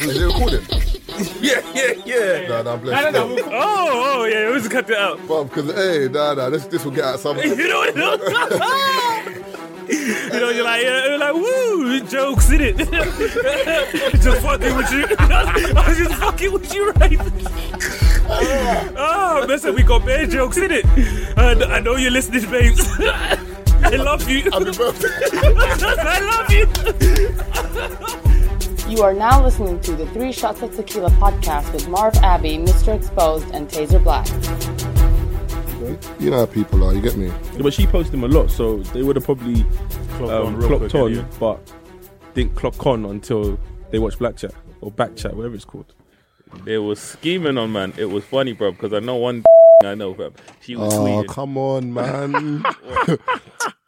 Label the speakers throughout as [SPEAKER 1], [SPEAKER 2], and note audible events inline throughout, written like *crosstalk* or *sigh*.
[SPEAKER 1] Is it
[SPEAKER 2] *laughs*
[SPEAKER 1] recording?
[SPEAKER 3] Yeah, yeah, yeah.
[SPEAKER 1] Nah, nah, I'm
[SPEAKER 3] No, no,
[SPEAKER 1] blessed.
[SPEAKER 3] no. we'll- Oh, oh, yeah. We just cut that out. *laughs*
[SPEAKER 1] because, hey, nah, nah, this, this will get out some.
[SPEAKER 2] *laughs*
[SPEAKER 3] You know what I'm *laughs* You know, you're like, yeah, you're like, woo, jokes in it. *laughs* just fucking with you. *laughs* I was just fucking with you, right? *laughs* oh, listen, we got bad jokes in it. And I know you're listening, babes. *laughs* I love you. *laughs*
[SPEAKER 1] Happy birthday.
[SPEAKER 3] I love you.
[SPEAKER 4] You are now listening to the Three Shots of Tequila podcast with Marv Abbey, Mr. Exposed, and Taser Black.
[SPEAKER 1] You know how people are, you get me?
[SPEAKER 2] But she posted him a lot, so they would have probably
[SPEAKER 5] Clocked
[SPEAKER 2] um,
[SPEAKER 5] on real
[SPEAKER 2] clocked
[SPEAKER 5] quick,
[SPEAKER 2] on,
[SPEAKER 5] yeah.
[SPEAKER 2] but didn't clock on until they watched Black Chat or Back Chat, whatever it's called.
[SPEAKER 5] It was scheming on man. It was funny, bro, because I know one *laughs* I know, bro. She was
[SPEAKER 1] Oh,
[SPEAKER 5] tweeting.
[SPEAKER 1] come on, man.
[SPEAKER 2] *laughs*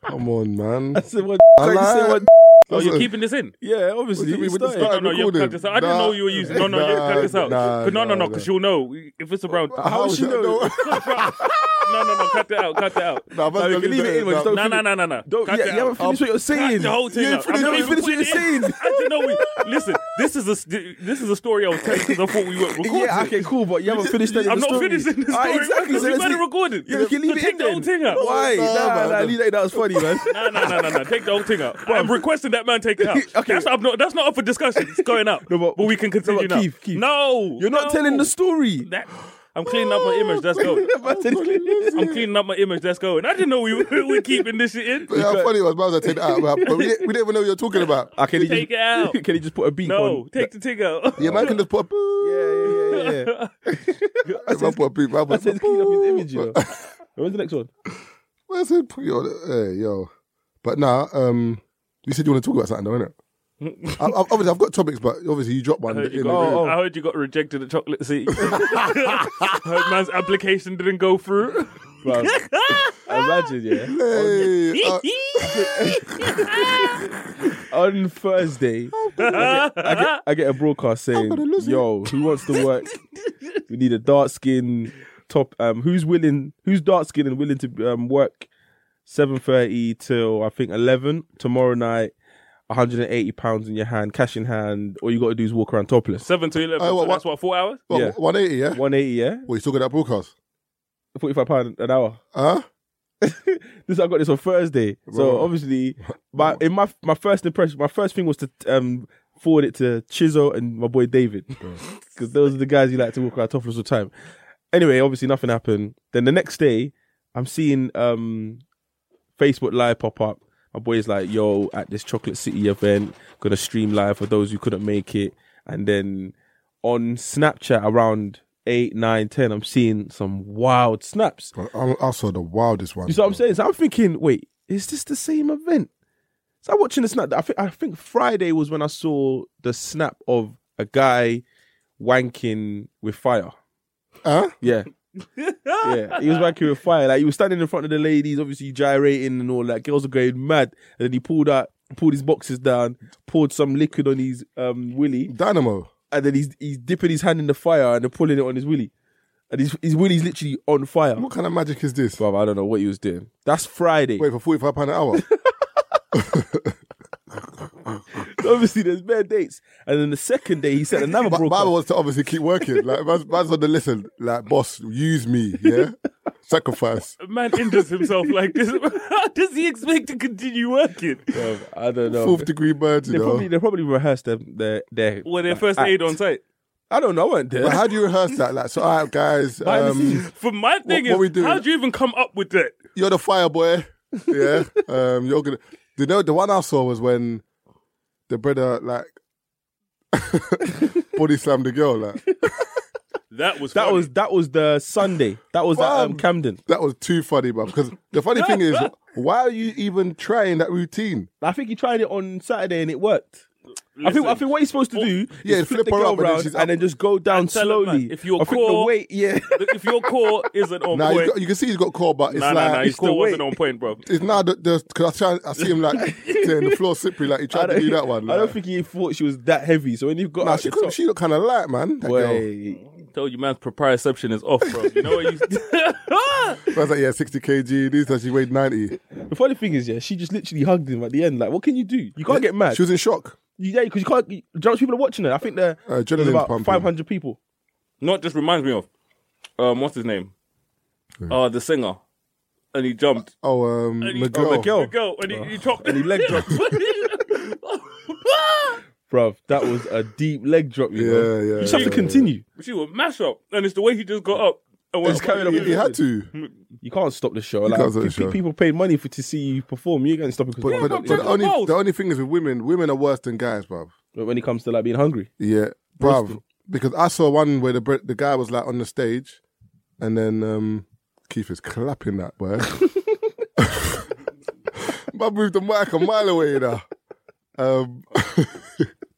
[SPEAKER 1] come on, man.
[SPEAKER 2] I said what?
[SPEAKER 1] I
[SPEAKER 2] I said
[SPEAKER 1] lied.
[SPEAKER 2] what? *laughs*
[SPEAKER 5] Oh, you're keeping this in?
[SPEAKER 2] Yeah, obviously.
[SPEAKER 1] What do you mean
[SPEAKER 2] we
[SPEAKER 1] with the
[SPEAKER 2] started.
[SPEAKER 1] start?
[SPEAKER 5] No, no, you
[SPEAKER 1] recording.
[SPEAKER 5] cut this out. I didn't
[SPEAKER 1] Nah.
[SPEAKER 5] know you were using. No, no, you
[SPEAKER 1] Nah,
[SPEAKER 5] cut this out.
[SPEAKER 1] nah,
[SPEAKER 5] 'Cause no, no,
[SPEAKER 1] nah,
[SPEAKER 5] no, because
[SPEAKER 1] nah.
[SPEAKER 5] you'll know if
[SPEAKER 2] *laughs*
[SPEAKER 5] it's around.
[SPEAKER 1] How
[SPEAKER 2] would
[SPEAKER 1] is
[SPEAKER 2] she
[SPEAKER 1] that-
[SPEAKER 2] know?
[SPEAKER 5] no, no, no, cut that out. Cut that out.
[SPEAKER 1] Nah,
[SPEAKER 2] No,
[SPEAKER 1] man,
[SPEAKER 2] you can leave it in, but just
[SPEAKER 5] No,
[SPEAKER 2] don't
[SPEAKER 5] no, no, no, no.
[SPEAKER 2] Don't,
[SPEAKER 5] Cut
[SPEAKER 2] yeah,
[SPEAKER 5] that
[SPEAKER 2] you haven't
[SPEAKER 5] out.
[SPEAKER 2] finished what you're saying.
[SPEAKER 5] Cut the whole thing
[SPEAKER 2] you
[SPEAKER 5] out.
[SPEAKER 2] haven't finished,
[SPEAKER 5] I'm
[SPEAKER 2] you
[SPEAKER 5] not even
[SPEAKER 2] haven't finished what
[SPEAKER 5] putting
[SPEAKER 2] you're
[SPEAKER 5] it in.
[SPEAKER 2] saying.
[SPEAKER 5] I didn't know we. Listen, this is a st- this is a story I was telling because I thought we were
[SPEAKER 2] *laughs*
[SPEAKER 5] recording.
[SPEAKER 2] Yeah, okay, cool, but you haven't finished that.
[SPEAKER 5] I'm not finishing this story.
[SPEAKER 2] Ah, exactly.
[SPEAKER 5] because
[SPEAKER 2] So
[SPEAKER 5] we
[SPEAKER 2] let's
[SPEAKER 5] might
[SPEAKER 2] leave-
[SPEAKER 5] have recorded.
[SPEAKER 2] Yeah, you can leave
[SPEAKER 5] so
[SPEAKER 2] it
[SPEAKER 5] take
[SPEAKER 2] in
[SPEAKER 5] the
[SPEAKER 2] then.
[SPEAKER 5] whole thing out.
[SPEAKER 2] Why?
[SPEAKER 1] Nah,
[SPEAKER 2] Nah,
[SPEAKER 1] man.
[SPEAKER 2] nah, leave that. That was funny,
[SPEAKER 5] *laughs*
[SPEAKER 2] man.
[SPEAKER 5] No, no, no, no,
[SPEAKER 2] *laughs*
[SPEAKER 5] no. Take the whole thing out. I'm requesting that man take it out.
[SPEAKER 2] Um, Okay.
[SPEAKER 5] That's, I'm not, that's not up for discussion. It's going out.
[SPEAKER 2] *laughs* No,
[SPEAKER 5] but,
[SPEAKER 2] but-
[SPEAKER 5] we can
[SPEAKER 2] no, but
[SPEAKER 5] continue now.
[SPEAKER 2] Keith, Keith,
[SPEAKER 5] no.
[SPEAKER 2] You're not
[SPEAKER 5] no.
[SPEAKER 2] telling the story.
[SPEAKER 5] *gasps* That, I'm cleaning up my image.
[SPEAKER 2] *laughs*
[SPEAKER 5] Let's go. I'm cleaning up my image. Let's go. And I didn't know we *laughs* were keeping this shit in.
[SPEAKER 1] You know how funny it was, man. I take that out, man. But we didn't, we didn't even know what you were talking
[SPEAKER 2] *laughs*
[SPEAKER 1] about.
[SPEAKER 2] Ah, can he
[SPEAKER 5] Take
[SPEAKER 2] just,
[SPEAKER 5] it
[SPEAKER 2] *laughs*
[SPEAKER 5] out.
[SPEAKER 2] Can he just put a beat on?
[SPEAKER 5] No, take the thing out. *laughs*
[SPEAKER 1] Yeah, man can just put a boop.
[SPEAKER 2] Yeah, yeah, yeah, yeah.
[SPEAKER 1] Yeah, man put a beep, man
[SPEAKER 2] I
[SPEAKER 1] put a
[SPEAKER 2] said clean up his
[SPEAKER 1] boop.
[SPEAKER 2] image, you
[SPEAKER 1] *laughs*
[SPEAKER 2] know. When's the next one?
[SPEAKER 1] I said, put your, hey, yo. But nah, um, you said you want to talk about something, though,
[SPEAKER 2] *laughs*
[SPEAKER 1] innit? I, I, obviously, I've got topics, but obviously you dropped one.
[SPEAKER 5] I heard, you
[SPEAKER 1] in
[SPEAKER 5] got,
[SPEAKER 1] the-
[SPEAKER 2] oh.
[SPEAKER 5] I heard you got rejected at Chocolate City.
[SPEAKER 2] *laughs*
[SPEAKER 5] *laughs* I heard man's application didn't go through. *laughs*
[SPEAKER 2] Bro,
[SPEAKER 1] *laughs*
[SPEAKER 2] imagine, yeah.
[SPEAKER 1] Hey, uh, *laughs*
[SPEAKER 2] On Thursday, I get, I get, I get a broadcast saying,
[SPEAKER 1] Oh, gonna lose it.
[SPEAKER 2] "Yo, who wants to work? we need a dark skin top. Um, who's willing? Who's dark skin and willing to um work seven thirty till I think eleven tomorrow night." 180 pounds in your hand, cash in hand. All you got to do is walk around topless.
[SPEAKER 5] Seven to eleven.
[SPEAKER 2] uh,
[SPEAKER 1] Oh, what-
[SPEAKER 5] so that's what four hours.
[SPEAKER 1] what,
[SPEAKER 2] yeah.
[SPEAKER 1] 180, yeah?
[SPEAKER 2] 180, yeah,
[SPEAKER 1] Well, you still got that broadcast?
[SPEAKER 2] 45 pound an hour.
[SPEAKER 1] Huh?
[SPEAKER 2] this I got this on Thursday.
[SPEAKER 1] Bro.
[SPEAKER 2] So obviously, my in my my first impression, my first thing was to um forward it to Chizo and my boy David because those are the guys you like to walk around topless all the time. Anyway, obviously nothing happened. Then the next day, I'm seeing um Facebook Live pop up. My boy's like, "Yo, at this Chocolate City event, gonna stream live for those who couldn't make it." And then on Snapchat around eight, nine, ten, I'm seeing some wild snaps.
[SPEAKER 1] Bro, I, I saw the wildest one.
[SPEAKER 2] You see what I'm saying? So I'm thinking, wait, is this the same event? So I'm watching the snap. I think I think Friday was when I saw the snap of a guy wanking with fire.
[SPEAKER 1] Huh?
[SPEAKER 2] Yeah. yeah, he was wanking with fire. Like he was standing in front of the ladies, obviously gyrating and all that. Girls were going mad, and then he pulled out, pulled his boxes down, poured some liquid on his um willy,
[SPEAKER 1] Dynamo.
[SPEAKER 2] and then he's he's dipping his hand in the fire and then pulling it on his willy, and his his willy's literally on fire.
[SPEAKER 1] What kind of magic is this?
[SPEAKER 2] Brother, I don't know what he was doing. That's Friday.
[SPEAKER 1] Wait for forty-five pound an
[SPEAKER 2] *laughs*
[SPEAKER 1] hour.
[SPEAKER 2] *laughs* obviously there's bare dates. And then the second day he sent
[SPEAKER 1] *laughs*
[SPEAKER 2] another
[SPEAKER 1] But
[SPEAKER 2] broadcast.
[SPEAKER 1] Bible wants to obviously keep working. Like man's, man's on the listen. Like boss, use me.
[SPEAKER 2] *laughs*
[SPEAKER 1] Yeah, sacrifice.
[SPEAKER 5] Man injures himself like this. *laughs* How does he expect to continue working?
[SPEAKER 2] Bro, Um, I don't know.
[SPEAKER 1] Fourth degree birds.
[SPEAKER 2] they
[SPEAKER 1] You know.
[SPEAKER 2] probably they probably rehearsed their their, their
[SPEAKER 5] Were their first
[SPEAKER 2] act.
[SPEAKER 5] aid on site?
[SPEAKER 2] I don't know, I weren't
[SPEAKER 1] But
[SPEAKER 2] there.
[SPEAKER 1] how do you rehearse that? Like, so all right, guys.
[SPEAKER 2] the
[SPEAKER 1] Um,
[SPEAKER 2] scenes.
[SPEAKER 5] For my thing
[SPEAKER 1] what we
[SPEAKER 5] is,
[SPEAKER 1] doing?
[SPEAKER 5] how do you even come up with that?
[SPEAKER 1] you're the fire boy.
[SPEAKER 2] *laughs*
[SPEAKER 1] Yeah. Um, you're gonna. You know, the one I saw was when the brother like *laughs* body slammed the girl. Like
[SPEAKER 5] That
[SPEAKER 2] *laughs*
[SPEAKER 5] was
[SPEAKER 2] That
[SPEAKER 5] funny.
[SPEAKER 2] was that was the Sunday. That was that um,
[SPEAKER 1] Fam.
[SPEAKER 2] Camden.
[SPEAKER 1] that was too funny, bro. Because the funny thing
[SPEAKER 2] *laughs*
[SPEAKER 1] is, why are you even trying that routine?
[SPEAKER 2] I think he tried it on Saturday and it worked. I
[SPEAKER 5] Listen,
[SPEAKER 2] think I think what he's supposed to do
[SPEAKER 1] Yeah,
[SPEAKER 2] is flip,
[SPEAKER 1] flip
[SPEAKER 2] the
[SPEAKER 1] her
[SPEAKER 2] girl
[SPEAKER 1] up and then
[SPEAKER 2] around
[SPEAKER 1] she's
[SPEAKER 2] and,
[SPEAKER 1] up.
[SPEAKER 2] then just go down
[SPEAKER 5] tell him, man,
[SPEAKER 2] slowly.
[SPEAKER 5] if you're
[SPEAKER 2] I think the
[SPEAKER 5] core-
[SPEAKER 2] weight,
[SPEAKER 1] *laughs*
[SPEAKER 2] yeah.
[SPEAKER 5] if your core isn't on
[SPEAKER 1] Now you,
[SPEAKER 5] point,
[SPEAKER 1] got, you can see he's got core, but it's
[SPEAKER 5] nah,
[SPEAKER 1] like
[SPEAKER 5] nah, nah, he
[SPEAKER 1] it's
[SPEAKER 5] still
[SPEAKER 2] got
[SPEAKER 5] wasn't
[SPEAKER 2] weight.
[SPEAKER 5] on point, bro.
[SPEAKER 1] It's now the because I try I see him like
[SPEAKER 2] *laughs*
[SPEAKER 1] saying the floor slippery like he
[SPEAKER 2] I
[SPEAKER 1] tried to
[SPEAKER 2] don't-
[SPEAKER 1] do that one.
[SPEAKER 2] *laughs* I
[SPEAKER 1] like.
[SPEAKER 2] don't think he thought she was that heavy. So when he got
[SPEAKER 1] Nah,
[SPEAKER 2] out
[SPEAKER 1] she
[SPEAKER 2] the
[SPEAKER 1] could,
[SPEAKER 2] top-
[SPEAKER 1] she looked kind of light, man. That girl.
[SPEAKER 2] Wait.
[SPEAKER 5] Told you, man's proprioception is off, bro. You know what you.
[SPEAKER 1] I was like, yeah, sixty kg. These days she weighed ninety.
[SPEAKER 2] The funny thing is, yeah, she just literally hugged him at the end. Like, what can you do? You can't get mad.
[SPEAKER 1] She was in shock.
[SPEAKER 2] Yeah, because you can't. You, do you know how much people are watching it? I think there
[SPEAKER 1] Uh, adrenaline's
[SPEAKER 2] there's about
[SPEAKER 1] pumping.
[SPEAKER 2] five hundred people.
[SPEAKER 5] *laughs* Not just reminds me of, um, what's his name? Uh, the singer. And he jumped.
[SPEAKER 1] Oh, um, Miguel.
[SPEAKER 2] oh, Miguel.
[SPEAKER 5] The girl, and he, he chopped. And
[SPEAKER 2] he leg dropped. *laughs* Bruv, that was a deep leg drop. You
[SPEAKER 1] Yeah,
[SPEAKER 2] know?
[SPEAKER 1] yeah,
[SPEAKER 2] You just have
[SPEAKER 1] yeah,
[SPEAKER 2] to continue.
[SPEAKER 5] she was mash up. And it's the way he just got up. And went,
[SPEAKER 2] It's carried
[SPEAKER 1] He, he had to.
[SPEAKER 2] You can't stop the show.
[SPEAKER 1] can't stop
[SPEAKER 2] Like
[SPEAKER 1] the
[SPEAKER 2] pe-
[SPEAKER 1] show.
[SPEAKER 2] people paid money for to see you perform. You can't stop it
[SPEAKER 1] But,
[SPEAKER 2] 'cause-
[SPEAKER 1] but,
[SPEAKER 5] but
[SPEAKER 1] but the,
[SPEAKER 5] they're
[SPEAKER 1] only,
[SPEAKER 5] both.
[SPEAKER 1] the only thing is with women, women are worse than guys, bruv.
[SPEAKER 2] But when it comes to like being hungry,
[SPEAKER 1] Yeah, bruv. Because I saw one where the br- the guy was like on the stage, and then um, Keith is clapping that boy. *laughs* I moved the mic a mile away now. Um, *laughs*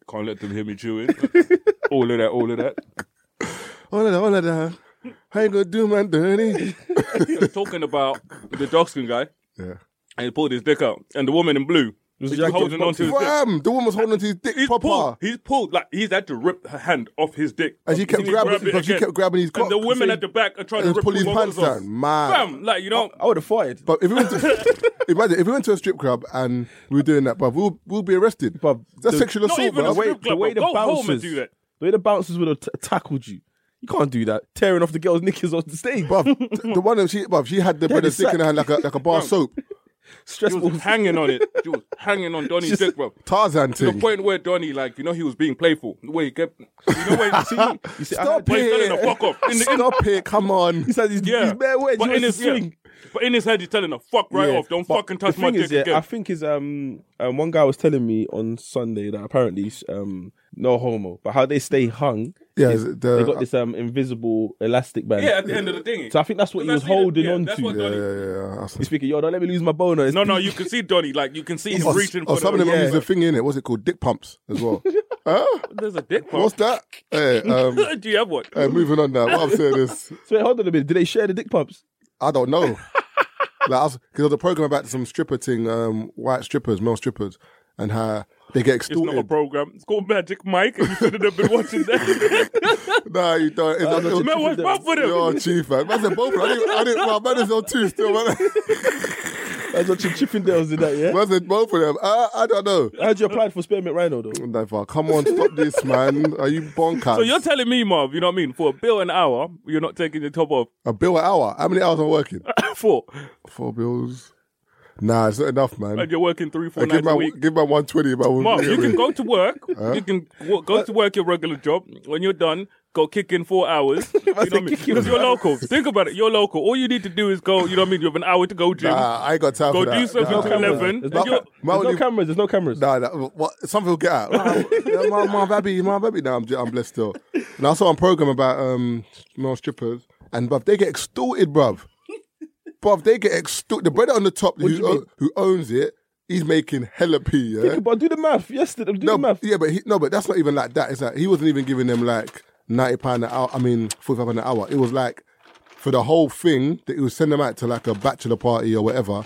[SPEAKER 5] Can't let them hear me chewing. *laughs* all of that, all of that.
[SPEAKER 1] all of that, all of that. How you gonna do man
[SPEAKER 5] *laughs*
[SPEAKER 1] dirty?
[SPEAKER 5] He was talking about the dark skin guy.
[SPEAKER 1] Yeah.
[SPEAKER 5] And he pulled his dick out. And the woman in blue was
[SPEAKER 2] Jack
[SPEAKER 5] just holding on to his dick.
[SPEAKER 1] Fam, the woman's holding to his dick,
[SPEAKER 5] He's pulled.
[SPEAKER 1] papa.
[SPEAKER 5] He's pulled. Like he's had to rip her hand off his dick.
[SPEAKER 1] And she kept
[SPEAKER 5] He
[SPEAKER 1] grabbing-
[SPEAKER 5] grabbed it
[SPEAKER 1] because she
[SPEAKER 5] again.
[SPEAKER 1] kept grabbing his cock.
[SPEAKER 5] And the women
[SPEAKER 1] So
[SPEAKER 5] at the back are trying
[SPEAKER 1] and
[SPEAKER 5] to
[SPEAKER 1] he's
[SPEAKER 5] rip
[SPEAKER 1] pulling his
[SPEAKER 5] his
[SPEAKER 1] pants
[SPEAKER 5] off.
[SPEAKER 1] down. Man.
[SPEAKER 5] Fam, like you know,
[SPEAKER 2] I would have farted.
[SPEAKER 1] But if we went to *laughs* imagine if we went to a strip club and we were doing that, bruv, we'll we'll be arrested.
[SPEAKER 2] Bruv,
[SPEAKER 1] That's
[SPEAKER 2] the-
[SPEAKER 1] sexual
[SPEAKER 5] Not
[SPEAKER 1] assault,
[SPEAKER 5] even a
[SPEAKER 1] bruv.
[SPEAKER 5] strip
[SPEAKER 2] the
[SPEAKER 5] club,
[SPEAKER 2] way
[SPEAKER 5] bro.
[SPEAKER 2] the
[SPEAKER 5] Go home and
[SPEAKER 2] bouncers
[SPEAKER 5] do that.
[SPEAKER 2] The way the bouncers would have t- tackled you. You can't do that. Tearing off the girls' knickers off the stage.
[SPEAKER 1] Bruv, the one that she, bruv, she had the bread and dick in her hand like a like a bar of soap,
[SPEAKER 5] she
[SPEAKER 2] Stressful.
[SPEAKER 5] was hanging on it. She was hanging on Donny's
[SPEAKER 2] Just-
[SPEAKER 5] dick, bro.
[SPEAKER 1] Tarzan
[SPEAKER 5] To the
[SPEAKER 1] thing.
[SPEAKER 5] point where Donny, like you know, he was being playful. The way he kept, you know, when you see,
[SPEAKER 2] You see, I
[SPEAKER 1] Stop
[SPEAKER 2] had-
[SPEAKER 5] when he's telling her
[SPEAKER 1] it!
[SPEAKER 5] fuck off. In the, in,
[SPEAKER 1] Stop it! Come on.
[SPEAKER 2] He said he's,
[SPEAKER 5] *laughs* yeah,
[SPEAKER 2] he's bare words.
[SPEAKER 5] but
[SPEAKER 2] he
[SPEAKER 5] in
[SPEAKER 2] wants
[SPEAKER 5] his
[SPEAKER 2] to swing.
[SPEAKER 5] Yeah, but in his head, he's telling her fuck right
[SPEAKER 2] Yeah,
[SPEAKER 5] off. Don't
[SPEAKER 2] but
[SPEAKER 5] fucking touch
[SPEAKER 2] the
[SPEAKER 5] my
[SPEAKER 2] thing
[SPEAKER 5] dick
[SPEAKER 2] is, yeah,
[SPEAKER 5] again.
[SPEAKER 2] I think is um, um one guy was telling me on Sunday that apparently um no homo, but how they stay hung.
[SPEAKER 1] Yeah,
[SPEAKER 2] is
[SPEAKER 1] the-
[SPEAKER 2] they got this um invisible elastic band.
[SPEAKER 5] yeah, at the end of the thing.
[SPEAKER 2] So I think that's what he was
[SPEAKER 5] That's it,
[SPEAKER 2] holding
[SPEAKER 5] yeah,
[SPEAKER 2] on
[SPEAKER 5] that's
[SPEAKER 2] to.
[SPEAKER 5] what
[SPEAKER 2] He's
[SPEAKER 1] Yeah,
[SPEAKER 5] Donny-
[SPEAKER 1] yeah, yeah. That's-
[SPEAKER 2] speaking, yo, don't let me lose my boner.
[SPEAKER 5] No, no, you can see Donny, like you can see him
[SPEAKER 1] Or,
[SPEAKER 5] reaching
[SPEAKER 1] or
[SPEAKER 5] for
[SPEAKER 1] some of
[SPEAKER 5] the,
[SPEAKER 1] them
[SPEAKER 2] yeah.
[SPEAKER 1] use a thing in it. What's it called? Dick pumps as
[SPEAKER 5] *laughs*
[SPEAKER 1] well. huh?
[SPEAKER 5] There's a dick pump.
[SPEAKER 1] What's that? Hey, um,
[SPEAKER 5] *laughs* Do you have one?
[SPEAKER 1] hey, moving on now. What I'm saying is,
[SPEAKER 2] So *laughs* wait, hold on a minute. Did they share the dick pumps?
[SPEAKER 1] I don't know. Like, I was, cause there was a program about some stripper thing, um, white strippers, male strippers, and how they get
[SPEAKER 5] It's not a
[SPEAKER 1] extorted.
[SPEAKER 5] program. It's called Magic Mike, and you shouldn't have been watching that.
[SPEAKER 1] Nah, you *laughs* don't. It's,
[SPEAKER 2] I'm not
[SPEAKER 1] it's-
[SPEAKER 5] Uh, Man, what's wrong with him?
[SPEAKER 1] Yo, chief, man. Man said both. I didn't. I didn't. My man is on two still. Man, *laughs*
[SPEAKER 2] That's what Chip Chippendales did that, yeah?
[SPEAKER 1] man said both of them. I, I don't know.
[SPEAKER 2] How'd you apply for Spearmint Rhino, though?
[SPEAKER 1] And I thought, Come on, stop this, man. Are you bonkers?
[SPEAKER 5] So you're telling me, Marv, you know what I mean? For a bill an hour, you're not taking your top *laughs* off
[SPEAKER 1] a bill an hour. How many hours I'm
[SPEAKER 5] *laughs*
[SPEAKER 1] working?
[SPEAKER 5] for,
[SPEAKER 1] Four bills. Nah, it's not enough, man.
[SPEAKER 5] and you're working three, four
[SPEAKER 1] I give
[SPEAKER 5] nights
[SPEAKER 1] my
[SPEAKER 5] a week.
[SPEAKER 1] give my one twenty.
[SPEAKER 5] Marv, you can go
[SPEAKER 1] *laughs*
[SPEAKER 5] to work. You can w- go to work your regular job. When you're done, go kick in four
[SPEAKER 1] *laughs*
[SPEAKER 5] hours. You know what I mean?
[SPEAKER 2] kick in
[SPEAKER 5] Because you're local. Think about it. You're local. All you need to do is go. You know what I mean? You have an hour to go gym.
[SPEAKER 1] Nah, I ain't got time
[SPEAKER 5] Go
[SPEAKER 1] for
[SPEAKER 5] do
[SPEAKER 1] that.
[SPEAKER 5] something
[SPEAKER 1] Nah.
[SPEAKER 5] till eleven.
[SPEAKER 2] There's
[SPEAKER 5] and
[SPEAKER 2] no,
[SPEAKER 5] you're-
[SPEAKER 2] ca- there's no
[SPEAKER 1] only-
[SPEAKER 2] cameras. There's no cameras.
[SPEAKER 1] Nah, that, what, something will get out. *laughs* Yeah, my, my baby, my baby. Now I'm, j- I'm blessed still. And I saw a program about um, male strippers, and bruv, they get extorted,
[SPEAKER 2] *laughs*
[SPEAKER 1] bruv. bruv, they get extorted. The brother on the top
[SPEAKER 2] do you
[SPEAKER 1] who,
[SPEAKER 2] mean?
[SPEAKER 1] o- who owns it, he's making hella pee, yeah?
[SPEAKER 2] Think about do the math. Yesterday, do
[SPEAKER 1] no,
[SPEAKER 2] the math.
[SPEAKER 1] yeah, but he, no, but that's not even like that. It's like he wasn't even giving them like ninety pound an hour. I mean, forty five pound an hour. It was like for the whole thing that he would send them out to like a bachelor party or whatever.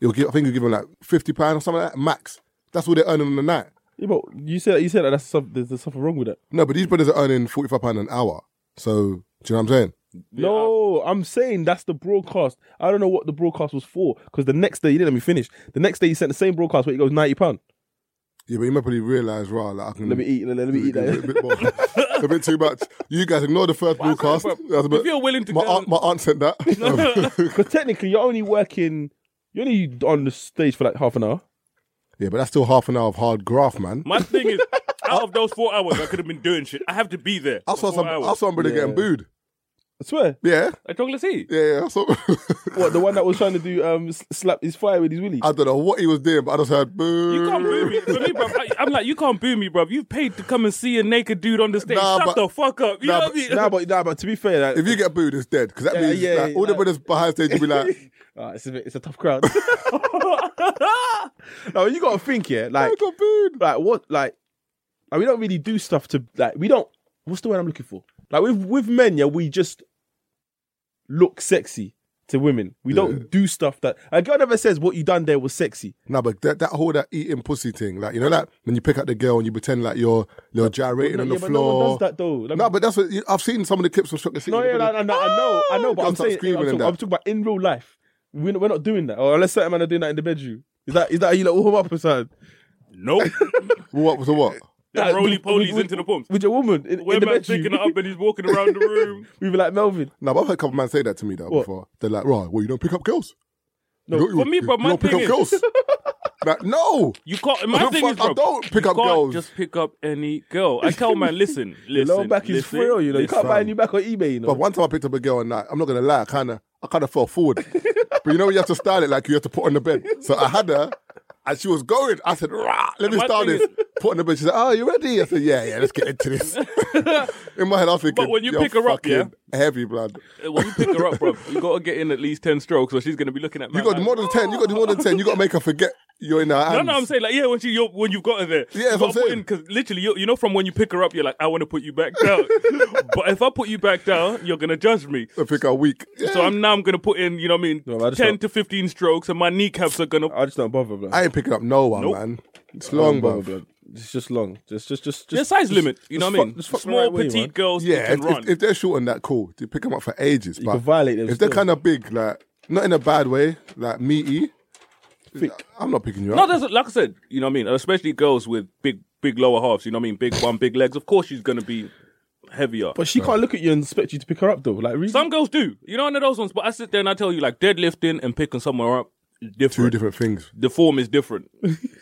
[SPEAKER 1] He'll give, I think he'll give them like fifty pound or something like that max. That's what they're earning on the night.
[SPEAKER 2] Yeah, but you said you said that that's some, there's, there's something wrong with that.
[SPEAKER 1] No, but these brothers are earning forty five pound an hour. So do you know what I'm saying?
[SPEAKER 2] No, I'm saying that's the broadcast. I don't know what the broadcast was for because the next day you didn't let me finish. The next day you sent the same broadcast where it goes ninety pound.
[SPEAKER 1] Yeah, but you might probably realise, rah, like I can
[SPEAKER 2] Let me eat. Let, let me eat
[SPEAKER 1] a bit,
[SPEAKER 2] *laughs* that.
[SPEAKER 1] bit more. *laughs* a bit too much. You guys ignore the first broadcast.
[SPEAKER 5] But
[SPEAKER 1] That's a bit-
[SPEAKER 5] if you're willing to
[SPEAKER 1] my
[SPEAKER 5] go-
[SPEAKER 1] aunt, my aunt sent that.
[SPEAKER 5] *laughs*
[SPEAKER 1] *laughs*
[SPEAKER 2] Because technically you're only working. You're only on the stage for like half an hour.
[SPEAKER 1] yeah, but that's still half an hour of hard graft, man.
[SPEAKER 5] My
[SPEAKER 1] *laughs*
[SPEAKER 5] thing is, out of those four hours, I could have been doing shit. I have to be there.
[SPEAKER 1] I saw
[SPEAKER 5] for
[SPEAKER 1] some.
[SPEAKER 5] four
[SPEAKER 1] I
[SPEAKER 5] hours.
[SPEAKER 1] saw somebody getting booed.
[SPEAKER 2] I swear.
[SPEAKER 1] Yeah,
[SPEAKER 5] A chocolate tea.
[SPEAKER 1] yeah, yeah. I saw. *laughs*
[SPEAKER 2] What the one that was trying to do um s- slap his fire with his willy?
[SPEAKER 1] I don't know what he was doing, but I just heard boo.
[SPEAKER 5] You can't boo me. For me, bro, I, I'm like, you can't boo me, bro. You've paid to come and see a naked dude on the stage.
[SPEAKER 1] Nah,
[SPEAKER 5] Shut
[SPEAKER 1] but-
[SPEAKER 5] the fuck up. You
[SPEAKER 1] nah,
[SPEAKER 5] know what
[SPEAKER 1] but-
[SPEAKER 5] I mean?
[SPEAKER 2] Nah, but nah, but to be fair, like,
[SPEAKER 1] If you get booed, it's dead because that
[SPEAKER 2] Yeah,
[SPEAKER 1] means
[SPEAKER 2] yeah,
[SPEAKER 1] like,
[SPEAKER 2] yeah,
[SPEAKER 1] all the
[SPEAKER 2] nah.
[SPEAKER 1] brothers behind stage will be
[SPEAKER 2] *laughs*
[SPEAKER 1] like,
[SPEAKER 2] Ah, it's a bit, it's a tough *laughs* crowd. no, you gotta think, yeah.
[SPEAKER 1] "I
[SPEAKER 2] Like,
[SPEAKER 1] got booed."
[SPEAKER 2] like what, like, like, we don't really do stuff to like. We don't. What's the word I'm looking for? Like with with men, yeah, we just look sexy to women. We don't do stuff that a girl never says what you done there was sexy.
[SPEAKER 1] Nah, but that, that whole that eating pussy thing, like you know, like when you pick up the girl and you pretend like you're you're gyrating on the
[SPEAKER 2] yeah, but no one
[SPEAKER 1] floor.
[SPEAKER 2] does that though. Like,
[SPEAKER 1] Nah, but that's what you, I've seen some of the clips from Shock the City.
[SPEAKER 2] no, yeah, no, no, no, I know, I know, but
[SPEAKER 1] Girls
[SPEAKER 2] I'm
[SPEAKER 1] start
[SPEAKER 2] saying, I'm
[SPEAKER 1] screaming and
[SPEAKER 2] talking,
[SPEAKER 1] that.
[SPEAKER 2] I'm talking about in real life. We're not, we're not doing that, or unless certain men are doing that in the bedroom. Is that is that how you like warm up or something?
[SPEAKER 1] *laughs*
[SPEAKER 5] Nope.
[SPEAKER 1] What? So what?
[SPEAKER 2] Like,
[SPEAKER 5] Roly
[SPEAKER 2] with- with-
[SPEAKER 5] polies
[SPEAKER 2] with-
[SPEAKER 5] into the pumps.
[SPEAKER 2] with your woman in,
[SPEAKER 5] Where
[SPEAKER 2] in the
[SPEAKER 5] man's picking it
[SPEAKER 2] bedroom.
[SPEAKER 5] up and he's walking around the room.
[SPEAKER 2] *laughs* We were like Melvin.
[SPEAKER 1] No, but I've heard a couple of men say that to me though before. They're like, right, well, you don't pick up girls. No, you,
[SPEAKER 5] for me,
[SPEAKER 1] you
[SPEAKER 5] but my
[SPEAKER 1] don't pick
[SPEAKER 5] thing
[SPEAKER 1] up
[SPEAKER 5] is-
[SPEAKER 1] girls.
[SPEAKER 2] *laughs*
[SPEAKER 1] like, no,
[SPEAKER 5] You can't.
[SPEAKER 1] I
[SPEAKER 5] My
[SPEAKER 1] don't
[SPEAKER 5] thing
[SPEAKER 1] fuck-
[SPEAKER 5] is,
[SPEAKER 1] I
[SPEAKER 5] bro,
[SPEAKER 1] don't pick
[SPEAKER 5] you
[SPEAKER 1] up
[SPEAKER 5] can't
[SPEAKER 1] girls.
[SPEAKER 5] Just pick up any girl. I tell
[SPEAKER 1] *laughs*
[SPEAKER 5] man, listen, listen.
[SPEAKER 2] Lower back is
[SPEAKER 5] listen,
[SPEAKER 2] frail, you know. You can't buy a
[SPEAKER 1] listen.
[SPEAKER 2] new back on eBay, you know.
[SPEAKER 1] But one time I picked up a girl and like, I'm not gonna lie, I kinda I kinda fell forward. but you know when you have to style it like you have to put on the bed. So I had her and she was going. I said, Rah, let me
[SPEAKER 5] My
[SPEAKER 1] style
[SPEAKER 5] thing
[SPEAKER 1] this. Put on the bed. She said, Oh, you ready? I said, Yeah, yeah, let's get into
[SPEAKER 5] *laughs*
[SPEAKER 1] this. in my head, I was thinking,
[SPEAKER 5] But when you
[SPEAKER 1] "You're
[SPEAKER 5] pick her up, yeah?
[SPEAKER 1] fucking heavy blood.
[SPEAKER 5] When you pick her up, bro, you gotta get in at least ten strokes, or she's gonna be looking at
[SPEAKER 1] You
[SPEAKER 5] man
[SPEAKER 1] got
[SPEAKER 5] like,
[SPEAKER 1] more than ten, you got more than ten, you gotta make her forget you're in her hands.
[SPEAKER 5] No, no, I'm saying like yeah, when she you're, when you've got her there,
[SPEAKER 1] Yeah, that's what I'm saying.
[SPEAKER 5] Because literally, you, you know, from when you pick her up, you're like, I want to put you back
[SPEAKER 2] *laughs*
[SPEAKER 5] down. but if I put you back down, you're gonna judge me.
[SPEAKER 1] I think I'm weak.
[SPEAKER 5] So I'm now I'm gonna put in, you know, what I mean,
[SPEAKER 2] No, but I just
[SPEAKER 5] ten
[SPEAKER 2] don't-
[SPEAKER 5] to fifteen strokes, and my kneecaps are gonna.
[SPEAKER 2] I just don't bother, bro.
[SPEAKER 1] I ain't picking up no one,
[SPEAKER 5] Nope.
[SPEAKER 1] man. It's long,
[SPEAKER 2] bro.
[SPEAKER 1] bro.
[SPEAKER 2] It's just long. Just, just, just.
[SPEAKER 5] Their
[SPEAKER 2] just
[SPEAKER 5] size
[SPEAKER 2] just-
[SPEAKER 5] limit, you
[SPEAKER 2] just
[SPEAKER 5] know what I
[SPEAKER 2] fuck-
[SPEAKER 5] mean?
[SPEAKER 2] just fuck the
[SPEAKER 5] Small,
[SPEAKER 2] right way,
[SPEAKER 5] petite
[SPEAKER 2] man.
[SPEAKER 5] girls, yeah,
[SPEAKER 1] Yeah,
[SPEAKER 5] can
[SPEAKER 1] if,
[SPEAKER 5] run.
[SPEAKER 1] if, if they're short and that, cool. You pick them up for ages. You but
[SPEAKER 2] can violate them
[SPEAKER 1] If they're
[SPEAKER 2] still.
[SPEAKER 1] kind of big, like not in a bad way, like meaty,
[SPEAKER 2] Thick.
[SPEAKER 1] I'm not picking you
[SPEAKER 5] No,
[SPEAKER 1] up.
[SPEAKER 5] there's like I said, you know what I mean. Especially girls with big, big lower halves. You know what I mean. Big one, big legs. Of course, she's gonna be heavier.
[SPEAKER 2] But she can't look at you and expect you to pick her up, though. Like, really?
[SPEAKER 5] Some girls do. You know, one of those ones. But I sit there and I tell you, like deadlifting and picking someone up, is
[SPEAKER 1] Two
[SPEAKER 5] different.
[SPEAKER 1] different things,
[SPEAKER 5] The form is different.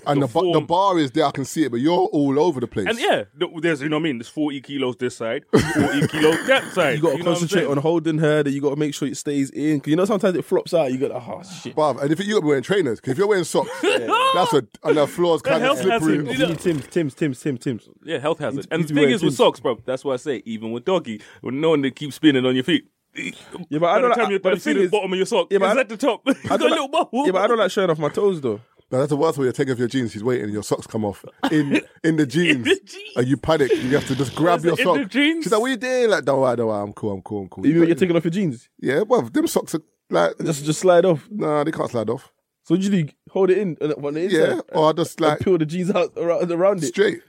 [SPEAKER 1] and the, ba- the
[SPEAKER 5] form-
[SPEAKER 1] bar is there. I can see it, but you're all over the place.
[SPEAKER 5] And yeah, th- there's you know what I mean. There's 40 kilos this side,
[SPEAKER 2] *laughs*
[SPEAKER 5] 40 kilos that side.
[SPEAKER 2] you got to
[SPEAKER 5] know what I'm
[SPEAKER 2] concentrate
[SPEAKER 5] saying?
[SPEAKER 2] on holding her. That you got to make sure it stays in. 'Cause you know sometimes it flops out. You got to,
[SPEAKER 5] *sighs*
[SPEAKER 2] oh shit.
[SPEAKER 1] Bruv, and if you are wearing trainers, 'cause if you're wearing
[SPEAKER 5] *laughs*
[SPEAKER 1] socks, that's a and the floor's kind of
[SPEAKER 5] health
[SPEAKER 1] slippery.
[SPEAKER 5] hazard,
[SPEAKER 1] Yeah,
[SPEAKER 5] you
[SPEAKER 2] Tim's,
[SPEAKER 5] know-
[SPEAKER 2] Tim's, Tim's, Tim's, Tim's, Tim's.
[SPEAKER 5] Yeah, health hazard.
[SPEAKER 2] need
[SPEAKER 5] And
[SPEAKER 2] to
[SPEAKER 5] the thing
[SPEAKER 2] wear
[SPEAKER 5] is with
[SPEAKER 2] jeans.
[SPEAKER 5] socks, bro. That's why I say even with doggy, with knowing they keep spinning on your feet.
[SPEAKER 2] Yeah, but I
[SPEAKER 5] By
[SPEAKER 2] don't
[SPEAKER 5] the
[SPEAKER 2] like-
[SPEAKER 5] time you
[SPEAKER 2] but the
[SPEAKER 5] see
[SPEAKER 2] thing
[SPEAKER 5] the
[SPEAKER 2] is-
[SPEAKER 5] bottom of your sock,
[SPEAKER 2] Yeah, but
[SPEAKER 5] it's
[SPEAKER 2] I-
[SPEAKER 5] at the top. *laughs* It's got a
[SPEAKER 2] don't
[SPEAKER 5] little
[SPEAKER 2] like-
[SPEAKER 5] bubble.
[SPEAKER 2] Yeah, but I don't like showing off my toes though.
[SPEAKER 1] No, that's the worst way. You take off your jeans. She's waiting. Your socks come off
[SPEAKER 5] *laughs*
[SPEAKER 1] in in the jeans.
[SPEAKER 5] the jeans.
[SPEAKER 1] And you panic. You have to just grab
[SPEAKER 5] Is it
[SPEAKER 1] your
[SPEAKER 5] in
[SPEAKER 1] sock.
[SPEAKER 5] the jeans?
[SPEAKER 1] She's like, "What you doing?" Like, "Don't worry, don't worry. I'm cool. I'm cool. I'm cool."
[SPEAKER 2] You, you're taking off your jeans.
[SPEAKER 1] yeah, well, them socks are like,
[SPEAKER 2] Just, just slide off.
[SPEAKER 1] nah, they can't slide off.
[SPEAKER 2] So what do you do? Hold it in on the- on the inside.
[SPEAKER 1] Yeah, or I just like
[SPEAKER 2] and peel the jeans out around, around it.
[SPEAKER 1] straight.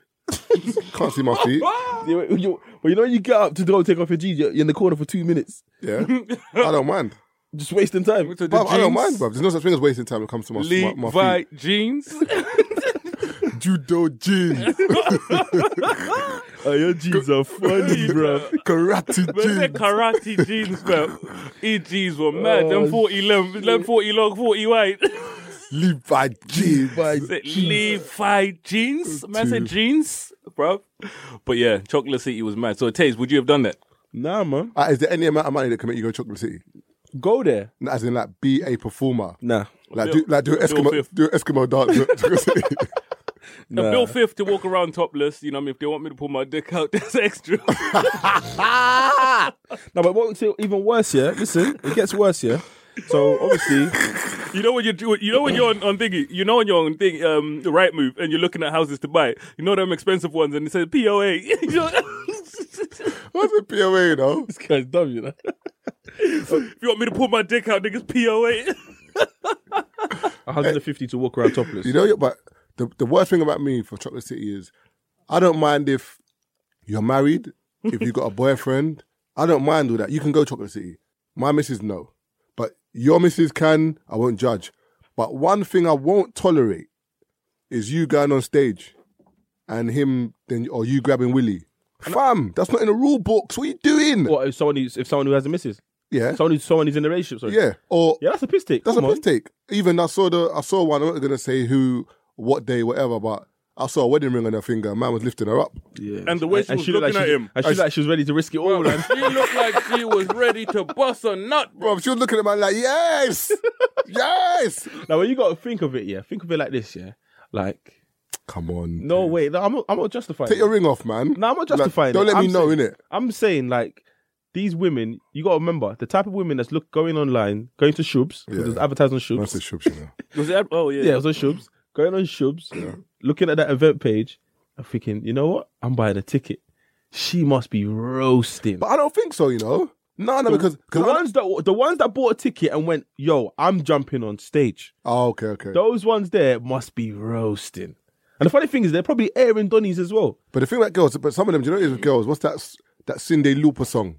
[SPEAKER 1] Can't see my feet.
[SPEAKER 2] Yeah, Well, you well, you know when you get up to go take off your jeans, you're, you're in the corner for two minutes,
[SPEAKER 1] Yeah, I don't mind.
[SPEAKER 2] just wasting time.
[SPEAKER 5] So the
[SPEAKER 1] Bruv, I don't
[SPEAKER 5] jeans,
[SPEAKER 1] mind, bruv. There's no such thing as wasting time when it comes to my, my, my feet.
[SPEAKER 5] Levi
[SPEAKER 2] *laughs*
[SPEAKER 5] jeans.
[SPEAKER 1] Judo *laughs* jeans,
[SPEAKER 2] Oh, your jeans *laughs* are funny, bro.
[SPEAKER 1] karate
[SPEAKER 5] But they're
[SPEAKER 1] jeans.
[SPEAKER 5] karate
[SPEAKER 2] *laughs*
[SPEAKER 5] jeans, fam. EGs were mad.
[SPEAKER 2] Oh,
[SPEAKER 5] Them 40 long, them 40 long, 40 wide. *laughs*
[SPEAKER 1] Levi jeans.
[SPEAKER 5] Said Levi jeans. Man said
[SPEAKER 1] Two.
[SPEAKER 5] jeans, bro. But yeah, Chocolate City was mad. So, Taze, would you have done that?
[SPEAKER 2] Nah, man.
[SPEAKER 1] Uh, is there any amount of money that can make you go to Chocolate City?
[SPEAKER 2] Go there.
[SPEAKER 1] As in, like, be a performer.
[SPEAKER 2] Nah.
[SPEAKER 1] Like, do, like, do an
[SPEAKER 5] Bill
[SPEAKER 1] Eskimo,
[SPEAKER 5] Fifth.
[SPEAKER 1] do an Eskimo dance at Chocolate City. *laughs*
[SPEAKER 5] A
[SPEAKER 2] Nah.
[SPEAKER 5] Bill Fifth to walk around topless. You know, what I mean, if they want me to pull my dick out, *laughs* that's extra.
[SPEAKER 2] No, but what's it even worse, yeah? Listen, it gets worse, yeah? So obviously,
[SPEAKER 5] you know when you do, you know when you're on, on thingy, you know when you're on thing, um, the right move, and you're looking at houses to buy. You know them expensive ones, and it says POA. *laughs* You know-
[SPEAKER 1] What's a POA, you know?
[SPEAKER 2] *laughs* this guy's dumb, you know?
[SPEAKER 5] If you want me to pull my dick out, niggas POA.
[SPEAKER 2] 150 to walk around topless.
[SPEAKER 1] You know, yeah, but the, the worst thing about me for Chocolate City is I don't mind if you're married, if you've got a boyfriend. I don't mind all that. You can go Chocolate City. My missus, no. But your missus can, I won't judge. But one thing I won't tolerate is you going on stage and him then or you grabbing Willie. Fam, that's not in the rule books. What are you doing?
[SPEAKER 2] *laughs* What if someone who's, if someone who has a missus?
[SPEAKER 1] Yeah.
[SPEAKER 2] Someone who's someone who's in a relationship, sorry.
[SPEAKER 1] Yeah. Or
[SPEAKER 2] Yeah, that's a piss take.
[SPEAKER 1] that's
[SPEAKER 2] Come
[SPEAKER 1] a
[SPEAKER 2] on.
[SPEAKER 1] piss take. Even I saw the I saw one. I'm not gonna say who, what day, whatever, but I saw a wedding ring on her finger. Man was lifting her up.
[SPEAKER 2] Yeah.
[SPEAKER 5] And the way she
[SPEAKER 2] looked
[SPEAKER 5] was looking
[SPEAKER 2] like
[SPEAKER 5] at
[SPEAKER 2] she,
[SPEAKER 5] him.
[SPEAKER 2] And she looked like she was ready to risk it all. man.
[SPEAKER 5] she looked like she was ready to bust a nut, bro.
[SPEAKER 1] Bro, she was looking at me like, yes, yes.
[SPEAKER 2] now, when you got to think of it, yeah, think of it like this, yeah? Like,
[SPEAKER 1] Come on,
[SPEAKER 2] no way. No, I'm not, I'm not justifying
[SPEAKER 1] take
[SPEAKER 2] it.
[SPEAKER 1] your ring off, man.
[SPEAKER 2] No, I'm not
[SPEAKER 1] Like,
[SPEAKER 2] justifying
[SPEAKER 1] don't
[SPEAKER 2] it.
[SPEAKER 1] let me
[SPEAKER 2] I'm
[SPEAKER 1] know,
[SPEAKER 2] saying,
[SPEAKER 1] innit?
[SPEAKER 2] I'm saying like these women, you gotta remember the type of women that's look going online, going to Shubs,
[SPEAKER 1] Yeah.
[SPEAKER 2] there's advertising on
[SPEAKER 1] That's
[SPEAKER 2] Shubs.
[SPEAKER 1] a shub, you know.
[SPEAKER 5] Was it? Oh yeah.
[SPEAKER 2] yeah, it was on Shubs, going on Shubs, looking at that event page, and thinking, you know what? I'm buying a ticket. She must be
[SPEAKER 1] *laughs*
[SPEAKER 2] roasting.
[SPEAKER 1] But I don't think so, you know. No, no, because
[SPEAKER 2] the
[SPEAKER 1] because I-
[SPEAKER 2] ones that the ones that bought a ticket and went, yo, I'm jumping on stage.
[SPEAKER 1] oh, okay, okay.
[SPEAKER 2] Those ones there must be roasting. And the funny thing is, they're probably airing Donnies as well. *laughs*
[SPEAKER 1] But the thing about girls, but some of them, do you know, what it is with girls. What's that? s- That Cindy Looper song,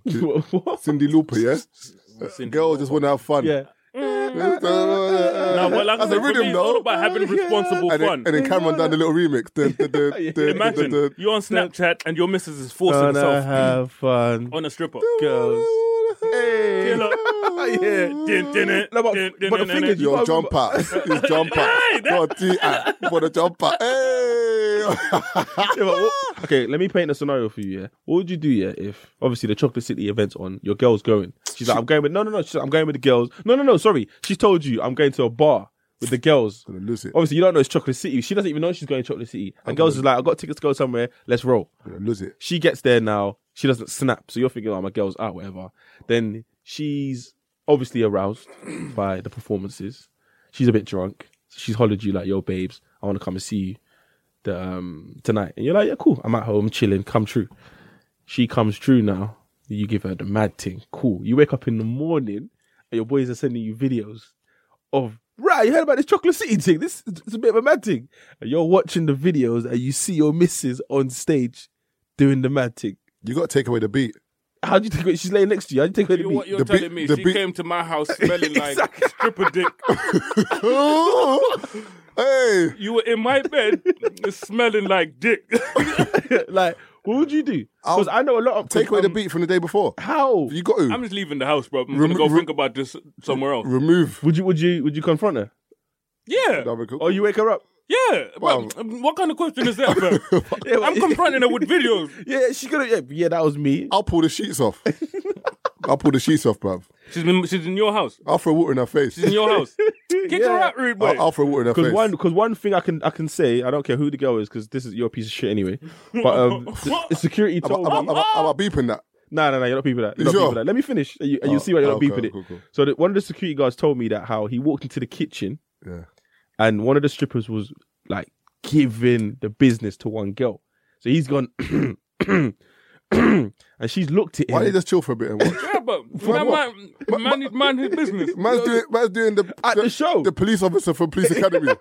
[SPEAKER 1] *laughs*
[SPEAKER 2] What?
[SPEAKER 1] Cindy Looper, yeah. girls just want to have fun.
[SPEAKER 2] yeah.
[SPEAKER 5] Now, but like I
[SPEAKER 1] That's a
[SPEAKER 5] said, for
[SPEAKER 1] rhythm,
[SPEAKER 5] me, it's all
[SPEAKER 1] though. Oh,
[SPEAKER 5] about having responsible
[SPEAKER 1] And
[SPEAKER 5] fun.
[SPEAKER 1] then, and then Cameron done the little remix. Dun, dun, dun, dun, dun, *laughs*
[SPEAKER 5] Imagine
[SPEAKER 1] dun, dun.
[SPEAKER 5] you're on Snapchat and your missus is forcing
[SPEAKER 2] Gonna
[SPEAKER 5] herself
[SPEAKER 2] have fun.
[SPEAKER 5] on a stripper.
[SPEAKER 2] Girls.
[SPEAKER 1] Hey.
[SPEAKER 5] Killer.
[SPEAKER 2] *laughs* yeah.
[SPEAKER 5] Did- did it,
[SPEAKER 2] No, but-
[SPEAKER 5] did- did
[SPEAKER 2] but the
[SPEAKER 5] it,
[SPEAKER 2] thing
[SPEAKER 5] did
[SPEAKER 2] is,
[SPEAKER 5] it.
[SPEAKER 1] *laughs*
[SPEAKER 2] you-
[SPEAKER 1] Your jumper. *laughs* Your jumper. Your T app for the jumper. Hey. *laughs*
[SPEAKER 2] Yeah, but what- okay, let me paint a scenario for you. Yeah, what would you do? Yeah, if obviously the Chocolate City event's on, your girl's going. She's like, I'm going with no, no, no. She's like, I'm going with the girls. No, no, no. Sorry, she's told you I'm going to a bar with the girls.
[SPEAKER 1] Gonna lose it.
[SPEAKER 2] Obviously, you don't know it's Chocolate City. She doesn't even know she's going to Chocolate City. And girls is like, I got tickets to go somewhere. Let's roll.
[SPEAKER 1] Gonna Lose it.
[SPEAKER 2] She gets there now. She doesn't snap. So you're thinking, oh, my girl's out, whatever. Then she's obviously aroused *clears throat* by the performances. She's a bit drunk. She's hollered you like, yo, babes, I want to come and see you the, um, tonight. And you're like, yeah, cool. I'm at home chilling. Come true. She comes true now. You give her the mad thing. Cool. You wake up in the morning and your boys are sending you videos of right. You heard about this chocolate city thing. This is a bit of a mad thing. And you're watching the videos and you see your missus on stage doing the mad thing.
[SPEAKER 1] You got to take away the beat. *laughs*
[SPEAKER 2] How do you take it? She's laying next to you. How do you take
[SPEAKER 5] You
[SPEAKER 2] it?
[SPEAKER 5] know what you're
[SPEAKER 1] The beat-
[SPEAKER 5] telling me?
[SPEAKER 1] the
[SPEAKER 5] She
[SPEAKER 1] beat-
[SPEAKER 5] came to my
[SPEAKER 1] *laughs*
[SPEAKER 5] house smelling like
[SPEAKER 2] Exactly.
[SPEAKER 5] stripper dick.
[SPEAKER 1] hey.
[SPEAKER 5] You were in my bed *laughs* smelling like dick. *laughs*
[SPEAKER 2] *laughs* like, what would you do? Because
[SPEAKER 1] I'll
[SPEAKER 2] I know a lot of
[SPEAKER 1] Take away the
[SPEAKER 2] um,
[SPEAKER 1] beat from the day before.
[SPEAKER 2] How
[SPEAKER 1] You got to
[SPEAKER 5] I'm just leaving the house, bro. I'm
[SPEAKER 1] Rem-
[SPEAKER 5] gonna go
[SPEAKER 1] re-
[SPEAKER 5] think about this somewhere else.
[SPEAKER 1] remove.
[SPEAKER 2] would you would you would you confront her
[SPEAKER 5] Yeah,
[SPEAKER 2] or Oh, you wake her up?
[SPEAKER 5] yeah.
[SPEAKER 1] Wow.
[SPEAKER 5] But um, what kind of question is that,
[SPEAKER 1] *laughs*
[SPEAKER 5] bro?
[SPEAKER 2] Yeah,
[SPEAKER 5] *laughs* I'm confronting her with videos.
[SPEAKER 2] *laughs* Yeah, she's gonna. Yeah, yeah, that was me.
[SPEAKER 1] I'll pull the sheets off. I'll pull the sheets off, bruv.
[SPEAKER 5] She's in, she's in your house.
[SPEAKER 1] I'll throw water in her face.
[SPEAKER 5] She's in your
[SPEAKER 1] *laughs*
[SPEAKER 5] house. Kick her
[SPEAKER 2] Yeah.
[SPEAKER 5] out, rude boy.
[SPEAKER 1] I'll, I'll throw water in her
[SPEAKER 2] Because
[SPEAKER 1] face.
[SPEAKER 2] one, because one thing I can I can say, I don't care who the girl is, because this is your piece of shit
[SPEAKER 5] *laughs*
[SPEAKER 2] anyway. But um, the- the security
[SPEAKER 1] I'm,
[SPEAKER 2] told
[SPEAKER 1] I'm, I'm,
[SPEAKER 2] me,
[SPEAKER 1] I'm, I'm beeping that.
[SPEAKER 2] no, no, no, you're not peeping that. You're not
[SPEAKER 1] You sure?
[SPEAKER 2] peeping that. Let me finish, and you, and you
[SPEAKER 1] Oh,
[SPEAKER 2] see why you're not
[SPEAKER 1] okay,
[SPEAKER 2] peeping it.
[SPEAKER 1] cool, cool.
[SPEAKER 2] So the, one of the security guards told me that how he walked into the kitchen,
[SPEAKER 1] Yeah.
[SPEAKER 2] and one of the strippers was like giving the business to one girl. So he's gone, *clears throat* and she's looked at him.
[SPEAKER 1] Why don't you just chill for a bit and watch? *laughs*
[SPEAKER 5] yeah, but man,
[SPEAKER 1] what?
[SPEAKER 5] man, man, is- man, his
[SPEAKER 1] *laughs*
[SPEAKER 5] business.
[SPEAKER 1] Man's doing, man's doing the, *laughs*
[SPEAKER 2] At the show.
[SPEAKER 1] The police officer from Police Academy.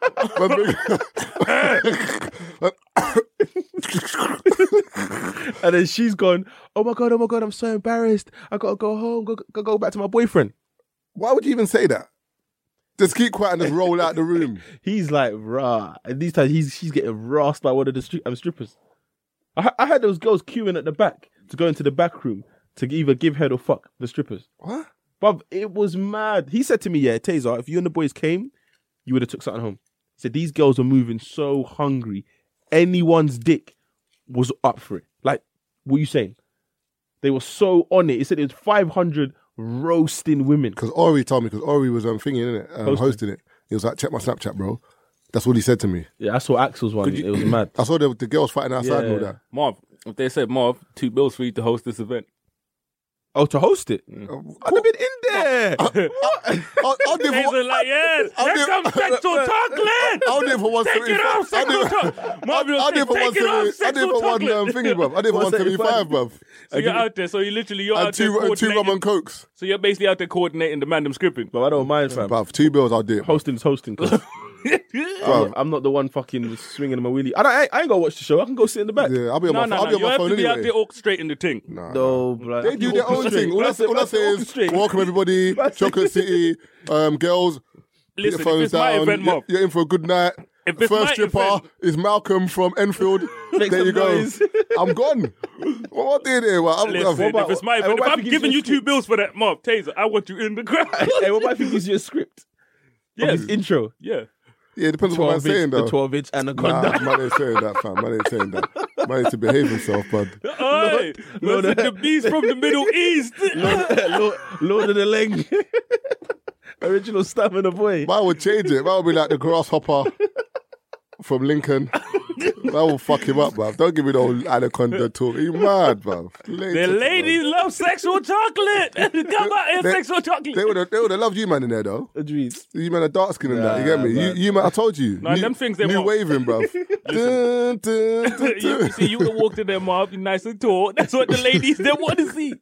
[SPEAKER 2] *laughs* And then she's gone, oh my god, oh my god, I'm so embarrassed. I gotta go home, go, go, go back to my boyfriend.
[SPEAKER 1] *laughs* Why would you even say that? Just keep quiet and just roll out the room.
[SPEAKER 2] He's like, rah. And these times he's she's getting rasped by one of the stri- um, strippers. I, I had those girls queuing at the back to go into the back room to either give head or fuck the strippers.
[SPEAKER 1] What?
[SPEAKER 2] But it was mad. He said to me, yeah, Taser, if you and the boys came, you would have took something home. He said, these girls were moving so hungry. Anyone's dick was up for it. Like, what you saying? They were so on it. He said it was 500 roasting women.
[SPEAKER 1] Because Ori told me, because Ori was um, thinking, innit? Um, hosting.
[SPEAKER 2] Hosting.
[SPEAKER 1] it. He was like, check my Snapchat, bro. That's what he said to me.
[SPEAKER 2] Yeah, I saw Axel's one. it was mad.
[SPEAKER 1] I saw the, the girls fighting outside and all
[SPEAKER 2] Yeah.
[SPEAKER 1] that.
[SPEAKER 5] Marv, if they said Marv, two bills for you to host this event.
[SPEAKER 2] *clears throat* Oh, to host it?
[SPEAKER 1] Um,
[SPEAKER 2] I'd have been in *laughs* there.
[SPEAKER 1] I'll, I'll give her
[SPEAKER 5] Jason
[SPEAKER 1] one,
[SPEAKER 5] like, yes,
[SPEAKER 1] I'll
[SPEAKER 5] here
[SPEAKER 1] do-
[SPEAKER 5] comes sexual talk, lad.
[SPEAKER 1] I'll do it for one
[SPEAKER 5] Take it off,
[SPEAKER 1] I'll do
[SPEAKER 5] sexual
[SPEAKER 1] it-
[SPEAKER 5] talk. Marvin,
[SPEAKER 1] I'll
[SPEAKER 5] *laughs*
[SPEAKER 1] do it for
[SPEAKER 5] take
[SPEAKER 1] one
[SPEAKER 5] it off,
[SPEAKER 1] seventy. I'll do it
[SPEAKER 5] sexual
[SPEAKER 1] for one um,
[SPEAKER 5] chocolate.
[SPEAKER 1] thingy, bruv. I'll do it for one seventy-five,
[SPEAKER 2] 175,
[SPEAKER 1] bruv.
[SPEAKER 5] So you're out there, so you literally you're
[SPEAKER 1] And
[SPEAKER 5] out there
[SPEAKER 1] two, and two rum
[SPEAKER 5] coordinating.
[SPEAKER 1] and cokes,
[SPEAKER 5] So you're basically out there coordinating the mandem scripting.
[SPEAKER 2] But I don't mind, fam.
[SPEAKER 1] bruv. Two bills, I'll do it.
[SPEAKER 2] Hosting is hosting. cuz. *laughs* I'm, I'm not the one fucking swinging my wheelie. I, don't, I, ain't- I ain't gonna watch the show. I can go sit in the back.
[SPEAKER 1] Yeah, I'll be on
[SPEAKER 5] No,
[SPEAKER 1] my,
[SPEAKER 5] no,
[SPEAKER 1] I'll
[SPEAKER 5] no.
[SPEAKER 1] be on
[SPEAKER 5] You
[SPEAKER 1] my
[SPEAKER 5] have
[SPEAKER 1] phone
[SPEAKER 5] to be out
[SPEAKER 1] anyway.
[SPEAKER 5] there orchestrating the thing.
[SPEAKER 2] No, bro.
[SPEAKER 1] They do their own thing. All I say, all I say is, welcome
[SPEAKER 5] *laughs*
[SPEAKER 1] everybody, Chocolate City, um, girls. put your
[SPEAKER 5] Listen, if
[SPEAKER 1] phones
[SPEAKER 5] it's my
[SPEAKER 1] down.
[SPEAKER 5] event,
[SPEAKER 1] you're,
[SPEAKER 5] Marv.
[SPEAKER 1] you're in for a good night.
[SPEAKER 5] If it's
[SPEAKER 1] First
[SPEAKER 5] my
[SPEAKER 1] stripper
[SPEAKER 5] event-
[SPEAKER 1] is Malcolm from
[SPEAKER 5] *laughs*
[SPEAKER 1] Enfield.
[SPEAKER 2] Make
[SPEAKER 1] there you
[SPEAKER 2] some
[SPEAKER 1] go.
[SPEAKER 2] noise.
[SPEAKER 1] *laughs* I'm gone. what what did there? Well, I'm,
[SPEAKER 5] Listen,
[SPEAKER 1] I'm,
[SPEAKER 2] about-
[SPEAKER 5] if it's my
[SPEAKER 2] hey,
[SPEAKER 5] event,
[SPEAKER 2] what
[SPEAKER 5] if
[SPEAKER 2] about
[SPEAKER 5] I'm
[SPEAKER 2] if he
[SPEAKER 5] giving you
[SPEAKER 2] gives
[SPEAKER 5] two
[SPEAKER 2] you-
[SPEAKER 5] bills for that, Marv, Taser, I want you in the crowd.
[SPEAKER 2] hey,
[SPEAKER 1] *laughs*
[SPEAKER 2] what if he gives you a script?
[SPEAKER 5] yes,
[SPEAKER 2] His intro.
[SPEAKER 5] yeah.
[SPEAKER 1] yeah, it depends on what I'm
[SPEAKER 2] 12 inch,
[SPEAKER 1] saying though.
[SPEAKER 2] the 12 inch
[SPEAKER 1] Nah,
[SPEAKER 2] anaconda.
[SPEAKER 1] man ain't saying that, fam. Man ain't saying that. Man needs to behave himself, bud.
[SPEAKER 5] Oi,
[SPEAKER 2] Lord-
[SPEAKER 5] listen, the beast from the Middle East.
[SPEAKER 2] *laughs* Lord, Lord of the Leg. *laughs* Original stamina boy.
[SPEAKER 1] Man would change it. Man would be like the grasshopper from Lincoln. Man will fuck him up, bruv. Don't give me the old anaconda talk. He mad, bruv.
[SPEAKER 5] The ladies love sexual chocolate. Come out here,
[SPEAKER 1] They-
[SPEAKER 5] sexual chocolate.
[SPEAKER 1] They would have they would have loved you, man, in there though.
[SPEAKER 2] Adrees.
[SPEAKER 1] You man are dark skin and that. You get
[SPEAKER 2] Nah,
[SPEAKER 1] me? You,
[SPEAKER 2] man.
[SPEAKER 1] you man, I told you.
[SPEAKER 5] Nah, them things they
[SPEAKER 1] new
[SPEAKER 5] want.
[SPEAKER 1] waving,
[SPEAKER 5] *laughs*
[SPEAKER 1] bruv. Dun, dun, dun,
[SPEAKER 5] you, you
[SPEAKER 1] dun.
[SPEAKER 5] see, you would have walked in there, Marv, you nice and tall. That's what the ladies they want to see.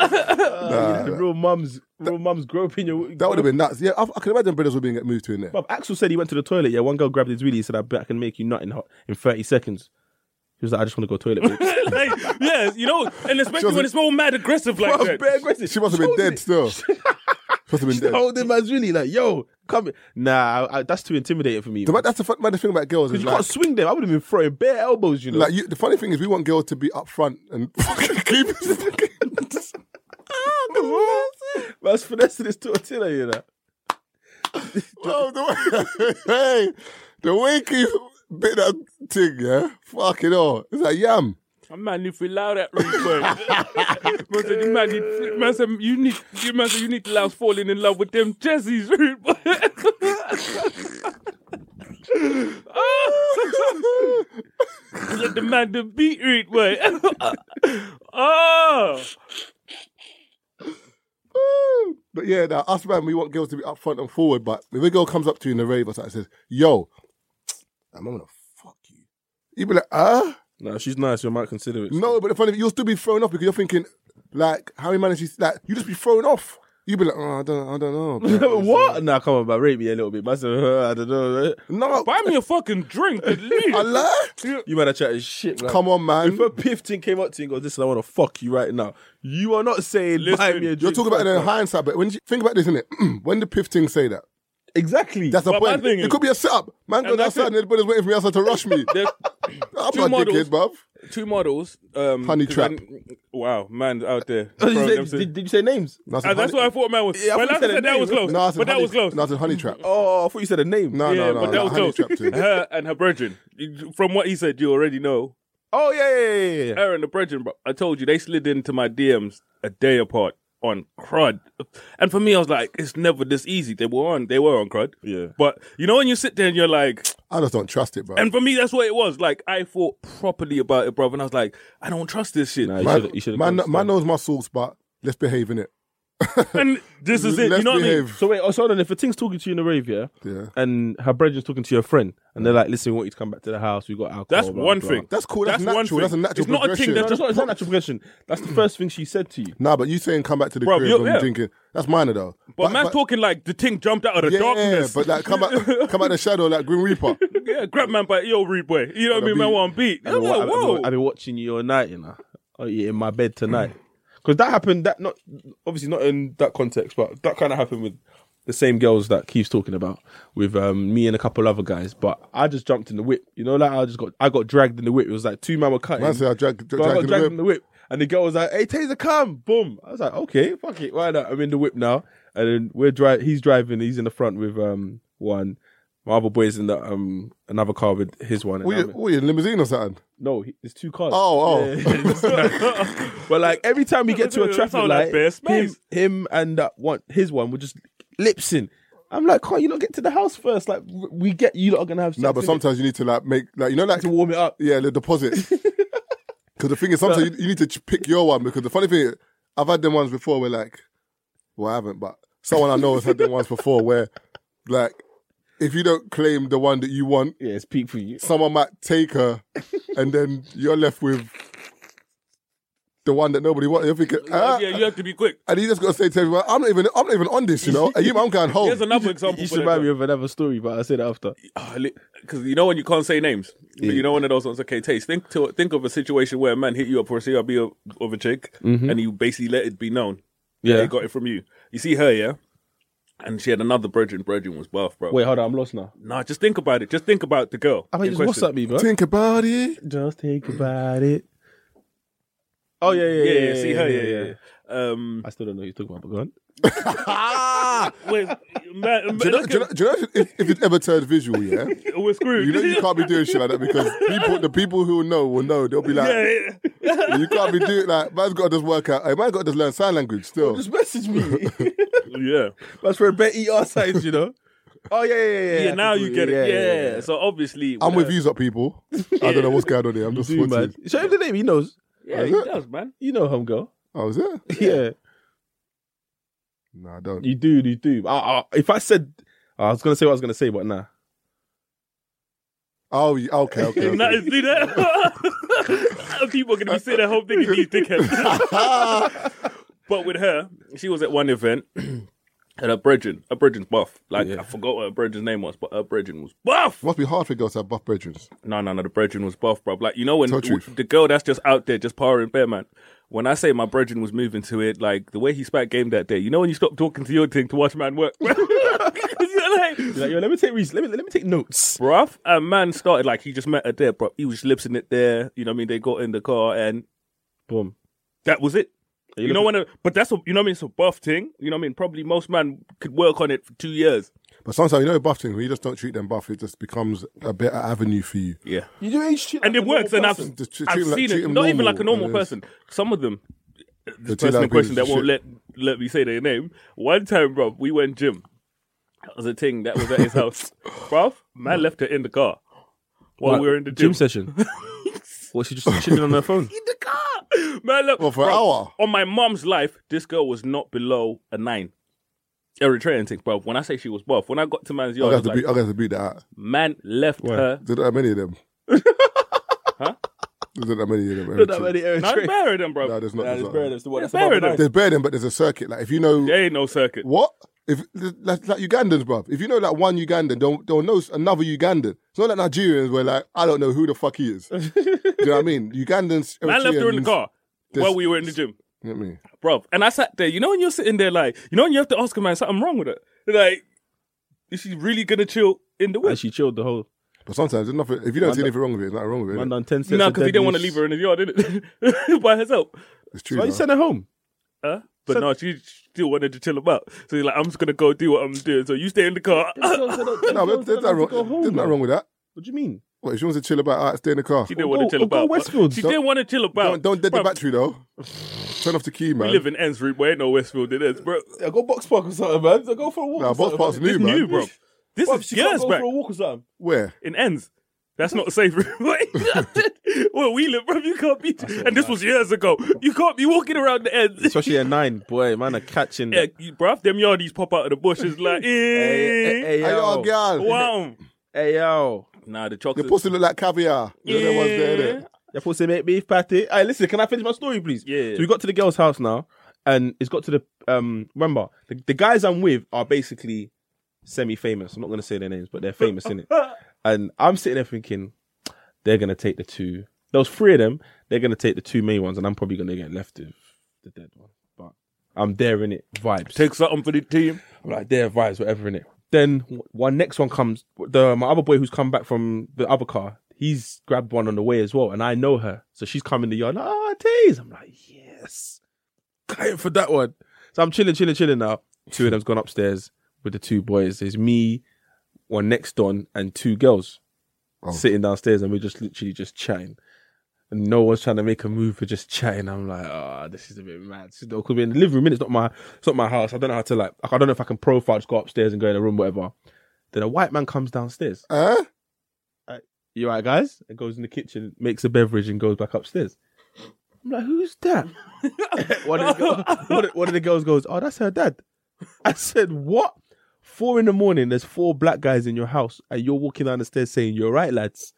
[SPEAKER 2] the real mums, real mums groping your.
[SPEAKER 1] That would have been nuts. Yeah, I, I can imagine brothers were being moved to in there.
[SPEAKER 2] Bruv, Axel said he went to the toilet. Yeah, one girl grabbed his wheelie. He said, "I bet I can make you nut in hot in thirty seconds." He was like, "I just want to go toilet."
[SPEAKER 1] *laughs*
[SPEAKER 2] babes."
[SPEAKER 5] like, yes, you know, and especially when it's all mad aggressive like
[SPEAKER 2] Bruv,
[SPEAKER 5] that.
[SPEAKER 2] bare aggressive.
[SPEAKER 1] She must have been
[SPEAKER 2] Chose
[SPEAKER 1] dead
[SPEAKER 2] it.
[SPEAKER 1] still. Supposed to have been
[SPEAKER 2] The
[SPEAKER 5] *laughs*
[SPEAKER 1] dead.
[SPEAKER 2] older man's really like, yo, come. here." Nah, I, I, that's too intimidating for me.
[SPEAKER 1] The,
[SPEAKER 2] man.
[SPEAKER 1] but that's the fun, the thing about girls is
[SPEAKER 2] you
[SPEAKER 1] like,
[SPEAKER 2] can't swing them. I would have been throwing bare elbows, you know.
[SPEAKER 1] like you, the funny thing is we want girls to be up front and *laughs* fucking keep
[SPEAKER 5] *laughs*
[SPEAKER 1] it. *laughs*
[SPEAKER 2] Man's finessing his tortilla, you know.
[SPEAKER 1] Bro, the way, *laughs* hey, the way he bit that thing, yeah, fucking all. It's like yam.
[SPEAKER 5] I'm man need to allow that reason. *laughs* man said, you man need, man said, you need, you man said, you need to allow us falling in love with them Jessies, *laughs* rude boy. Let the man the beat read boy. *laughs* oh,
[SPEAKER 1] But yeah, now us man, we want girls to be up front and forward. But if a girl comes up to you in the rave or something and says, "Yo, I'm gonna fuck you," you be like, "Ah."
[SPEAKER 2] No, she's nice. You might consider it.
[SPEAKER 1] No, but the funny thing, you'll still be thrown off because you're thinking, like, how many managers, like, you just be thrown off. You'll be like, oh, I don't, I
[SPEAKER 2] *laughs*
[SPEAKER 1] don't know. bro."
[SPEAKER 2] what? Nah, come on, but rate me a little bit. But I, said, uh, I don't know.
[SPEAKER 1] no,
[SPEAKER 5] buy me a fucking drink at least.
[SPEAKER 1] I lie.
[SPEAKER 2] *laughs* You might have chatted shit. Man.
[SPEAKER 1] Come on, man.
[SPEAKER 2] If a piff thing came up to you and goes, listen, I want to fuck you right now. You are not saying, buy
[SPEAKER 5] Listen,
[SPEAKER 2] me a drink.
[SPEAKER 1] You're talking about it
[SPEAKER 2] *laughs*
[SPEAKER 1] in hindsight, but when you think about this, isn't it? *clears throat* when the piff thing say that,
[SPEAKER 2] Exactly.
[SPEAKER 1] that's the
[SPEAKER 5] But my
[SPEAKER 1] point.
[SPEAKER 5] thing
[SPEAKER 1] It
[SPEAKER 5] is-
[SPEAKER 1] could be a setup. Man goes
[SPEAKER 5] that's
[SPEAKER 1] outside
[SPEAKER 5] it.
[SPEAKER 1] and everybody's waiting for me outside to rush
[SPEAKER 5] *laughs*
[SPEAKER 1] me.
[SPEAKER 5] There's
[SPEAKER 1] I'm not
[SPEAKER 5] two
[SPEAKER 1] a
[SPEAKER 5] models.
[SPEAKER 1] dickhead, bruv.
[SPEAKER 5] two models. Um,
[SPEAKER 1] Honey
[SPEAKER 5] 'cause
[SPEAKER 1] trap.
[SPEAKER 5] I- wow, man out there.
[SPEAKER 2] Did *laughs* *laughs* you
[SPEAKER 5] throwing
[SPEAKER 2] say-
[SPEAKER 5] them to-
[SPEAKER 2] did, did you say names?
[SPEAKER 1] No, I said
[SPEAKER 5] Uh, that's
[SPEAKER 1] honey-
[SPEAKER 5] what I thought, man. Was
[SPEAKER 2] Yeah, I
[SPEAKER 5] well,
[SPEAKER 2] thought you
[SPEAKER 5] I
[SPEAKER 2] said a
[SPEAKER 5] said that
[SPEAKER 2] name.
[SPEAKER 5] was close,
[SPEAKER 1] No, I said
[SPEAKER 5] but that
[SPEAKER 1] honey-
[SPEAKER 5] was close.
[SPEAKER 1] No, I said honey trap.
[SPEAKER 2] Oh, I thought you said a name.
[SPEAKER 1] No,
[SPEAKER 5] yeah,
[SPEAKER 1] no, no,
[SPEAKER 5] but
[SPEAKER 1] no,
[SPEAKER 5] that
[SPEAKER 1] honey
[SPEAKER 5] was
[SPEAKER 1] trap
[SPEAKER 5] close.
[SPEAKER 1] too.
[SPEAKER 5] Her and her brethren. You- From what he said, you already know.
[SPEAKER 2] Oh, yeah, yeah, yeah, yeah, yeah.
[SPEAKER 5] Her and the brethren, bro. I told you, they slid into my DMs a day apart on crud. And for me, I was like, it's never this easy. They were on, they were on crud.
[SPEAKER 2] Yeah.
[SPEAKER 5] But you know when you sit there and you're like,
[SPEAKER 1] I just don't trust it, bro.
[SPEAKER 5] and for me, that's what it was. Like, I thought properly about it, bro. And I was like, I don't trust this shit.
[SPEAKER 2] Nah,
[SPEAKER 1] Man,
[SPEAKER 2] you should
[SPEAKER 1] man,
[SPEAKER 2] have
[SPEAKER 1] man knows my sauce, but let's behave in it.
[SPEAKER 5] and this is it.
[SPEAKER 1] Let's
[SPEAKER 5] You know what I mean?
[SPEAKER 1] behave.
[SPEAKER 2] So wait, oh, so hold on. If a thing's talking to you in the rave, yeah,
[SPEAKER 1] Yeah.
[SPEAKER 2] and her brethren's talking to your friend, and they're like, "Listen, we want you to come back to the house. We got alcohol."
[SPEAKER 5] That's
[SPEAKER 2] blah,
[SPEAKER 5] one
[SPEAKER 2] blah.
[SPEAKER 5] thing.
[SPEAKER 1] That's cool. That's,
[SPEAKER 5] one
[SPEAKER 1] natural.
[SPEAKER 5] thing.
[SPEAKER 1] That's a natural
[SPEAKER 5] It's not a
[SPEAKER 1] progression.
[SPEAKER 5] thing that's
[SPEAKER 2] No,
[SPEAKER 5] just
[SPEAKER 2] that's not, it's not natural progression. That's the first thing she said to you.
[SPEAKER 1] Nah, but you saying come back to the
[SPEAKER 5] Bro,
[SPEAKER 1] crib
[SPEAKER 5] you-
[SPEAKER 1] and
[SPEAKER 5] yeah.
[SPEAKER 1] drinking. That's minor though.
[SPEAKER 5] But, man's talking like the thing jumped out of the
[SPEAKER 1] yeah,
[SPEAKER 5] darkness.
[SPEAKER 1] but like come out, come out the shadow like Grim Reaper.
[SPEAKER 5] *laughs* yeah, grab man by yo rude boy. You know what I mean? Man,
[SPEAKER 1] beat.
[SPEAKER 5] one beat. I'm
[SPEAKER 2] I've been,
[SPEAKER 5] like,
[SPEAKER 2] wa- I've been-
[SPEAKER 5] whoa.
[SPEAKER 2] I've been watching you all night, you know. Oh yeah, in my bed tonight. Because that happened. That not obviously not in that context, but that kind of happened with the same girls that Keith's talking about with um, me and a couple other guys. But I just jumped in the whip. You know, like I just got I got dragged in the whip. It was like two men were cutting.
[SPEAKER 1] Man said I drag-
[SPEAKER 2] But
[SPEAKER 1] drag-
[SPEAKER 2] I
[SPEAKER 1] dragged in
[SPEAKER 2] got
[SPEAKER 1] the
[SPEAKER 2] dragged
[SPEAKER 1] whip.
[SPEAKER 2] in the whip, and the girl was like, "Hey, taser, come!" Boom. I was like, "Okay, fuck it, why not?" I'm in the whip now, and then we're driving. He's driving. He's in the front with um one. My other boy's in the um another car with his one. and
[SPEAKER 1] What
[SPEAKER 2] I'm-
[SPEAKER 1] you, what you in limousine or something?
[SPEAKER 2] no, he, it's two cars.
[SPEAKER 1] Oh, oh. *laughs*
[SPEAKER 2] but like every time we get to a
[SPEAKER 5] That's
[SPEAKER 2] traffic
[SPEAKER 5] all that
[SPEAKER 2] light,
[SPEAKER 5] bare
[SPEAKER 2] him,
[SPEAKER 5] space.
[SPEAKER 2] him and that one, his one, were just lipsing. I'm like, can't you not get to the house first? Like w- we get you lot are gonna have sex
[SPEAKER 1] No, but
[SPEAKER 2] innit?
[SPEAKER 1] sometimes you need to like make like you know like
[SPEAKER 2] to warm it up.
[SPEAKER 1] yeah the
[SPEAKER 5] *laughs*
[SPEAKER 1] deposit. Because the thing is, sometimes you, you need to ch- pick your one. Because the funny thing, is, I've had them ones before where like, well, I haven't, but someone I know has had them ones before where, like, if you don't claim the one that you want,
[SPEAKER 2] Yeah, it's peak for you.
[SPEAKER 1] someone might take her, and then you're left with the one that nobody wants. You're thinking, ah.
[SPEAKER 5] yeah, you have to be quick.
[SPEAKER 1] And you just gotta say to everyone, I'm not even, I'm not even on this, you
[SPEAKER 5] *laughs*
[SPEAKER 1] know. And Oh, you, I'm going home.
[SPEAKER 5] Here's another example.
[SPEAKER 2] You
[SPEAKER 5] for
[SPEAKER 2] should
[SPEAKER 5] that,
[SPEAKER 2] remind me of another story, but I'll say that after.
[SPEAKER 5] because you know when you can't say names, but you know one of those ones. Okay, taste. Think to think of a situation where a man hit you up for a CRB of, of a chick, and you basically let it be known.
[SPEAKER 2] Yeah.
[SPEAKER 5] he got it from you. You see her, yeah, and she had another brethren. Brethren was buff, bro.
[SPEAKER 2] Wait, hold on, I'm lost now.
[SPEAKER 5] nah, just think about it. Just think about the girl.
[SPEAKER 2] I mean,
[SPEAKER 5] in
[SPEAKER 2] just what's
[SPEAKER 5] question.
[SPEAKER 2] up, me, bro?
[SPEAKER 1] Think about it.
[SPEAKER 2] Just think about it. Oh yeah, yeah,
[SPEAKER 5] Yeah,
[SPEAKER 2] yeah.
[SPEAKER 5] yeah, see her, yeah, yeah. yeah. Um,
[SPEAKER 1] *laughs*
[SPEAKER 2] I still don't know who you're talking about, but go on.
[SPEAKER 5] wait, man,
[SPEAKER 1] Do you know,
[SPEAKER 5] Ah, look
[SPEAKER 1] do you know,
[SPEAKER 5] at-
[SPEAKER 1] do you know if, if it ever turned visual, yeah?
[SPEAKER 5] we're screwed.
[SPEAKER 1] You know
[SPEAKER 5] *laughs*
[SPEAKER 1] you can't be doing shit like that
[SPEAKER 2] *laughs*
[SPEAKER 1] because people, the people who know will know. They'll be like,
[SPEAKER 5] Yeah, yeah.
[SPEAKER 1] you can't be doing like man's got to just work out. Hey, man's got to just learn sign language
[SPEAKER 2] *laughs*
[SPEAKER 5] *laughs*
[SPEAKER 1] still.
[SPEAKER 2] message me. *laughs*
[SPEAKER 5] yeah.
[SPEAKER 2] That's for a bet ER signs, you know. Oh yeah, yeah, yeah.
[SPEAKER 5] Yeah,
[SPEAKER 2] I
[SPEAKER 5] now
[SPEAKER 2] can-
[SPEAKER 5] you get it. Yeah, So obviously,
[SPEAKER 1] I'm with
[SPEAKER 5] uh,
[SPEAKER 1] you, up people. I don't know what's going on here. I'm just
[SPEAKER 2] Dude, man.
[SPEAKER 1] watching.
[SPEAKER 2] Show him the name. He knows.
[SPEAKER 5] Yeah, he does, man.
[SPEAKER 2] You know homegirl.
[SPEAKER 1] Oh, is it?
[SPEAKER 2] Yeah,
[SPEAKER 1] No, I don't.
[SPEAKER 2] you do. You do. I, I, if I said, I was gonna say what I was gonna say, but nah.
[SPEAKER 1] Oh, you- okay, okay. okay.
[SPEAKER 5] Nah, see that?
[SPEAKER 1] *laughs*
[SPEAKER 5] People are gonna be sitting at home thinking these
[SPEAKER 1] *laughs*
[SPEAKER 5] dickheads. but with her, she was at one event, *clears throat* and her brethren, her brethren's buff. Like I forgot what her brethren's name was, but her brethren was buff.
[SPEAKER 1] Must be hard for girls to have buff brethren.
[SPEAKER 5] No, no, no. The brethren was buff, bro. Like you know when
[SPEAKER 1] Tell truth.
[SPEAKER 5] the girl that's just out there just powering bear man. When I say my brethren was moving to it, like the way he spat game that day, you know when you stop talking to your thing to watch man work, *laughs* 'Cause you're like,
[SPEAKER 2] You're like, yo, let me take re- let me let me take notes.
[SPEAKER 5] bruv. And man started like he just met her there, bro. He was lipsing it there. You know what I mean? They got in the car and
[SPEAKER 2] Boom.
[SPEAKER 5] that was it.
[SPEAKER 2] you
[SPEAKER 5] You, know when, a, but that's a, you know what I mean. It's a buff thing. You know what I mean. Probably most man could work on it for two years.
[SPEAKER 1] But sometimes you know buff things. When you just don't treat them buff, it just becomes a better avenue for you.
[SPEAKER 5] Yeah,
[SPEAKER 2] You do ain't shit.
[SPEAKER 5] and it works. And I've,
[SPEAKER 1] Just treat-
[SPEAKER 5] I've
[SPEAKER 1] treat him like-
[SPEAKER 5] seen
[SPEAKER 1] treat
[SPEAKER 5] it.
[SPEAKER 1] him
[SPEAKER 5] Not even
[SPEAKER 1] normal,
[SPEAKER 5] like a normal
[SPEAKER 1] and it's-
[SPEAKER 5] person. Some of them,
[SPEAKER 1] The
[SPEAKER 5] this
[SPEAKER 1] two
[SPEAKER 5] person in
[SPEAKER 1] Lamborghinis
[SPEAKER 5] question that
[SPEAKER 1] is
[SPEAKER 5] won't
[SPEAKER 1] shit.
[SPEAKER 5] let let me say their name. One time, bro, we went gym. That was a thing that was at his
[SPEAKER 1] *laughs*
[SPEAKER 5] house, bro. Man left her in the car while we were in the
[SPEAKER 2] gym
[SPEAKER 5] gym.
[SPEAKER 2] session. what she just chilling on her phone?
[SPEAKER 5] *laughs* in the car, man. Look,
[SPEAKER 1] Well, for an
[SPEAKER 5] bro,
[SPEAKER 1] hour.
[SPEAKER 5] on my mom's life, this girl was not below a nine. Eritrean thing, bro. When I say she was buff, when I got to man's
[SPEAKER 1] I
[SPEAKER 5] yard, I
[SPEAKER 1] got
[SPEAKER 5] was
[SPEAKER 1] to
[SPEAKER 5] like,
[SPEAKER 1] beat. I got to beat that out.
[SPEAKER 5] man left her.
[SPEAKER 1] Did that many of
[SPEAKER 2] *laughs*
[SPEAKER 1] them? huh? There's not that many of them.
[SPEAKER 2] Not that
[SPEAKER 1] Eric.
[SPEAKER 2] many
[SPEAKER 5] *laughs* Not
[SPEAKER 2] Eritrean.
[SPEAKER 5] married them, bro.
[SPEAKER 1] No, there's not.
[SPEAKER 2] Nah,
[SPEAKER 1] there's
[SPEAKER 2] it's
[SPEAKER 1] not.
[SPEAKER 2] better. It's the one- that's
[SPEAKER 5] It's better
[SPEAKER 2] above
[SPEAKER 5] than-
[SPEAKER 2] the
[SPEAKER 1] There's bare them, but there's a circuit. Like if you know
[SPEAKER 5] there ain't no circuit.
[SPEAKER 1] what if like, like Ugandans, bruv. If you know like one Ugandan, don't don't know another Ugandan. It's not like Nigerians where like I don't know who the fuck he
[SPEAKER 5] *laughs*
[SPEAKER 1] is. Do you know what I mean? Ugandans.
[SPEAKER 5] Man left her in the
[SPEAKER 1] Eritreans-
[SPEAKER 5] car
[SPEAKER 1] There's-
[SPEAKER 5] while we were in the gym.
[SPEAKER 1] You know what I mean?
[SPEAKER 5] bro. And I sat there. You know when you're sitting there, like you know when you have to ask a man something wrong with it. Like, is she really gonna chill in the
[SPEAKER 2] And
[SPEAKER 5] woods?
[SPEAKER 2] she chilled the whole.
[SPEAKER 1] But sometimes there's nothing. If you don't see anything wrong with it, there's nothing wrong with it.
[SPEAKER 2] Man
[SPEAKER 1] innit?
[SPEAKER 2] done ten sets.
[SPEAKER 5] No,
[SPEAKER 2] of
[SPEAKER 5] because he didn't want to
[SPEAKER 2] deadlifts.
[SPEAKER 5] leave her in the yard, innit? *laughs* By herself.
[SPEAKER 1] It's
[SPEAKER 2] So
[SPEAKER 1] true.
[SPEAKER 2] why you
[SPEAKER 1] though.
[SPEAKER 2] sent her home?
[SPEAKER 5] Huh? But
[SPEAKER 2] So-
[SPEAKER 5] no, she still wanted to chill about. So he's like, I'm just gonna go do what I'm doing. So you stay in the car.
[SPEAKER 1] no, but there's nothing
[SPEAKER 2] Go
[SPEAKER 1] wrong.
[SPEAKER 2] home,
[SPEAKER 1] There's nothing
[SPEAKER 2] bro.
[SPEAKER 1] wrong with that.
[SPEAKER 2] What do you mean?
[SPEAKER 1] What if she wants to chill about? All right, stay in the car.
[SPEAKER 5] *laughs* She didn't
[SPEAKER 2] Or
[SPEAKER 5] want
[SPEAKER 2] go-
[SPEAKER 5] to chill
[SPEAKER 2] or go
[SPEAKER 5] about. but
[SPEAKER 2] Westfield.
[SPEAKER 5] She
[SPEAKER 2] Don't-
[SPEAKER 5] didn't want to chill
[SPEAKER 1] Don't,
[SPEAKER 5] about.
[SPEAKER 1] don't dead the
[SPEAKER 5] Bruv,
[SPEAKER 1] battery though. Turn off the key, man.
[SPEAKER 5] We live in Ensford, but ain't no Westfield in this, bro.
[SPEAKER 2] I go box park or something, man. I go for a walk.
[SPEAKER 1] Nah,
[SPEAKER 2] or
[SPEAKER 1] box
[SPEAKER 2] something,
[SPEAKER 1] park's new,
[SPEAKER 5] It's
[SPEAKER 1] man.
[SPEAKER 5] new, bro. This
[SPEAKER 2] Bruv,
[SPEAKER 5] is
[SPEAKER 2] she can't
[SPEAKER 5] years
[SPEAKER 2] go
[SPEAKER 5] back
[SPEAKER 2] for a walk or something.
[SPEAKER 1] Where?
[SPEAKER 5] in Ends. That's not a safe. *laughs*
[SPEAKER 2] *laughs*
[SPEAKER 5] well, we live, bro. You can't be. And this was years ago. You can't be walking around the Ends. *laughs*
[SPEAKER 2] Especially at nine, boy, man, are catching.
[SPEAKER 5] Yeah, you, bruv, them yardies pop out of the
[SPEAKER 2] *laughs*
[SPEAKER 5] bushes like,
[SPEAKER 2] Hey,
[SPEAKER 5] eh,
[SPEAKER 1] Hey,
[SPEAKER 2] hey,
[SPEAKER 1] yo,
[SPEAKER 2] yo,
[SPEAKER 1] girl.
[SPEAKER 5] wow.
[SPEAKER 2] hey, yo.
[SPEAKER 5] Nah, the
[SPEAKER 1] The
[SPEAKER 5] chocolate.
[SPEAKER 1] pussy look like caviar. You know that one's there, innit?
[SPEAKER 2] You're supposed to make beef patty. Hey, listen, can I finish my story, please?
[SPEAKER 5] Yeah.
[SPEAKER 2] So we got to the girl's house now, and it's got to the um. Remember, the, the guys I'm with are basically semi-famous. I'm not gonna say their names, but they're famous in it. And I'm sitting there thinking, they're gonna take the two. There was three of them. They're gonna take the two main ones, and I'm probably gonna get left with the dead one. But I'm there in it. Vibes.
[SPEAKER 5] Take something for the team.
[SPEAKER 2] I'm like their vibes, whatever in it. Then w- one next one comes. The my other boy who's come back from the other car, he's grabbed one on the way as well, and I know her, so she's come in the yard. Ah, Taze. I'm like, yes, going for that one. So I'm chilling, chilling, chilling now. Two of them's gone upstairs with the two boys. There's me, one next on, and two girls
[SPEAKER 1] Oh.
[SPEAKER 2] sitting downstairs, and we're just literally just chatting. And no one's trying to make a move. We're just chatting. I'm like, ah, this is a bit mad. This is- Could be in the living room. innit? It's not my, it's not my house. I don't know how to like. I don't know if I can profile. Just go upstairs and go in a room, whatever. Then a white man comes downstairs.
[SPEAKER 1] Huh?
[SPEAKER 2] You all right, guys? And goes in the kitchen, makes a beverage, and goes back upstairs. I'm like, who's that? *laughs* one, of the girl- one of- one of the girls goes, oh, that's her dad. I said, what? Four in the morning, there's four black guys in your house, and you're walking down the stairs saying, you're right, lads.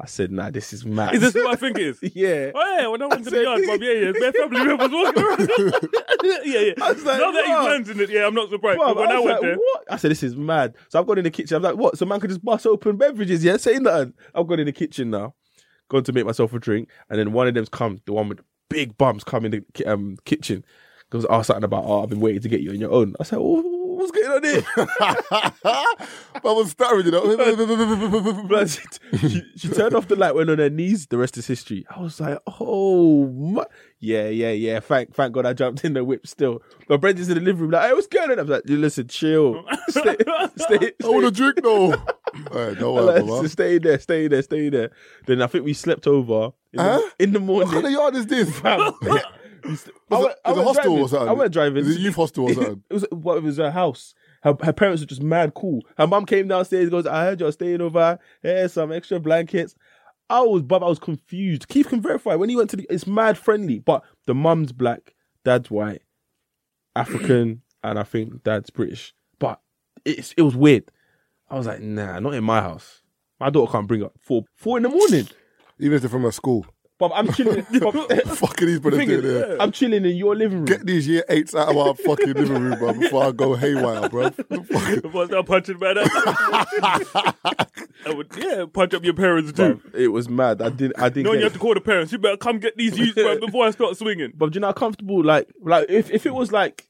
[SPEAKER 2] I said, nah, this is mad. *laughs*
[SPEAKER 5] Is this what I think it is?
[SPEAKER 2] yeah.
[SPEAKER 5] Oh, yeah, when I went to the
[SPEAKER 2] said-
[SPEAKER 5] yard, bruv, yeah, yeah, bare
[SPEAKER 2] *laughs*
[SPEAKER 5] family members walking around. *laughs* yeah, yeah.
[SPEAKER 2] I was like,
[SPEAKER 5] now that
[SPEAKER 2] bruv.
[SPEAKER 5] he's mentioned it, yeah, I'm not surprised.
[SPEAKER 2] Bruv,
[SPEAKER 5] but when I,
[SPEAKER 2] was
[SPEAKER 5] went
[SPEAKER 2] like,
[SPEAKER 5] there,
[SPEAKER 2] what? I said, this is mad. So I've gone in the kitchen. I'm like, what? So man could just bust open beverages, yeah? Say nothing. I've gone in the kitchen now, gone to make myself a drink, and then one of them's come, the one with the big bumps, come in the ki- um, kitchen. Goes, oh, something about, oh, I've been waiting to get you on your own. I said, oh, what's going on here?
[SPEAKER 1] but I was stuttering, you
[SPEAKER 2] *laughs*
[SPEAKER 1] know.
[SPEAKER 2] Blood, she, she,
[SPEAKER 1] *laughs*
[SPEAKER 2] she turned off the light, went on her knees. The rest is history. I was like, oh, my. yeah, yeah, yeah. Thank, thank God I jumped in the whip. Still, my brother's in the living room. Like, hey, what's going on? I was like, listen, chill, stay,
[SPEAKER 1] *laughs*
[SPEAKER 2] stay.
[SPEAKER 1] I want a drink though.
[SPEAKER 2] *laughs*
[SPEAKER 1] Alright, don't worry,
[SPEAKER 2] Like, so
[SPEAKER 1] brother.
[SPEAKER 2] stay there, stay there, stay there. Then I think we slept over in,
[SPEAKER 1] Huh?
[SPEAKER 2] the, in the
[SPEAKER 1] What kind of
[SPEAKER 2] morning.
[SPEAKER 1] yard is this?
[SPEAKER 2] Fam.
[SPEAKER 1] *laughs*
[SPEAKER 2] *laughs* We st- I
[SPEAKER 1] Is
[SPEAKER 2] went-
[SPEAKER 1] it-
[SPEAKER 2] I
[SPEAKER 1] is it
[SPEAKER 2] went
[SPEAKER 1] hostel
[SPEAKER 2] driving.
[SPEAKER 1] or something?
[SPEAKER 2] I went driving.
[SPEAKER 1] Is it youth hostel or *laughs*
[SPEAKER 2] *laughs*
[SPEAKER 1] something?
[SPEAKER 2] It was what it was her house. Her, her parents were just mad cool. Her mum came downstairs, goes, I heard you're staying over. Here's some extra blankets. I was bub, I was confused. Keith can verify when he went to the it's mad friendly, but the mum's black, dad's white, African, and I think dad's British. But it's it was weird. I was like, nah, not in my house. My daughter can't bring up four four in the morning.
[SPEAKER 1] Even if they're from a school.
[SPEAKER 2] But I'm chilling. *laughs* bruv,
[SPEAKER 1] Fucking these brothers
[SPEAKER 2] thing
[SPEAKER 1] doing
[SPEAKER 2] is,
[SPEAKER 1] there.
[SPEAKER 2] I'm chilling in your living room.
[SPEAKER 1] Get these year eights out of our fucking living room, bro, before I go haywire,
[SPEAKER 2] *laughs*
[SPEAKER 1] bro.
[SPEAKER 5] Before I start punching man up. I *laughs* would, yeah, punch up your parents too.
[SPEAKER 2] Bruv, it was mad. I didn't. I didn't.
[SPEAKER 5] No,
[SPEAKER 2] get
[SPEAKER 5] you
[SPEAKER 2] it.
[SPEAKER 5] have to call the parents. You better come get these
[SPEAKER 2] *laughs*
[SPEAKER 5] youths bro, before I start swinging.
[SPEAKER 2] But do you know how comfortable? Like, like if, if it was like,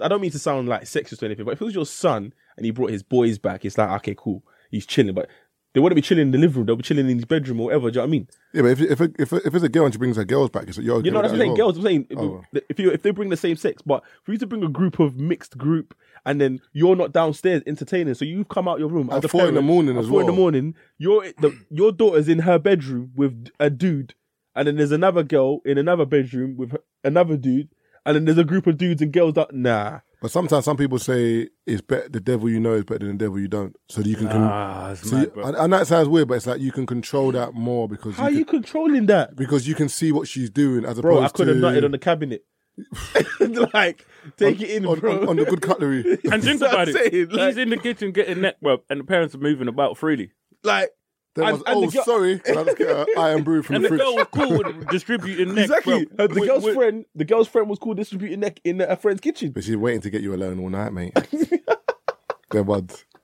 [SPEAKER 2] I don't mean to sound like sexist or anything, but if it was your son and he brought his boys back, it's like okay, cool, he's chilling. But they wouldn't be chilling in the living room; they'll be chilling in his bedroom or whatever. Do you know what I mean?
[SPEAKER 1] Yeah, but if if if, if it's a girl and she brings her girls back, it's like, you're
[SPEAKER 2] You know, that's what I'm saying. Girls, I'm saying if,
[SPEAKER 1] Oh.
[SPEAKER 2] if you if they bring the same sex, but for you to bring a group of mixed group and then you're not downstairs entertaining, so you've come out your room
[SPEAKER 1] At
[SPEAKER 2] as a
[SPEAKER 1] four in the
[SPEAKER 2] parent,
[SPEAKER 1] morning
[SPEAKER 2] at
[SPEAKER 1] as
[SPEAKER 2] four in the
[SPEAKER 1] well.
[SPEAKER 2] morning. Your the, your daughter's in her bedroom with a dude, and then there's another girl in another bedroom with another dude, and then there's a group of dudes and girls that nah.
[SPEAKER 1] But sometimes some people say it's better the devil you know is better than the devil you don't. So that you can con-
[SPEAKER 5] Ah, it's
[SPEAKER 1] so
[SPEAKER 5] mad,
[SPEAKER 1] you-
[SPEAKER 5] bro.
[SPEAKER 1] and, and that sounds weird, but it's like you can control that more because
[SPEAKER 2] How are
[SPEAKER 1] you can,
[SPEAKER 2] you controlling that,
[SPEAKER 1] because you can see what she's doing as
[SPEAKER 2] bro? I
[SPEAKER 1] opposed
[SPEAKER 2] could have
[SPEAKER 1] to
[SPEAKER 2] nutted on the cabinet. *laughs* like, take it in,
[SPEAKER 1] on,
[SPEAKER 2] bro.
[SPEAKER 1] on- on the good cutlery.
[SPEAKER 5] And
[SPEAKER 2] That's
[SPEAKER 5] think
[SPEAKER 2] what
[SPEAKER 5] about
[SPEAKER 2] I'm
[SPEAKER 5] it.
[SPEAKER 2] saying, like-
[SPEAKER 5] He's in the kitchen getting neck, bro, and the parents are moving about freely.
[SPEAKER 2] *laughs* like,
[SPEAKER 1] Then I
[SPEAKER 2] And-
[SPEAKER 1] was,
[SPEAKER 2] and the
[SPEAKER 1] oh,
[SPEAKER 2] girl-
[SPEAKER 1] sorry. And I just get an iron brew from
[SPEAKER 5] And
[SPEAKER 1] the
[SPEAKER 5] the
[SPEAKER 1] fridge.
[SPEAKER 5] girl was cool
[SPEAKER 2] *laughs*
[SPEAKER 5] with distributing neck.
[SPEAKER 2] exactly.
[SPEAKER 5] Bro.
[SPEAKER 2] Uh, the girl's friend, the girl's friend was called distributing neck in a friend's kitchen.
[SPEAKER 1] But she's waiting to get you alone all night, mate. Then what?
[SPEAKER 2] *laughs*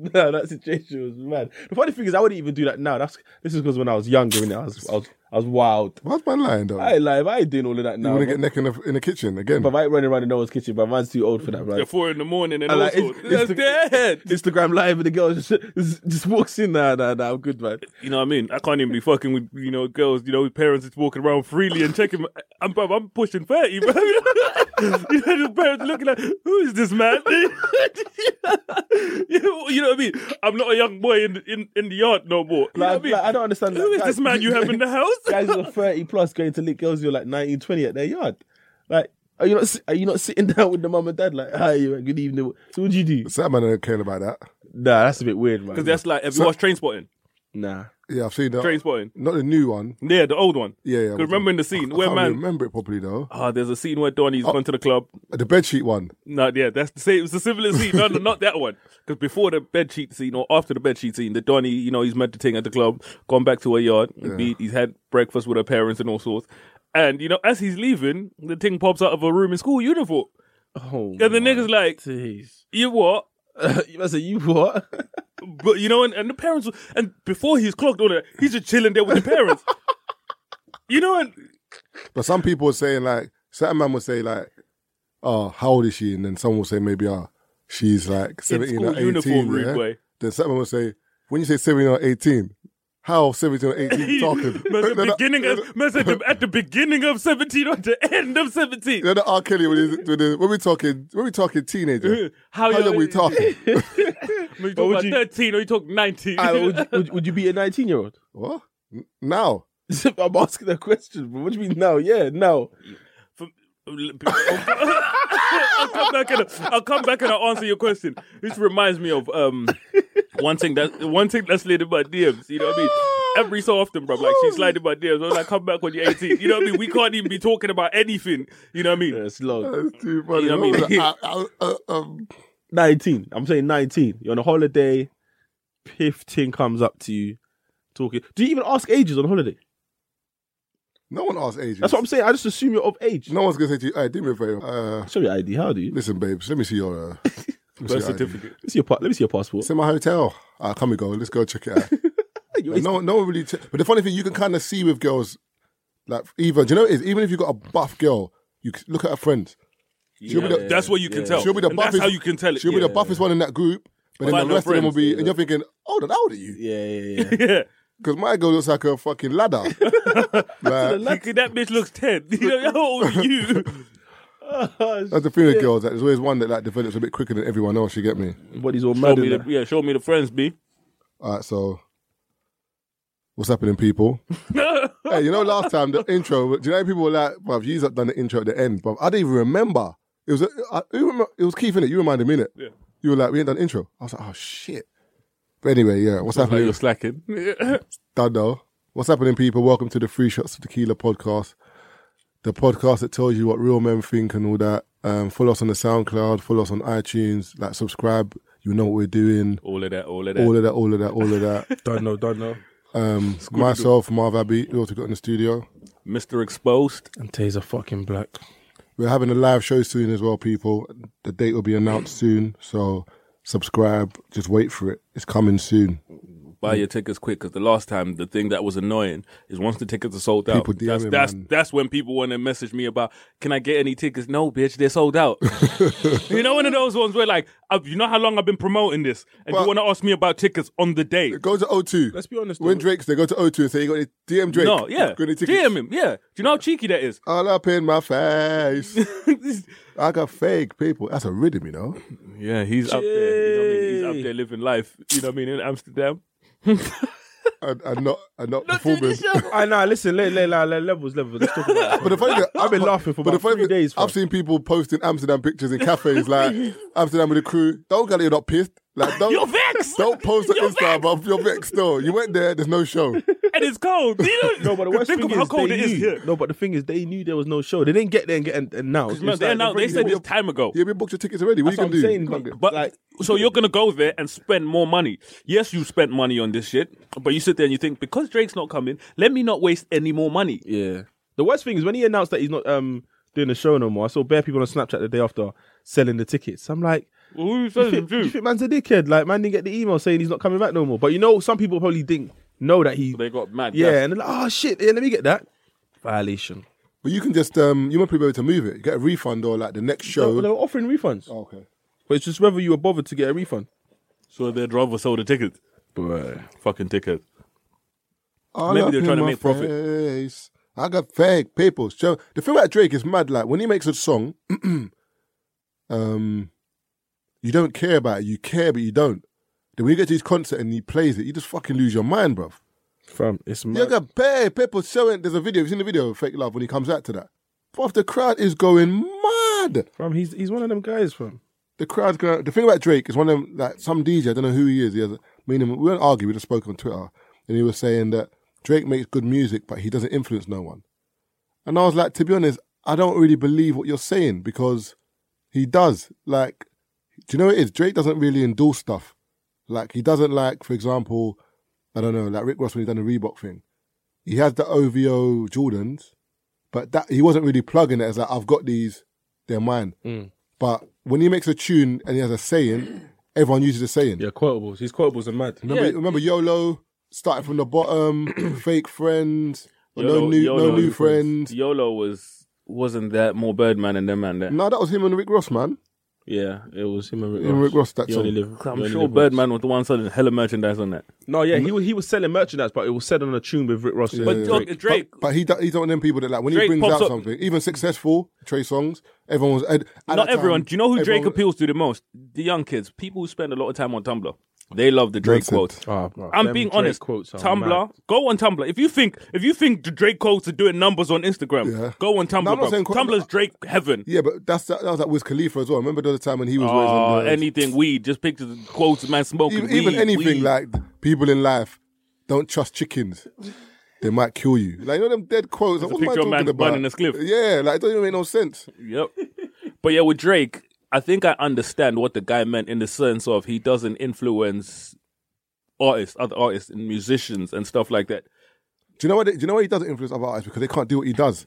[SPEAKER 2] No, that situation was mad. The funny thing is, I wouldn't even do that now. That's this is because when I was younger, and I was, I was, I was wild.
[SPEAKER 1] Why's man lying though?
[SPEAKER 2] I ain't lying. I ain't doing all of that
[SPEAKER 1] you
[SPEAKER 2] now.
[SPEAKER 1] want to
[SPEAKER 2] But
[SPEAKER 1] get neck in the in the kitchen again?
[SPEAKER 2] I ain't running around in no one's kitchen. But man's too old for that,
[SPEAKER 5] At
[SPEAKER 2] right?
[SPEAKER 5] four in the morning and
[SPEAKER 2] I
[SPEAKER 5] all
[SPEAKER 2] like-
[SPEAKER 5] sorts.
[SPEAKER 2] it's- it's
[SPEAKER 5] That's dead.
[SPEAKER 2] *laughs* Instagram live and the girl just, just, just walks in. Nah, nah, nah. I'm good, man.
[SPEAKER 5] You know what I mean? I can't even be fucking with you know girls. You know, parents is walking around freely and checking. my- I'm bruv, I'm pushing thirty, bro. *laughs* you know, the parents looking like, who is this man? *laughs* you know you know what I mean? I'm not a young boy in in, in the yard no more. You know
[SPEAKER 2] Like,
[SPEAKER 5] what I mean?
[SPEAKER 2] like, I don't understand.
[SPEAKER 5] who
[SPEAKER 2] that.
[SPEAKER 5] is this man you have in the house?
[SPEAKER 2] *laughs* Guys who are 30 plus going to lick girls who are like 19, 20 at their yard. Like, are you not? si- Are you not sitting *laughs* down with the mum and dad? Like, hi, you- good evening. So what do you do?
[SPEAKER 1] That man don't care about that.
[SPEAKER 2] Nah, that's a bit weird, man.
[SPEAKER 5] *laughs* Because that's like, have you watched Train Spotting?
[SPEAKER 2] nah.
[SPEAKER 1] Yeah, I've seen that.
[SPEAKER 5] Train Spotting.
[SPEAKER 1] Not the new one.
[SPEAKER 5] Yeah, the old one.
[SPEAKER 1] Yeah, yeah.
[SPEAKER 5] 'Cause remember in the scene
[SPEAKER 1] I
[SPEAKER 5] where
[SPEAKER 1] can't
[SPEAKER 5] man,
[SPEAKER 1] remember it properly though.
[SPEAKER 5] ah, there's a scene where Donnie's gone to the club.
[SPEAKER 1] The bedsheet one.
[SPEAKER 5] No, yeah, that's the same. It's a similar scene. No, no, not that one. *laughs* Because before the bed sheet scene or after the bed sheet scene, the Donny, you know, he's meditating at the club, gone back to her yard, and beat, he's had breakfast with her parents and all sorts. And you know, as he's leaving, the thing pops out of her room in school uniform,
[SPEAKER 2] Oh,
[SPEAKER 5] and the niggas like,
[SPEAKER 2] Jeez.
[SPEAKER 5] "You what?"
[SPEAKER 2] I said, you *laughs* what?
[SPEAKER 5] But you know, and, and the parents, were- and before he's clocked on it, he's just chilling there with the
[SPEAKER 1] *laughs*
[SPEAKER 5] parents. you know, and
[SPEAKER 1] But some people were saying like certain man would say like, "Oh, how old is she?" And then someone will say maybe, "Oh, she's like seventeen or
[SPEAKER 5] school uniform,
[SPEAKER 1] eighteen.
[SPEAKER 5] rude
[SPEAKER 1] yeah?
[SPEAKER 5] boy.
[SPEAKER 1] Then someone will say, "When you say seventeen or 18, how seventeen or eighteen
[SPEAKER 5] *laughs*
[SPEAKER 1] you talking?" *laughs*
[SPEAKER 5] Man
[SPEAKER 1] Then
[SPEAKER 5] said
[SPEAKER 1] the-
[SPEAKER 5] beginning of, man
[SPEAKER 1] *laughs*
[SPEAKER 5] said the- at the beginning of seventeen or the end of seventeen.
[SPEAKER 1] Then the R. Kelly when, he's- when, the- when we talking when we talking
[SPEAKER 5] *laughs*
[SPEAKER 1] teenager.
[SPEAKER 5] How,
[SPEAKER 1] How
[SPEAKER 5] you-
[SPEAKER 1] long we
[SPEAKER 5] *laughs*
[SPEAKER 1] talking?
[SPEAKER 5] When
[SPEAKER 2] But
[SPEAKER 5] you talk
[SPEAKER 2] would
[SPEAKER 5] about
[SPEAKER 2] you-
[SPEAKER 5] 13 or you talk 19.
[SPEAKER 2] I, would, would, would you be a 19 year old?
[SPEAKER 1] what? N- Now?
[SPEAKER 2] *laughs* I'm asking a question, bro. What do you mean now? Yeah, now.
[SPEAKER 5] I'll come back and I'll come back and I'll answer your question. This reminds me of um one thing that one thing that's slid in my DMs. You know what I mean? Every so often, bro, like she's sliding my DMs. I was like, come back when you're 18. You know what I mean? We can't even be talking about anything. You know what I mean?
[SPEAKER 2] That's long.
[SPEAKER 1] That's too funny.
[SPEAKER 5] You know what I mean?
[SPEAKER 1] I- I- I- um,
[SPEAKER 2] 19. I'm saying 19. You're on a holiday. 15 comes up to you talking. Do you even ask ages on holiday?
[SPEAKER 1] no one asks ages.
[SPEAKER 2] That's what I'm saying. I just assume you're of age.
[SPEAKER 1] No one's gonna say to you, "Hey, do me a favor. Uh,
[SPEAKER 2] Show me your ID. How do you?
[SPEAKER 1] listen, babes, let me see your uh, let me see your
[SPEAKER 5] Birth
[SPEAKER 1] ID.
[SPEAKER 5] certificate.
[SPEAKER 2] Let me see your, pa- let me see your passport.
[SPEAKER 1] It's in my hotel. Ah, come we go. Let's go check it
[SPEAKER 5] *laughs*
[SPEAKER 1] out. Like, no, no one really. che- but the funny thing, you can kind of see with girls, like either do you know what it is even if you got a buff girl, you c- look at her friends. She'll be the,
[SPEAKER 5] That's what you can tell.
[SPEAKER 1] she'll be the
[SPEAKER 5] Oh, And
[SPEAKER 1] buffest.
[SPEAKER 5] that's how you can tell it.
[SPEAKER 1] She'll be the buffest one in that group. But
[SPEAKER 5] Find
[SPEAKER 1] then the
[SPEAKER 5] her
[SPEAKER 1] rest of them will
[SPEAKER 5] friends,
[SPEAKER 1] be, and you're thinking, oh, then how old are you?
[SPEAKER 2] Yeah, yeah, *laughs* yeah.
[SPEAKER 5] yeah.
[SPEAKER 1] Because my girl looks like a fucking
[SPEAKER 5] *laughs*
[SPEAKER 1] ladder. like,
[SPEAKER 5] Because that bitch looks 10. *laughs* You know, how old are you?
[SPEAKER 1] that's the thing with girls. Like, there's always one that like develops a bit quicker than everyone else. You get me?
[SPEAKER 2] Body's all
[SPEAKER 5] Show
[SPEAKER 2] mad.
[SPEAKER 5] me
[SPEAKER 2] in
[SPEAKER 5] the,
[SPEAKER 2] there.
[SPEAKER 5] yeah, show me the friends, B.
[SPEAKER 1] All right, so what's happening,
[SPEAKER 5] *laughs*
[SPEAKER 1] people? hey, you know, last time the intro, do you know people were like, bruv, you up done the intro at the end, bruv. I didn't even remember. It was, I, who remem- it was Keith in it. You reminded me, innit?
[SPEAKER 5] Yeah.
[SPEAKER 1] You were like, we ain't done intro. I was like, oh shit. But anyway, yeah, what's
[SPEAKER 5] Like
[SPEAKER 1] happening?
[SPEAKER 5] you're slacking.
[SPEAKER 1] Done though. What's happening, people? Welcome to the Free Shots of Tequila podcast, the podcast that tells you what real men think and all that. Um, follow us on the SoundCloud, follow us on iTunes, like subscribe. You know what we're doing.
[SPEAKER 5] *laughs* All of that, all of that.
[SPEAKER 1] All of that, all of that, all of that.
[SPEAKER 2] *laughs* Don't know, don't know.
[SPEAKER 1] Um, myself, Marv Abbey, who also got in the studio.
[SPEAKER 5] Mr. Exposed.
[SPEAKER 2] And Taser fucking black.
[SPEAKER 1] We're having a live show soon as well, people. The date will be announced soon, so subscribe. Just wait for it. It's coming soon.
[SPEAKER 5] Buy your tickets quick because the last time the thing that was annoying is once the tickets are sold out,
[SPEAKER 1] People DM
[SPEAKER 5] that's
[SPEAKER 1] him,
[SPEAKER 5] that's,
[SPEAKER 1] man.
[SPEAKER 5] that's when people want to message me about can I get any tickets? No, bitch, they're sold
[SPEAKER 2] *laughs*
[SPEAKER 5] out. you know, one of those ones where like I've, you know how long I've been promoting this, and
[SPEAKER 1] But-
[SPEAKER 5] you want to ask me about tickets on the day.
[SPEAKER 1] Go to O2.
[SPEAKER 2] Let's be honest,
[SPEAKER 1] When
[SPEAKER 2] though.
[SPEAKER 1] Drake's there, go to O2 and say, you got any DM Drake?
[SPEAKER 5] No, yeah,
[SPEAKER 1] Got any tickets?
[SPEAKER 5] DM him. Yeah, do you know how cheeky that is?
[SPEAKER 1] All up in my face.
[SPEAKER 2] *laughs*
[SPEAKER 1] I got fake people. That's a rhythm, you know.
[SPEAKER 5] Yeah, he's up there. You know what I mean? He's up there living life. You know what I mean? In *laughs* Amsterdam.
[SPEAKER 1] And, and not and not performers.
[SPEAKER 5] *laughs*
[SPEAKER 2] I know. Listen, le- le- le- le- levels, levels. Let's talk about
[SPEAKER 1] But the funny thing,
[SPEAKER 2] *laughs* I've been
[SPEAKER 1] but-
[SPEAKER 2] laughing for
[SPEAKER 1] but the
[SPEAKER 2] about
[SPEAKER 1] funny
[SPEAKER 2] three
[SPEAKER 1] thing,
[SPEAKER 2] days,
[SPEAKER 1] I've
[SPEAKER 2] fam.
[SPEAKER 1] seen people posting Amsterdam pictures in cafes,
[SPEAKER 2] *laughs*
[SPEAKER 1] like Amsterdam with the crew. Don't get it up pissed. Like don't.
[SPEAKER 5] You're
[SPEAKER 1] *laughs*
[SPEAKER 5] vexed.
[SPEAKER 1] Don't post on
[SPEAKER 5] You're
[SPEAKER 1] Insta, but you're vexed though. You went there. There's no
[SPEAKER 2] *laughs*
[SPEAKER 1] show.
[SPEAKER 5] and it's cold. You know-
[SPEAKER 2] No, but the worst
[SPEAKER 5] think
[SPEAKER 2] thing
[SPEAKER 5] of how
[SPEAKER 2] is
[SPEAKER 5] cold
[SPEAKER 2] they
[SPEAKER 5] it is
[SPEAKER 2] knew.
[SPEAKER 5] here.
[SPEAKER 2] No, but the thing is, they knew there was no show. They didn't get there and get and, and now. It's
[SPEAKER 5] No, they're
[SPEAKER 2] like-
[SPEAKER 5] now, they said
[SPEAKER 1] Yeah,
[SPEAKER 5] this time ago.
[SPEAKER 1] Yeah, we booked your tickets already. What
[SPEAKER 2] That's
[SPEAKER 1] you gonna
[SPEAKER 2] what I'm
[SPEAKER 1] do?
[SPEAKER 2] saying,
[SPEAKER 1] You can't get-
[SPEAKER 5] But
[SPEAKER 2] Like-
[SPEAKER 5] so you're gonna go there and spend more money. Yes, you spent money on this shit, but you sit there and you think because Drake's not coming, let me not waste any more money.
[SPEAKER 2] Yeah. The worst thing is when he announced that he's not um doing the show no more. I saw bare people on Snapchat the day after selling the tickets. I'm like, you
[SPEAKER 1] *laughs*
[SPEAKER 2] think, you think man's a dickhead? Like, man didn't get the email saying he's not coming back no more. But you know, some people probably didn't know that he.
[SPEAKER 5] They got mad.
[SPEAKER 2] yeah,
[SPEAKER 5] yes.
[SPEAKER 2] and they're like, oh shit, yeah, let me get that. Violation.
[SPEAKER 1] But you can just um, you might be able to move it. You get a refund or like the next
[SPEAKER 2] They
[SPEAKER 1] show. Oh,
[SPEAKER 2] were offering refunds,
[SPEAKER 1] Okay.
[SPEAKER 2] but it's just whether you were bothered to get a refund.
[SPEAKER 5] So their driver sold a ticket. Fucking ticket.
[SPEAKER 1] All
[SPEAKER 5] Maybe
[SPEAKER 1] up
[SPEAKER 5] they're
[SPEAKER 1] in
[SPEAKER 5] trying to
[SPEAKER 1] my
[SPEAKER 5] make profit.
[SPEAKER 1] face. I got fake people. So the thing about Drake is mad. Like when he makes a song, *clears throat* um, you don't care about it. You care, but you don't. Then when you get to his concert and he plays it, you just fucking lose your mind, bruv.
[SPEAKER 2] Fam, it's mad.
[SPEAKER 1] You got fake people showing. There's a video. You've seen the video of Fake Love when he comes out to that. Bruv, the crowd is going mad.
[SPEAKER 2] Fam, he's he's one of them guys, fam.
[SPEAKER 1] the crowd's going. The thing about Drake is one of them. Like some DJ, I don't know who he is. He has. a- Me and him, we don't argue. We just spoke on Twitter, and he was saying that Drake makes good music, but he doesn't influence no one. And I was like, to be honest, I don't really believe what you're saying because he does. Like, do you know what it is? Drake doesn't really endorse stuff. Like he doesn't like, for example, I don't know, like Rick Ross when he done the Reebok thing. He has the OVO Jordans, but that he wasn't really plugging it as like I've got these, they're mine. But when he makes a tune and he has a saying, *clears throat* everyone uses the saying.
[SPEAKER 2] Yeah, quotables. His quotables are mad.
[SPEAKER 1] Remember, remember YOLO started from the *clears throat* bottom, fake friends, no new, no new friends.
[SPEAKER 5] YOLO was wasn't that more Birdman and them man there.
[SPEAKER 1] No, that was him and Rick Ross, man.
[SPEAKER 2] Yeah, it was him and Rick
[SPEAKER 1] Him and Rick Ross. That
[SPEAKER 2] You
[SPEAKER 1] song.
[SPEAKER 2] only live- you
[SPEAKER 5] I'm
[SPEAKER 2] only
[SPEAKER 5] sure
[SPEAKER 2] live once.
[SPEAKER 5] Birdman was the one selling hella merchandise on that.
[SPEAKER 2] No, yeah, he was, he was selling merchandise, but it was said on a tune with Rick Ross. and
[SPEAKER 5] But
[SPEAKER 2] Drake.
[SPEAKER 5] look, Drake,
[SPEAKER 1] But he, do- he's one of them people that like when
[SPEAKER 5] Drake
[SPEAKER 1] he brings
[SPEAKER 5] pops
[SPEAKER 1] out
[SPEAKER 5] up-
[SPEAKER 1] something, even successful Trey songs, everyone was at, at
[SPEAKER 5] not
[SPEAKER 1] that
[SPEAKER 5] everyone.
[SPEAKER 1] time,
[SPEAKER 5] Do you know who Drake
[SPEAKER 1] everyone-
[SPEAKER 5] appeals to the most? The young kids, people who spend a lot of time on Tumblr. They love the Drake
[SPEAKER 1] Nonsense.
[SPEAKER 5] quotes.
[SPEAKER 2] Ah, bro,
[SPEAKER 5] I'm
[SPEAKER 2] them
[SPEAKER 5] being
[SPEAKER 2] Drake
[SPEAKER 5] honest.
[SPEAKER 2] quotes are
[SPEAKER 5] Tumblr,
[SPEAKER 2] mad.
[SPEAKER 5] go on Tumblr. If you think if you think the Drake quotes are doing numbers on Instagram,
[SPEAKER 1] Yeah.
[SPEAKER 5] go on Tumblr.
[SPEAKER 1] No, I'm not
[SPEAKER 5] bro.
[SPEAKER 1] saying quote-
[SPEAKER 5] Tumblr's Drake heaven.
[SPEAKER 1] Yeah, but that's that, that was like Wiz Khalifa as well. Remember the other time when he was always
[SPEAKER 5] Oh,
[SPEAKER 1] on the,
[SPEAKER 5] anything weed, just pictures of quotes, man smoking
[SPEAKER 1] even,
[SPEAKER 5] weed,
[SPEAKER 1] even anything
[SPEAKER 5] weed.
[SPEAKER 1] like people in life don't trust chickens. They might kill you. Like you know them dead quotes. Like,
[SPEAKER 5] There's
[SPEAKER 1] what
[SPEAKER 5] a
[SPEAKER 1] am I
[SPEAKER 5] picture of
[SPEAKER 1] talking
[SPEAKER 5] man's
[SPEAKER 1] about?
[SPEAKER 5] bun in a cliff.
[SPEAKER 1] Yeah, like it don't even make no sense.
[SPEAKER 5] Yep. But yeah, with Drake, I think I understand what the guy meant in the sense of he doesn't influence artists, other artists and musicians and stuff like that.
[SPEAKER 1] Do you know what? Do you know why he doesn't influence other artists because they can't do what he does.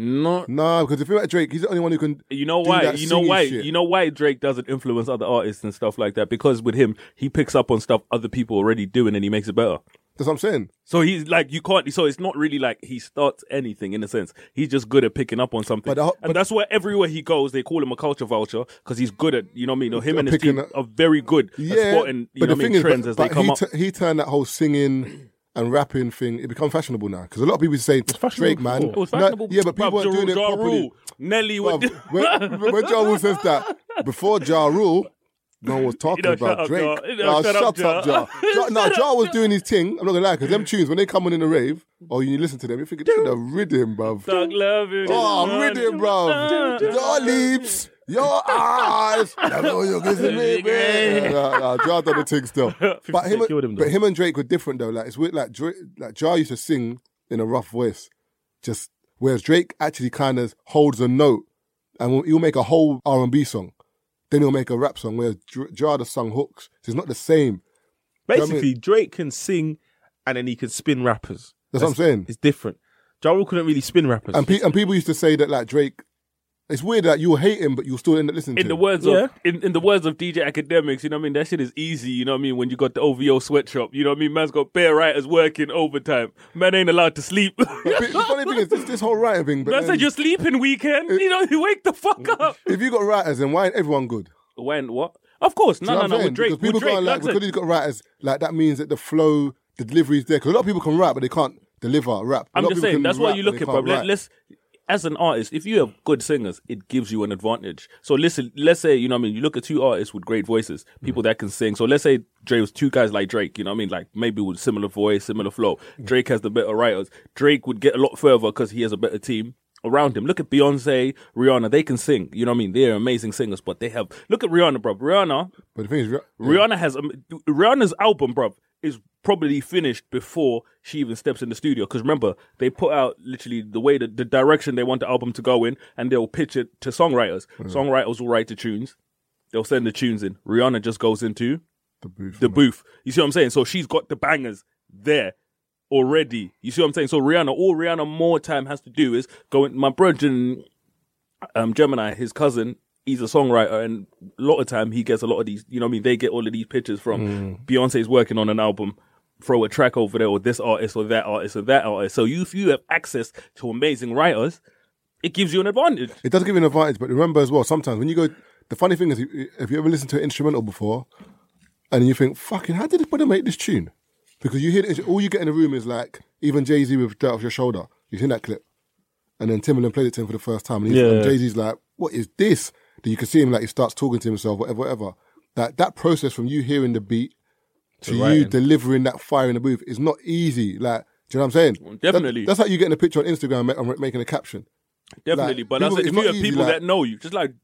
[SPEAKER 5] No,
[SPEAKER 1] Nah, because if you're like Drake, he's the only one who can.
[SPEAKER 5] You know
[SPEAKER 1] do
[SPEAKER 5] why?
[SPEAKER 1] that
[SPEAKER 5] You know
[SPEAKER 1] singing
[SPEAKER 5] why?
[SPEAKER 1] shit.
[SPEAKER 5] You know why Drake doesn't influence other artists and stuff like that? Because with him, he picks up on stuff other people already doing, and he makes it better.
[SPEAKER 1] That's what I'm saying.
[SPEAKER 5] So he's like, you can't. So it's not really like he starts anything in a sense. He's just good at picking up on something,
[SPEAKER 1] But the ho-
[SPEAKER 5] and
[SPEAKER 1] but-
[SPEAKER 5] that's where everywhere he goes, they call him a culture vulture because he's good at. You know what I mean? Or him and his
[SPEAKER 1] Picking
[SPEAKER 5] team
[SPEAKER 1] up-
[SPEAKER 5] are very good at spotting. You know what I mean? trends
[SPEAKER 1] but,
[SPEAKER 5] as they
[SPEAKER 1] but
[SPEAKER 5] come
[SPEAKER 1] he,
[SPEAKER 5] up.
[SPEAKER 1] tu- he turned that whole singing and rapping thing. It become fashionable now because a lot of people say Drake, man.
[SPEAKER 5] it was
[SPEAKER 1] No,
[SPEAKER 5] fashionable.
[SPEAKER 1] yeah, but
[SPEAKER 5] bruv,
[SPEAKER 1] people
[SPEAKER 5] Ja
[SPEAKER 1] are doing it
[SPEAKER 5] Rule- Ja
[SPEAKER 1] properly.
[SPEAKER 5] Rule, Nelly,
[SPEAKER 1] Bruv,
[SPEAKER 5] with *laughs*
[SPEAKER 1] when, when Ja Rule says that, before Ja Rule, no one was talking
[SPEAKER 5] *laughs* You know, shut
[SPEAKER 1] about
[SPEAKER 5] up,
[SPEAKER 1] Drake.
[SPEAKER 5] Ja. You know,
[SPEAKER 1] Ah,
[SPEAKER 5] shut up, Ja. *laughs*
[SPEAKER 1] Ja. Ja- No, Ja was doing his thing. I'm not gonna lie, because them tunes when they come on in the rave, or you listen to them, you think it's the rhythm, bruv.
[SPEAKER 5] Thug Love. You,
[SPEAKER 1] Oh, I'm with it, bro.
[SPEAKER 5] Nah.
[SPEAKER 1] Your lips, your eyes. I know you kissing me, baby. Nah, nah, Ja done the thing still. But him,
[SPEAKER 2] killed him, though.
[SPEAKER 1] but him and Drake were different though. Like it's weird. Like Drake, like Ja used to sing in a rough voice, just whereas Drake actually kind of holds a note, and he'll make a whole R and B song. Then he'll make a rap song where Ja just sung hooks. So it's not the same.
[SPEAKER 2] Basically, Drake can sing and then he could spin rappers.
[SPEAKER 1] That's what I'm saying.
[SPEAKER 2] It's different. Ja Rule couldn't really spin rappers.
[SPEAKER 1] And, pe- and people used to say that like Drake, it's weird that you'll hate him, but you'll still end up listening
[SPEAKER 5] In
[SPEAKER 1] to
[SPEAKER 5] the
[SPEAKER 1] him.
[SPEAKER 5] words
[SPEAKER 2] Yeah.
[SPEAKER 5] of in, in the words of DJ Academics, you know what I mean? That shit is easy, you know what I mean? When you got the OVO sweatshop, you know what I mean? Man's got bear writers working overtime. Man ain't allowed to sleep. *laughs*
[SPEAKER 1] But the funny thing is, this, this whole writer thing. But
[SPEAKER 5] Man
[SPEAKER 1] then
[SPEAKER 5] said you're sleeping weekend. You know, *laughs* you wake the fuck
[SPEAKER 1] *laughs*
[SPEAKER 5] up.
[SPEAKER 1] if you got writers, then why ain't everyone good?
[SPEAKER 5] When what? Of course,
[SPEAKER 1] Do
[SPEAKER 5] no,
[SPEAKER 1] you know what
[SPEAKER 5] no,
[SPEAKER 1] I'm
[SPEAKER 5] no. With
[SPEAKER 1] saying?
[SPEAKER 5] Drake,
[SPEAKER 1] because people
[SPEAKER 5] with Drake,
[SPEAKER 1] can't like
[SPEAKER 5] that's
[SPEAKER 1] because
[SPEAKER 5] it.
[SPEAKER 1] he's got writers, like that means that the flow, the delivery is there. Because a lot of people can rap, but they can't deliver rap. A
[SPEAKER 5] I'm
[SPEAKER 1] lot of people
[SPEAKER 5] just saying
[SPEAKER 1] can
[SPEAKER 5] that's why
[SPEAKER 1] rap,
[SPEAKER 5] you
[SPEAKER 1] but
[SPEAKER 5] look
[SPEAKER 1] they
[SPEAKER 5] at, bro.
[SPEAKER 1] can't
[SPEAKER 5] Let,
[SPEAKER 1] write.
[SPEAKER 5] let's as an artist, if you have good singers, it gives you an advantage. So listen, let's say you know what I mean. You look at two artists with great voices, people that can sing. So let's say Dre was two guys like Drake. You know what I mean? Like maybe with similar voice, similar flow. Drake has the better writers. Drake would get a lot further because he has a better team. Around him, look at Beyonce, Rihanna. They can sing. You know what I mean? They are amazing singers, but they have. Look at Rihanna, bro. Rihanna,
[SPEAKER 1] But the thing is, yeah.
[SPEAKER 5] Rihanna has um, Rihanna's album, bruv, is probably finished before she even steps in the studio. Because remember, they put out literally the way that the direction they want the album to go in, and they'll pitch it to songwriters. Songwriters will write the tunes. They'll send the tunes in. Rihanna just goes into
[SPEAKER 1] the booth.
[SPEAKER 5] the booth. You see what I'm saying? So she's got the bangers there already. You see what I'm saying? So Rihanna, all Rihanna more time has to do is go in. My brother, um, Gemini, his cousin, he's a songwriter, and a lot of time he gets a lot of these. You know what I mean? They get all of these pictures from Beyonce's working on an album. Throw a track over there, or this artist, or that artist, or that artist. So you, if you have access to amazing writers, it gives you an advantage.
[SPEAKER 1] It does give you an advantage, but remember as well, sometimes when you go, the funny thing is, if you ever listened to an instrumental before, and you think, fucking, how did this brother make this tune? Because you hear the, all you get in the room is like, even Jay Z with Dirt Off Your Shoulder. You've seen that clip. And then Timbaland played it to him for the first time, and, he's-
[SPEAKER 2] Yeah.
[SPEAKER 1] and Jay Z's like, what is this? Then you can see him like he starts talking to himself, whatever, whatever. That that process from you hearing the beat to you delivering that fire in the booth is not easy. Like, do you know what I'm saying? That-
[SPEAKER 5] definitely.
[SPEAKER 1] that's like you getting a picture on Instagram ma- and making a caption.
[SPEAKER 5] Definitely,
[SPEAKER 1] Like,
[SPEAKER 5] but
[SPEAKER 1] people- it's
[SPEAKER 5] that's it. If
[SPEAKER 1] not
[SPEAKER 5] you have
[SPEAKER 1] easy,
[SPEAKER 5] people
[SPEAKER 1] like-
[SPEAKER 5] that know you, just like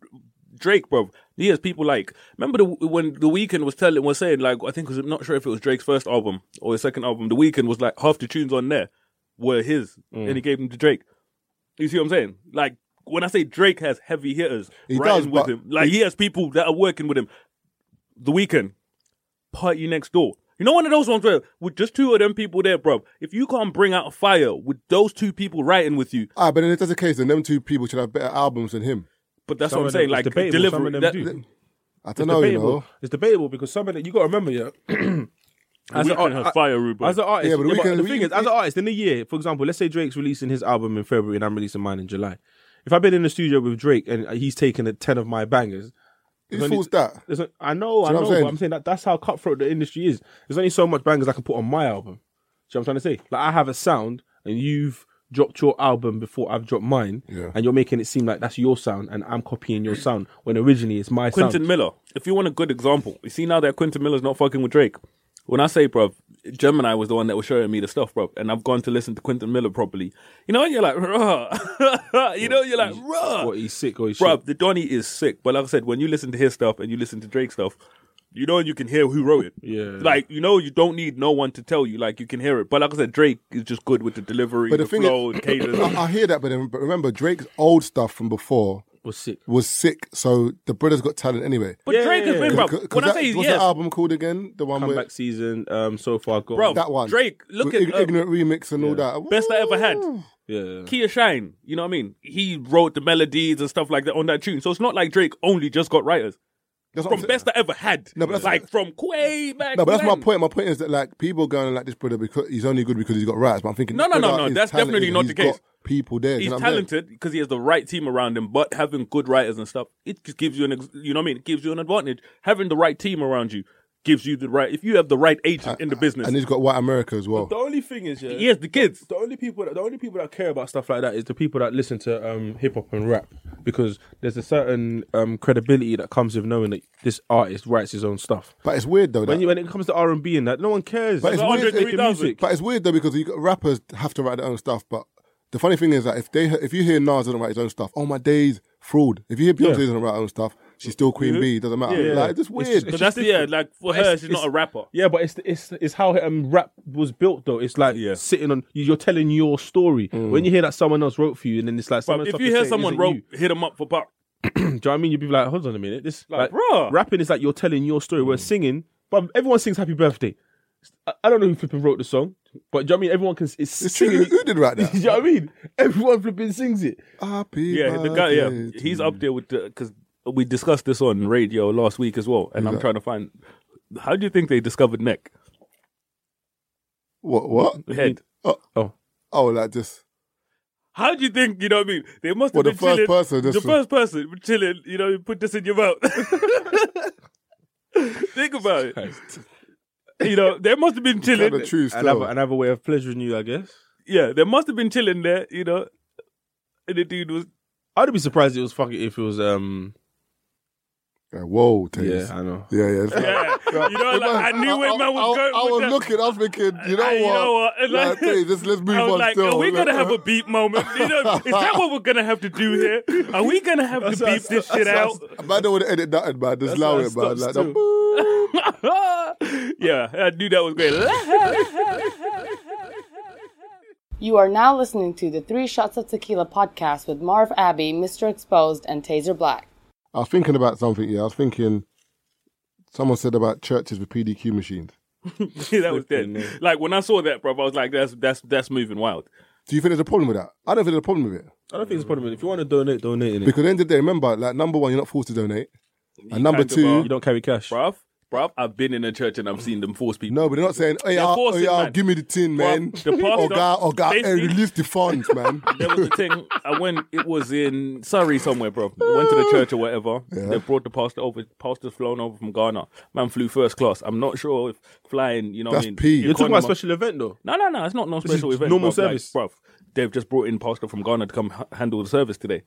[SPEAKER 5] Drake, bro. He has people like. Remember the, when the weekend was telling, was saying like, I think 'cause I'm not sure if it was Drake's first album or his second album. The weekend was like half the tunes on there were his,
[SPEAKER 1] Mm.
[SPEAKER 5] and he gave them to Drake. You see what I'm saying? Like when I say Drake has heavy hitters
[SPEAKER 1] He
[SPEAKER 5] writing
[SPEAKER 1] does,
[SPEAKER 5] with
[SPEAKER 1] but-
[SPEAKER 5] him, like he has people that are working with him. The weekend, party next door. You know, one of those ones where with just two of them people there, bro. If you can't bring out fire with those two people writing with you,
[SPEAKER 1] Ah, but then if that's the case, then them two people should have better albums than him.
[SPEAKER 5] But that's
[SPEAKER 2] Some
[SPEAKER 5] what I'm
[SPEAKER 2] of them-
[SPEAKER 5] saying.
[SPEAKER 2] it's
[SPEAKER 5] Like
[SPEAKER 2] debatable, some
[SPEAKER 5] delivery.
[SPEAKER 2] of them
[SPEAKER 5] that-
[SPEAKER 2] do.
[SPEAKER 5] that-
[SPEAKER 1] I don't know, you
[SPEAKER 2] debatable.
[SPEAKER 1] know.
[SPEAKER 2] It's debatable because some of the, you got to remember, yeah. as,
[SPEAKER 5] Weeknd
[SPEAKER 2] art-
[SPEAKER 5] has fire, Ruben.
[SPEAKER 2] as an artist,
[SPEAKER 1] Yeah,
[SPEAKER 2] yeah,
[SPEAKER 1] but
[SPEAKER 2] but
[SPEAKER 1] the
[SPEAKER 2] the,
[SPEAKER 1] Weeknd-
[SPEAKER 2] thing
[SPEAKER 1] we-
[SPEAKER 2] is, as an artist, in a year, for example, let's say Drake's releasing his album in February and I'm releasing mine in July. If I've been in the studio with Drake and he's taken a ten of my bangers,
[SPEAKER 1] Who
[SPEAKER 2] only-
[SPEAKER 1] fools that?
[SPEAKER 2] there's a, I know, I
[SPEAKER 1] you know what
[SPEAKER 2] know,
[SPEAKER 1] I'm
[SPEAKER 2] but
[SPEAKER 1] saying?
[SPEAKER 2] I'm saying that that's how cutthroat the industry is. There's only so much bangers I can put on my album. Do you know what I'm trying to say? Like I have a sound, and you've dropped your album before I've dropped mine,
[SPEAKER 1] Yeah.
[SPEAKER 2] and you're making it seem like that's your sound, and I'm copying your sound when originally it's my
[SPEAKER 5] Quentin
[SPEAKER 2] sound.
[SPEAKER 5] Miller. If you want a good example, you see now that Quentin Miller's not fucking with Drake. When I say, bruv, Gemini was the one that was showing me the stuff, bruv, and I've gone to listen to Quentin Miller properly. You know, you're like, Ruh. *laughs* you know, you're like, Ruh.
[SPEAKER 2] What he's sick or he's shit.
[SPEAKER 5] bruv, the Donny is sick. But like I said, when you listen to his stuff and you listen to Drake's stuff, you know you can hear who wrote it.
[SPEAKER 2] Yeah.
[SPEAKER 5] Like, you know, you don't need no one to tell you. Like, you can hear it. But like I said, Drake is just good with the delivery,
[SPEAKER 1] But the
[SPEAKER 5] the,
[SPEAKER 1] thing is-
[SPEAKER 2] *coughs*
[SPEAKER 5] flow, and cadence.
[SPEAKER 1] I, I hear that, but, then, but remember, Drake's old stuff from before
[SPEAKER 2] was sick.
[SPEAKER 1] was sick, so the brother's got talent anyway.
[SPEAKER 5] But
[SPEAKER 2] Yeah,
[SPEAKER 5] Drake
[SPEAKER 2] yeah,
[SPEAKER 5] has been,
[SPEAKER 2] yeah.
[SPEAKER 5] bro.
[SPEAKER 1] C- 'cause
[SPEAKER 5] When I
[SPEAKER 1] that-
[SPEAKER 5] say
[SPEAKER 1] what's
[SPEAKER 5] yes,
[SPEAKER 1] that album called again? The one with
[SPEAKER 2] Comeback season, um, so far gone.
[SPEAKER 5] Bro,
[SPEAKER 1] that one.
[SPEAKER 5] Drake, look
[SPEAKER 1] with
[SPEAKER 5] at,
[SPEAKER 1] Ig-
[SPEAKER 5] uh,
[SPEAKER 1] ignorant remix and all that.
[SPEAKER 5] best I ever had.
[SPEAKER 1] Woo!
[SPEAKER 2] yeah,
[SPEAKER 5] Kia Shine, you know what I mean? He wrote the melodies and stuff like that on that tune. So it's not like Drake only just got writers.
[SPEAKER 1] That's what
[SPEAKER 5] From
[SPEAKER 1] I'm saying.
[SPEAKER 5] best I ever had.
[SPEAKER 1] No, but that's-
[SPEAKER 5] like from way back.
[SPEAKER 1] No, but that's my
[SPEAKER 5] when.
[SPEAKER 1] point. My point is that like people going like this brother because he's only good because he's got rights. But I'm thinking
[SPEAKER 5] No,
[SPEAKER 1] this
[SPEAKER 5] no, no,
[SPEAKER 1] brother
[SPEAKER 5] no,
[SPEAKER 1] is
[SPEAKER 5] that's definitely
[SPEAKER 1] talented.
[SPEAKER 5] not
[SPEAKER 1] He's
[SPEAKER 5] the case.
[SPEAKER 1] got People there, you
[SPEAKER 5] He's
[SPEAKER 1] know what I'm saying?
[SPEAKER 5] talented because he has the right team around him, but having good writers and stuff, it just gives you an, ex- you know what I mean? It gives you an advantage. Having the right team around you gives you the right, if you have the right agent in the business,
[SPEAKER 1] and he's got white America as well.
[SPEAKER 2] The only thing is, yeah,
[SPEAKER 5] he has the kids.
[SPEAKER 2] the only people that the only people that care about stuff like that is the people that listen to um, hip hop and rap because there's a certain um, credibility that comes with knowing that this artist writes his own stuff.
[SPEAKER 1] But it's weird though.
[SPEAKER 2] When,
[SPEAKER 1] that-
[SPEAKER 2] you, when it comes to R and B and that, no one cares.
[SPEAKER 1] But it's
[SPEAKER 2] Like,
[SPEAKER 1] weird-
[SPEAKER 2] Andre making
[SPEAKER 5] 3000.
[SPEAKER 2] music.
[SPEAKER 1] But it's weird though because you got, rappers have to write their own stuff. But the funny thing is that if they if you hear Nas doesn't write his own stuff, oh my days, fraud. If you hear Beyonce
[SPEAKER 2] Yeah.
[SPEAKER 1] doesn't write her own stuff, she's still Queen B. Doesn't matter.
[SPEAKER 2] Yeah.
[SPEAKER 1] Like it's just
[SPEAKER 2] It's
[SPEAKER 1] weird.
[SPEAKER 2] just-
[SPEAKER 5] But
[SPEAKER 2] it's
[SPEAKER 5] that's, yeah,
[SPEAKER 2] different.
[SPEAKER 5] like for
[SPEAKER 2] But it's-
[SPEAKER 5] her, she's not
[SPEAKER 2] it's-
[SPEAKER 5] a rapper.
[SPEAKER 2] Yeah, but it's it's it's how um, rap was built though. It's like
[SPEAKER 5] Yeah.
[SPEAKER 2] sitting on you- you're telling your story. When you hear that someone else wrote for you, and then it's like someone
[SPEAKER 5] Bruv, if
[SPEAKER 2] else
[SPEAKER 5] you
[SPEAKER 2] is
[SPEAKER 5] hear
[SPEAKER 2] saying,
[SPEAKER 5] someone
[SPEAKER 2] "Isn't
[SPEAKER 5] wrote,
[SPEAKER 2] you?"
[SPEAKER 5] hit him up for buck.
[SPEAKER 2] do you know what I mean? You'd be like, hold on a minute, this
[SPEAKER 5] Like,
[SPEAKER 2] like,
[SPEAKER 5] bruh.
[SPEAKER 2] rapping is like you're telling your story. Whereas singing, but everyone sings happy birthday. I, I don't know who flipping wrote the song. But do you know what I mean? Everyone can. It's,
[SPEAKER 1] It's true.
[SPEAKER 2] singing.
[SPEAKER 1] Who, who did write
[SPEAKER 2] *laughs*
[SPEAKER 5] *laughs*
[SPEAKER 2] do
[SPEAKER 1] that?
[SPEAKER 2] you know what I mean? Everyone flipping sings it.
[SPEAKER 1] Happy
[SPEAKER 5] Yeah, the guy. Yeah,
[SPEAKER 1] birthday
[SPEAKER 5] he's
[SPEAKER 1] to
[SPEAKER 5] up there with the because we discussed this on radio last week as well, and I'm trying to find. How do you think they discovered neck
[SPEAKER 1] What? What?
[SPEAKER 5] head?
[SPEAKER 1] Oh, like just
[SPEAKER 5] How do you think you know what I mean? They must
[SPEAKER 1] Well, the
[SPEAKER 5] have been
[SPEAKER 1] first
[SPEAKER 5] chilling-
[SPEAKER 1] person, this
[SPEAKER 5] the
[SPEAKER 1] one.
[SPEAKER 5] first person were chilling. You know, you put this in your
[SPEAKER 1] *laughs*
[SPEAKER 5] mouth. think about it. You know, they must have been
[SPEAKER 1] tell
[SPEAKER 5] chilling.
[SPEAKER 1] the truth. Still.
[SPEAKER 2] Another, another way of pleasuring you, I guess.
[SPEAKER 5] Yeah, they must have been chilling there. You know, and the dude
[SPEAKER 1] *laughs*
[SPEAKER 5] was
[SPEAKER 2] I'd be surprised it was fucking if it was um
[SPEAKER 1] Yeah, whoa,
[SPEAKER 2] yeah
[SPEAKER 1] Taze.
[SPEAKER 2] I know
[SPEAKER 1] Yeah, yeah.
[SPEAKER 5] *laughs*
[SPEAKER 1] it's like-
[SPEAKER 5] Yeah. You know, like, I knew where man was
[SPEAKER 1] I-
[SPEAKER 5] going
[SPEAKER 1] I
[SPEAKER 5] with
[SPEAKER 1] was
[SPEAKER 5] that.
[SPEAKER 1] looking. I was thinking. You know
[SPEAKER 5] I-
[SPEAKER 1] what?
[SPEAKER 5] you know what? It's
[SPEAKER 1] Like,
[SPEAKER 5] like- *laughs*
[SPEAKER 1] Taze, let's let's move
[SPEAKER 5] I was
[SPEAKER 1] on.
[SPEAKER 5] like,
[SPEAKER 1] still.
[SPEAKER 5] are we
[SPEAKER 1] Like,
[SPEAKER 5] gonna have a beep moment? You know, is that what we're gonna have to do here? Are we gonna have to beep this shit out?
[SPEAKER 1] *laughs* Man, don't want to edit nothing, man. Just allow
[SPEAKER 2] why I
[SPEAKER 1] it, man.
[SPEAKER 2] stopped
[SPEAKER 1] Like,
[SPEAKER 2] still.
[SPEAKER 1] the-
[SPEAKER 5] *laughs* yeah, I knew that was great. *laughs*
[SPEAKER 4] You are now listening to the Three Shots of Tequila podcast with Marv Abbey, Mr. Exposed, and Taser Black.
[SPEAKER 1] I was thinking about something. Yeah, I was thinking. Someone said about churches with PDQ machines.
[SPEAKER 5] that was dead. Like when I saw that, bro, I was like, that's that's that's moving wild.
[SPEAKER 1] Do you think there's a problem with that? I don't think there's a problem with it
[SPEAKER 2] I don't think it's a problem if you want to donate donate in it *laughs*
[SPEAKER 1] because at the end of the day, remember, like number one, you're not forced to donate, and number
[SPEAKER 5] kind of
[SPEAKER 1] two,
[SPEAKER 5] are.
[SPEAKER 2] you don't carry cash
[SPEAKER 5] Bruv, bruv, I've been in a church and I've seen them force people.
[SPEAKER 1] No, but they're not saying, "Hey, uh,
[SPEAKER 5] forcing,
[SPEAKER 1] hey, uh,
[SPEAKER 5] man.
[SPEAKER 1] give me the tin, man."
[SPEAKER 5] the pastor-
[SPEAKER 1] or guy, or guy, hey,
[SPEAKER 5] basically-
[SPEAKER 1] release the funds,
[SPEAKER 5] *laughs*
[SPEAKER 1] man.
[SPEAKER 5] There was a thing I went. It was in Surrey somewhere, bro. Went to the church or whatever. They brought the pastor over. Pastor's flown over from Ghana. Man flew first class. I'm not sure if flying. You know,
[SPEAKER 1] That's
[SPEAKER 5] what I mean,
[SPEAKER 1] peak.
[SPEAKER 2] you're talking about a
[SPEAKER 5] economy-
[SPEAKER 2] special event though
[SPEAKER 5] No, no, no. It's not no special
[SPEAKER 2] is
[SPEAKER 5] event.
[SPEAKER 2] normal
[SPEAKER 5] bruv. Like,
[SPEAKER 2] service.
[SPEAKER 5] bruv, They've just brought in pastor from Ghana to come h- handle the service today.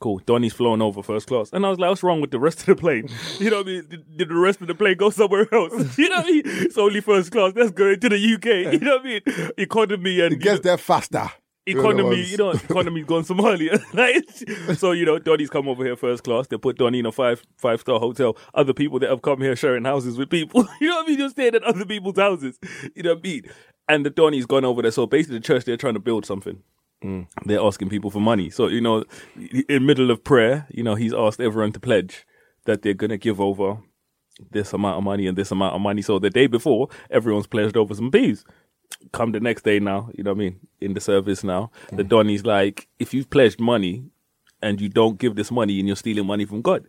[SPEAKER 5] Cool. Donny's flown over first class, and I was like, "What's wrong with the rest of the plane? *laughs* You know, what I mean? did, did the rest of the plane go somewhere else? *laughs* You know, what I mean? it's only first class. That's going to the UK. *laughs* You know, what I mean, economy and
[SPEAKER 1] It gets there faster. You're the
[SPEAKER 5] economy,
[SPEAKER 1] ones.
[SPEAKER 5] you know, economy's gone Somalia. *laughs* like, so you know, Donny's come over here first class. They put Donny in a five five star hotel. Other people that have come here sharing houses with people. *laughs* you know what I mean? You're staying at other people's houses. You know what I mean? And the Donny's gone over there. So basically, the church they're trying to build something.
[SPEAKER 1] Mm.
[SPEAKER 5] They're asking people for money. So you know, in middle of prayer, you know, he's asked everyone to pledge that they're gonna give over this amount of money and this amount of money. So the day before, everyone's pledged over some peas. Come the next day now, you know what I mean? In the service now, the Donny's like, if you've pledged money and you don't give this money and you're stealing money from God.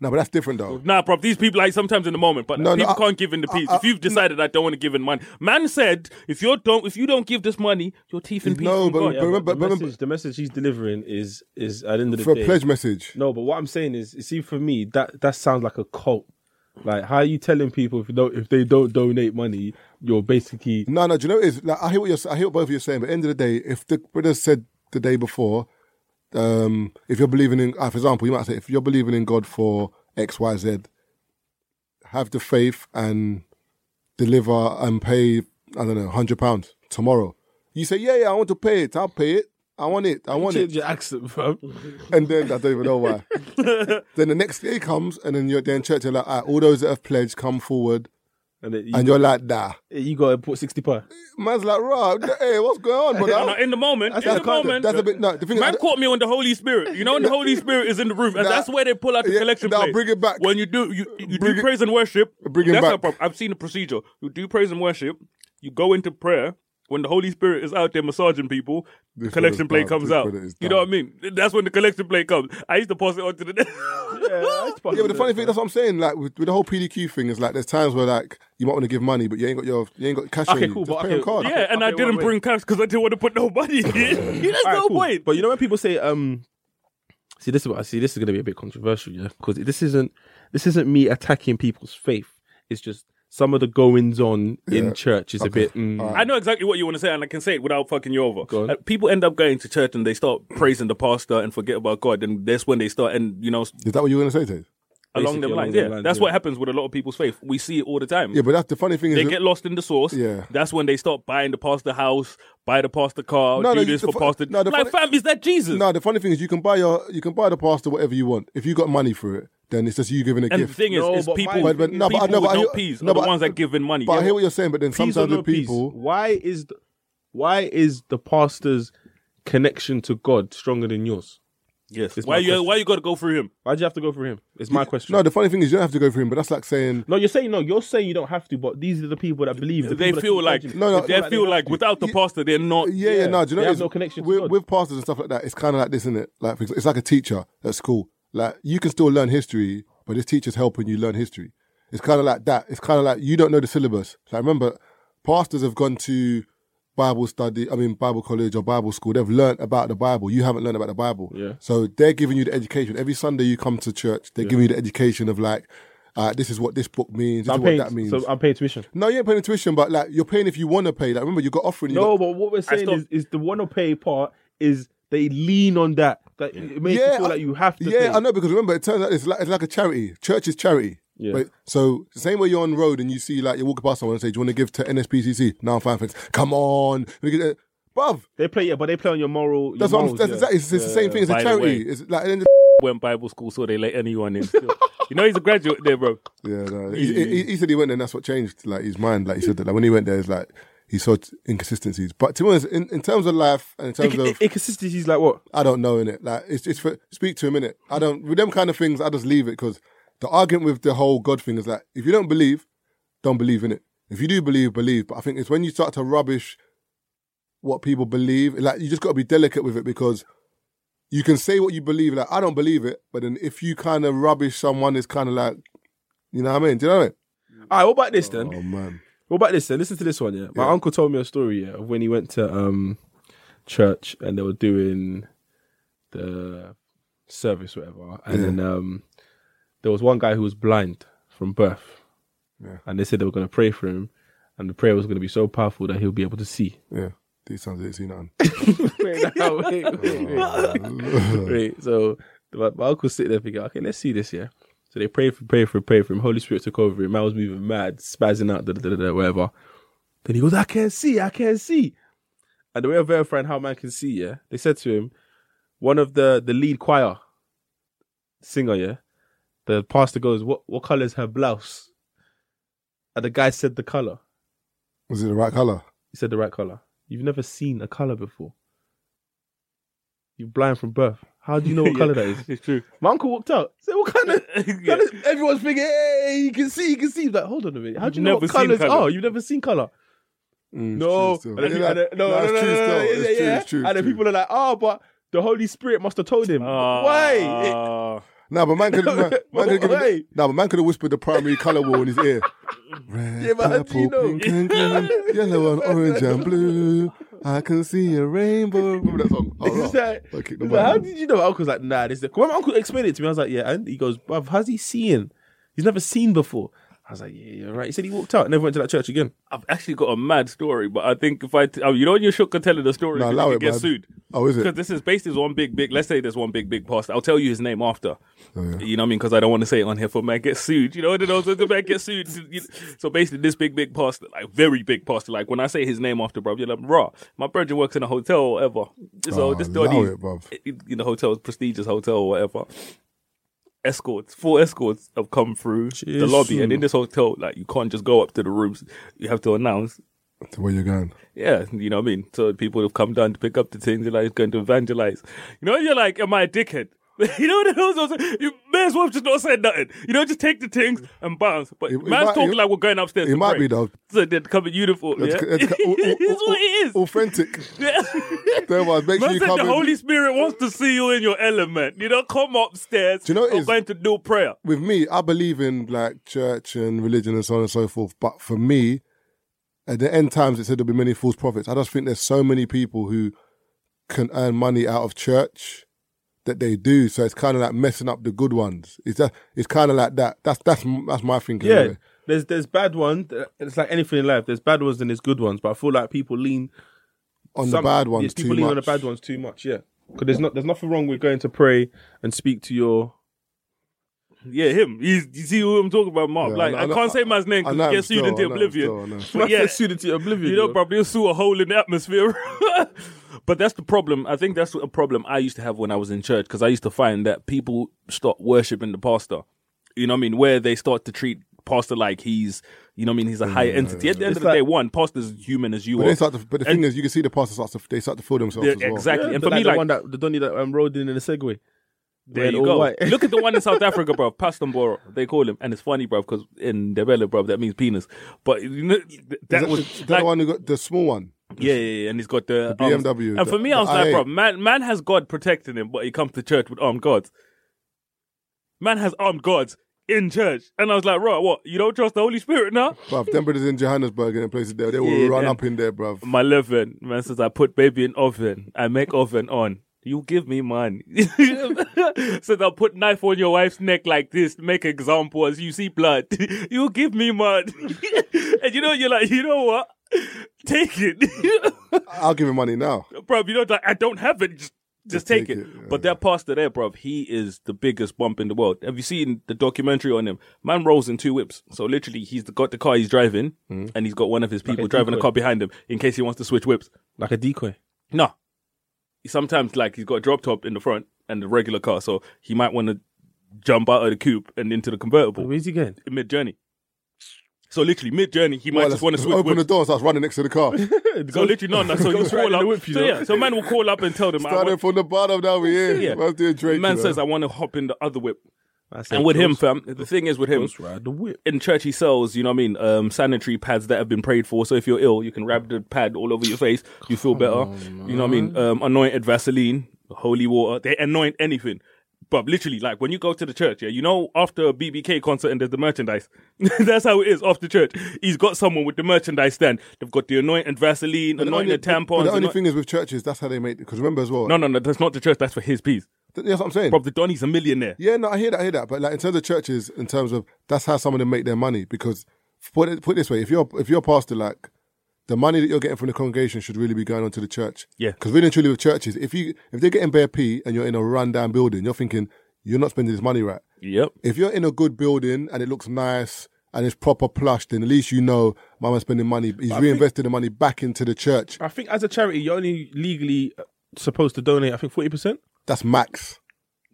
[SPEAKER 1] No, but that's different though.
[SPEAKER 5] Nah, bro, these people like sometimes in the moment, but
[SPEAKER 1] No, no,
[SPEAKER 5] people
[SPEAKER 1] I-
[SPEAKER 5] can't give in the peas. if you've decided I don't want to give in money. Man said, if you don't if you don't give this money, your teeth in peace.
[SPEAKER 1] No,
[SPEAKER 5] from
[SPEAKER 1] but-
[SPEAKER 5] God.
[SPEAKER 1] but remember-
[SPEAKER 2] the,
[SPEAKER 1] remember-
[SPEAKER 2] message, the message he's delivering is is at the end of the
[SPEAKER 1] For
[SPEAKER 2] day
[SPEAKER 1] a pledge message,
[SPEAKER 2] no but what I'm saying is you see for me that that sounds like a cult like how are you telling people if you don't if they don't donate money you're basically
[SPEAKER 1] no, no. Do you know what it is? Like, I hear what you're, I hear what both of you are saying. But at the end of the day, if the brother said the day before, um, if you're believing in, uh, for example, you might say, if you're believing in God for X, Y, Z, have the faith and deliver and pay. I don't know, hundred pounds tomorrow. You say, yeah, yeah, I want to pay it. I'll pay it. I want it. I want it.
[SPEAKER 2] your accent bro
[SPEAKER 1] And then I don't even know
[SPEAKER 5] *laughs*
[SPEAKER 1] why. then the next day comes, and then you're then church. You're like, all, right, all those that have pledged, come forward.
[SPEAKER 2] and then you,
[SPEAKER 1] And you're like, nah.
[SPEAKER 2] you got to put sixty per
[SPEAKER 1] Man's like, right, hey, what's
[SPEAKER 5] *laughs*
[SPEAKER 1] going on,
[SPEAKER 5] No, no,
[SPEAKER 1] brother?
[SPEAKER 5] in the moment, in
[SPEAKER 1] That's
[SPEAKER 5] the
[SPEAKER 1] kind of-
[SPEAKER 5] moment,
[SPEAKER 1] that's a bit- no, the thing is-
[SPEAKER 5] man caught me on the Holy Spirit. You know, and the
[SPEAKER 1] *laughs*
[SPEAKER 5] Holy Spirit is in the roof, and
[SPEAKER 1] Nah,
[SPEAKER 5] that's where they pull out the
[SPEAKER 1] yeah,
[SPEAKER 5] collection
[SPEAKER 1] nah,
[SPEAKER 5] plate.
[SPEAKER 1] bring it back.
[SPEAKER 5] When you do, you, you
[SPEAKER 1] Bring
[SPEAKER 5] do
[SPEAKER 1] it-
[SPEAKER 5] praise and worship.
[SPEAKER 1] bring it
[SPEAKER 5] that's
[SPEAKER 1] back.
[SPEAKER 5] not a problem. I've seen the procedure. You do praise and worship. You go into prayer. When the Holy Spirit is out there massaging people, the
[SPEAKER 1] This
[SPEAKER 5] collection
[SPEAKER 1] brother's down.
[SPEAKER 5] plate comes
[SPEAKER 1] This
[SPEAKER 5] out.
[SPEAKER 1] brother is
[SPEAKER 5] You know what I
[SPEAKER 1] down.
[SPEAKER 5] mean? That's when the collection plate comes. I used to pass it on to the. *laughs*
[SPEAKER 2] *laughs*
[SPEAKER 1] Yeah, but the funny thing, that's what I'm saying. Like with, with the whole PDQ thing, is like there's times where like you might want to give money, but you ain't got your you ain't got cash. on
[SPEAKER 2] Okay,
[SPEAKER 1] you.
[SPEAKER 2] cool,
[SPEAKER 1] Just
[SPEAKER 2] but
[SPEAKER 1] pay
[SPEAKER 2] okay,
[SPEAKER 1] on card.
[SPEAKER 5] yeah, and I
[SPEAKER 2] Okay, wait,
[SPEAKER 5] didn't
[SPEAKER 2] wait.
[SPEAKER 5] bring cash because I didn't want to put no
[SPEAKER 1] *laughs*
[SPEAKER 5] money in. *laughs* There's
[SPEAKER 2] Alright,
[SPEAKER 5] no
[SPEAKER 2] cool.
[SPEAKER 5] point.
[SPEAKER 2] But you know when people say, um, see this is what I see. This is going to be a bit controversial, yeah, because this isn't this isn't me attacking people's faith. It's just some of the goings on in church is a bit. mm,
[SPEAKER 5] I know exactly what you want to say, and I can say it without fucking you over.
[SPEAKER 2] on.
[SPEAKER 5] Uh, people end up going to church and they start praising the pastor and forget about God, and that's when they start and you know s-
[SPEAKER 1] Is that what you were gonna say, Tate?
[SPEAKER 5] along
[SPEAKER 2] Basically
[SPEAKER 5] them
[SPEAKER 2] along
[SPEAKER 5] lines.
[SPEAKER 2] them
[SPEAKER 5] Yeah,
[SPEAKER 2] lines,
[SPEAKER 5] that's
[SPEAKER 2] yeah.
[SPEAKER 5] what happens with a lot of people's faith. We see it all the time.
[SPEAKER 1] Yeah, but that's the funny thing is,
[SPEAKER 5] they
[SPEAKER 1] that-
[SPEAKER 5] get lost in the source.
[SPEAKER 1] Yeah.
[SPEAKER 5] that's when they start buying the pastor house, buy the pastor car,
[SPEAKER 1] No,
[SPEAKER 5] do
[SPEAKER 1] no,
[SPEAKER 5] this
[SPEAKER 1] the
[SPEAKER 5] for
[SPEAKER 1] fu-
[SPEAKER 5] pastor.
[SPEAKER 1] no, the
[SPEAKER 5] like,
[SPEAKER 1] funny-
[SPEAKER 5] fam, is that Jesus?
[SPEAKER 1] no, the funny thing is you can buy your you can buy the pastor whatever you want. If you got money for it, then it's just you giving a
[SPEAKER 5] and the
[SPEAKER 1] gift.
[SPEAKER 5] thing is,
[SPEAKER 2] No,
[SPEAKER 5] is
[SPEAKER 2] but my-
[SPEAKER 5] people,
[SPEAKER 1] But- but- no, but I-
[SPEAKER 5] people
[SPEAKER 1] no, but I
[SPEAKER 5] with no
[SPEAKER 1] hear-
[SPEAKER 5] peas
[SPEAKER 1] no,
[SPEAKER 5] are
[SPEAKER 1] but
[SPEAKER 5] the
[SPEAKER 1] I-
[SPEAKER 5] ones that give in money.
[SPEAKER 1] but I
[SPEAKER 5] Yeah.
[SPEAKER 1] hear what you're saying. But then
[SPEAKER 2] peas or
[SPEAKER 1] sometimes
[SPEAKER 2] no
[SPEAKER 1] with
[SPEAKER 2] peas?
[SPEAKER 1] people,
[SPEAKER 2] Why is the, why is the pastor's connection to God stronger than yours?
[SPEAKER 5] Yes.
[SPEAKER 2] It's
[SPEAKER 5] Why
[SPEAKER 2] my
[SPEAKER 5] you
[SPEAKER 2] question.
[SPEAKER 5] Why you got to go through him?
[SPEAKER 2] Why'd you have to go for him? It's my question.
[SPEAKER 1] No, the funny thing is you don't have to go for him, but that's like saying
[SPEAKER 2] No, you're saying no. You're saying you don't have to, but these are the people that believe. the
[SPEAKER 5] They
[SPEAKER 2] people that
[SPEAKER 5] feel
[SPEAKER 2] keep
[SPEAKER 5] like
[SPEAKER 2] judging.
[SPEAKER 1] No, no,
[SPEAKER 5] they feel like without the pastor, they're not.
[SPEAKER 1] Yeah, yeah, no. Do you know
[SPEAKER 2] They
[SPEAKER 1] what it
[SPEAKER 2] have
[SPEAKER 1] is?
[SPEAKER 2] no connection to
[SPEAKER 1] with,
[SPEAKER 2] God.
[SPEAKER 1] with pastors and stuff like that? It's kind of like this, isn't it? Like for ex- it's like a teacher at school. Like you can still learn history, but this teacher's helping you learn history. It's kind of like that. It's kind of like you don't know the syllabus. Like remember, pastors have gone to Bible study. I mean, Bible college or Bible school. They've learned about the Bible. You haven't learned about the Bible.
[SPEAKER 2] Yeah.
[SPEAKER 1] So they're giving you the education. Every Sunday you come to church, they're giving you the education of like, uh, this is what this book means. This is
[SPEAKER 2] I'm
[SPEAKER 1] what
[SPEAKER 2] paying.
[SPEAKER 1] that means.
[SPEAKER 2] So I'm paying tuition.
[SPEAKER 1] no, you ain't paying tuition, but like you're paying if you want to pay. Like remember, you got offering. You got-
[SPEAKER 2] No, but what we're saying
[SPEAKER 5] stopped-
[SPEAKER 2] is, is the wanna pay part is they lean on that. That it makes you feel
[SPEAKER 1] I-
[SPEAKER 2] like you have to.
[SPEAKER 1] Yeah,
[SPEAKER 2] pay.
[SPEAKER 1] I know because remember, it turns out it's like, it's like a charity. Church is charity.
[SPEAKER 2] Yeah.
[SPEAKER 1] Right? So same way you're on the road and you see like you're walking past someone and say, "Do you want to give to NSPCC?" No, I'm fine, thanks. Come on, We get it. bruv.
[SPEAKER 2] They play, yeah, but they play on your moral. your
[SPEAKER 1] That's what I'm.
[SPEAKER 2] morals,
[SPEAKER 1] That's
[SPEAKER 2] yeah.
[SPEAKER 1] exactly. It's, it's the same thing. It's
[SPEAKER 5] by
[SPEAKER 1] a
[SPEAKER 5] the
[SPEAKER 1] charity.
[SPEAKER 5] way.
[SPEAKER 1] It's like. and-
[SPEAKER 5] Went Bible school, so they let anyone in. Still. you know, he's a graduate there, bro. *laughs*
[SPEAKER 1] Yeah, no. He, he, he said he went there, and that's what changed like his mind. Like he said that like, when he went there, it's like he saw t- inconsistencies. But to be honest, in, in terms of life and in terms
[SPEAKER 2] I-
[SPEAKER 1] of
[SPEAKER 2] I- Inconsistencies like what?
[SPEAKER 1] I don't know in it. Like it's it's for speak to him in it. I don't with them kind of things. I just leave it because the argument with the whole God thing is like if you don't believe, don't believe in it. If you do believe, believe. But I think it's when you start to rubbish what people believe. Like you just got to be delicate with it because you can say what you believe. Like I don't believe it, but then if you kind of rubbish someone, it's kind of like you know what I mean. Do you know what
[SPEAKER 2] All right, what about this then?
[SPEAKER 1] I mean? Oh man,
[SPEAKER 2] What about this then? Listen to this one, yeah. My uncle told me a story, yeah, of when he went to um church and they were doing the service, whatever. And then um there was one guy who was blind from birth.
[SPEAKER 1] Yeah.
[SPEAKER 2] And they said they were gonna pray for him and the prayer was gonna be so powerful that he'll be able to see. *laughs*
[SPEAKER 1] yeah. These times they ain't seen nothing. *laughs*
[SPEAKER 2] wait, no, wait, wait, wait. Wait, so my, my uncle sit there thinking, okay, let's see this, yeah. So they prayed for, prayed for, prayed for him. Holy Spirit took over him. Man was moving mad, spazzing out, da, da, da, da, whatever. Then he goes, I can't see, I can't see. And the way of verifying how man can see, yeah, they said to him, one of the the lead choir singer, yeah, the pastor goes, what what color is her blouse? And the guy said the color.
[SPEAKER 1] Was it the right color?
[SPEAKER 2] He said the right color. You've never seen a color before. You're blind from birth. How do you know what color that is?
[SPEAKER 5] It's true.
[SPEAKER 2] My uncle walked out. Said, "What kind *laughs* of?"
[SPEAKER 5] Yeah.
[SPEAKER 2] colors- Everyone's thinking, "Hey, you can see, you can see." Like, hold on a minute. How do you know
[SPEAKER 5] Never
[SPEAKER 2] what
[SPEAKER 5] seen
[SPEAKER 2] colors
[SPEAKER 5] colour.
[SPEAKER 2] are? You've never seen color.
[SPEAKER 1] Mm, it's
[SPEAKER 2] No,
[SPEAKER 1] true still.
[SPEAKER 2] And then-
[SPEAKER 1] Yeah,
[SPEAKER 2] and then- no, no,
[SPEAKER 1] it's
[SPEAKER 2] no, no,
[SPEAKER 1] true
[SPEAKER 2] no,
[SPEAKER 1] still.
[SPEAKER 2] no,
[SPEAKER 1] It's
[SPEAKER 2] yeah,
[SPEAKER 1] true,
[SPEAKER 2] yeah.
[SPEAKER 1] it's true,
[SPEAKER 2] And then
[SPEAKER 1] true.
[SPEAKER 2] people are like, "Oh, but the Holy Spirit must have told him." *laughs* Why?
[SPEAKER 5] Ah.
[SPEAKER 1] No, but man
[SPEAKER 5] *laughs*
[SPEAKER 1] could man, man could
[SPEAKER 2] Why?
[SPEAKER 1] give No, but man could have whispered the primary color wheel in his
[SPEAKER 5] *laughs*
[SPEAKER 1] ear. Red,
[SPEAKER 2] Yeah, but how do you know?
[SPEAKER 1] pink, and green, yellow and orange and blue. I can see a rainbow. Remember that song? Oh,
[SPEAKER 2] It's
[SPEAKER 1] no.
[SPEAKER 2] like-
[SPEAKER 1] I kicked
[SPEAKER 2] it's
[SPEAKER 1] the
[SPEAKER 2] like, how
[SPEAKER 1] ball.
[SPEAKER 2] did you know? My uncle's like, nah, this. is- 'Cause When my uncle explained it to me, I was like, yeah. And he goes, bruv, how's he seeing? He's never seen before. I was like, yeah, you're right. He said he walked out and never went to that church again.
[SPEAKER 5] I've actually got a mad story, but I think if I, t- oh, you know, when you're shook and telling the story,
[SPEAKER 1] No,
[SPEAKER 5] you
[SPEAKER 1] allow
[SPEAKER 5] could
[SPEAKER 1] it,
[SPEAKER 5] get
[SPEAKER 1] man.
[SPEAKER 5] sued.
[SPEAKER 1] Oh, is
[SPEAKER 5] Because
[SPEAKER 1] it?
[SPEAKER 5] this is based is one big, big. Let's say there's one big, big pastor. I'll tell you his name after.
[SPEAKER 1] Oh, yeah.
[SPEAKER 5] You know what I mean? Because I don't want to say it on here for man get sued. You know, then also the man get sued. You- So basically, this big, big pastor, like very big pastor, like when I say his name after, bro, you're like, raw. My brother works in a hotel or whatever. So
[SPEAKER 1] Oh,
[SPEAKER 5] this
[SPEAKER 1] allow
[SPEAKER 5] doddy
[SPEAKER 1] it, bruv.
[SPEAKER 5] in the hotel, prestigious hotel or whatever. Escorts, four escorts have come through the
[SPEAKER 2] Jesus.
[SPEAKER 5] lobby, and in this hotel, like you can't just go up to the rooms. You have to announce
[SPEAKER 1] To where you're going?
[SPEAKER 5] yeah, you know what I mean? So people have come down to pick up the things, and like, going to evangelize. You know, you're like, am I a dickhead? *laughs* You know what I was saying? You may as well have just not said nothing. You know, just take the things and bounce. But
[SPEAKER 1] It- it
[SPEAKER 5] man's
[SPEAKER 1] might-
[SPEAKER 5] talking
[SPEAKER 1] it-
[SPEAKER 5] like we're going upstairs.
[SPEAKER 1] it
[SPEAKER 5] to
[SPEAKER 1] might
[SPEAKER 5] pray.
[SPEAKER 1] be, though.
[SPEAKER 5] So they'd come in uniform. Yeah?
[SPEAKER 1] That's- that's-
[SPEAKER 5] *laughs* it's what it is.
[SPEAKER 1] Authentic.
[SPEAKER 5] Yeah.
[SPEAKER 1] There was. Make sure
[SPEAKER 5] Man
[SPEAKER 1] you
[SPEAKER 5] said
[SPEAKER 1] come
[SPEAKER 5] the
[SPEAKER 1] in.
[SPEAKER 5] Holy Spirit wants to see you in your element. You don't come upstairs.
[SPEAKER 1] Do you know what it
[SPEAKER 5] I'm
[SPEAKER 1] is?
[SPEAKER 5] going to do prayer.
[SPEAKER 1] with me, I believe in like church and religion and so on and so forth. But for me, at the end times, it said there'll be many false prophets. I just think there's so many people who can earn money out of church that they do. So it's kind of like messing up the good ones. It's that. It's kind of like that. That's that's m- that's my thinking.
[SPEAKER 2] Yeah,
[SPEAKER 1] anyway.
[SPEAKER 2] there's there's bad ones. uh, It's like anything in life. There's bad ones and there's good ones. But I feel like people lean
[SPEAKER 1] on
[SPEAKER 2] some-
[SPEAKER 1] the bad
[SPEAKER 2] yeah,
[SPEAKER 1] ones too
[SPEAKER 2] People lean
[SPEAKER 1] much.
[SPEAKER 2] on the bad ones too much. Yeah, because there's not there's nothing wrong with going to pray and speak to your.
[SPEAKER 5] Yeah, him. He's, you see who I'm talking about, Mark?
[SPEAKER 1] Yeah, I
[SPEAKER 5] like,
[SPEAKER 1] know-
[SPEAKER 5] I,
[SPEAKER 1] I know-
[SPEAKER 5] can't say man's name
[SPEAKER 1] I
[SPEAKER 5] because
[SPEAKER 1] know
[SPEAKER 5] he
[SPEAKER 1] him
[SPEAKER 5] gets sued
[SPEAKER 1] still, I
[SPEAKER 5] into
[SPEAKER 1] know him still, I know.
[SPEAKER 5] oblivion. But
[SPEAKER 2] Yeah, *laughs*
[SPEAKER 5] yeah,
[SPEAKER 2] suited to oblivion.
[SPEAKER 5] You know,
[SPEAKER 2] yo.
[SPEAKER 5] bro, you'll sue a hole in the atmosphere. *laughs* but that's the problem. I think that's a problem I used to have when I was in church because I used to find that people start worshiping the pastor. You know what I mean? Where they start to treat pastor like he's, you know what I mean? He's a higher entity. At the end of the
[SPEAKER 2] like-
[SPEAKER 5] day, one, pastor's human as you
[SPEAKER 1] But
[SPEAKER 5] are.
[SPEAKER 1] they start to, But the thing is, you can see the pastor starts to. They start to fool themselves.
[SPEAKER 5] Yeah,
[SPEAKER 1] as well.
[SPEAKER 5] exactly.
[SPEAKER 2] Yeah,
[SPEAKER 5] and
[SPEAKER 2] the-
[SPEAKER 5] for me,
[SPEAKER 2] the
[SPEAKER 5] like,
[SPEAKER 2] one that the Donny that um, rode in in a Segway.
[SPEAKER 5] There
[SPEAKER 2] Red
[SPEAKER 5] you
[SPEAKER 2] or
[SPEAKER 5] go.
[SPEAKER 2] white.
[SPEAKER 5] Look at the one
[SPEAKER 1] *laughs*
[SPEAKER 5] in South Africa, bro. Pastamboro, they call him, and it's funny, bro, because in Debele, bro, that means penis. But you know, th- that,
[SPEAKER 1] That
[SPEAKER 5] was
[SPEAKER 1] the,
[SPEAKER 5] like,
[SPEAKER 1] one who got the small one.
[SPEAKER 5] yeah, yeah, yeah, and he's got the,
[SPEAKER 1] The
[SPEAKER 5] arms.
[SPEAKER 1] BMW,
[SPEAKER 5] And for
[SPEAKER 1] the-
[SPEAKER 5] me, I was
[SPEAKER 1] the
[SPEAKER 5] like,
[SPEAKER 1] I-
[SPEAKER 5] bro, man, man has God protecting him, but he comes to church with armed guards. Man has armed guards in church, and I was like, right, what? You don't trust the Holy Spirit now?
[SPEAKER 1] Bruv, them brothers in Johannesburg and places there, they will
[SPEAKER 5] Yeah,
[SPEAKER 1] run
[SPEAKER 5] them-
[SPEAKER 1] up in there, bruv.
[SPEAKER 5] My leaven, man says, I put baby in oven, I make oven on. You give me money. *laughs* so they'll put knife on your wife's neck like this, make examples. You see blood. *laughs* you give me money. *laughs* and you know, you're like, you know what? Take it. *laughs*
[SPEAKER 1] I'll give him money now.
[SPEAKER 5] bro, you know, like, I don't have it. Just, just take,
[SPEAKER 1] take
[SPEAKER 5] it.
[SPEAKER 1] it, yeah.
[SPEAKER 5] But that pastor there, bro, he is the biggest bump in the world. Have you seen the documentary on him? Man rolls in two whips. So literally, he's got the car he's driving, and he's got one of his people
[SPEAKER 2] a
[SPEAKER 5] driving a
[SPEAKER 2] decoy.
[SPEAKER 5] car behind him in case he wants to switch whips.
[SPEAKER 2] Like a decoy.
[SPEAKER 5] No, sometimes like he's got a drop top in the front and the regular car, so he might want to jump out of the coupe and into the convertible
[SPEAKER 2] Where's he going?
[SPEAKER 5] mid journey. So literally mid journey, he might
[SPEAKER 1] Well, *laughs*
[SPEAKER 5] just want to
[SPEAKER 1] let's
[SPEAKER 5] switch
[SPEAKER 1] open
[SPEAKER 5] whips.
[SPEAKER 1] the door and starts running next to the
[SPEAKER 5] *laughs*
[SPEAKER 1] car.
[SPEAKER 5] So literally, no, no. So you
[SPEAKER 2] Goes right
[SPEAKER 5] call
[SPEAKER 2] in
[SPEAKER 5] up.
[SPEAKER 2] the whip, you
[SPEAKER 5] so
[SPEAKER 2] know.
[SPEAKER 5] yeah, so man will call up and tell them. I
[SPEAKER 1] Starting
[SPEAKER 5] want-
[SPEAKER 1] from the bottom down we here.
[SPEAKER 5] Yeah.
[SPEAKER 1] Man's doing Drake.
[SPEAKER 5] man
[SPEAKER 1] you know.
[SPEAKER 5] says I want to hop in the other whip.
[SPEAKER 2] I said,
[SPEAKER 5] And with him,
[SPEAKER 2] "Ghost-
[SPEAKER 5] fam, the thing is with him,
[SPEAKER 2] Ghost ride the whip.
[SPEAKER 5] in church he sells, you know what I mean, um, sanitary pads that have been prayed for. So if you're ill, you can wrap the pad all over your face. You feel better. you know what I mean? Um, anointed Vaseline, holy water. They anoint anything. But literally, like when you go to the church, yeah, you know, after a BBK concert and there's the merchandise. *laughs* That's how it is after church. He's got someone with the merchandise stand. They've got the anointed Vaseline,
[SPEAKER 1] But the only-
[SPEAKER 5] anointed tampons.
[SPEAKER 1] But the only
[SPEAKER 5] anoint-
[SPEAKER 1] thing is with churches, that's how they make. Because remember as well.
[SPEAKER 5] no, no, no, that's not the church. That's for his piece.
[SPEAKER 1] th- that's what I'm saying.
[SPEAKER 5] Bro, the Donny's a millionaire.
[SPEAKER 1] Yeah, no, I hear that, I hear that. But like in terms of churches, in terms of that's how some of them make their money. Because put it put it this way, if you're if you're a pastor, like the money that you're getting from the congregation should really be going on to the church.
[SPEAKER 5] Yeah.
[SPEAKER 1] Because really and truly with churches, if you if they're getting bare pee and you're in a rundown building, you're thinking you're not spending this money right.
[SPEAKER 5] Yep.
[SPEAKER 1] If you're in a good building and it looks nice and it's proper plush, then at least you know my man's spending money. He's reinvesting the money back into the church.
[SPEAKER 2] I think as a charity, you're only legally uh, supposed to donate, I think, 40%.
[SPEAKER 1] That's max.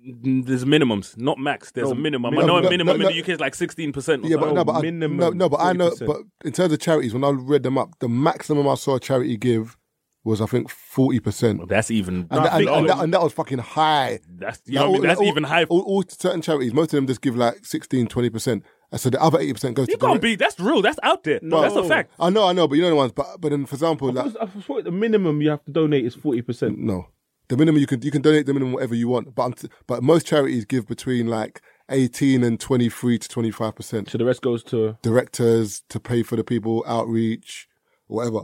[SPEAKER 5] There's minimums, not max. There's
[SPEAKER 2] No,
[SPEAKER 5] a minimum.
[SPEAKER 2] minimum.
[SPEAKER 5] I know a
[SPEAKER 1] No,
[SPEAKER 5] minimum
[SPEAKER 1] no,
[SPEAKER 5] in the UK is like sixteen percent.
[SPEAKER 1] Yeah, but
[SPEAKER 2] Oh,
[SPEAKER 1] no, but I,
[SPEAKER 2] minimum
[SPEAKER 1] no, no, but I know.
[SPEAKER 2] 40%.
[SPEAKER 1] But in terms of charities, when I read them up, the maximum I saw a charity give was I think forty percent, and,
[SPEAKER 5] that's even.
[SPEAKER 1] that- and, oh,
[SPEAKER 2] think-
[SPEAKER 1] and that, and that was fucking high.
[SPEAKER 5] that's you know what I mean?
[SPEAKER 1] Like,
[SPEAKER 5] That's
[SPEAKER 1] all-
[SPEAKER 5] even high.
[SPEAKER 1] All, all certain charities, most of them just give like 16 20 percent, and so the other eighty percent goes
[SPEAKER 5] You
[SPEAKER 1] to.
[SPEAKER 5] can't
[SPEAKER 1] direct-
[SPEAKER 5] be. That's real. That's out there. No,
[SPEAKER 1] oh,
[SPEAKER 5] that's a fact.
[SPEAKER 1] I know, I know, but you know the ones. But but then, for example, like
[SPEAKER 2] I thought uh, the minimum you have to donate is 40%.
[SPEAKER 1] no, the minimum you can you can donate the minimum whatever you want, but I'm t- but most charities give between like eighteen and twenty three to twenty five percent.
[SPEAKER 2] So the rest goes to.
[SPEAKER 1] directors to pay for the people, outreach, whatever.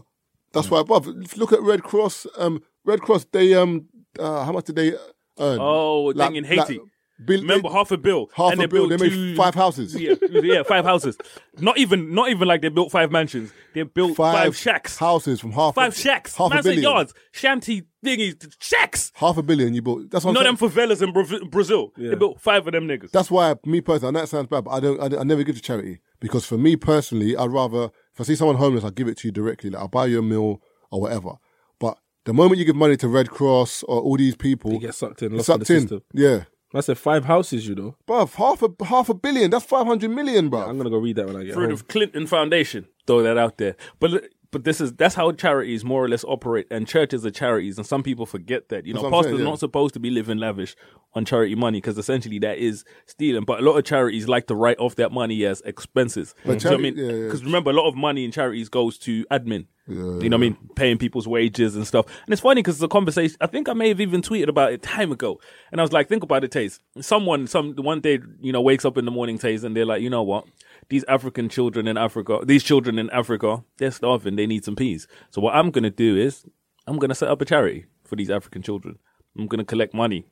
[SPEAKER 1] That's why above. Look at Red Cross. Um, Red Cross. They um, uh, how much did they earn?
[SPEAKER 5] Oh, thing in Haiti.
[SPEAKER 1] bill-
[SPEAKER 5] Remember
[SPEAKER 1] they-
[SPEAKER 5] half a bill.
[SPEAKER 1] half
[SPEAKER 5] and
[SPEAKER 1] a bill. They
[SPEAKER 5] built
[SPEAKER 1] made
[SPEAKER 5] two-
[SPEAKER 1] five houses.
[SPEAKER 5] Yeah, yeah, five houses. Not even, not even like they built five mansions. They built five, shacks.
[SPEAKER 1] Houses from half. a-
[SPEAKER 5] Five shacks.
[SPEAKER 1] Half
[SPEAKER 5] Man
[SPEAKER 1] a
[SPEAKER 5] said
[SPEAKER 1] billion.
[SPEAKER 5] yards. Shanty thingies. Shacks.
[SPEAKER 1] Half a billion. You bought. That's what. I'm
[SPEAKER 5] Not
[SPEAKER 1] saying.
[SPEAKER 5] them favelas in Brav- Brazil. They built five of them niggas.
[SPEAKER 1] That's why me personally. And that sounds bad, but I don't. I, don't- I never give to charity because for me personally, I'd rather if I see someone homeless, I give it to you directly. Like I'll buy you a meal or whatever. But the moment you give money to Red Cross or all these people,
[SPEAKER 2] You get sucked in,
[SPEAKER 1] it's
[SPEAKER 2] lost in the
[SPEAKER 1] sucked in.
[SPEAKER 2] system.
[SPEAKER 1] Yeah.
[SPEAKER 2] I said five houses, you know.
[SPEAKER 1] Bruv, half a half a billion. That's five hundred million, bruv.
[SPEAKER 2] I'm going to go read that when I get
[SPEAKER 5] through
[SPEAKER 2] home.
[SPEAKER 5] the Clinton Foundation. Throw that out there. But but this is that's how charities more or less operate, and churches are charities, and some people forget that. You know,
[SPEAKER 1] That's what I'm
[SPEAKER 5] pastors
[SPEAKER 1] saying, yeah.
[SPEAKER 5] not supposed to be living lavish on charity money because essentially that is stealing. But a lot of charities like to write off that money as expenses. But you know what I mean?
[SPEAKER 1] charity- yeah, yeah.
[SPEAKER 5] Because remember, a lot of money in charities goes to admin. You know what I mean? Paying people's wages and stuff. And it's funny because it's a conversation. I think I may have even tweeted about it time ago. And I was like, think about it, Taze. Someone, some one day, you know, wakes up in the morning, Taze, and they're like, you know what? These African children in Africa, these children in Africa, they're starving. They need some peas. So what I'm gonna do is, I'm gonna set up a charity for these African children. I'm gonna collect money.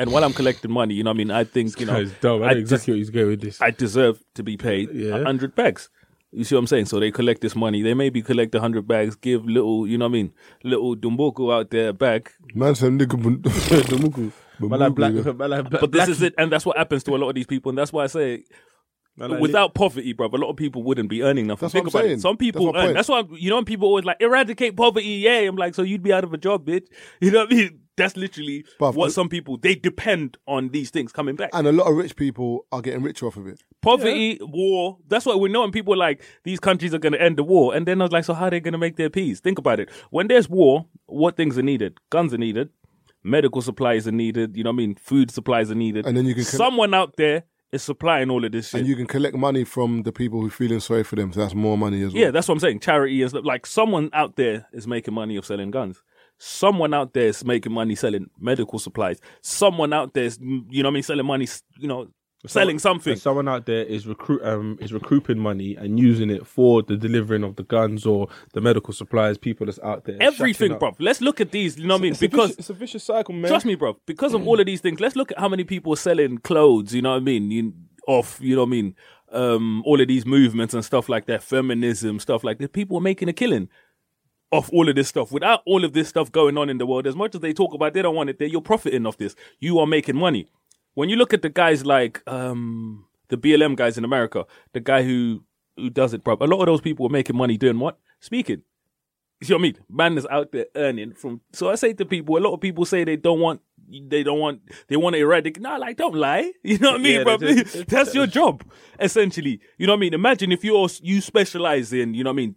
[SPEAKER 5] And while I'm collecting money, you know, what I mean, I think, you
[SPEAKER 2] *laughs*
[SPEAKER 5] know,
[SPEAKER 2] That is dumb. I know
[SPEAKER 5] I just-
[SPEAKER 2] exactly what he's going with this.
[SPEAKER 5] I deserve to be paid a
[SPEAKER 2] Yeah.
[SPEAKER 5] 100 bags. You see what I'm saying? So they collect this money. They maybe collect a 100 bags, give little, you know what I mean, little Dumboku out there a bag.
[SPEAKER 1] Man said nigga. bun-
[SPEAKER 2] Dumuku. Man like black,
[SPEAKER 1] Dumuku,
[SPEAKER 2] man like black,
[SPEAKER 5] But this is it. And that's what happens to a lot of these people. And that's why I say,
[SPEAKER 2] man like-
[SPEAKER 5] without poverty, bruv, a lot of people wouldn't be earning nothing.
[SPEAKER 1] That's
[SPEAKER 5] Think
[SPEAKER 1] what I'm
[SPEAKER 5] about
[SPEAKER 1] saying.
[SPEAKER 5] it. Some people
[SPEAKER 1] That's my
[SPEAKER 5] earn.
[SPEAKER 1] point.
[SPEAKER 5] That's why, you know, when people always like, eradicate poverty. Yeah. I'm like, so you'd be out of a job, bitch. *laughs* You know what I mean? That's literally
[SPEAKER 1] Bruv,
[SPEAKER 5] what
[SPEAKER 1] but-
[SPEAKER 5] some people, they depend on these things coming back.
[SPEAKER 1] *laughs* And a lot of rich people are getting richer off of it.
[SPEAKER 5] poverty, war. That's what we know. And people are like, these countries are going to end the war. And then I was like, so how are they going to make their peace? Think about it. When there's war, what things are needed? Guns are needed. Medical supplies are needed. You know what I mean? Food supplies are needed.
[SPEAKER 1] And then you can-
[SPEAKER 5] someone out there is supplying all of this shit.
[SPEAKER 1] And you can collect money from the people who are feeling sorry for them. So that's more money as well.
[SPEAKER 5] Yeah, that's what I'm saying. Charity is like someone out there is making money of selling guns. Someone out there is making money selling medical supplies. Someone out there is, you know what I mean, selling money, you know, selling something.
[SPEAKER 2] If someone out there is recruit um is recouping money and using it for the delivering of the guns or the medical supplies. People that's out there, shacking
[SPEAKER 5] Everything,
[SPEAKER 2] up.
[SPEAKER 5] bruv. Let's look at these, you know what I mean?
[SPEAKER 2] It's a
[SPEAKER 5] Because
[SPEAKER 2] vicious- it's a vicious cycle, man.
[SPEAKER 5] trust me, bruv, because of all of these things, let's look at how many people are selling clothes, you know what I mean, you, off, you know what I mean, um, all of these movements and stuff like that, feminism, stuff like that. People are making a killing. off all of this stuff. Without all of this stuff going on in the world, as much as they talk about they don't want it there, you're profiting off this. You are making money. When you look at the guys like um, the BLM guys in America, the guy who who does it, bro, a lot of those people are making money doing what? Speaking. You see what I mean? Man is out there earning from. So I say to people, a lot of people say they don't want, they don't want, they want to eradicate. Nah, like don't lie. *laughs* You know what I mean,
[SPEAKER 2] Yeah,
[SPEAKER 5] bro?
[SPEAKER 2] they just- they-
[SPEAKER 5] That's your job, essentially. You know what I mean? Imagine if you're you specialize in, you know what I mean,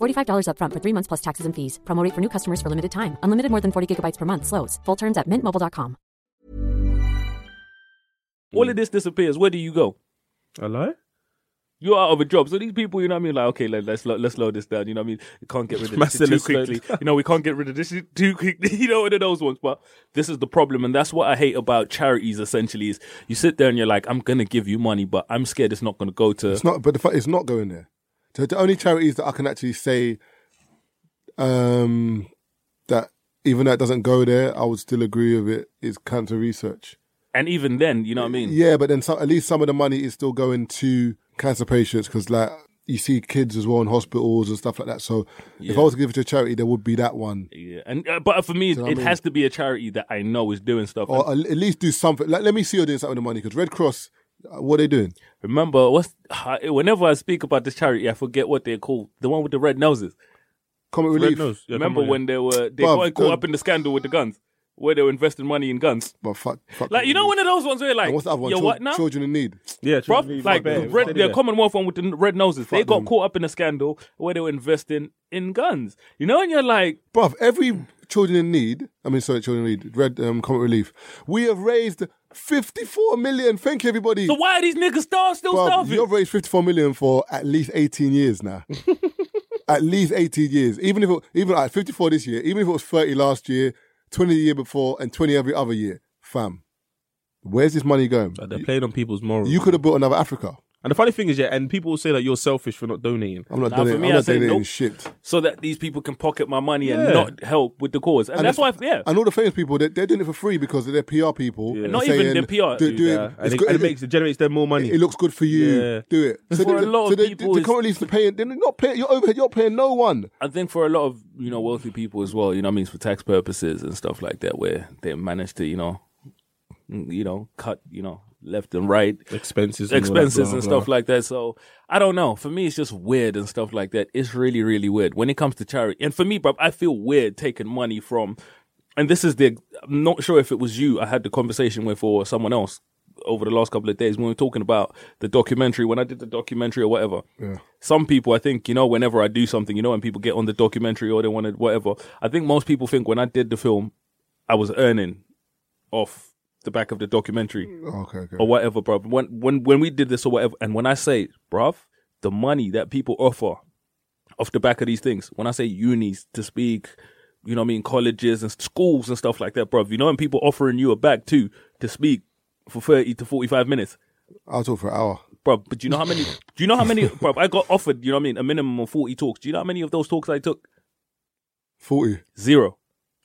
[SPEAKER 6] $45 upfront for three months plus taxes and fees. Promo rate for new customers for limited time. Unlimited more than 40 gigabytes per month. Slows. Full terms at mintmobile.com.
[SPEAKER 5] all of
[SPEAKER 1] Mm.
[SPEAKER 5] this disappears where do you go
[SPEAKER 2] A lie?
[SPEAKER 5] you're out of a job so these people you know what i mean like okay let, let's lo- let's load this down you know what i mean we can't get
[SPEAKER 1] *laughs*
[SPEAKER 5] rid of this shit too
[SPEAKER 2] Massive slow
[SPEAKER 5] quickly
[SPEAKER 2] down.
[SPEAKER 5] you know we can't get rid of this shit too quickly *laughs* you know one of those ones but this is the problem and that's what i hate about charities essentially is you sit there and you're like i'm gonna give you money but i'm scared it's not gonna go to
[SPEAKER 1] It's not, but the fact it's not going there. The, the only charities that I can actually say um, that even though it doesn't go there, I would still agree with it is cancer research.
[SPEAKER 5] and even then you know what i mean
[SPEAKER 1] Yeah, but then some, at least some of the money is still going to cancer patients because, like, you see kids as well in hospitals and stuff like that. So if I was to give it to a charity, there would be that one.
[SPEAKER 5] yeah. and uh, but for me it,
[SPEAKER 1] what I
[SPEAKER 5] it
[SPEAKER 1] mean?
[SPEAKER 5] has to be a charity that i know is doing stuff
[SPEAKER 1] Or at at least do something. Like, let me see you're doing something with the money because Red Cross, uh, what are they doing?
[SPEAKER 5] remember what's whenever i speak about this charity i forget what they're called the one with the red noses
[SPEAKER 1] Comic
[SPEAKER 2] Red
[SPEAKER 1] Relief.
[SPEAKER 2] nose. Yeah,
[SPEAKER 5] Remember
[SPEAKER 2] come on,
[SPEAKER 5] when they were they
[SPEAKER 1] Bruv,
[SPEAKER 5] got caught
[SPEAKER 1] the-
[SPEAKER 5] up in the scandal with the guns, where they were investing money in guns.
[SPEAKER 1] But fuck, fuck
[SPEAKER 5] Like you know one of those ones where you're like,
[SPEAKER 1] And what's the other one?
[SPEAKER 5] yo,
[SPEAKER 1] Chil-
[SPEAKER 5] what now?
[SPEAKER 1] Children in need.
[SPEAKER 2] Mm. yeah, yeah
[SPEAKER 5] Bruv,
[SPEAKER 2] trust me,
[SPEAKER 5] like
[SPEAKER 2] my bad.
[SPEAKER 5] the, red,
[SPEAKER 2] Steady
[SPEAKER 5] the
[SPEAKER 2] there.
[SPEAKER 5] Commonwealth one with the n- red noses, they got
[SPEAKER 1] them.
[SPEAKER 5] caught up in a scandal where they were investing in guns. You know, and you're like,
[SPEAKER 1] Bruv, every Children in Need, I mean, sorry, Children in Need, Red um, Comic Relief, we have raised 54 million. Thank you, everybody.
[SPEAKER 5] so why are these niggas stars still
[SPEAKER 1] Bruv,
[SPEAKER 5] starving?
[SPEAKER 1] you've raised 54 million for at least 18 years
[SPEAKER 5] *laughs*
[SPEAKER 1] now. at least 18 years. Even if it, even at 54 this year, even if it was 30 last year, 20 the year before, and 20 every other year, fam, where's this money going?
[SPEAKER 2] Like, they're playing on people's morals.
[SPEAKER 1] You could have built another Africa.
[SPEAKER 2] and the funny thing is, yeah, and people will say that you're selfish for not donating.
[SPEAKER 1] I'm not
[SPEAKER 5] Nah,
[SPEAKER 1] doing
[SPEAKER 5] for
[SPEAKER 1] it.
[SPEAKER 5] me,
[SPEAKER 1] I'm
[SPEAKER 5] I
[SPEAKER 1] not
[SPEAKER 5] say
[SPEAKER 1] doing
[SPEAKER 5] nope.
[SPEAKER 1] shit.
[SPEAKER 5] so that these people can pocket my money
[SPEAKER 2] Yeah.
[SPEAKER 5] and not help with the cause. And, that's
[SPEAKER 1] the-
[SPEAKER 5] why, yeah.
[SPEAKER 1] And all the famous people, they're, they're doing it for free because they're PR people.
[SPEAKER 5] And not even
[SPEAKER 1] saying,
[SPEAKER 5] the PR
[SPEAKER 1] Do,
[SPEAKER 5] do
[SPEAKER 1] do
[SPEAKER 2] Yeah,
[SPEAKER 1] it.
[SPEAKER 2] and,
[SPEAKER 1] It's
[SPEAKER 2] it,
[SPEAKER 1] good-
[SPEAKER 2] and it makes it generates them more money.
[SPEAKER 1] It, looks good for you.
[SPEAKER 2] Yeah.
[SPEAKER 1] Do it. So
[SPEAKER 5] For
[SPEAKER 1] they-
[SPEAKER 5] a lot of
[SPEAKER 1] so they-
[SPEAKER 5] people,
[SPEAKER 1] the
[SPEAKER 5] it's-
[SPEAKER 1] current release, they're paying. They're not paying. Your overhead, you're paying no one.
[SPEAKER 5] I think for a lot of you know wealthy people as well, you know, what I mean, for tax purposes and stuff like that, where they manage to you know, mm, you know, cut you know left and right
[SPEAKER 2] expenses, and all that,
[SPEAKER 5] expenses
[SPEAKER 2] blah,
[SPEAKER 5] and
[SPEAKER 2] blah.
[SPEAKER 5] stuff like that. So I don't know. For me, it's just weird and stuff like that. It's really, really weird when it comes to charity. And for me, bro, I feel weird taking money from. And this is the. I'm not sure if it was you. I had the conversation with or someone else over the last couple of days when we were talking about the documentary. When I did the documentary or whatever, some people I think you know whenever I do something, you know, when people get on the documentary or they want to whatever, I think most people think when I did the film, I was earning off the back of the documentary
[SPEAKER 1] Okay, okay.
[SPEAKER 5] or whatever, bruv. When when when we did this or whatever, and when I say, bruv, the money that people offer off the back of these things, when I say unis to speak, you know what I mean, colleges and schools and stuff like that, bruv. You know, and people offering you a bag too to speak for thirty to forty five minutes.
[SPEAKER 1] I'll talk for an hour.
[SPEAKER 5] Bruv, but do you know how many do you know how many bruv I got offered, you know what I mean, a minimum of forty talks. Do you know how many of those talks I took?
[SPEAKER 1] Forty.
[SPEAKER 5] Zero.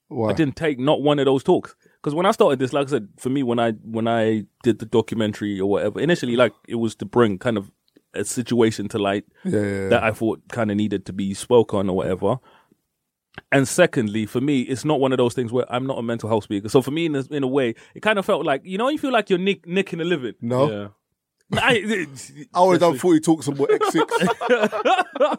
[SPEAKER 1] Why?
[SPEAKER 5] I didn't take not one of those talks because when I started this, like I said, for me when I when I did the documentary or whatever, initially like it was to bring kind of a situation to light
[SPEAKER 1] Yeah, yeah, yeah.
[SPEAKER 5] that I thought kind of needed to be spoke on or whatever. And secondly, for me, it's not one of those things where I'm not a mental health speaker. So for me, in a, in a way, it kind of felt like you know you feel like you're nick, nicking a living.
[SPEAKER 1] No,
[SPEAKER 5] *laughs*
[SPEAKER 1] *laughs*
[SPEAKER 5] I,
[SPEAKER 1] I would have done forty talks about X
[SPEAKER 2] *laughs*
[SPEAKER 1] six.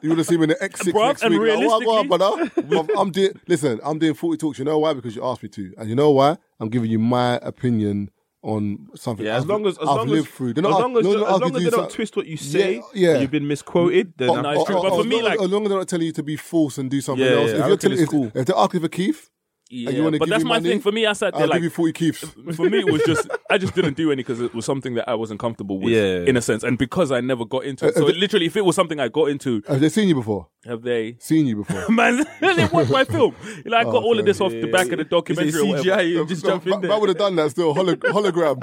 [SPEAKER 1] you would have seen me in the X six
[SPEAKER 5] Bruv,
[SPEAKER 1] next
[SPEAKER 5] and
[SPEAKER 1] week. Like, "Wah, wah, brother?" Bruv, I'm doing. Listen, I'm doing forty talks. You know why? Because you asked me to, and you know why? I'm giving you my opinion on something.
[SPEAKER 2] Yeah, as
[SPEAKER 1] I've-
[SPEAKER 2] long as as
[SPEAKER 1] I've
[SPEAKER 2] long
[SPEAKER 1] lived
[SPEAKER 2] as,
[SPEAKER 1] through.
[SPEAKER 2] as
[SPEAKER 1] They're not-
[SPEAKER 2] long as,
[SPEAKER 1] no, no,
[SPEAKER 2] as
[SPEAKER 1] I'll be
[SPEAKER 2] long as they
[SPEAKER 1] doing
[SPEAKER 2] don't
[SPEAKER 1] something-
[SPEAKER 2] twist what you say,
[SPEAKER 1] yeah.
[SPEAKER 2] and you've been misquoted. Then
[SPEAKER 5] Oh, no,
[SPEAKER 2] I-
[SPEAKER 5] it's true. But for
[SPEAKER 1] as
[SPEAKER 5] me,
[SPEAKER 1] long,
[SPEAKER 5] like-
[SPEAKER 1] as long as they're not telling you to be false and do something
[SPEAKER 2] Yeah,
[SPEAKER 1] else,
[SPEAKER 2] yeah, I
[SPEAKER 1] if you're
[SPEAKER 2] reckon
[SPEAKER 1] telling,
[SPEAKER 2] it's
[SPEAKER 1] if,
[SPEAKER 2] cool.
[SPEAKER 1] if they're asking for Keith,
[SPEAKER 5] yeah,
[SPEAKER 1] you wanna
[SPEAKER 5] but
[SPEAKER 1] give
[SPEAKER 5] that's
[SPEAKER 1] me
[SPEAKER 5] my
[SPEAKER 1] money?
[SPEAKER 5] thing. For me, I sat there
[SPEAKER 1] I'll
[SPEAKER 5] like
[SPEAKER 1] give you forty Keiths.
[SPEAKER 5] for me, it was just I just didn't do any because it was something that I wasn't comfortable with,
[SPEAKER 2] Yeah.
[SPEAKER 5] in a sense, and because I never got into it. So literally, if it was something I got into,
[SPEAKER 1] Have they seen you before?
[SPEAKER 5] have they?
[SPEAKER 1] Seen you before?
[SPEAKER 5] *laughs* Man, *laughs* they watched my film. You know, I got all of this off the back of the
[SPEAKER 2] Is it
[SPEAKER 5] documentary. or whatever.
[SPEAKER 2] CGI? You just jump in
[SPEAKER 1] I would
[SPEAKER 2] there.
[SPEAKER 1] have done that still. Holo- hologram.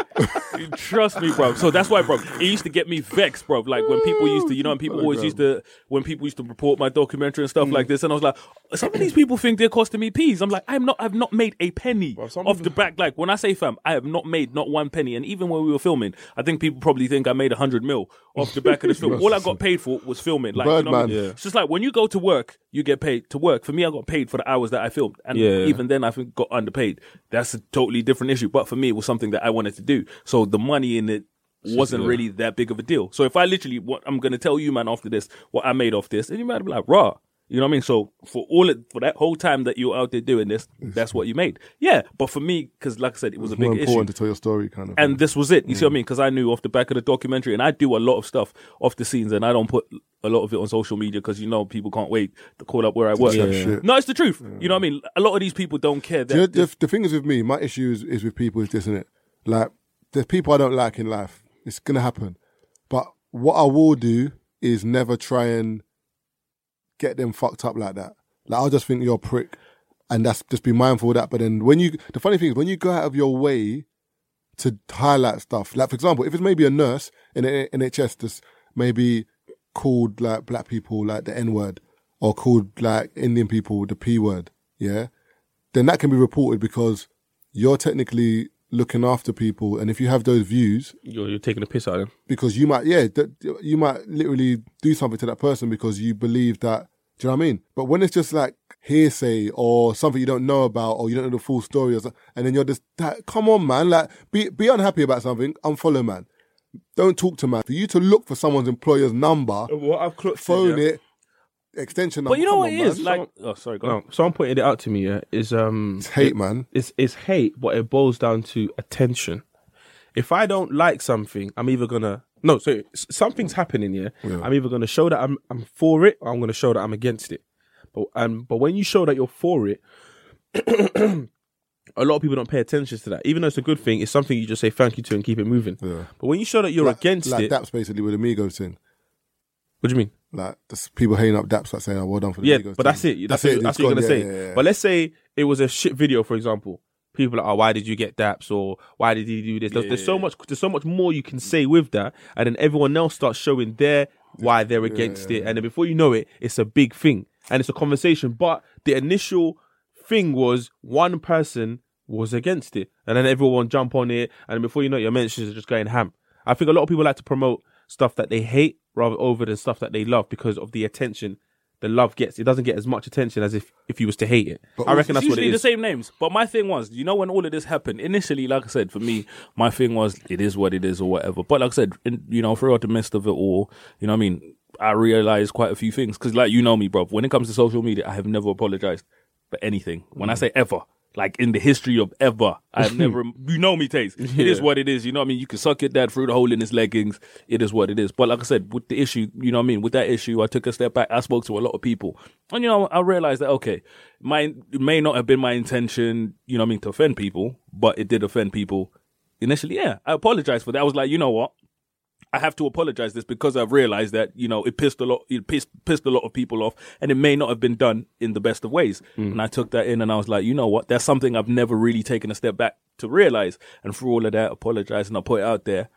[SPEAKER 5] Trust me, bro. So that's why, bro. It used to get me vexed, bro. Like when people used to, you know, when
[SPEAKER 1] Oh,
[SPEAKER 5] people always used to, when people used to report my documentary and stuff
[SPEAKER 1] Mm.
[SPEAKER 5] like this, and I was like, some of these people think they're costing me peas. I'm like, I'm not. I've not made a penny
[SPEAKER 2] some
[SPEAKER 5] off
[SPEAKER 2] people-
[SPEAKER 5] the back. Like when I say, fam, I have not made not one penny. And even when we were filming, I think people probably think I made a hundred mil off the back of
[SPEAKER 1] *laughs*
[SPEAKER 5] this film. All I got paid for was filming. Like, you know what I mean?
[SPEAKER 1] Birdman. Yeah.
[SPEAKER 5] it's just like when you go to work, you get paid to work. For me, I got paid for the hours that I filmed, and
[SPEAKER 2] Yeah.
[SPEAKER 5] even then, I think got underpaid. That's a totally different issue. But for me, it was something that I wanted to do, so the money in it wasn't really that big of a deal. So if I literally, what I'm gonna tell you, man, after this, what I made off this, and you might be like, raw. You know what I mean? So for all it, for that whole time that you're out there doing this,
[SPEAKER 1] *laughs*
[SPEAKER 5] that's what you made. Yeah, but for me, because like I said, it was a
[SPEAKER 1] More
[SPEAKER 5] big issue
[SPEAKER 1] important to tell your story, kind of.
[SPEAKER 5] and this was it. You see what I mean? Because I knew off the back of the documentary, and I do a lot of stuff off the scenes, and I don't put a lot of it on social media because you know people can't wait to call up where I work.
[SPEAKER 1] chat Yeah. shit.
[SPEAKER 5] No, it's the Mm. truth. You know what I mean? A lot of these people don't care.
[SPEAKER 1] Do you know,
[SPEAKER 5] That,
[SPEAKER 1] the, the thing is with me, my issue is, is with people is this, isn't it? Like, there's people I don't like in life. It's going to happen. But what I will do is never try and get them fucked up like that. Like, I'll just think you're a prick and that's just be mindful of that. But then when you, the funny thing is, when you go out of your way to highlight stuff, like, for example, if it's maybe a nurse in the NHS that's maybe called like black people like the N word or called like Indian people the P word, yeah? then that can be reported because you're technically looking after people, and if you have those views,
[SPEAKER 2] You're, you're taking a piss out of him.
[SPEAKER 1] because you might, yeah, that you might literally do something to that person because you believe that. Do you know what I mean? But when it's just like hearsay or something you don't know about or you don't know the full story, or so, and then you're just, that, come on, man, like be be unhappy about something, unfollow, man. Don't talk to man. For you to look for someone's employer's number,
[SPEAKER 2] Well, I've clocked
[SPEAKER 1] phone it, extension number.
[SPEAKER 5] but you know
[SPEAKER 1] come
[SPEAKER 5] what
[SPEAKER 1] on,
[SPEAKER 5] it
[SPEAKER 1] man.
[SPEAKER 5] is? Like, oh, sorry, go on.
[SPEAKER 2] No, someone pointed it out to me. Yeah, is um,
[SPEAKER 1] It's hate, man.
[SPEAKER 2] it's it's hate, but it boils down to attention. If I don't like something, I'm either gonna no, so s- something's happening here. I'm either gonna show that I'm I'm for it, or I'm gonna show that I'm against it. But um, but when you show that you're for it, *clears throat* a lot of people don't pay attention to that. Even though it's a good thing, it's something you just say thank you to and keep it moving. But when you show that you're against
[SPEAKER 1] like
[SPEAKER 2] it,
[SPEAKER 1] that's basically with Amigos thing.
[SPEAKER 2] what do you mean?
[SPEAKER 1] Like just people hanging up daps like saying, oh, "Well done for the
[SPEAKER 2] Yeah,
[SPEAKER 1] Migos team."
[SPEAKER 2] but that's it. That's, it. That's
[SPEAKER 1] it's
[SPEAKER 2] what you're gonna
[SPEAKER 1] gone.
[SPEAKER 2] say.
[SPEAKER 1] Yeah, yeah, yeah.
[SPEAKER 2] But let's say it was a shit video, for example. People are, like, oh, why did you get daps or why did he do this? There's, there's so much. There's so much more you can say with that, and then everyone else starts showing their why they're against it, and then before you know it, it's a big thing and it's a conversation. But the initial thing was one person was against it, and then everyone jump on it, and before you know it, your mentions are just going ham. I think a lot of people like to promote stuff that they hate rather over than stuff that they love because of the attention the love gets. It doesn't get as much attention as if if you was to hate it. I reckon that's
[SPEAKER 5] it's
[SPEAKER 2] what
[SPEAKER 5] usually
[SPEAKER 2] it
[SPEAKER 5] the
[SPEAKER 2] is.
[SPEAKER 5] same names. But my thing was, you know, when all of this happened, initially, like I said, for me, my thing was, it is what it is or whatever. But like I said, in, you know, throughout the midst of it all, you know what I mean? I realized quite a few things. Because, like, you know me, bro, when it comes to social media, I have never apologized for anything. When I say ever, like in the history of ever, I've never, you know me, Taze. It is what it is. You know what I mean? You can suck your dad through the hole in his leggings. It is what it is. But like I said, with the issue, you know what I mean? With that issue, I took a step back. I spoke to a lot of people. And, you know, I realized that, okay, my, it may not have been my intention, you know what I mean, to offend people, but it did offend people initially. Yeah, I apologize for that. I was like, you know what? I have to apologize this because I've realized that you know it pissed a lot, it pissed pissed a lot of people off, and it may not have been done in the best of ways. And I took that in, and I was like, you know what, that's something I've never really taken a step back to realize. And through all of that, apologize and I put it out there.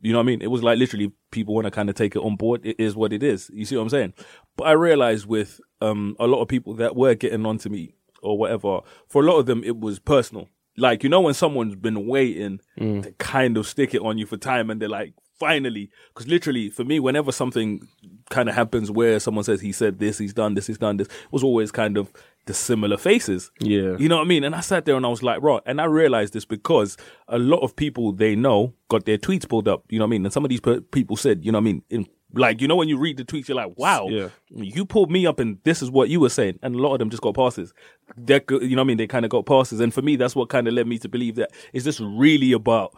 [SPEAKER 5] You know what I mean? It was like literally people want to kind of take it on board. It is what it is. You see what I'm saying? But I realized with um a lot of people that were getting onto me or whatever, for a lot of them it was personal. Like you know when someone's been waiting to kind of stick it on you for time, and they're like, finally, because literally for me, whenever something kind of happens where someone says he said this, he's done this, he's done this, was always kind of the similar faces.
[SPEAKER 2] Yeah.
[SPEAKER 5] You know what I mean? And I sat there and I was like, right. And I realized this because a lot of people they know got their tweets pulled up. You know what I mean? And some of these per- people said, you know what I mean? In, like, you know, when you read the tweets, you're like, wow,
[SPEAKER 2] Yeah.
[SPEAKER 5] you pulled me up and this is what you were saying. And a lot of them just got passes. They're, go- you know what I mean? They kind of got passes. And for me, that's what kind of led me to believe that is this really about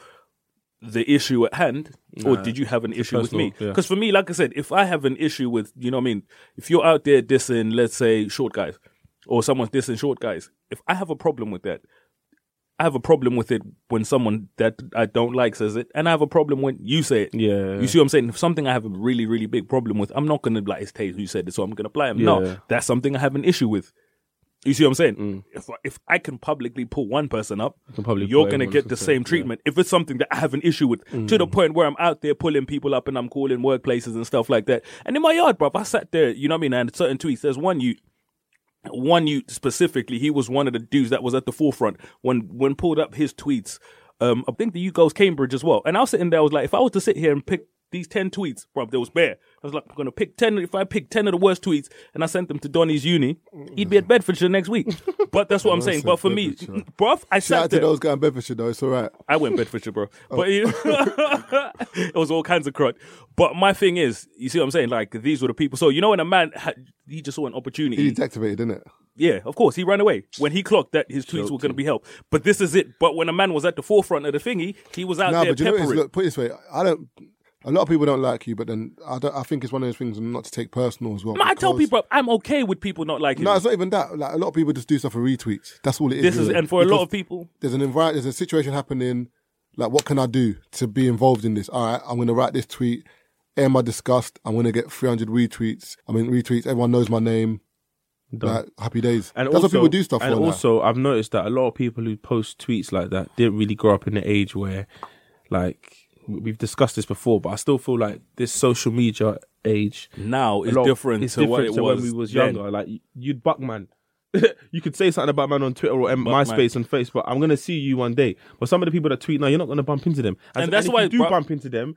[SPEAKER 5] the issue at hand, or did you have an issue with me?
[SPEAKER 2] personal, yeah.
[SPEAKER 5] Because for me, like I said, if I have an issue with, you know what I mean, if you're out there dissing, let's say, short guys, or someone's dissing short guys, if I have a problem with that, I have a problem with it when someone that I don't like says it, and I have a problem when you say it.
[SPEAKER 2] Yeah.
[SPEAKER 5] You see what I'm saying? If something I have a really, really big problem with, I'm not going to be like, it's Taze who said it, so I'm going to play him.
[SPEAKER 2] Yeah.
[SPEAKER 5] No, that's something I have an issue with. You see what I'm saying?
[SPEAKER 2] Mm.
[SPEAKER 5] If, I- if I can publicly pull one person up,
[SPEAKER 2] probably pull
[SPEAKER 5] you're going to
[SPEAKER 2] everyone
[SPEAKER 5] get
[SPEAKER 2] else
[SPEAKER 5] the
[SPEAKER 2] up,
[SPEAKER 5] same
[SPEAKER 2] yeah. Mm.
[SPEAKER 5] treatment. If it's something that I have an issue with, to the point where I'm out there pulling people up and I'm calling workplaces and stuff like that. And in my yard, bruv, I sat there, you know what I mean? And certain tweets, there's one you one you specifically, he was one of the dudes that was at the forefront when when pulled up his tweets. Um, I think the you goes Cambridge as well. And I was sitting there, I was like, if I was to sit here and pick these ten tweets, bro, there was bare. I was like, I'm gonna pick ten. If I pick ten of the worst tweets and I sent them to Donny's uni, he'd be at Bedfordshire
[SPEAKER 1] *laughs*
[SPEAKER 5] next week. But that's what I'm saying. But for me,
[SPEAKER 1] Bedfordshire.
[SPEAKER 5] bruv, I
[SPEAKER 1] Shout out
[SPEAKER 5] sat
[SPEAKER 1] to
[SPEAKER 5] there.
[SPEAKER 1] those guys Oh. in Bedfordshire though. It's all right.
[SPEAKER 5] I went Bedfordshire, bro. But you- *laughs* it was all kinds of crud. But my thing is, you see what I'm saying? Like these were the people. So you know when a man had, he just saw an opportunity.
[SPEAKER 1] He deactivated, didn't it?
[SPEAKER 5] Yeah, of course. He ran away when he clocked that his tweets were going to be helped. But this is it. But when a man was at the forefront of the thingy, he was out
[SPEAKER 1] No,
[SPEAKER 5] there
[SPEAKER 1] but you know what it
[SPEAKER 5] peppering.
[SPEAKER 1] is? Look, put it this way. I don't. A lot of people don't like you, but then I don't. I think it's one of those things not to take personal as well.
[SPEAKER 5] No, I tell
[SPEAKER 1] because-
[SPEAKER 5] people I'm okay with people not liking.
[SPEAKER 1] No,
[SPEAKER 5] me.
[SPEAKER 1] it's not even that. Like a lot of people just do stuff for retweets. That's all it is.
[SPEAKER 5] this is
[SPEAKER 1] really.
[SPEAKER 5] and for a lot
[SPEAKER 1] Because
[SPEAKER 5] of people,
[SPEAKER 1] there's an environment, there's a situation happening. Like, what can I do to be involved in this? All right, I'm going to write this tweet. Air my disgust. I'm going to get 300 retweets. I mean, retweets. Everyone knows my name. Like, happy days.
[SPEAKER 2] And
[SPEAKER 1] That's
[SPEAKER 2] also,
[SPEAKER 1] what people do stuff
[SPEAKER 2] and
[SPEAKER 1] for. now.
[SPEAKER 2] also, I've noticed that a lot of people who post tweets like that didn't really grow up in the age where, like, we- we've discussed this before, but I still feel like this social media age
[SPEAKER 5] now
[SPEAKER 2] a
[SPEAKER 5] is
[SPEAKER 2] lot-
[SPEAKER 5] different
[SPEAKER 2] it's
[SPEAKER 5] to what it
[SPEAKER 2] to
[SPEAKER 5] was
[SPEAKER 2] when we was
[SPEAKER 5] then.
[SPEAKER 2] younger. Like, y- you'd buck man. *laughs* you could say something about man on Twitter or um,
[SPEAKER 5] Buck man.
[SPEAKER 2] MySpace and Facebook. I'm gonna see you one day. But some of the people that tweet now, you're not gonna bump into them.
[SPEAKER 5] And that's
[SPEAKER 2] if
[SPEAKER 5] why,
[SPEAKER 2] you do
[SPEAKER 5] bro-
[SPEAKER 2] bump into them.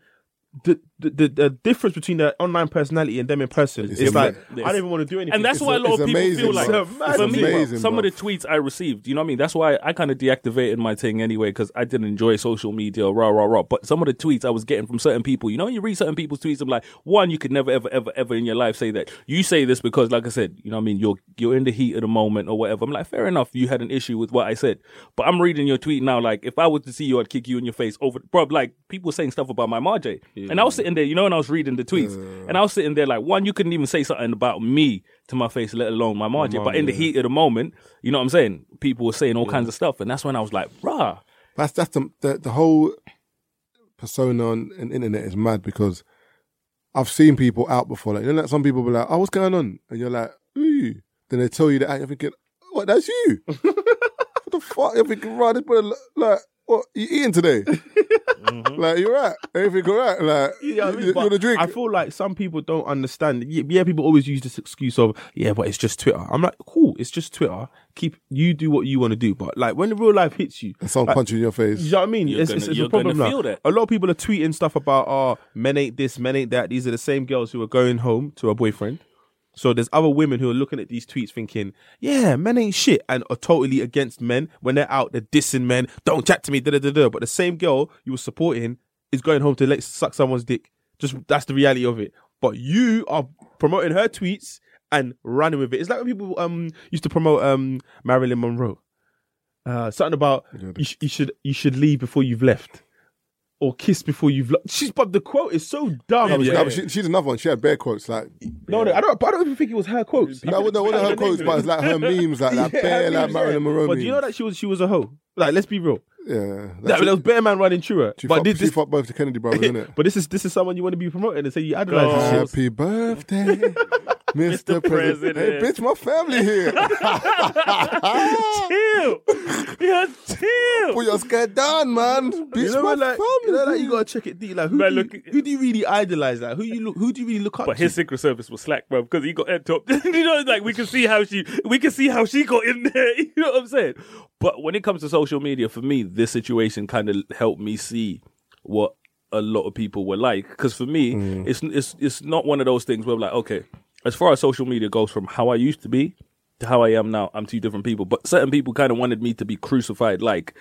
[SPEAKER 2] The, the the the difference between their online personality and them in person is like
[SPEAKER 1] amazing.
[SPEAKER 2] I don't even want to do anything.
[SPEAKER 5] And that's
[SPEAKER 2] It's
[SPEAKER 5] why
[SPEAKER 1] a-
[SPEAKER 5] a lot of
[SPEAKER 1] it's
[SPEAKER 5] people
[SPEAKER 1] amazing,
[SPEAKER 5] feel like
[SPEAKER 1] bro.
[SPEAKER 2] It's
[SPEAKER 5] for me,
[SPEAKER 1] amazing,
[SPEAKER 5] some
[SPEAKER 1] bro.
[SPEAKER 5] of the tweets I received, you know what I mean? That's why I kind of deactivated my thing anyway, because I didn't enjoy social media, rah, rah, rah. But some of the tweets I was getting from certain people, you know, when you read certain people's tweets, I'm like, one, you could never, ever, ever, ever in your life say that. You say this because, like I said, you know what I mean? You're, you're in the heat of the moment or whatever. I'm like, fair enough, you had an issue with what I said. But I'm reading your tweet now, like, if I were to see you, I'd kick you in your face over, bro, like, people were saying stuff about my Marjay. And I was sitting there, you know, and I was reading the tweets, and I was sitting there, like, one, you couldn't even say something about me to my face, let alone my margin. but in the heat of the moment, you know what I'm saying? People were saying all kinds of stuff, and that's when I was like, rah.
[SPEAKER 1] That's that's the the, the whole persona on and internet is mad because I've seen people out before. Like you know, like some people be like, "Oh, what's going on?" and you're like, "Ooh," then they tell you that, and you're thinking, "What? That's
[SPEAKER 2] *laughs*
[SPEAKER 1] you? what the fuck? You're thinking, right? This brother, look- like, what you eating
[SPEAKER 2] *laughs*
[SPEAKER 1] today?
[SPEAKER 2] Mm-hmm.
[SPEAKER 1] Like, you're right. Everything all right? Like,
[SPEAKER 2] Yeah, I
[SPEAKER 1] you,
[SPEAKER 2] mean,
[SPEAKER 1] you
[SPEAKER 2] but
[SPEAKER 1] want a drink?
[SPEAKER 2] I feel like some people don't understand. Y- Yeah, people always use this excuse of yeah, but it's just Twitter. I'm like, cool, it's just Twitter. Keep you do what you want to do, but like when the real life hits you,
[SPEAKER 1] and someone
[SPEAKER 2] like,
[SPEAKER 1] punch you in your face.
[SPEAKER 2] you know what I mean?
[SPEAKER 5] You're
[SPEAKER 2] It's,
[SPEAKER 5] gonna-
[SPEAKER 2] it's, it's
[SPEAKER 5] you're
[SPEAKER 2] a problem
[SPEAKER 5] gonna
[SPEAKER 2] now.
[SPEAKER 5] feel that.
[SPEAKER 2] A lot of people are tweeting stuff about, oh, men ain't this, men ain't that. These are the same girls who are going home to a boyfriend. So there's other women who are looking at these tweets thinking, yeah, men ain't shit, and are totally against men. When they're out, they're dissing men. Don't chat to me, da da da da. But the same girl you were supporting is going home to let suck someone's dick. Just that's the reality of it. But you are promoting her tweets and running with it. It's like when people um used to promote um Marilyn Monroe. Uh, something about you, sh- you should you should leave before you've left, or kiss before you've left. She's but the quote is so dumb.
[SPEAKER 1] No, but she-
[SPEAKER 2] Yeah.
[SPEAKER 1] no, but she, she's another one. She had bear quotes. Like,
[SPEAKER 2] No, no, I don't. I don't even think it was her quotes.
[SPEAKER 1] no, no, one of her quotes, but it's like her memes, like, like
[SPEAKER 2] *laughs* Yeah,
[SPEAKER 1] bear,
[SPEAKER 2] her
[SPEAKER 1] like
[SPEAKER 2] memes,
[SPEAKER 1] Marilyn
[SPEAKER 2] yeah.
[SPEAKER 1] Monroe.
[SPEAKER 2] But do you know that she was she was a hoe? Like, let's be real.
[SPEAKER 1] Yeah,
[SPEAKER 2] That, there was bear man running through her.
[SPEAKER 1] She,
[SPEAKER 2] But
[SPEAKER 1] fucked,
[SPEAKER 2] did
[SPEAKER 1] she
[SPEAKER 2] this?
[SPEAKER 1] fucked both the Kennedy
[SPEAKER 2] *laughs*
[SPEAKER 1] brothers, innit?
[SPEAKER 2] But this is this is someone you want to be promoting and say you idolize. this shit.
[SPEAKER 1] Happy birthday,
[SPEAKER 2] *laughs*
[SPEAKER 1] Mr. President.
[SPEAKER 5] President.
[SPEAKER 1] Hey, bitch, my family
[SPEAKER 2] *laughs*
[SPEAKER 1] here.
[SPEAKER 5] Chill. *laughs* yeah, chill.
[SPEAKER 1] Put your skirt down, man. Bitch,
[SPEAKER 2] You know,
[SPEAKER 1] my
[SPEAKER 2] what, like,
[SPEAKER 1] family.
[SPEAKER 2] you know, like you gotta check it deep. Like, who,
[SPEAKER 5] Man,
[SPEAKER 2] do you,
[SPEAKER 5] look-
[SPEAKER 2] who do you really idolize? Like, who you look, who do you really look up
[SPEAKER 5] But
[SPEAKER 2] to?
[SPEAKER 5] his secret service was slack, bro, because he got amped up. *laughs* you know, like we can see how she, we can see how she got in there. *laughs* You know what I'm saying? But when it comes to social media, for me, this situation kind of helped me see what a lot of people were like. Because for me, it's it's it's not one of those things where I'm like, okay, as far as social media goes, from how I used to be to how I am now, I'm two different people. But certain people kind of wanted me to be crucified, like.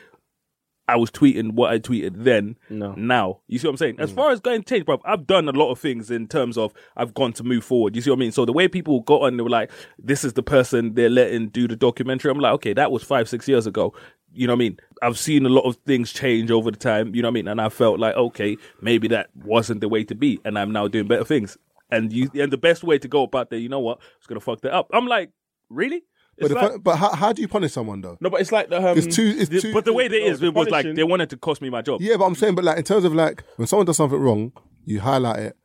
[SPEAKER 5] I was tweeting what I tweeted then. No. Now, you see what I'm saying? As far as going to change, bro, I've done a lot of things in terms of I've gone to move forward. You see what I mean? So the way people got on, they were like, "This is the person they're letting do the documentary." I'm like, okay, that was five, six years ago. You know what I mean? I've seen a lot of things change over the time. You know what I mean? And I felt like, okay, maybe that wasn't the way to be, and I'm now doing better things. And you and the best way to go about that, you know what? I was gonna fuck that up. I'm like, really?
[SPEAKER 1] But,
[SPEAKER 5] It's
[SPEAKER 1] if
[SPEAKER 5] like-
[SPEAKER 1] I- but how, how do you punish someone though?
[SPEAKER 2] No, but it's like the um,
[SPEAKER 1] It's too. It's
[SPEAKER 5] the-
[SPEAKER 1] too.
[SPEAKER 5] but the way they
[SPEAKER 2] no,
[SPEAKER 5] is, it was like
[SPEAKER 2] punishing-
[SPEAKER 5] they wanted to cost me my job.
[SPEAKER 1] Yeah, but I'm saying, but like in terms of like when someone does something wrong, you highlight it.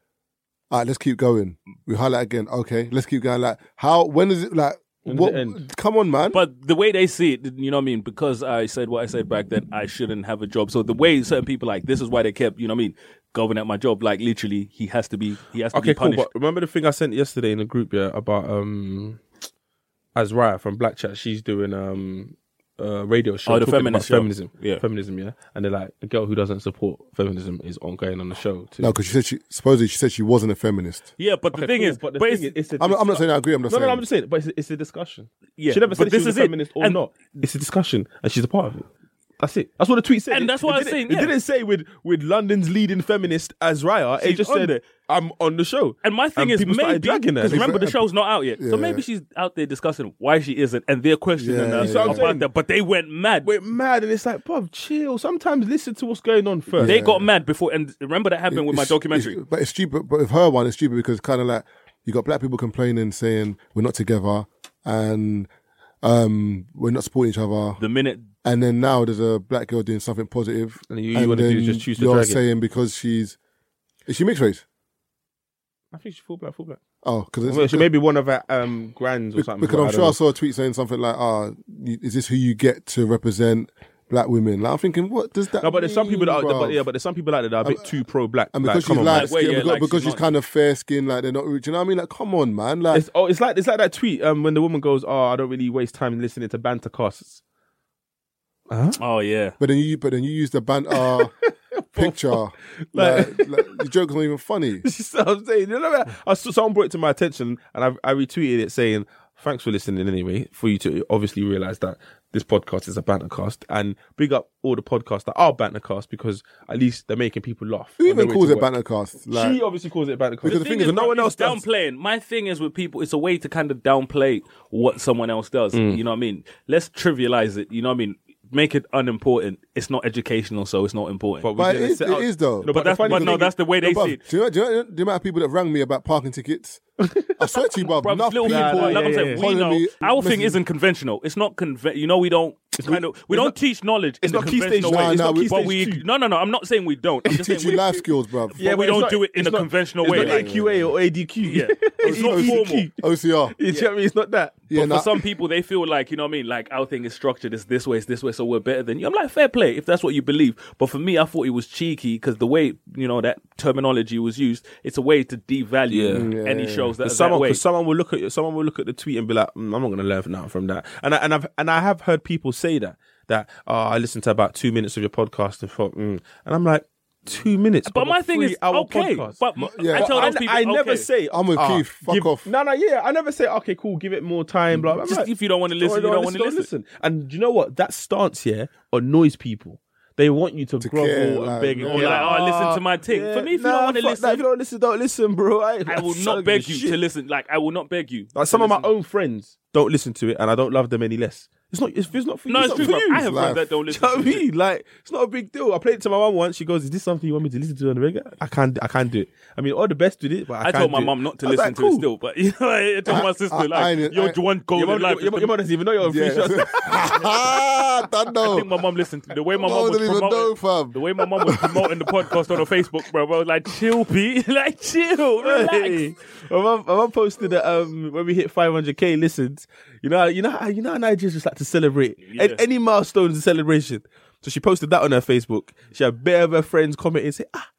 [SPEAKER 1] All right, let's keep going. We highlight again. Okay, let's keep going. Like how? When is it like? What?
[SPEAKER 2] it end?
[SPEAKER 1] Come on, man.
[SPEAKER 5] But the way they see it, you know what I mean? Because I said what I said back then, I shouldn't have a job. So the way certain people like this is why they kept, you know what I mean, going at my job. Like literally, he has to be, he has to
[SPEAKER 2] okay,
[SPEAKER 5] be
[SPEAKER 2] cool.
[SPEAKER 5] punished.
[SPEAKER 2] But remember the thing I sent yesterday in the group, yeah, about um, Azraya from Black Chat. She's doing um, a radio show.
[SPEAKER 5] Oh, the
[SPEAKER 2] talking
[SPEAKER 5] feminist
[SPEAKER 2] about
[SPEAKER 5] show.
[SPEAKER 2] feminism,
[SPEAKER 5] Yeah.
[SPEAKER 2] feminism, yeah. And they're like, a girl who doesn't support feminism is ongoing on the show too.
[SPEAKER 1] no, because she said she supposedly she said she wasn't a feminist.
[SPEAKER 5] yeah, but the
[SPEAKER 2] Okay,
[SPEAKER 5] thing
[SPEAKER 2] cool,
[SPEAKER 5] is,
[SPEAKER 2] but the
[SPEAKER 5] but
[SPEAKER 2] thing
[SPEAKER 5] it's-
[SPEAKER 2] is, it's a
[SPEAKER 1] I'm, I'm not saying I agree. I'm
[SPEAKER 2] No,
[SPEAKER 1] not
[SPEAKER 2] no,
[SPEAKER 1] saying.
[SPEAKER 2] no, I'm just saying, but it's a, it's a discussion.
[SPEAKER 5] Yeah,
[SPEAKER 2] she never
[SPEAKER 5] but
[SPEAKER 2] said
[SPEAKER 5] this
[SPEAKER 2] she was
[SPEAKER 5] is
[SPEAKER 2] a
[SPEAKER 5] it.
[SPEAKER 2] feminist or
[SPEAKER 5] And-
[SPEAKER 2] not. It's a discussion, and she's a part of it. That's it. That's what the tweet said.
[SPEAKER 5] And
[SPEAKER 2] It-
[SPEAKER 5] that's
[SPEAKER 2] it
[SPEAKER 5] what I was
[SPEAKER 2] didn't-
[SPEAKER 5] saying,
[SPEAKER 2] It
[SPEAKER 5] yeah.
[SPEAKER 2] didn't say with with London's leading feminist Azraya. It
[SPEAKER 5] She's
[SPEAKER 2] just
[SPEAKER 5] on
[SPEAKER 2] said
[SPEAKER 5] there.
[SPEAKER 2] I'm on the show.
[SPEAKER 5] and my thing
[SPEAKER 2] um,
[SPEAKER 5] is
[SPEAKER 2] people started
[SPEAKER 5] maybe
[SPEAKER 2] dragging her.
[SPEAKER 5] because remember the
[SPEAKER 1] Yeah.
[SPEAKER 5] show's not out yet, so maybe she's out there discussing why she isn't, and they're questioning
[SPEAKER 1] Yeah,
[SPEAKER 5] her
[SPEAKER 1] yeah, yeah.
[SPEAKER 5] about that. But they went mad.
[SPEAKER 2] went mad, and it's like, bro, chill. Sometimes listen to what's going on first.
[SPEAKER 5] they got mad before, and remember that happened with my
[SPEAKER 1] It's-
[SPEAKER 5] documentary.
[SPEAKER 1] it's- but it's stupid. But with her one, it's stupid because kind of like you got black people complaining, saying we're not together and um we're not supporting each other.
[SPEAKER 5] the minute
[SPEAKER 1] and then now there's a black girl doing something positive,
[SPEAKER 2] And you- you wanna do
[SPEAKER 1] then
[SPEAKER 2] is just choose to
[SPEAKER 1] You're
[SPEAKER 2] drag it.
[SPEAKER 1] saying because she's is she mixed race?
[SPEAKER 2] I think she's full black, full black.
[SPEAKER 1] Oh, because
[SPEAKER 2] Well, she may be one of her um, grands or something.
[SPEAKER 1] because
[SPEAKER 2] but
[SPEAKER 1] I'm
[SPEAKER 2] I don't
[SPEAKER 1] sure I
[SPEAKER 2] know.
[SPEAKER 1] saw a tweet saying something like, "Ah, you- is this who you get to represent black women?" Like I'm thinking, what does that?
[SPEAKER 2] No, but there's some people that are,
[SPEAKER 1] mean, bruv?
[SPEAKER 2] but yeah, but there's some people out there that are a bit too pro black.
[SPEAKER 1] and because
[SPEAKER 2] like, come
[SPEAKER 1] she's
[SPEAKER 2] on,
[SPEAKER 1] light
[SPEAKER 2] man.
[SPEAKER 5] Like, wait,
[SPEAKER 1] skinned, because,
[SPEAKER 5] yeah, like she's
[SPEAKER 1] because she's
[SPEAKER 5] not-
[SPEAKER 1] kind of fair skinned, like they're not. Do you know what I mean? Like, come on, man! Like,
[SPEAKER 2] It's, oh, it's like it's like that tweet um, when the woman goes, "Oh, I don't really waste time listening to banter casts."
[SPEAKER 5] oh yeah,
[SPEAKER 1] but then you, but then you use the
[SPEAKER 5] *laughs*
[SPEAKER 1] banter picture. like, like, the joke's not even
[SPEAKER 5] *laughs*
[SPEAKER 1] funny.
[SPEAKER 2] That's what I'm saying. *laughs* You know what I mean? I saw- someone brought it to my attention, and I, I retweeted it saying, "Thanks for listening." Anyway, for you to obviously realize that this podcast is a banter cast, and big up all the podcasts that are banter cast because at least they're making people laugh.
[SPEAKER 1] Who
[SPEAKER 2] on their
[SPEAKER 1] even
[SPEAKER 2] way
[SPEAKER 1] calls
[SPEAKER 2] to
[SPEAKER 1] it
[SPEAKER 2] work.
[SPEAKER 1] bantercast? Like,
[SPEAKER 2] she obviously calls it banter cast.
[SPEAKER 1] Because the thing is,
[SPEAKER 2] no
[SPEAKER 5] bro,
[SPEAKER 2] one
[SPEAKER 5] it's
[SPEAKER 2] else does.
[SPEAKER 5] downplaying. My thing is with people, it's a way to kind of downplay what someone else does. You know what I mean? Let's trivialize it. You know what I mean? Make it unimportant. It's not educational, so it's not important.
[SPEAKER 1] But it
[SPEAKER 2] didn't
[SPEAKER 1] is-
[SPEAKER 2] set
[SPEAKER 1] it
[SPEAKER 2] out-
[SPEAKER 1] is though.
[SPEAKER 2] No,
[SPEAKER 1] But
[SPEAKER 2] but,
[SPEAKER 5] that's-
[SPEAKER 2] the funny
[SPEAKER 5] but
[SPEAKER 2] thing
[SPEAKER 5] no,
[SPEAKER 2] is-
[SPEAKER 5] that's the way they
[SPEAKER 1] bruv,
[SPEAKER 5] see it.
[SPEAKER 1] Do you, know, do, you know, the amount of people that rang me about parking tickets? I swear to you, bruv,
[SPEAKER 5] *laughs* Bruv,
[SPEAKER 1] enough
[SPEAKER 5] little
[SPEAKER 1] people.
[SPEAKER 5] people, like I'm
[SPEAKER 2] yeah,
[SPEAKER 5] saying,
[SPEAKER 2] yeah.
[SPEAKER 5] we
[SPEAKER 1] calling
[SPEAKER 5] know
[SPEAKER 1] me-
[SPEAKER 5] our thing
[SPEAKER 1] messaging-
[SPEAKER 5] isn't conventional. It's not conven. You know, we don't kind of we don't
[SPEAKER 2] not-
[SPEAKER 5] teach knowledge.
[SPEAKER 2] it's
[SPEAKER 5] in
[SPEAKER 2] not
[SPEAKER 5] the
[SPEAKER 2] key stage
[SPEAKER 5] conventional
[SPEAKER 1] one,
[SPEAKER 5] way.
[SPEAKER 1] it's not key
[SPEAKER 5] but
[SPEAKER 2] stage
[SPEAKER 5] we
[SPEAKER 2] two.
[SPEAKER 5] no no no. I'm not saying we don't. I'm just
[SPEAKER 1] Teach
[SPEAKER 5] saying
[SPEAKER 1] you
[SPEAKER 5] we,
[SPEAKER 1] life skills, bruv.
[SPEAKER 5] but we
[SPEAKER 2] it's
[SPEAKER 5] don't
[SPEAKER 2] not-
[SPEAKER 5] do it in
[SPEAKER 2] it's
[SPEAKER 5] a
[SPEAKER 2] not-
[SPEAKER 5] conventional
[SPEAKER 2] it's
[SPEAKER 5] way.
[SPEAKER 2] not
[SPEAKER 5] like-
[SPEAKER 2] AQA or ADQ. *laughs*
[SPEAKER 5] Yeah. It's not
[SPEAKER 2] EDQ. *laughs*
[SPEAKER 5] formal.
[SPEAKER 2] You
[SPEAKER 5] *laughs*
[SPEAKER 1] OCR.
[SPEAKER 2] see what I mean? It's not that.
[SPEAKER 1] Yeah,
[SPEAKER 5] but
[SPEAKER 1] nah,
[SPEAKER 5] for some people, they feel like you know what I mean. Like our thing is structured. It's this way. It's this way. So we're better than you. I'm like fair play if that's what you believe. But for me, I thought it was cheeky because the way you know that terminology was used, it's a way to devalue
[SPEAKER 1] Mm, Yeah,
[SPEAKER 5] any
[SPEAKER 1] yeah,
[SPEAKER 5] shows
[SPEAKER 2] Because
[SPEAKER 5] that, are that
[SPEAKER 2] someone,
[SPEAKER 5] way.
[SPEAKER 2] 'cause someone will look at your- someone will look at the tweet and be like, "Mm, "I'm not going to learn now from that." And I, and I've and I have heard people say that that oh, I listened to about two minutes of your podcast and thought, mm. and I'm like, two minutes.
[SPEAKER 5] But
[SPEAKER 2] of
[SPEAKER 5] my
[SPEAKER 2] a
[SPEAKER 5] thing is
[SPEAKER 2] three-hour
[SPEAKER 5] okay.
[SPEAKER 2] podcast?"
[SPEAKER 5] But
[SPEAKER 1] yeah.
[SPEAKER 5] I tell
[SPEAKER 2] I,
[SPEAKER 5] those people,
[SPEAKER 2] I never
[SPEAKER 5] okay.
[SPEAKER 2] say
[SPEAKER 1] I'm with
[SPEAKER 2] "Ah,
[SPEAKER 1] Keith. Fuck
[SPEAKER 2] give-
[SPEAKER 1] off.
[SPEAKER 2] No, no, yeah. I never say okay, cool. Give it more time. Blah. blah. I'm
[SPEAKER 5] Just
[SPEAKER 2] like,
[SPEAKER 5] if you don't wanna listen, you don't wanna listen.
[SPEAKER 2] And you know what? That stance here annoys people. They want you to, grovel
[SPEAKER 1] care,
[SPEAKER 2] and
[SPEAKER 1] like,
[SPEAKER 2] beg.
[SPEAKER 1] yeah.
[SPEAKER 2] and be
[SPEAKER 5] Or like, oh, listen
[SPEAKER 2] "Ah,
[SPEAKER 5] to my ting." For me, if you don't
[SPEAKER 2] nah,
[SPEAKER 5] wanna
[SPEAKER 2] fuck that.
[SPEAKER 5] listen-
[SPEAKER 2] if you don't listen, don't listen, bro. I,
[SPEAKER 5] I will
[SPEAKER 2] suck
[SPEAKER 5] not beg
[SPEAKER 2] this
[SPEAKER 5] you
[SPEAKER 2] shit.
[SPEAKER 5] to listen. Like I will not beg you.
[SPEAKER 2] Like
[SPEAKER 5] to
[SPEAKER 2] some of my
[SPEAKER 5] listen.
[SPEAKER 2] own friends don't listen to it, and I don't love them any less. It's not. It's, it's not for you.
[SPEAKER 5] No, it's
[SPEAKER 2] not
[SPEAKER 5] true.
[SPEAKER 2] for
[SPEAKER 5] bro.
[SPEAKER 2] you.
[SPEAKER 5] I have
[SPEAKER 1] Life.
[SPEAKER 5] friends that
[SPEAKER 2] Do you
[SPEAKER 5] don't listen.
[SPEAKER 2] know what I
[SPEAKER 5] to it.
[SPEAKER 2] mean? Like, it's not a big deal. I played it to my mum once. She goes, "Is this something you want me to listen to on the regular?" I can't. I can't do it. I mean, all the best with it, but I,
[SPEAKER 5] I
[SPEAKER 2] can't
[SPEAKER 5] told
[SPEAKER 2] do
[SPEAKER 5] my
[SPEAKER 2] it.
[SPEAKER 5] mum not to
[SPEAKER 2] I was
[SPEAKER 5] listen
[SPEAKER 2] like,
[SPEAKER 5] to
[SPEAKER 2] cool.
[SPEAKER 5] it still, but you know, *laughs* I told my sister
[SPEAKER 1] I-
[SPEAKER 5] like,
[SPEAKER 1] I-
[SPEAKER 5] "Your one goal
[SPEAKER 2] Your mum,
[SPEAKER 5] in life." is
[SPEAKER 2] your,
[SPEAKER 5] to
[SPEAKER 2] mum- your mum doesn't even know your own
[SPEAKER 5] *laughs*
[SPEAKER 2] free shots.
[SPEAKER 1] yeah. *laughs* I don't
[SPEAKER 5] I
[SPEAKER 1] know.
[SPEAKER 5] think my mum listened to the way my
[SPEAKER 1] Oh,
[SPEAKER 5] mum was
[SPEAKER 1] don't even know,
[SPEAKER 5] promoting
[SPEAKER 1] fam.
[SPEAKER 5] the way my mum was promoting the podcast on her Facebook, bro. I was like, chill, Pete, *laughs* like chill, relax.
[SPEAKER 2] Hey. My mum- my mum posted that um, when we hit 500k listens, you know, how- you know, how- you know, how Nigerians just like to celebrate.
[SPEAKER 5] Yeah.
[SPEAKER 2] And any milestone is a celebration. So she posted that on her Facebook. She had bare of her friends comment and say, "Ah,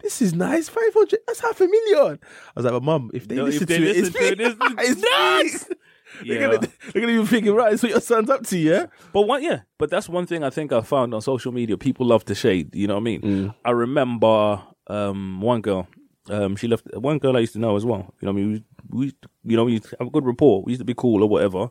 [SPEAKER 2] this is nice. 500. That's half a million. I was like, "But mum, if they
[SPEAKER 5] No, if
[SPEAKER 2] listen
[SPEAKER 5] they
[SPEAKER 2] to it,
[SPEAKER 5] listen
[SPEAKER 2] *laughs* it's
[SPEAKER 5] to it,
[SPEAKER 2] free.
[SPEAKER 5] it's-
[SPEAKER 2] it's
[SPEAKER 5] Nuts!
[SPEAKER 2] free."
[SPEAKER 5] Yeah.
[SPEAKER 2] They're gonna, they're gonna be thinking, right, so your son's up to, yeah?
[SPEAKER 5] But one, yeah, but that's one thing I think I found on social media. People love to shade. You know what I mean?
[SPEAKER 1] Mm.
[SPEAKER 5] I remember um, one girl. Um, she left one girl I used to know as well. You know what I mean? We, we you know, we used to have a good rapport. We used to be cool or whatever.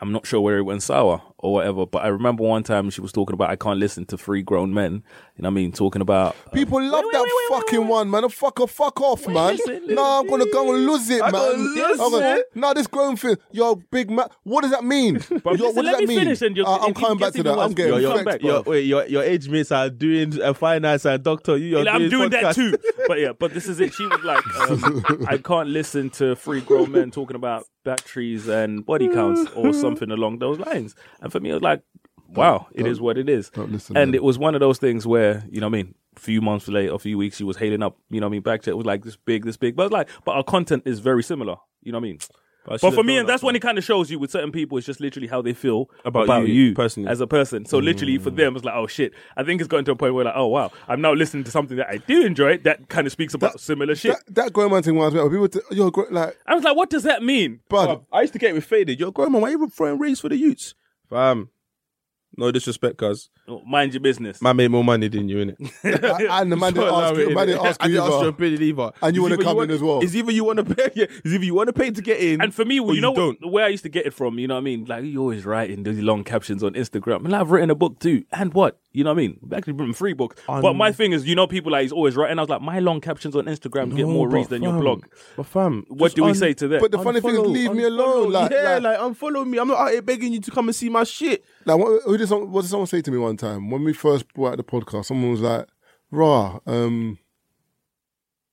[SPEAKER 5] I'm not sure whether it went sour or whatever, but I remember one time she was talking about I can't listen to three grown men. You know what I mean? Talking about
[SPEAKER 1] People love that fucking one, man. A fucker, fuck off, man. No, I'm gonna go and lose it, man.
[SPEAKER 2] gonna lose
[SPEAKER 1] I'm gonna-
[SPEAKER 2] it.
[SPEAKER 1] No, this grown thing. Yo, big man. What does that mean? Yo, what does
[SPEAKER 5] listen, let
[SPEAKER 1] that
[SPEAKER 5] me
[SPEAKER 1] mean?
[SPEAKER 5] finish and you'll-
[SPEAKER 1] Uh, I'm
[SPEAKER 5] if you
[SPEAKER 1] coming back
[SPEAKER 5] get
[SPEAKER 1] to
[SPEAKER 5] it, you
[SPEAKER 1] that. I'm
[SPEAKER 5] ask-
[SPEAKER 1] getting
[SPEAKER 5] you'll come
[SPEAKER 1] flex,
[SPEAKER 5] back.
[SPEAKER 1] bro.
[SPEAKER 2] Your, wait, your, your age mates are doing uh, finance and doctor. You, are
[SPEAKER 5] Yeah, I'm
[SPEAKER 2] doing,
[SPEAKER 5] doing
[SPEAKER 2] podcast.
[SPEAKER 5] that too. But yeah, but this is it. She was like, um, I can't listen to three grown men talking about batteries and body counts or
[SPEAKER 1] Mm-hmm.
[SPEAKER 5] something along those lines. And for me, it was like, wow, it is what it is.
[SPEAKER 1] don't listen,
[SPEAKER 5] and
[SPEAKER 1] man.
[SPEAKER 5] it was one of those things where, you know what I mean? A few months later, a few weeks, she was hailing up, you know what I mean? Back to it was like this big, this big. But it's like, but our content is very similar. You know what I mean? But,
[SPEAKER 2] should've
[SPEAKER 5] for me,
[SPEAKER 2] thought
[SPEAKER 5] and
[SPEAKER 2] that,
[SPEAKER 5] that's when it kind of shows you with certain people, it's just literally how they feel
[SPEAKER 2] About
[SPEAKER 5] about,
[SPEAKER 2] you,
[SPEAKER 5] you,
[SPEAKER 2] personally.
[SPEAKER 5] as a person. So literally for them, it's like, oh shit. I think it's gotten to a point where like, oh wow, I'm now listening to something that I do enjoy that kind of speaks about similar shit.
[SPEAKER 1] That, that grown man thing reminds me of people. T- yo, gr- like,
[SPEAKER 5] I was like, what does that mean?
[SPEAKER 1] bud.
[SPEAKER 2] Oh, I used to get with faded. Yo, grandma, why you throwing rings for the youths? Fam, no disrespect, cuz.
[SPEAKER 5] Oh, Mind your business.
[SPEAKER 2] Man made more money than you, innit?
[SPEAKER 1] I- and the
[SPEAKER 2] *laughs*
[SPEAKER 1] man didn't ask you. Man didn't ask
[SPEAKER 2] I
[SPEAKER 1] you.
[SPEAKER 2] didn't ask your
[SPEAKER 1] either.
[SPEAKER 2] opinion either.
[SPEAKER 1] And you
[SPEAKER 2] It's
[SPEAKER 1] wanna
[SPEAKER 2] either
[SPEAKER 1] come in as well.
[SPEAKER 2] It's either you want to pay, *laughs* yeah, it's either you want to pay to get in,
[SPEAKER 5] and for me,
[SPEAKER 2] or
[SPEAKER 5] you, know
[SPEAKER 2] Oh, don't.
[SPEAKER 5] what, where I used to get it from, you know what I mean? Like you always writing these long captions on Instagram. And I've written a book too. And what? You know what I mean? I've Actually written three books. but my thing is, you know, people like he's always writing. I was like, my long captions on Instagram get
[SPEAKER 2] No,
[SPEAKER 5] more
[SPEAKER 2] but
[SPEAKER 5] reads than your
[SPEAKER 2] fam,
[SPEAKER 5] blog.
[SPEAKER 2] But fam,
[SPEAKER 5] What
[SPEAKER 2] just
[SPEAKER 5] do we
[SPEAKER 2] un-
[SPEAKER 5] say to them?
[SPEAKER 1] But the funny thing is,
[SPEAKER 2] unfollow,
[SPEAKER 1] leave me
[SPEAKER 2] unfollow.
[SPEAKER 1] alone. Like,
[SPEAKER 2] yeah,
[SPEAKER 1] like,
[SPEAKER 2] like, unfollow me. I'm not out here begging you to come and see my shit.
[SPEAKER 1] Like what, who did some, what did someone say to me one time when we first brought out the podcast? Someone was like, "Rah, um,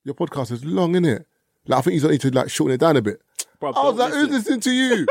[SPEAKER 1] your podcast is long, innit? Like I think you just need to like shorten it down a bit."
[SPEAKER 5] Bruv,
[SPEAKER 1] I was
[SPEAKER 5] don't
[SPEAKER 1] like, "Who's
[SPEAKER 5] listen.
[SPEAKER 1] listening to
[SPEAKER 2] *laughs*
[SPEAKER 1] you?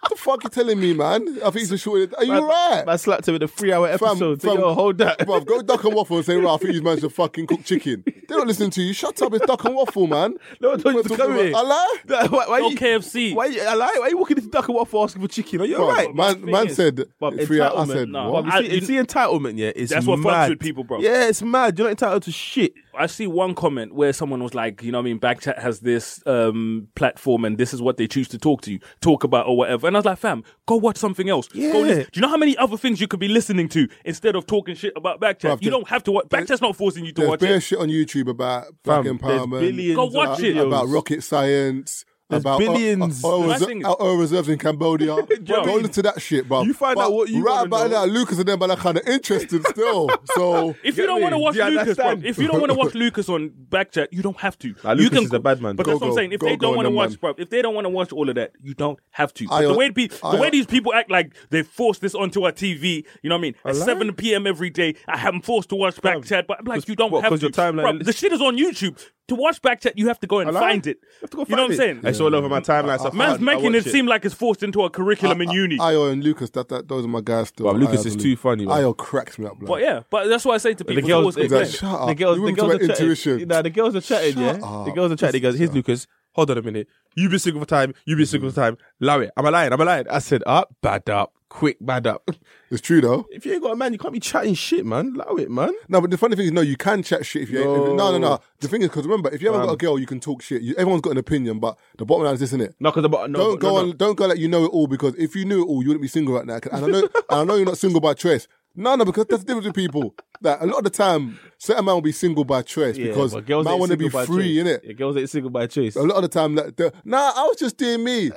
[SPEAKER 1] what the fuck you telling me, man? I think you should shorten it. Are you right?"
[SPEAKER 2] I slapped her with a three-hour episode. so, yo, hold that. *laughs*
[SPEAKER 1] Bruv, go duck and waffle and say, "Rah, I think you managed to fucking cook chicken." They're not listening to you. Shut up! It's duck and waffle, man.
[SPEAKER 2] No, I told you to come here.
[SPEAKER 1] I lie.
[SPEAKER 2] Why, why
[SPEAKER 5] Go
[SPEAKER 2] you,
[SPEAKER 5] KFC.
[SPEAKER 2] Why you, I lie? Why you walking into Duck and Waffle asking for chicken? Are you
[SPEAKER 1] Bruv,
[SPEAKER 2] alright?
[SPEAKER 1] man,
[SPEAKER 5] thing
[SPEAKER 1] man
[SPEAKER 5] is-
[SPEAKER 1] said,
[SPEAKER 2] Bruv,
[SPEAKER 1] three hours. I
[SPEAKER 2] entitlement,
[SPEAKER 1] said,
[SPEAKER 5] nah.
[SPEAKER 1] "What?"
[SPEAKER 2] Bruv,
[SPEAKER 5] I-
[SPEAKER 2] you see, you
[SPEAKER 5] you-
[SPEAKER 2] see entitlement, yeah. It's
[SPEAKER 5] That's what fucks
[SPEAKER 2] mad.
[SPEAKER 5] with people, bruv.
[SPEAKER 2] Yeah, it's mad. You're not entitled to shit.
[SPEAKER 5] I see one comment where someone was like, you know what I mean, Backchat has this um, platform and this is what they choose to talk to you, talk about or whatever. And I was like, fam, go watch something else.
[SPEAKER 2] Yeah.
[SPEAKER 5] Go listen. Do you know how many other things you could be listening to instead of talking shit about Backchat?
[SPEAKER 1] Bruv,
[SPEAKER 5] you
[SPEAKER 1] there-
[SPEAKER 5] don't have to watch. Backchat's not forcing you to
[SPEAKER 1] There's
[SPEAKER 5] watch
[SPEAKER 1] bare
[SPEAKER 5] it.
[SPEAKER 1] shit on YouTube about black
[SPEAKER 2] Fam, there's
[SPEAKER 1] empowerment,
[SPEAKER 2] billions
[SPEAKER 5] Go
[SPEAKER 2] of
[SPEAKER 5] watch it.
[SPEAKER 2] videos.
[SPEAKER 1] about rocket science,
[SPEAKER 2] There's
[SPEAKER 1] about
[SPEAKER 2] billions.
[SPEAKER 1] oil,
[SPEAKER 5] My
[SPEAKER 1] reser-
[SPEAKER 5] thing is-
[SPEAKER 1] our oil reserves in
[SPEAKER 2] *laughs*
[SPEAKER 1] Cambodia.
[SPEAKER 5] I
[SPEAKER 1] Go
[SPEAKER 5] mean?
[SPEAKER 1] into that shit, bro.
[SPEAKER 2] You find
[SPEAKER 1] But
[SPEAKER 2] out what you
[SPEAKER 1] right
[SPEAKER 2] wanna
[SPEAKER 1] about
[SPEAKER 2] know.
[SPEAKER 1] that. Lucas and them, but I kind of interested still.
[SPEAKER 2] *laughs*
[SPEAKER 1] So
[SPEAKER 5] If you don't
[SPEAKER 2] me?
[SPEAKER 5] want to watch
[SPEAKER 2] Do you
[SPEAKER 5] Lucas,
[SPEAKER 2] understand?
[SPEAKER 5] bruv, if you don't want to watch Lucas on Backchat, you don't have to.
[SPEAKER 2] Nah,
[SPEAKER 5] you
[SPEAKER 2] Lucas is a bad man.
[SPEAKER 5] But
[SPEAKER 2] Go,
[SPEAKER 5] that's what
[SPEAKER 1] go,
[SPEAKER 5] I'm saying. If
[SPEAKER 1] go,
[SPEAKER 5] they
[SPEAKER 1] go
[SPEAKER 5] don't
[SPEAKER 1] on
[SPEAKER 5] want to
[SPEAKER 1] them,
[SPEAKER 5] watch,
[SPEAKER 1] man.
[SPEAKER 5] bruv, if they don't want to watch all of that, you don't have to.
[SPEAKER 1] I-
[SPEAKER 5] But the way pe-
[SPEAKER 1] I-
[SPEAKER 5] the way these people act like they force this onto our TV, you know what I mean? At 7 p.m. every day, I am forced to watch Backchat, but I'm like, you don't
[SPEAKER 2] what,
[SPEAKER 5] have
[SPEAKER 2] 'cause
[SPEAKER 5] to.
[SPEAKER 2] your timeline
[SPEAKER 5] Bruv,
[SPEAKER 2] is-
[SPEAKER 5] the shit is on YouTube. To watch Backchat, you have to go and
[SPEAKER 2] Hello? *laughs*
[SPEAKER 5] find it.
[SPEAKER 2] You have to go
[SPEAKER 5] you know
[SPEAKER 2] find
[SPEAKER 5] what I'm saying?
[SPEAKER 2] It's all over my timeline. so
[SPEAKER 5] Man's
[SPEAKER 2] fam, I
[SPEAKER 5] making
[SPEAKER 2] watch
[SPEAKER 5] it seem like it's forced into a curriculum in uni.
[SPEAKER 1] Io and Lucas, that, that those are my guys still.
[SPEAKER 2] Bruv, Lucas
[SPEAKER 1] Ayo
[SPEAKER 2] is
[SPEAKER 1] and
[SPEAKER 2] too
[SPEAKER 1] Lucas.
[SPEAKER 2] funny, man.
[SPEAKER 1] Ayo cracks me up, blood.
[SPEAKER 5] but yeah, but that's why I say to people,
[SPEAKER 2] the
[SPEAKER 5] it's
[SPEAKER 2] girls,
[SPEAKER 5] always
[SPEAKER 2] the
[SPEAKER 5] explain.
[SPEAKER 1] Exactly.
[SPEAKER 2] girls,
[SPEAKER 1] Shut up.
[SPEAKER 2] the girls,
[SPEAKER 1] You
[SPEAKER 2] the
[SPEAKER 1] wouldn't talk
[SPEAKER 2] girls are
[SPEAKER 1] about
[SPEAKER 2] chatting.
[SPEAKER 1] intuition.
[SPEAKER 2] Nah, the girls are chatting.
[SPEAKER 1] Shut
[SPEAKER 2] yeah,
[SPEAKER 1] up.
[SPEAKER 2] the girls are chatting. He goes, "Here's Lucas. Hold on a minute. You've been single for time. You've been single for time. Allow it. I'm a lying. I'm a lying." I said, "Up, bad up, quick, bad up." *laughs*
[SPEAKER 1] it's true though.
[SPEAKER 2] if you ain't got a man, you can't be chatting shit, man. Allow it, man.
[SPEAKER 1] No, but the funny thing is, no, you can chat shit if you ain't. If, no, no, no. The thing is, because remember, if you haven't got a girl, you can talk shit. You, everyone's got an opinion, but the bottom line is this, isn't it?
[SPEAKER 2] No, because about no,
[SPEAKER 1] don't
[SPEAKER 2] but no,
[SPEAKER 1] go
[SPEAKER 2] no.
[SPEAKER 1] on, don't go like you know it all because if you knew it all, you wouldn't be single right now. 'Cause- And I know, and I know you're not single by choice. No, no, because that's the difference with people. That a lot of the time, certain man will be single by choice
[SPEAKER 2] Yeah,
[SPEAKER 1] because
[SPEAKER 2] but girls
[SPEAKER 1] man
[SPEAKER 2] ain't
[SPEAKER 1] want to be
[SPEAKER 2] single by
[SPEAKER 1] free,
[SPEAKER 2] choice.
[SPEAKER 1] innit?
[SPEAKER 2] Yeah, girls ain't single by choice.
[SPEAKER 1] A lot of the time, like, the, nah, I was just doing me.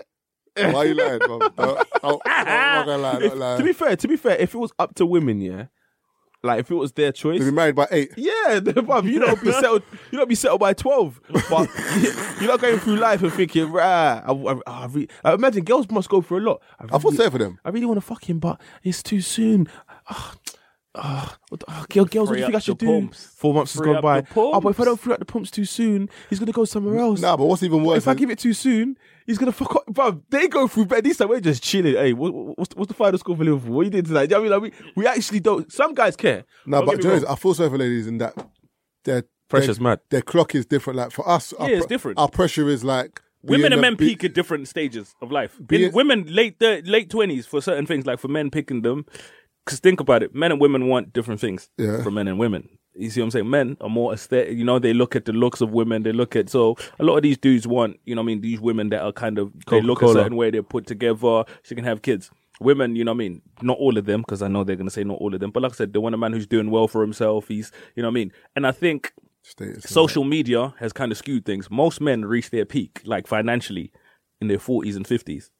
[SPEAKER 1] Why are you lying,
[SPEAKER 2] *laughs*
[SPEAKER 1] bro? No, I- I'm not gonna lie, I'm not
[SPEAKER 2] to be
[SPEAKER 1] lying.
[SPEAKER 2] fair, to be fair, if it was up to women, yeah, like if it was their choice,
[SPEAKER 1] To be married by eight.
[SPEAKER 2] yeah, *laughs* bruv, you don't be settled. You don't be settled by twelve. But you're not going through life and thinking, right? I, I, I, re- I imagine girls must go through a lot. I,
[SPEAKER 1] I feel
[SPEAKER 2] really-
[SPEAKER 1] sorry for them.
[SPEAKER 2] I really want to fuck him, but it's too soon. Ah, ah, what the- ah, girl, girls, what do
[SPEAKER 5] Free
[SPEAKER 2] you
[SPEAKER 5] up
[SPEAKER 2] think I should
[SPEAKER 5] the
[SPEAKER 2] do?
[SPEAKER 5] pumps.
[SPEAKER 2] Four months
[SPEAKER 5] Free
[SPEAKER 2] has gone
[SPEAKER 5] up
[SPEAKER 2] by.
[SPEAKER 5] the
[SPEAKER 2] Oh, but if I
[SPEAKER 5] pumps.
[SPEAKER 2] don't free up the pumps too soon, he's gonna go somewhere else.
[SPEAKER 1] Nah, but what's even worse?
[SPEAKER 2] If I
[SPEAKER 1] is-
[SPEAKER 2] give it too soon, he's gonna fuck up. Bruv, they go through bed. These time we're just chilling. Hey, what, what's, what's the final score for Liverpool? What you did tonight? Do you know what I mean? Like, we, we actually don't. Some guys care.
[SPEAKER 1] No,
[SPEAKER 2] Don't
[SPEAKER 1] but
[SPEAKER 2] get me
[SPEAKER 1] do you know
[SPEAKER 2] wrong.
[SPEAKER 1] what, I feel sorry for ladies in that their
[SPEAKER 2] Pressure's
[SPEAKER 1] their,
[SPEAKER 2] mad.
[SPEAKER 1] Their clock is different. Like for us, our
[SPEAKER 5] Yeah, it's
[SPEAKER 1] pre-
[SPEAKER 5] different.
[SPEAKER 1] Our pressure is like
[SPEAKER 5] Women
[SPEAKER 1] being
[SPEAKER 5] and
[SPEAKER 1] the
[SPEAKER 5] men
[SPEAKER 1] big-
[SPEAKER 5] peak at different stages of life.
[SPEAKER 1] Be
[SPEAKER 5] In
[SPEAKER 1] it-
[SPEAKER 5] women late thir- late twenties for certain things, like for men picking them. Because think about it, men and women want different things
[SPEAKER 1] Yeah.
[SPEAKER 5] from men and women. You see what I'm saying? Men are more aesthetic. You know, they look at the looks of women. They look at so a lot of these dudes want. You know, what I mean, these women that are kind of they look a
[SPEAKER 2] Coca-Cola.
[SPEAKER 5] certain way. They're put together. She can have kids. Women, you know, what I mean, not all of them because I know they're gonna say not all of them. But like I said, they want a man who's doing well for himself. He's, you know, what I mean. And I think
[SPEAKER 1] Status.
[SPEAKER 5] social media has kind of skewed things. Most men reach their peak, like financially, in their forties and fifties.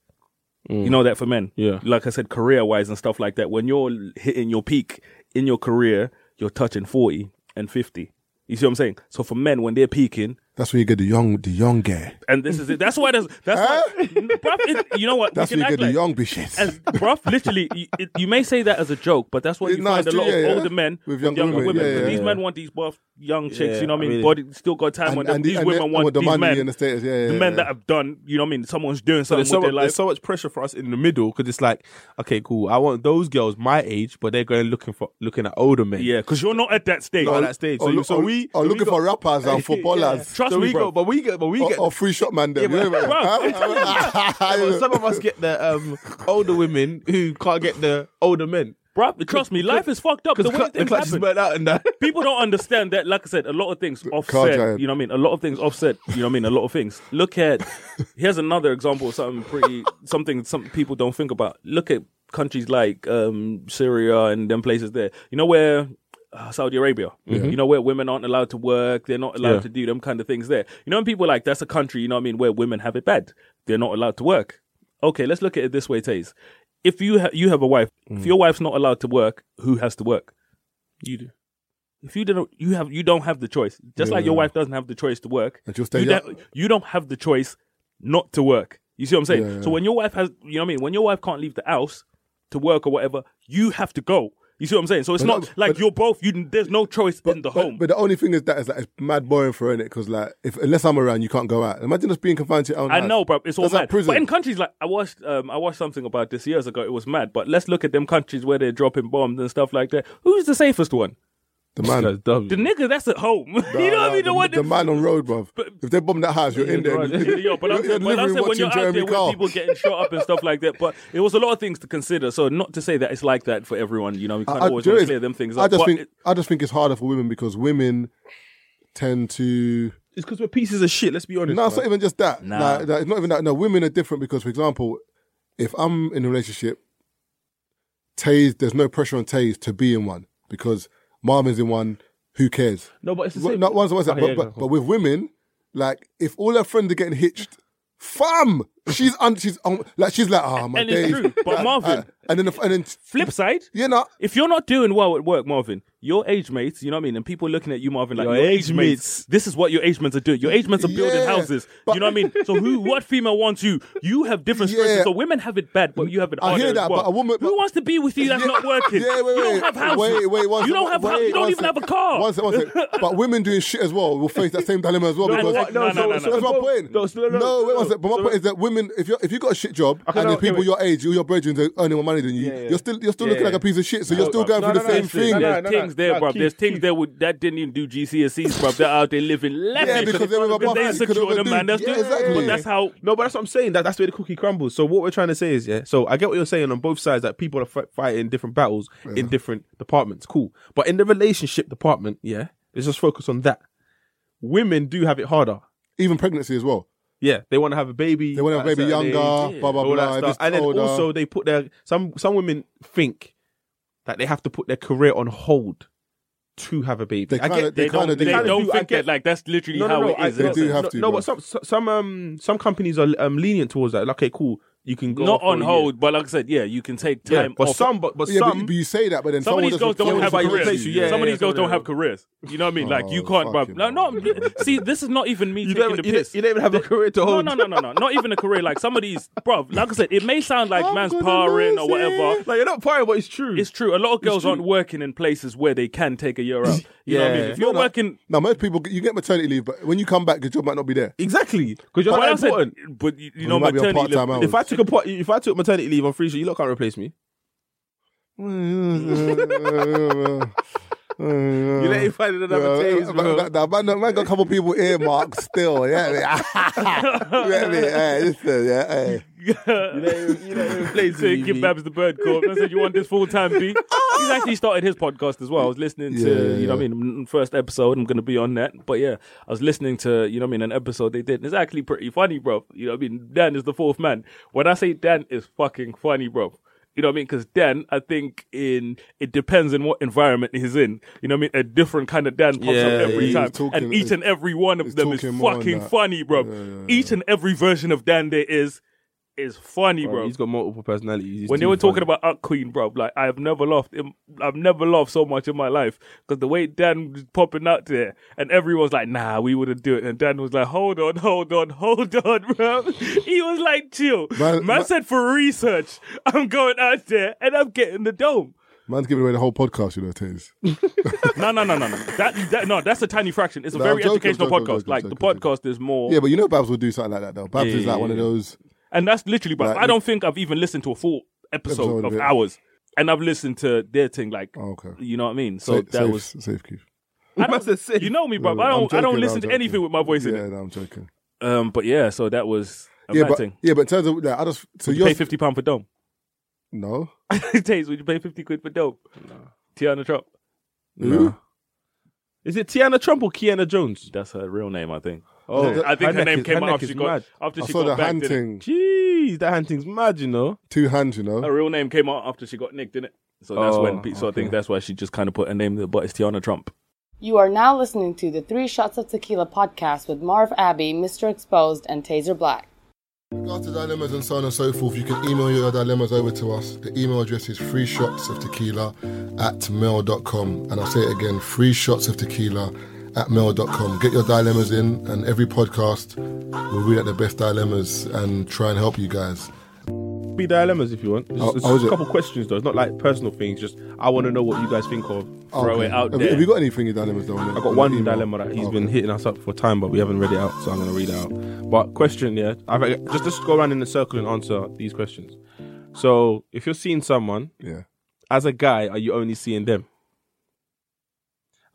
[SPEAKER 5] You know that for men.
[SPEAKER 2] Yeah.
[SPEAKER 5] Like I said, career wise and stuff like that. When you're hitting your peak in your career, you're touching forty and fifty. You see what I'm saying? So for men, when they're peaking,
[SPEAKER 1] That's when you get the young, the young guy.
[SPEAKER 5] and this is it. That's why there's that's why, *laughs* bruv, it- you know what?
[SPEAKER 1] That's
[SPEAKER 5] you
[SPEAKER 1] when
[SPEAKER 5] can
[SPEAKER 1] you get
[SPEAKER 5] act
[SPEAKER 1] the
[SPEAKER 5] like-
[SPEAKER 1] young bitches.
[SPEAKER 5] *laughs* as bruv, literally, you, it, you may say that as a joke, but that's what
[SPEAKER 1] It-
[SPEAKER 5] you
[SPEAKER 1] no,
[SPEAKER 5] find a
[SPEAKER 1] it's
[SPEAKER 5] lot
[SPEAKER 1] true,
[SPEAKER 5] of
[SPEAKER 1] yeah, yeah.
[SPEAKER 5] older men
[SPEAKER 1] With
[SPEAKER 5] with
[SPEAKER 1] young
[SPEAKER 5] younger
[SPEAKER 1] women,
[SPEAKER 5] women.
[SPEAKER 1] yeah,
[SPEAKER 5] But
[SPEAKER 1] yeah,
[SPEAKER 5] these
[SPEAKER 1] yeah.
[SPEAKER 5] men want these buff young chicks, you know what I mean?
[SPEAKER 2] I mean-
[SPEAKER 5] Body still got time on them.
[SPEAKER 1] the-
[SPEAKER 5] these
[SPEAKER 1] and
[SPEAKER 5] women
[SPEAKER 1] the-
[SPEAKER 5] want
[SPEAKER 1] with the
[SPEAKER 5] these
[SPEAKER 1] money
[SPEAKER 5] men
[SPEAKER 1] and the status. Yeah, yeah,
[SPEAKER 5] the men
[SPEAKER 1] yeah.
[SPEAKER 5] that have done, you know what I mean? Someone's doing something
[SPEAKER 2] there's, so
[SPEAKER 5] with their
[SPEAKER 2] much,
[SPEAKER 5] life.
[SPEAKER 2] there's so much pressure for us in the middle because it's like, okay, cool. I want those girls my age, but they're going looking for looking at older men.
[SPEAKER 5] yeah, because you're not at that stage.
[SPEAKER 2] Not at that stage. So,
[SPEAKER 1] or
[SPEAKER 2] you-
[SPEAKER 1] Oh, look-
[SPEAKER 2] so
[SPEAKER 1] or-
[SPEAKER 2] we
[SPEAKER 1] or
[SPEAKER 2] so we
[SPEAKER 1] looking
[SPEAKER 2] got-
[SPEAKER 1] for rappers
[SPEAKER 5] *laughs*
[SPEAKER 1] and footballers.
[SPEAKER 5] Trust
[SPEAKER 2] so
[SPEAKER 5] me,
[SPEAKER 2] we
[SPEAKER 5] bro.
[SPEAKER 2] Go, but we get, but we
[SPEAKER 1] Or,
[SPEAKER 2] get.
[SPEAKER 1] or free shot man. Them.
[SPEAKER 2] Yeah,
[SPEAKER 1] you know
[SPEAKER 2] but-
[SPEAKER 1] what I
[SPEAKER 5] *laughs*
[SPEAKER 1] mean? *laughs*
[SPEAKER 2] but some *laughs* of us get the um, older women who can't get the older men
[SPEAKER 5] Bruh, trust me, life is fucked up. The
[SPEAKER 2] because
[SPEAKER 5] way
[SPEAKER 2] the
[SPEAKER 5] things
[SPEAKER 2] clutch is
[SPEAKER 5] happen.
[SPEAKER 2] burnt out and that.
[SPEAKER 5] people don't understand that. Like I said, a lot of things
[SPEAKER 1] giant.
[SPEAKER 5] offset. You know what I mean? A lot of things offset. You know what I mean? A lot of things. Look at. Here's another example of something pretty. Something some people don't think about. Look at countries like um, Syria and them places there. You know where. uh, Saudi Arabia, you know where women aren't allowed to work, they're not allowed
[SPEAKER 2] Yeah.
[SPEAKER 5] to do them kind of things there. You know, when people are like that's a country, you know what I mean, where women have it bad, they're not allowed to work. Okay, let's look at it this way, Taze. If you ha- you have a wife, if your wife's not allowed to work, who has to work?
[SPEAKER 2] You do.
[SPEAKER 5] If you don't, you have you don't have the choice. Just like your wife doesn't have the choice to work,
[SPEAKER 1] And she'll stay
[SPEAKER 5] you,
[SPEAKER 1] young.
[SPEAKER 5] don't, you don't have the choice not to work. You see what I'm saying?
[SPEAKER 1] Yeah, yeah.
[SPEAKER 5] So when your wife has, you know what I mean. When your wife can't leave the house to work or whatever, you have to go. You see what I'm saying? So it's
[SPEAKER 1] But
[SPEAKER 5] not
[SPEAKER 1] no,
[SPEAKER 5] like
[SPEAKER 1] but-
[SPEAKER 5] you're both. You there's no choice in the
[SPEAKER 1] But-
[SPEAKER 5] home.
[SPEAKER 1] But, the only thing is that is that it's mad boring for it because like if unless I'm around, you can't go out. Imagine us being confined to your own
[SPEAKER 5] I
[SPEAKER 1] house.
[SPEAKER 5] know, bro. It's all
[SPEAKER 1] That's like
[SPEAKER 5] mad.
[SPEAKER 1] prison.
[SPEAKER 5] But in countries like I watched, um, I watched something about this years ago. It was mad. But let's look at them countries where they're dropping bombs and stuff like that. Who's the safest one?
[SPEAKER 1] the man,
[SPEAKER 2] *laughs* That's dumb.
[SPEAKER 5] The nigga that's at home. *laughs* you know what I mean?
[SPEAKER 1] the,
[SPEAKER 5] one
[SPEAKER 1] the
[SPEAKER 5] that-
[SPEAKER 1] man on road, bruv. if they bomb that house, you're in there.
[SPEAKER 5] Yo, but I'm
[SPEAKER 1] you're
[SPEAKER 5] saying, but I'm
[SPEAKER 1] literally
[SPEAKER 5] saying when
[SPEAKER 1] watching
[SPEAKER 5] you're out
[SPEAKER 1] Jeremy
[SPEAKER 5] there
[SPEAKER 1] Kyle.
[SPEAKER 5] with people getting shot up and stuff like that, but it was a lot of things to consider. So not to say that it's like that for everyone, you know, we
[SPEAKER 1] I-
[SPEAKER 5] can't
[SPEAKER 1] I-
[SPEAKER 5] always
[SPEAKER 1] do you know
[SPEAKER 5] wanna
[SPEAKER 1] what it
[SPEAKER 5] clear
[SPEAKER 1] is?
[SPEAKER 5] them things
[SPEAKER 1] I
[SPEAKER 5] up.
[SPEAKER 1] just
[SPEAKER 5] But
[SPEAKER 1] think
[SPEAKER 5] it-
[SPEAKER 1] I just think it's harder for women because women tend to
[SPEAKER 2] It's because we're pieces of shit. Let's be honest.
[SPEAKER 1] no,
[SPEAKER 2] man.
[SPEAKER 1] it's not even just that. Nah. it's not even that. No, women are different because, for example, if I'm in a relationship, Taze, there's no pressure on Taze to be in one because Marvin's in one. Who cares?
[SPEAKER 2] No, but it's the
[SPEAKER 1] Well,
[SPEAKER 2] same.
[SPEAKER 1] Not once, once,
[SPEAKER 2] Okay,
[SPEAKER 1] but,
[SPEAKER 2] yeah,
[SPEAKER 1] but,
[SPEAKER 2] cool.
[SPEAKER 1] but with women, like if all her friends are getting hitched, fam, she's un, she's um, like she's like, oh my
[SPEAKER 5] And it's
[SPEAKER 1] days.
[SPEAKER 5] true,
[SPEAKER 1] *laughs*
[SPEAKER 5] but
[SPEAKER 1] Like,
[SPEAKER 5] Marvin-
[SPEAKER 1] uh, and then the, and then
[SPEAKER 5] flip side,
[SPEAKER 1] you know,
[SPEAKER 5] if you're not doing well at work, Marvin, your age mates, you know what I mean, and people looking at you, Marvin, like
[SPEAKER 2] Your
[SPEAKER 5] your,
[SPEAKER 2] age
[SPEAKER 5] age
[SPEAKER 2] mates.
[SPEAKER 5] mates. This is what your age mates are doing. Your age mates are building
[SPEAKER 1] Yeah,
[SPEAKER 5] houses.
[SPEAKER 1] but-
[SPEAKER 5] you know what I mean? So who,
[SPEAKER 1] *laughs*
[SPEAKER 5] what female wants you? You have different
[SPEAKER 1] Yeah.
[SPEAKER 5] stresses. So women have it bad, but you have it.
[SPEAKER 1] I
[SPEAKER 5] harder
[SPEAKER 1] hear
[SPEAKER 5] as
[SPEAKER 1] that,
[SPEAKER 5] well.
[SPEAKER 1] but a woman-
[SPEAKER 5] who wants to be with you that's
[SPEAKER 1] Yeah.
[SPEAKER 5] not working?
[SPEAKER 1] Yeah, wait,
[SPEAKER 5] you
[SPEAKER 1] wait,
[SPEAKER 5] don't have houses.
[SPEAKER 1] wait, wait, one
[SPEAKER 5] you don't
[SPEAKER 1] sec-
[SPEAKER 5] have. hou-
[SPEAKER 1] wait,
[SPEAKER 5] you don't
[SPEAKER 1] one
[SPEAKER 5] even
[SPEAKER 1] sec-
[SPEAKER 5] have a car.
[SPEAKER 1] One sec, one sec.
[SPEAKER 5] *laughs*
[SPEAKER 1] but women doing shit as well will face that same dilemma as well.
[SPEAKER 5] No,
[SPEAKER 1] because
[SPEAKER 5] what- no,
[SPEAKER 1] that's
[SPEAKER 5] no, no, no.
[SPEAKER 1] my point.
[SPEAKER 2] No, no, no, no,
[SPEAKER 1] wait one
[SPEAKER 2] no.
[SPEAKER 1] sec. But my
[SPEAKER 2] So-
[SPEAKER 1] point is that women, if you if you got a shit job
[SPEAKER 2] Okay,
[SPEAKER 1] and
[SPEAKER 2] no,
[SPEAKER 1] there's
[SPEAKER 2] okay,
[SPEAKER 1] people
[SPEAKER 2] wait.
[SPEAKER 1] your age, your brethren are earning more money than you,
[SPEAKER 2] yeah.
[SPEAKER 1] you're still you're still
[SPEAKER 2] Yeah,
[SPEAKER 1] looking
[SPEAKER 2] yeah.
[SPEAKER 1] like a piece of shit. So you're still going
[SPEAKER 2] no,
[SPEAKER 1] through
[SPEAKER 2] no,
[SPEAKER 1] the
[SPEAKER 2] no,
[SPEAKER 1] same
[SPEAKER 2] it's-
[SPEAKER 1] thing.
[SPEAKER 2] no, no,
[SPEAKER 5] There's things there,
[SPEAKER 2] no,
[SPEAKER 5] bro.
[SPEAKER 2] Keith,
[SPEAKER 5] There's things
[SPEAKER 2] Keith.
[SPEAKER 5] there with, that didn't even do GCSEs, bro. They're out there living lavish.
[SPEAKER 1] because they were above
[SPEAKER 5] they're
[SPEAKER 1] us, they couldn't
[SPEAKER 5] insecure, the
[SPEAKER 1] even
[SPEAKER 5] man.
[SPEAKER 1] do-
[SPEAKER 5] That's
[SPEAKER 1] Yeah,
[SPEAKER 5] the-
[SPEAKER 1] exactly.
[SPEAKER 5] But that's how.
[SPEAKER 2] No, but that's what I'm saying. That, that's where the cookie crumbles. So what we're trying to say is, yeah. So I get what you're saying on both sides that people are f- fighting different battles in different departments. Cool, but in the relationship department, yeah, let's just focus on that. Women do have it harder.
[SPEAKER 1] Even pregnancy as well.
[SPEAKER 2] Yeah, they want to have a baby.
[SPEAKER 1] They want to have
[SPEAKER 2] at a
[SPEAKER 1] baby
[SPEAKER 2] certain
[SPEAKER 1] younger, blah
[SPEAKER 2] age,
[SPEAKER 1] blah
[SPEAKER 2] all that
[SPEAKER 1] blah.
[SPEAKER 2] stuff.
[SPEAKER 1] just
[SPEAKER 2] And then
[SPEAKER 1] older.
[SPEAKER 2] also they put their some some women think that they have to put their career on hold to have a baby.
[SPEAKER 1] They
[SPEAKER 2] I
[SPEAKER 1] kinda-
[SPEAKER 2] get
[SPEAKER 1] they
[SPEAKER 5] They don't,
[SPEAKER 1] kinda
[SPEAKER 5] they
[SPEAKER 1] do that.
[SPEAKER 5] don't
[SPEAKER 2] I
[SPEAKER 5] think
[SPEAKER 2] get-
[SPEAKER 5] that like that's literally
[SPEAKER 2] no,
[SPEAKER 5] how
[SPEAKER 2] no, no,
[SPEAKER 5] it
[SPEAKER 2] I-
[SPEAKER 5] is.
[SPEAKER 1] They
[SPEAKER 5] in a
[SPEAKER 2] no,
[SPEAKER 1] do
[SPEAKER 5] sense.
[SPEAKER 1] have
[SPEAKER 2] no,
[SPEAKER 1] to,
[SPEAKER 2] No,
[SPEAKER 1] bro.
[SPEAKER 2] but some some um some companies are um, lenient towards that. Like, okay, cool, you can go
[SPEAKER 5] not
[SPEAKER 2] off for
[SPEAKER 5] on
[SPEAKER 2] a
[SPEAKER 5] hold, but like I said, yeah, you can take
[SPEAKER 2] year. Yeah,
[SPEAKER 5] time.
[SPEAKER 2] but
[SPEAKER 5] off.
[SPEAKER 2] some, but, but
[SPEAKER 1] Yeah,
[SPEAKER 2] some,
[SPEAKER 1] but, but you say that, but then
[SPEAKER 5] Some of
[SPEAKER 1] someone
[SPEAKER 5] these girls
[SPEAKER 1] doesn't-
[SPEAKER 5] don't
[SPEAKER 1] someone
[SPEAKER 5] have
[SPEAKER 2] fight
[SPEAKER 1] doesn't
[SPEAKER 2] your
[SPEAKER 5] careers.
[SPEAKER 1] replace
[SPEAKER 2] place,
[SPEAKER 1] you.
[SPEAKER 2] yeah.
[SPEAKER 5] some of these girls
[SPEAKER 2] someone
[SPEAKER 5] don't have
[SPEAKER 2] else.
[SPEAKER 5] careers. You know what I mean? Like you
[SPEAKER 1] Oh,
[SPEAKER 5] can't, bro.
[SPEAKER 1] fucking
[SPEAKER 5] No, no.
[SPEAKER 1] hell, bro.
[SPEAKER 5] *laughs* See, this is not even me
[SPEAKER 2] you
[SPEAKER 5] taking
[SPEAKER 2] don't,
[SPEAKER 5] the
[SPEAKER 2] you, don't,
[SPEAKER 5] piss.
[SPEAKER 2] you don't even have a career to
[SPEAKER 5] No,
[SPEAKER 2] hold.
[SPEAKER 5] no, no, no, no. Not even a career. Like some of these, bro. Like I said, it may sound like
[SPEAKER 1] I'm
[SPEAKER 5] man's
[SPEAKER 1] gonna
[SPEAKER 5] parring or
[SPEAKER 1] lose
[SPEAKER 5] whatever.
[SPEAKER 2] Like you're not fired, but it's true.
[SPEAKER 5] It's true. A lot of girls aren't working in places where they can take a year out. You know what I
[SPEAKER 2] Yeah.
[SPEAKER 5] mean? If you're
[SPEAKER 1] No, no.
[SPEAKER 5] working
[SPEAKER 1] No, most people get- you get maternity leave, but when you come back, your job might not be
[SPEAKER 2] *laughs*
[SPEAKER 1] there.
[SPEAKER 2] exactly because you're
[SPEAKER 5] But
[SPEAKER 2] not
[SPEAKER 5] I said-
[SPEAKER 2] important.
[SPEAKER 5] but you, you
[SPEAKER 1] Well,
[SPEAKER 5] know,
[SPEAKER 1] it might be on
[SPEAKER 5] maternity.
[SPEAKER 1] part-time
[SPEAKER 5] leave- *laughs*
[SPEAKER 1] hours.
[SPEAKER 2] if I took a pot, if I took maternity leave, I'm free. sure you lot can't replace me.
[SPEAKER 1] I
[SPEAKER 2] You let him find another taste, bro.
[SPEAKER 5] *laughs*
[SPEAKER 1] man, man, man, man got a couple people earmarked still. Yeah, *laughs* yeah, yeah. Listen, yeah, hey.
[SPEAKER 2] You let him, you let him play
[SPEAKER 5] So give
[SPEAKER 2] ZZ.
[SPEAKER 5] Babs the bird call. I said, "You want this full time,
[SPEAKER 1] *laughs*
[SPEAKER 5] B?" He's actually started his podcast as well. I was listening to,
[SPEAKER 1] Yeah, Ah! yeah,
[SPEAKER 5] you know, what I
[SPEAKER 1] yeah.
[SPEAKER 5] mean, m- first episode. I'm gonna be on that, but yeah, I was listening to, you know, what I mean, an episode they did. And it's actually pretty funny, bro. You know, what I mean, Dan is the fourth man. When I say Dan is fucking funny, bro. You know what I mean? Because Dan, I think in it depends on what environment he's in. You know what I mean? A different kind of Dan pops
[SPEAKER 2] Yeah,
[SPEAKER 5] up every
[SPEAKER 2] he's
[SPEAKER 5] time,
[SPEAKER 1] talking-
[SPEAKER 5] and each and every one of
[SPEAKER 1] he's
[SPEAKER 5] them is
[SPEAKER 1] talking more on
[SPEAKER 5] fucking
[SPEAKER 1] that.
[SPEAKER 5] funny, bro.
[SPEAKER 1] Yeah, yeah,
[SPEAKER 5] Each and every version of Dan there is is funny, bro
[SPEAKER 2] He's got multiple personalities. He's
[SPEAKER 5] when they
[SPEAKER 2] too
[SPEAKER 5] were talking
[SPEAKER 2] funny.
[SPEAKER 5] about Up Queen, bro, like I've never laughed. In, I've never laughed so much in my life because the way Dan was popping out there, and everyone's like, "Nah, we wouldn't do it," and Dan was like, "Hold on, hold on, hold on, *laughs* bro." he was like, "Chill."
[SPEAKER 1] Man-
[SPEAKER 5] Man,
[SPEAKER 1] man-
[SPEAKER 5] said, "For research, I'm going out there and I'm getting
[SPEAKER 1] *laughs*
[SPEAKER 5] the dome."
[SPEAKER 1] Man's giving away the whole podcast, you know, Taze.
[SPEAKER 5] No, no, no, no, no. That, that no, that's a tiny fraction. It's a
[SPEAKER 1] No, I'm
[SPEAKER 5] very
[SPEAKER 1] joking,
[SPEAKER 5] educational
[SPEAKER 1] joking,
[SPEAKER 5] podcast.
[SPEAKER 1] joking,
[SPEAKER 5] like the
[SPEAKER 1] joking,
[SPEAKER 5] podcast is more,
[SPEAKER 1] Yeah, but you know Babs will do something like that, though. Babs
[SPEAKER 2] Yeah,
[SPEAKER 1] is like
[SPEAKER 2] yeah,
[SPEAKER 1] one of
[SPEAKER 2] yeah.
[SPEAKER 1] those.
[SPEAKER 5] and that's literally. But
[SPEAKER 1] Like,
[SPEAKER 5] I don't think I've even listened to a full episode,
[SPEAKER 1] Episode of
[SPEAKER 5] of
[SPEAKER 1] it.
[SPEAKER 5] ours. And I've listened to their thing, like,
[SPEAKER 1] Oh, okay.
[SPEAKER 5] you know what I mean. So
[SPEAKER 1] safe,
[SPEAKER 5] that
[SPEAKER 1] safe,
[SPEAKER 5] was
[SPEAKER 1] safe, Keith.
[SPEAKER 5] I
[SPEAKER 2] Must have
[SPEAKER 5] don't,
[SPEAKER 2] said-
[SPEAKER 5] you know me, bro.
[SPEAKER 1] No,
[SPEAKER 5] I
[SPEAKER 1] I'm
[SPEAKER 5] don't. I
[SPEAKER 1] joking,
[SPEAKER 5] don't listen
[SPEAKER 1] I'm
[SPEAKER 5] to anything
[SPEAKER 1] joking.
[SPEAKER 5] with my voice
[SPEAKER 1] Yeah,
[SPEAKER 5] in
[SPEAKER 1] no, I'm joking.
[SPEAKER 5] it. Um, but yeah, so that was a
[SPEAKER 1] yeah,
[SPEAKER 5] bad
[SPEAKER 1] but
[SPEAKER 5] thing.
[SPEAKER 1] yeah, but in terms of like, I just so
[SPEAKER 5] Would you
[SPEAKER 1] you're
[SPEAKER 5] pay fifty pound for dope? *laughs*
[SPEAKER 1] no,
[SPEAKER 5] Taze, would you pay fifty quid for dope? Tiana Trump.
[SPEAKER 1] Who?
[SPEAKER 2] Is it Tiana Trump or Kiana Jones?
[SPEAKER 5] That's her real name, I think.
[SPEAKER 2] Oh,
[SPEAKER 5] I think her
[SPEAKER 2] Hanek
[SPEAKER 5] name
[SPEAKER 2] is-
[SPEAKER 5] came
[SPEAKER 2] Hanek
[SPEAKER 5] out after
[SPEAKER 2] is
[SPEAKER 5] she got
[SPEAKER 2] mad.
[SPEAKER 5] after
[SPEAKER 1] I
[SPEAKER 5] she
[SPEAKER 1] saw
[SPEAKER 5] got
[SPEAKER 1] the
[SPEAKER 5] back,
[SPEAKER 1] hand
[SPEAKER 5] didn't it?
[SPEAKER 1] thing,
[SPEAKER 2] Jeez, that hand thing's mad, you know.
[SPEAKER 1] two hands, you know.
[SPEAKER 5] Her real name came out after she got nicked, didn't it? So that's
[SPEAKER 2] Oh,
[SPEAKER 5] when. pe- So I think that's why she just kind of put her name there. But it's Tiana Trump.
[SPEAKER 4] You are now listening to the Three Shots of Tequila podcast with Marv Abbey, Mr. Exposed, and Taser Black.
[SPEAKER 1] regards to dilemmas and so on and so forth, you can email your dilemmas over to us. The email address is free shots of tequila at mail.com. And I'll say it again free shots of tequila at mail.com. Get your dilemmas in, and every podcast will read out the best dilemmas and try and help you guys.
[SPEAKER 2] Be dilemmas if you want. It's,
[SPEAKER 1] Oh,
[SPEAKER 2] it's
[SPEAKER 1] oh, is
[SPEAKER 2] just
[SPEAKER 1] it?
[SPEAKER 2] a couple questions though. It's not like personal things. Just I want to know what you guys think of.
[SPEAKER 5] Throw it out
[SPEAKER 1] have,
[SPEAKER 5] there.
[SPEAKER 1] You, have you got anything in dilemmas though?
[SPEAKER 2] I got one dilemma that he's been hitting us up for time, but we haven't read it out, so I'm gonna read it out. But question, yeah, I've, just just go around in a circle and answer these questions. So if you're seeing someone
[SPEAKER 1] Yeah.
[SPEAKER 2] as a guy, are you only seeing them?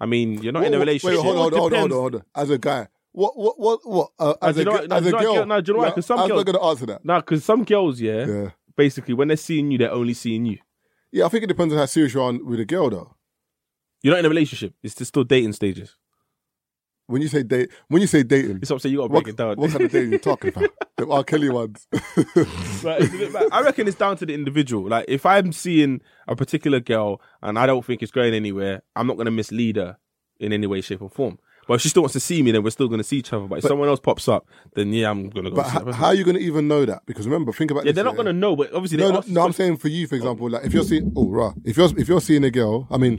[SPEAKER 2] I mean, you're not in a relationship.
[SPEAKER 1] Wait, hold on, hold on, hold on, hold on, hold
[SPEAKER 2] Depends.
[SPEAKER 1] on. As a guy, what, what, what, what? Uh, as
[SPEAKER 2] do
[SPEAKER 1] a,
[SPEAKER 2] you know
[SPEAKER 1] gi-
[SPEAKER 2] what- no,
[SPEAKER 1] as a
[SPEAKER 2] do you know what-
[SPEAKER 1] girl,
[SPEAKER 2] no, do you know what?
[SPEAKER 1] Yeah,
[SPEAKER 2] 'Cause some
[SPEAKER 1] I'm
[SPEAKER 2] girls-
[SPEAKER 1] not going to answer that.
[SPEAKER 2] Nah, because some girls, yeah,
[SPEAKER 1] Yeah.
[SPEAKER 2] basically, when they're seeing you, they're only seeing you.
[SPEAKER 1] Yeah, I think it depends on how serious you are with a girl though.
[SPEAKER 2] You're not in a relationship. It's just still dating stages.
[SPEAKER 1] When you say date, when you say dating,
[SPEAKER 2] It's obviously you gotta break
[SPEAKER 1] what,
[SPEAKER 2] it down.
[SPEAKER 1] what kind of dating you talking
[SPEAKER 2] *laughs*
[SPEAKER 1] about? The R. Kelly ones. *laughs*
[SPEAKER 2] Like, it's a bit bad. I reckon it's down to the individual. Like, if I'm seeing a particular girl and I don't think it's going anywhere, I'm not going to mislead her in any way, shape, or form. But if she still wants to see me, then we're still going to see each other. But if someone else pops up, then yeah, I'm going to go.
[SPEAKER 1] But
[SPEAKER 2] see that
[SPEAKER 1] how,
[SPEAKER 2] person.
[SPEAKER 1] how are you going to even know that? Because remember, think about
[SPEAKER 2] yeah,
[SPEAKER 1] this,
[SPEAKER 2] they're not going to know. But obviously,
[SPEAKER 1] No,
[SPEAKER 2] they
[SPEAKER 1] no,
[SPEAKER 2] ask-
[SPEAKER 1] no, I'm saying for you, for example, like if you're seeing, oh, right, if you're if you're seeing a girl, I mean,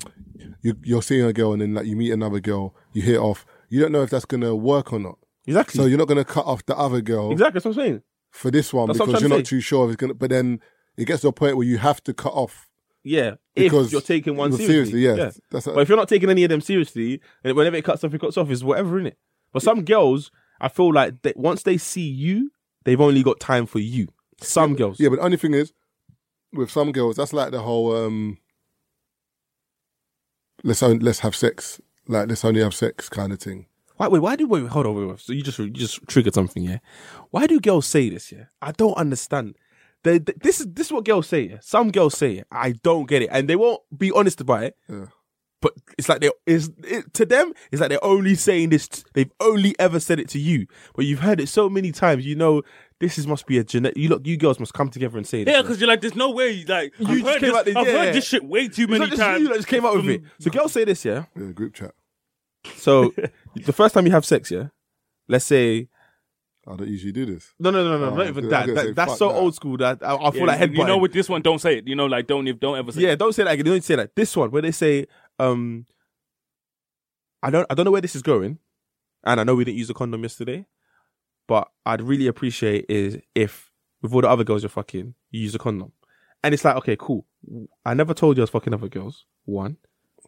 [SPEAKER 1] you, you're seeing a girl and then like you meet another girl, you hit off. You don't know if that's going to work or not.
[SPEAKER 2] exactly.
[SPEAKER 1] So you're not going to cut off the other girl
[SPEAKER 2] Mm. exactly. That's what I'm saying.
[SPEAKER 1] for this one
[SPEAKER 2] That's what I'm
[SPEAKER 1] because
[SPEAKER 2] trying
[SPEAKER 1] you're
[SPEAKER 2] to
[SPEAKER 1] not
[SPEAKER 2] say.
[SPEAKER 1] too sure if it's going. to But then it gets to a point where you have to cut off.
[SPEAKER 2] Yeah, if
[SPEAKER 1] Because-
[SPEAKER 2] you're taking one
[SPEAKER 1] well,
[SPEAKER 2] seriously.
[SPEAKER 1] seriously, yeah. That's uh, a-
[SPEAKER 2] but if you're not taking any of them seriously, and whenever it cuts off, it cuts off. It's whatever, in it. But some girls, I feel like they, once they see you, they've only got time for you. Some girls,
[SPEAKER 1] Yeah, but the only thing is, with some girls, that's like the whole um, let's only, let's have sex, like let's only have sex kind of thing.
[SPEAKER 2] Why, wait, why do wait, hold on, wait, wait. So you just you just triggered something, yeah? Why do girls say this, yeah? I don't understand. They, th- this is this is what girls say. Yeah? Some girls say it. I don't get it, and they won't be honest about it. But it's like they is it, to them. It's like they're only saying this. t- they've only ever said it to you, but you've heard it so many times. You know this is must be a genetic. You look, you girls must come together and say this.
[SPEAKER 5] Yeah, because you're like, there's no way. Like,
[SPEAKER 2] You
[SPEAKER 5] I've,
[SPEAKER 2] just
[SPEAKER 5] heard
[SPEAKER 2] came
[SPEAKER 5] this,
[SPEAKER 2] out the-
[SPEAKER 5] I've
[SPEAKER 2] yeah.
[SPEAKER 5] heard this shit way too
[SPEAKER 2] It's not
[SPEAKER 5] many
[SPEAKER 2] just
[SPEAKER 5] times.
[SPEAKER 2] You that just came out with it. So girls say this, yeah.
[SPEAKER 1] Yeah, group chat.
[SPEAKER 2] So the first time you have sex, yeah. Let's say
[SPEAKER 1] I don't usually do this.
[SPEAKER 2] No, no, no, no,
[SPEAKER 1] Oh,
[SPEAKER 2] not even
[SPEAKER 1] good. I
[SPEAKER 2] that.
[SPEAKER 1] was gonna say,
[SPEAKER 2] that that's
[SPEAKER 1] fuck
[SPEAKER 2] so
[SPEAKER 1] that.
[SPEAKER 2] old school that I, I feel like
[SPEAKER 5] you,
[SPEAKER 2] headbutt.
[SPEAKER 5] you know, with this one, don't say it. You know, like, don't if don't ever say.
[SPEAKER 2] yeah,
[SPEAKER 5] it.
[SPEAKER 2] don't say like don't say like this one where they say, um, I don't, I don't know where this is going, and I know we didn't use a condom yesterday, but I'd really appreciate is if with all the other girls you're fucking, you use a condom, and it's like okay, cool. I never told you I was fucking other girls. One,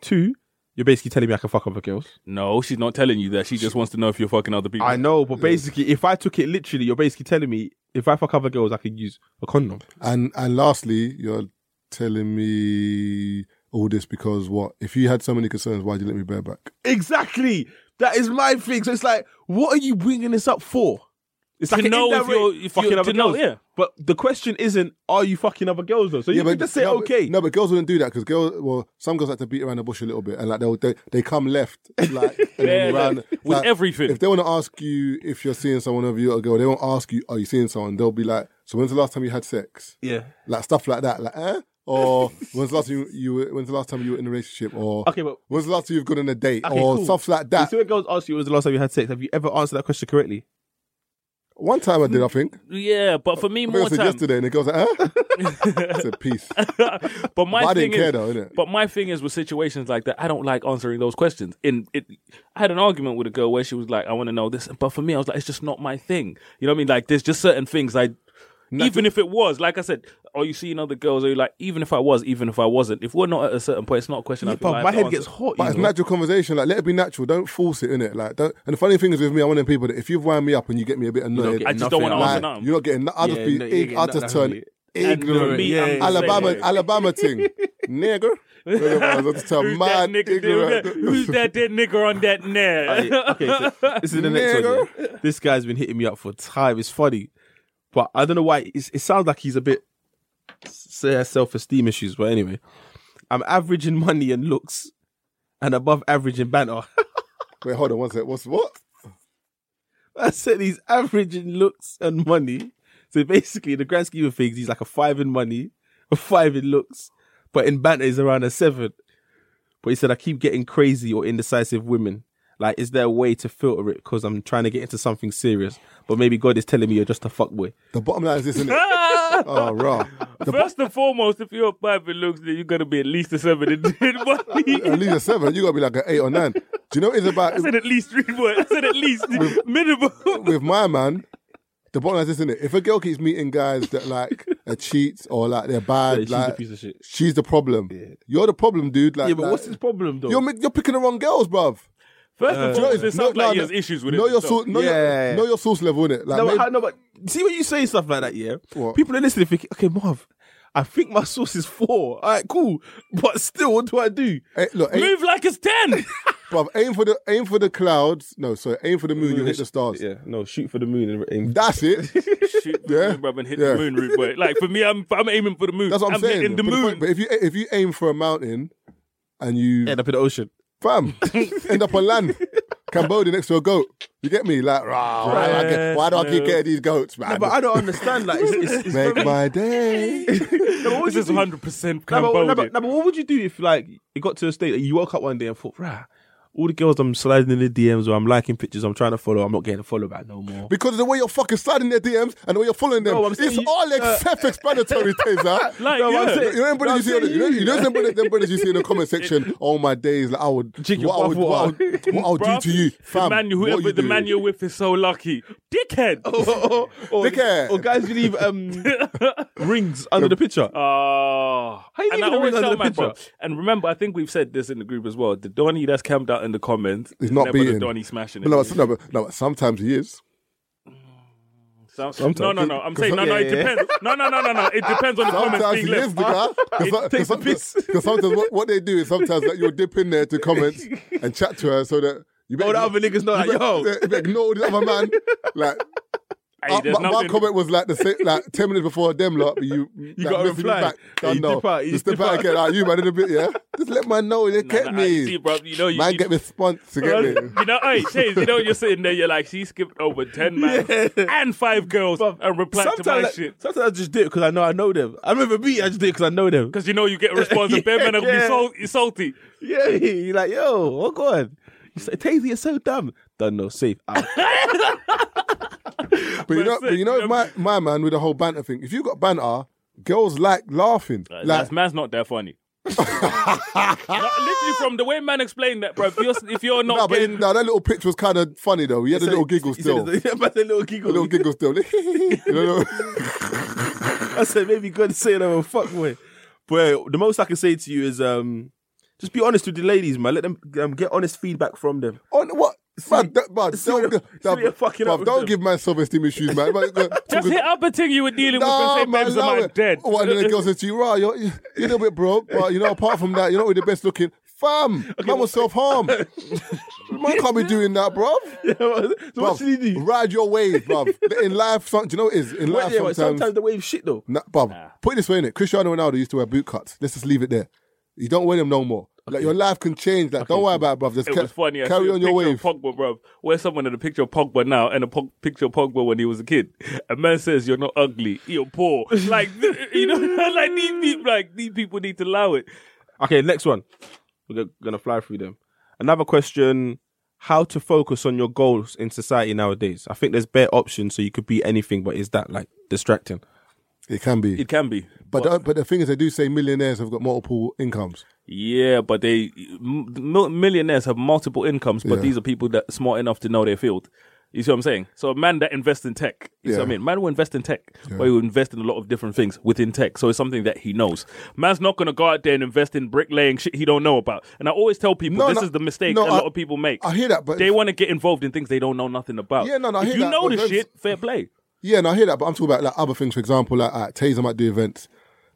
[SPEAKER 2] two. You're basically telling me I can fuck other girls.
[SPEAKER 5] No, she's not telling you that. She just wants to know if you're fucking other people.
[SPEAKER 2] I know, but basically, if I took it literally, you're basically telling me if I fuck other girls, I could use a condom.
[SPEAKER 1] And and lastly, you're telling me all this because what? If you had so many concerns, why'd you let me bareback?
[SPEAKER 2] Exactly. That is my thing. So it's like, what are you bringing this up for? It's like an
[SPEAKER 5] know if
[SPEAKER 2] indirect
[SPEAKER 5] you're- if
[SPEAKER 2] fucking
[SPEAKER 5] you're-
[SPEAKER 2] other
[SPEAKER 5] to know,
[SPEAKER 2] girls.
[SPEAKER 5] yeah.
[SPEAKER 2] But the question isn't, are you fucking other girls though? So you can just say
[SPEAKER 1] no, but-
[SPEAKER 2] okay.
[SPEAKER 1] No, but girls wouldn't do that because girls. Well, some girls like to beat around the bush a little bit, and like they'll, they they come left,
[SPEAKER 2] *laughs*
[SPEAKER 1] like and then
[SPEAKER 5] Yeah,
[SPEAKER 1] round-
[SPEAKER 5] with
[SPEAKER 1] like,
[SPEAKER 5] everything.
[SPEAKER 1] If they want to ask you if you're seeing someone over you or a girl, they won't ask you, "Are you seeing someone?" They'll be like, "So when's the last time you had sex?"
[SPEAKER 2] yeah.
[SPEAKER 1] Like stuff like that, like eh.
[SPEAKER 2] *laughs*
[SPEAKER 1] Or when's the last time you, you were- when's the last time you were in a relationship? Or
[SPEAKER 2] Okay, but-
[SPEAKER 1] when's the last time you've gone on a date?
[SPEAKER 2] Okay,
[SPEAKER 1] or
[SPEAKER 2] cool.
[SPEAKER 1] stuff like
[SPEAKER 2] You
[SPEAKER 1] that.
[SPEAKER 2] see when girls ask you when was the last time you had sex, have you ever answered that question correctly?
[SPEAKER 1] One time I did, I think.
[SPEAKER 5] Yeah, but for me,
[SPEAKER 1] I think
[SPEAKER 5] more
[SPEAKER 1] I said
[SPEAKER 5] time.
[SPEAKER 1] yesterday, and the girl's like, "Huh?"
[SPEAKER 2] *laughs*
[SPEAKER 1] I said, "Peace."
[SPEAKER 5] *laughs* but my
[SPEAKER 1] But I
[SPEAKER 5] thing
[SPEAKER 1] didn't care
[SPEAKER 5] is,
[SPEAKER 1] though, innit?
[SPEAKER 5] but my thing is with situations like that, I don't like answering those questions. In it, I had an argument with a girl where she was like, "I want to know this," but for me, I was like, "It's just not my thing." You know what I mean? Like, there's just certain things I. Even if it was, like I said, are you seeing other girls? Are you like, even if I was, even if I wasn't, if we're not at a certain point, it's not a question. I feel like I
[SPEAKER 2] my
[SPEAKER 5] have to
[SPEAKER 2] head
[SPEAKER 5] answer.
[SPEAKER 2] gets hot.
[SPEAKER 1] But
[SPEAKER 2] you
[SPEAKER 1] it's
[SPEAKER 2] know?
[SPEAKER 1] natural conversation. Like, let it be natural. Don't force it, innit? Like, don't. And the funny thing is with me, I'm one of them people that if you've wound me up and you get me a bit annoyed,
[SPEAKER 2] getting
[SPEAKER 5] I just don't want to
[SPEAKER 2] nothing
[SPEAKER 5] answer
[SPEAKER 1] like,
[SPEAKER 5] nothing.
[SPEAKER 1] you're not getting. I'll
[SPEAKER 2] Yeah,
[SPEAKER 1] just be.
[SPEAKER 2] no, you're
[SPEAKER 1] ig-
[SPEAKER 2] getting
[SPEAKER 1] I'll just
[SPEAKER 2] nothing.
[SPEAKER 1] turn
[SPEAKER 5] And, uh,
[SPEAKER 1] ignorant.
[SPEAKER 5] me,
[SPEAKER 2] Yeah,
[SPEAKER 5] I'm
[SPEAKER 2] yeah,
[SPEAKER 5] the same
[SPEAKER 1] Alabama,
[SPEAKER 5] way.
[SPEAKER 1] Alabama
[SPEAKER 5] *laughs*
[SPEAKER 1] thing, nigger. I'll just tell
[SPEAKER 5] Who's
[SPEAKER 1] mad
[SPEAKER 5] that nigga? Who's
[SPEAKER 1] ignorant.
[SPEAKER 5] that, *laughs*
[SPEAKER 1] *laughs*
[SPEAKER 5] who's that dead nigger on that net?
[SPEAKER 2] okay, so this is the next one. yeah. This guy's been hitting me up for time. It's funny, but I don't know why. It's, it sounds like he's a bit say self esteem issues. But anyway, I'm average in money and looks, and above average in banter.
[SPEAKER 1] Wait, hold on one sec. What's what?
[SPEAKER 2] I said he's average in looks and money. So basically, in the grand scheme of things, he's like a five in money, a five in looks, but in banter he's around a seven. But he said I keep getting crazy or indecisive women. Like, is there a way to filter it? Because I'm trying to get into something serious, but maybe God is telling me you're just a fuckboy.
[SPEAKER 1] The bottom line is this,
[SPEAKER 5] *laughs*
[SPEAKER 1] isn't it? Oh, raw. The bo-
[SPEAKER 5] First and foremost, if you're a five in looks, then you're gonna be at least a seven in, *laughs* in money.
[SPEAKER 1] at least a seven. You gotta be like an eight or nine. Do you know what it's about?
[SPEAKER 5] I said at least three words. I said
[SPEAKER 1] *laughs*
[SPEAKER 5] at least minimum.
[SPEAKER 1] with my man, the bottom line is this, isn't it? If a girl keeps meeting guys that like are cheats or like they're bad,
[SPEAKER 2] Yeah, she's a
[SPEAKER 1] like,
[SPEAKER 2] piece of shit.
[SPEAKER 1] She's the problem. You're the problem, dude. Like,
[SPEAKER 2] yeah, but
[SPEAKER 1] like,
[SPEAKER 2] what's his problem though?
[SPEAKER 1] You're mi- you're picking the wrong girls, bruv.
[SPEAKER 5] First and
[SPEAKER 1] Do you know
[SPEAKER 5] foremost,
[SPEAKER 1] what it
[SPEAKER 5] it
[SPEAKER 1] is?
[SPEAKER 5] sounds
[SPEAKER 1] No,
[SPEAKER 5] like he
[SPEAKER 1] no,
[SPEAKER 5] has issues with it.
[SPEAKER 1] know your
[SPEAKER 5] himself.
[SPEAKER 1] source, know your,
[SPEAKER 2] Yeah.
[SPEAKER 1] know your source level in it. Like,
[SPEAKER 2] no,
[SPEAKER 1] maybe-
[SPEAKER 2] how- no, but see when you say stuff like that, yeah.
[SPEAKER 1] What?
[SPEAKER 2] People are listening thinking, okay, Marv, I think my source is four. All right, cool, but still, what do I do?
[SPEAKER 1] eh, look, aim,
[SPEAKER 5] Move like
[SPEAKER 1] *laughs*
[SPEAKER 5] it's ten.
[SPEAKER 1] bruv, aim for the aim for the clouds. No, sorry, aim for the moon. You hit the stars.
[SPEAKER 2] Mm-hmm. Yeah, no, shoot for the moon and aim.
[SPEAKER 1] That's it.
[SPEAKER 5] Shoot,
[SPEAKER 1] Yeah.
[SPEAKER 5] bruv, and hit
[SPEAKER 1] Yeah.
[SPEAKER 5] the moon, root boy. Like for me, I'm I'm aiming for the moon. *laughs*
[SPEAKER 1] That's what I'm, saying.
[SPEAKER 5] hitting the
[SPEAKER 1] but, the
[SPEAKER 5] moon.
[SPEAKER 1] point- but if you if you aim for a mountain, and you
[SPEAKER 2] end up in the ocean. *laughs*
[SPEAKER 1] fam, end up on land. Cambodia next to a goat. You get me? Like, rah, why, do I get, why do I keep getting these goats, man?
[SPEAKER 2] No, but I don't understand. Like, it's, it's,
[SPEAKER 1] *laughs*
[SPEAKER 2] it's
[SPEAKER 1] Make
[SPEAKER 2] very-
[SPEAKER 1] my
[SPEAKER 2] *laughs*
[SPEAKER 1] day.
[SPEAKER 2] No, but what would
[SPEAKER 5] this
[SPEAKER 2] you
[SPEAKER 5] is
[SPEAKER 2] do?
[SPEAKER 5] 100 percent
[SPEAKER 2] No, but- no,
[SPEAKER 5] Cambodia.
[SPEAKER 2] but- no, but what would you do if like it got to a state that you woke up one day and thought, rah, all the girls I'm sliding in the DMs or I'm liking pictures, I'm trying to follow, I'm not getting a follow back no more.
[SPEAKER 1] Because of the way you're fucking sliding their DMs and the way you're following them.
[SPEAKER 2] No, I'm saying
[SPEAKER 1] it's
[SPEAKER 2] you-
[SPEAKER 1] all ex- self-explanatory, Taser.
[SPEAKER 5] Like,
[SPEAKER 2] No,
[SPEAKER 5] yeah.
[SPEAKER 2] I'm saying-
[SPEAKER 1] You know, them brothers you see on the, you know, you know them, brothers, them brothers you see in the comment section. Oh my days! Like I would,
[SPEAKER 2] Jig your
[SPEAKER 1] what I would,
[SPEAKER 2] buff
[SPEAKER 1] what I would, what I would do
[SPEAKER 5] Bruv,
[SPEAKER 1] to you, fam.
[SPEAKER 5] the man,
[SPEAKER 1] what
[SPEAKER 5] whoever
[SPEAKER 1] you
[SPEAKER 5] the
[SPEAKER 1] do?
[SPEAKER 5] man you're with is so lucky, dickhead. Oh,
[SPEAKER 2] or, or, or,
[SPEAKER 1] Dickhead.
[SPEAKER 2] or guys who leave um, rings under the picture. How you
[SPEAKER 5] Oh, and I
[SPEAKER 2] leaving a
[SPEAKER 5] always
[SPEAKER 2] ring under
[SPEAKER 5] tell
[SPEAKER 2] the
[SPEAKER 5] my bro.
[SPEAKER 2] picture?
[SPEAKER 5] And remember, I think we've said this in the group as well. The Donny that's camped out in the comments
[SPEAKER 1] He's not
[SPEAKER 5] never
[SPEAKER 1] beating.
[SPEAKER 5] the Donny smashing it.
[SPEAKER 1] No, but- no, but, no, but sometimes he is.
[SPEAKER 5] So- no, no, no. I'm saying no, no. It
[SPEAKER 2] Yeah, yeah.
[SPEAKER 5] depends. No, no, no, no, no. It depends on the comments
[SPEAKER 1] Sometimes
[SPEAKER 5] being
[SPEAKER 1] he is,
[SPEAKER 5] left.
[SPEAKER 1] because
[SPEAKER 2] takes the piss.
[SPEAKER 1] *laughs* because sometimes what, what they do is sometimes like, you'll dip in there to comments and chat to her so that you better,
[SPEAKER 2] All the other niggas know
[SPEAKER 1] you
[SPEAKER 2] like, yo,
[SPEAKER 1] better, you better ignore the other man. Like
[SPEAKER 5] Hey,
[SPEAKER 1] Uh,
[SPEAKER 5] there's
[SPEAKER 1] my, my
[SPEAKER 5] nothing.
[SPEAKER 1] comment was like the
[SPEAKER 5] *laughs*
[SPEAKER 1] same, like ten minutes before them lot. But you you messaged
[SPEAKER 2] gotta
[SPEAKER 1] me
[SPEAKER 2] reply.
[SPEAKER 1] Back.
[SPEAKER 2] Yeah,
[SPEAKER 1] I
[SPEAKER 2] you
[SPEAKER 1] know.
[SPEAKER 2] dip out, you
[SPEAKER 1] Just dip
[SPEAKER 2] dip
[SPEAKER 1] out
[SPEAKER 2] out.
[SPEAKER 1] again. Like, you man in a bit,
[SPEAKER 5] *laughs*
[SPEAKER 1] yeah. Just let man know they kept
[SPEAKER 5] Nah, nah,
[SPEAKER 1] me.
[SPEAKER 5] I see, bro. You know, you,
[SPEAKER 1] man
[SPEAKER 5] you,
[SPEAKER 1] get response. You
[SPEAKER 5] *laughs*
[SPEAKER 1] get me?
[SPEAKER 5] You know, hey, Chase, you know, you're sitting there, you're like, she skipped over
[SPEAKER 1] *laughs*
[SPEAKER 5] 10 men and five girls and replied
[SPEAKER 2] sometimes,
[SPEAKER 5] to my
[SPEAKER 2] like,
[SPEAKER 5] shit.
[SPEAKER 2] sometimes I just do it because I know I know them. I remember me, I just do it because I know
[SPEAKER 5] *laughs*
[SPEAKER 2] them.
[SPEAKER 5] Because you know, you get a response, and bare
[SPEAKER 1] *laughs*
[SPEAKER 5] men are
[SPEAKER 2] Yeah.
[SPEAKER 5] going to be sal- salty.
[SPEAKER 2] Yeah, *laughs* you're like, yo, oh god. You say, Tazy, you're so dumb. Done no safe. Out.
[SPEAKER 1] But you know,
[SPEAKER 5] That's it,
[SPEAKER 1] but you know,
[SPEAKER 5] you know-
[SPEAKER 1] my my man with the whole banter thing. If you got banter, girls like laughing. Like
[SPEAKER 5] Uh, That's, man's not that funny. *laughs* No, literally, from the way man explained that, bro, if you're, if you're not
[SPEAKER 1] no, but
[SPEAKER 5] *laughs* getting.
[SPEAKER 1] it, no, that little pitch was kind of funny though. He had a little giggle
[SPEAKER 2] He
[SPEAKER 1] still.
[SPEAKER 2] said,
[SPEAKER 1] A
[SPEAKER 2] *laughs* "Yeah, but the little giggle.
[SPEAKER 1] little giggle still. *laughs* You know,
[SPEAKER 2] I said, maybe God say that a fuck way. But the most I can say to you is um, just be honest with the ladies, man. Let them *laughs* um, get honest feedback from them.
[SPEAKER 1] on what? Man, that, man,
[SPEAKER 2] see
[SPEAKER 1] don't,
[SPEAKER 2] what-
[SPEAKER 1] that,
[SPEAKER 2] see what you're fucking
[SPEAKER 1] bruv,
[SPEAKER 2] up with
[SPEAKER 1] don't
[SPEAKER 2] them.
[SPEAKER 1] give man self-esteem issues, man. uh, man
[SPEAKER 2] *laughs*
[SPEAKER 5] Just hit up a thing you were dealing
[SPEAKER 1] Oh,
[SPEAKER 5] with and say, "Babes, am
[SPEAKER 1] allow
[SPEAKER 5] I
[SPEAKER 1] it.
[SPEAKER 5] dead?"
[SPEAKER 1] What, and then the girl says to you, right, you're, you're a little bit broke, but you know, apart from that, you're not really the best looking.
[SPEAKER 5] *laughs*
[SPEAKER 1] Fam, man was self-harm. man can't be doing that,
[SPEAKER 5] *laughs*
[SPEAKER 1] bruv.
[SPEAKER 2] so what
[SPEAKER 1] Bruv,
[SPEAKER 2] should he do?
[SPEAKER 1] Ride your wave, bruv. In life, some, do you know what it is? In
[SPEAKER 2] Well,
[SPEAKER 1] life,
[SPEAKER 2] yeah, but
[SPEAKER 1] sometimes,
[SPEAKER 2] sometimes the wave shit though.
[SPEAKER 1] Nah, bruv, put it this way, innit? Cristiano Ronaldo used to wear boot cuts. Let's just leave it there. You don't wear them no more. Like your life can change. Like, don't worry about it, bruv. Just
[SPEAKER 5] *laughs* It
[SPEAKER 1] ca-
[SPEAKER 5] was funny. I
[SPEAKER 1] carry
[SPEAKER 5] see
[SPEAKER 1] on
[SPEAKER 5] a
[SPEAKER 1] your wave.
[SPEAKER 5] picture Of Pogba, bro. Where's someone in a picture of Pogba now and a po- picture of Pogba when he was a kid? A man says you're not ugly, you're poor. Like *laughs* you know, like these people, like these people need to allow it.
[SPEAKER 2] Okay, next one. We're go- gonna fly through them. Another question: How to focus on your goals in society nowadays? I think there's bare options, so you could be anything, but is that like distracting?
[SPEAKER 1] It can be.
[SPEAKER 5] It can be,
[SPEAKER 1] but, the, but the thing is, they do say millionaires have got multiple incomes.
[SPEAKER 5] yeah, but they m- mil- millionaires have multiple incomes, but
[SPEAKER 1] Yeah.
[SPEAKER 5] these are people that are smart enough to know their field. You see what I'm saying? So a man that invests in tech, you see what I
[SPEAKER 1] Yeah.
[SPEAKER 5] mean? Man will invest in tech, but he will invest in a lot of different things within tech. So it's something that he knows. Man's not gonna go out there and invest in bricklaying shit he don't know about. And I always tell people
[SPEAKER 1] No,
[SPEAKER 5] this
[SPEAKER 1] no,
[SPEAKER 5] is the mistake
[SPEAKER 1] no,
[SPEAKER 5] a
[SPEAKER 1] I-
[SPEAKER 5] lot of people make.
[SPEAKER 1] I hear that, but
[SPEAKER 5] they
[SPEAKER 1] if-
[SPEAKER 5] want to get involved in things they don't know nothing about.
[SPEAKER 1] Yeah, no, no, I
[SPEAKER 5] If
[SPEAKER 1] hear
[SPEAKER 5] you
[SPEAKER 1] that,
[SPEAKER 5] know
[SPEAKER 1] but
[SPEAKER 5] the
[SPEAKER 1] that's-
[SPEAKER 5] shit, fair play.
[SPEAKER 1] Yeah, no, I hear that, but I'm talking about like other things. For example, like uh, Taser might do events,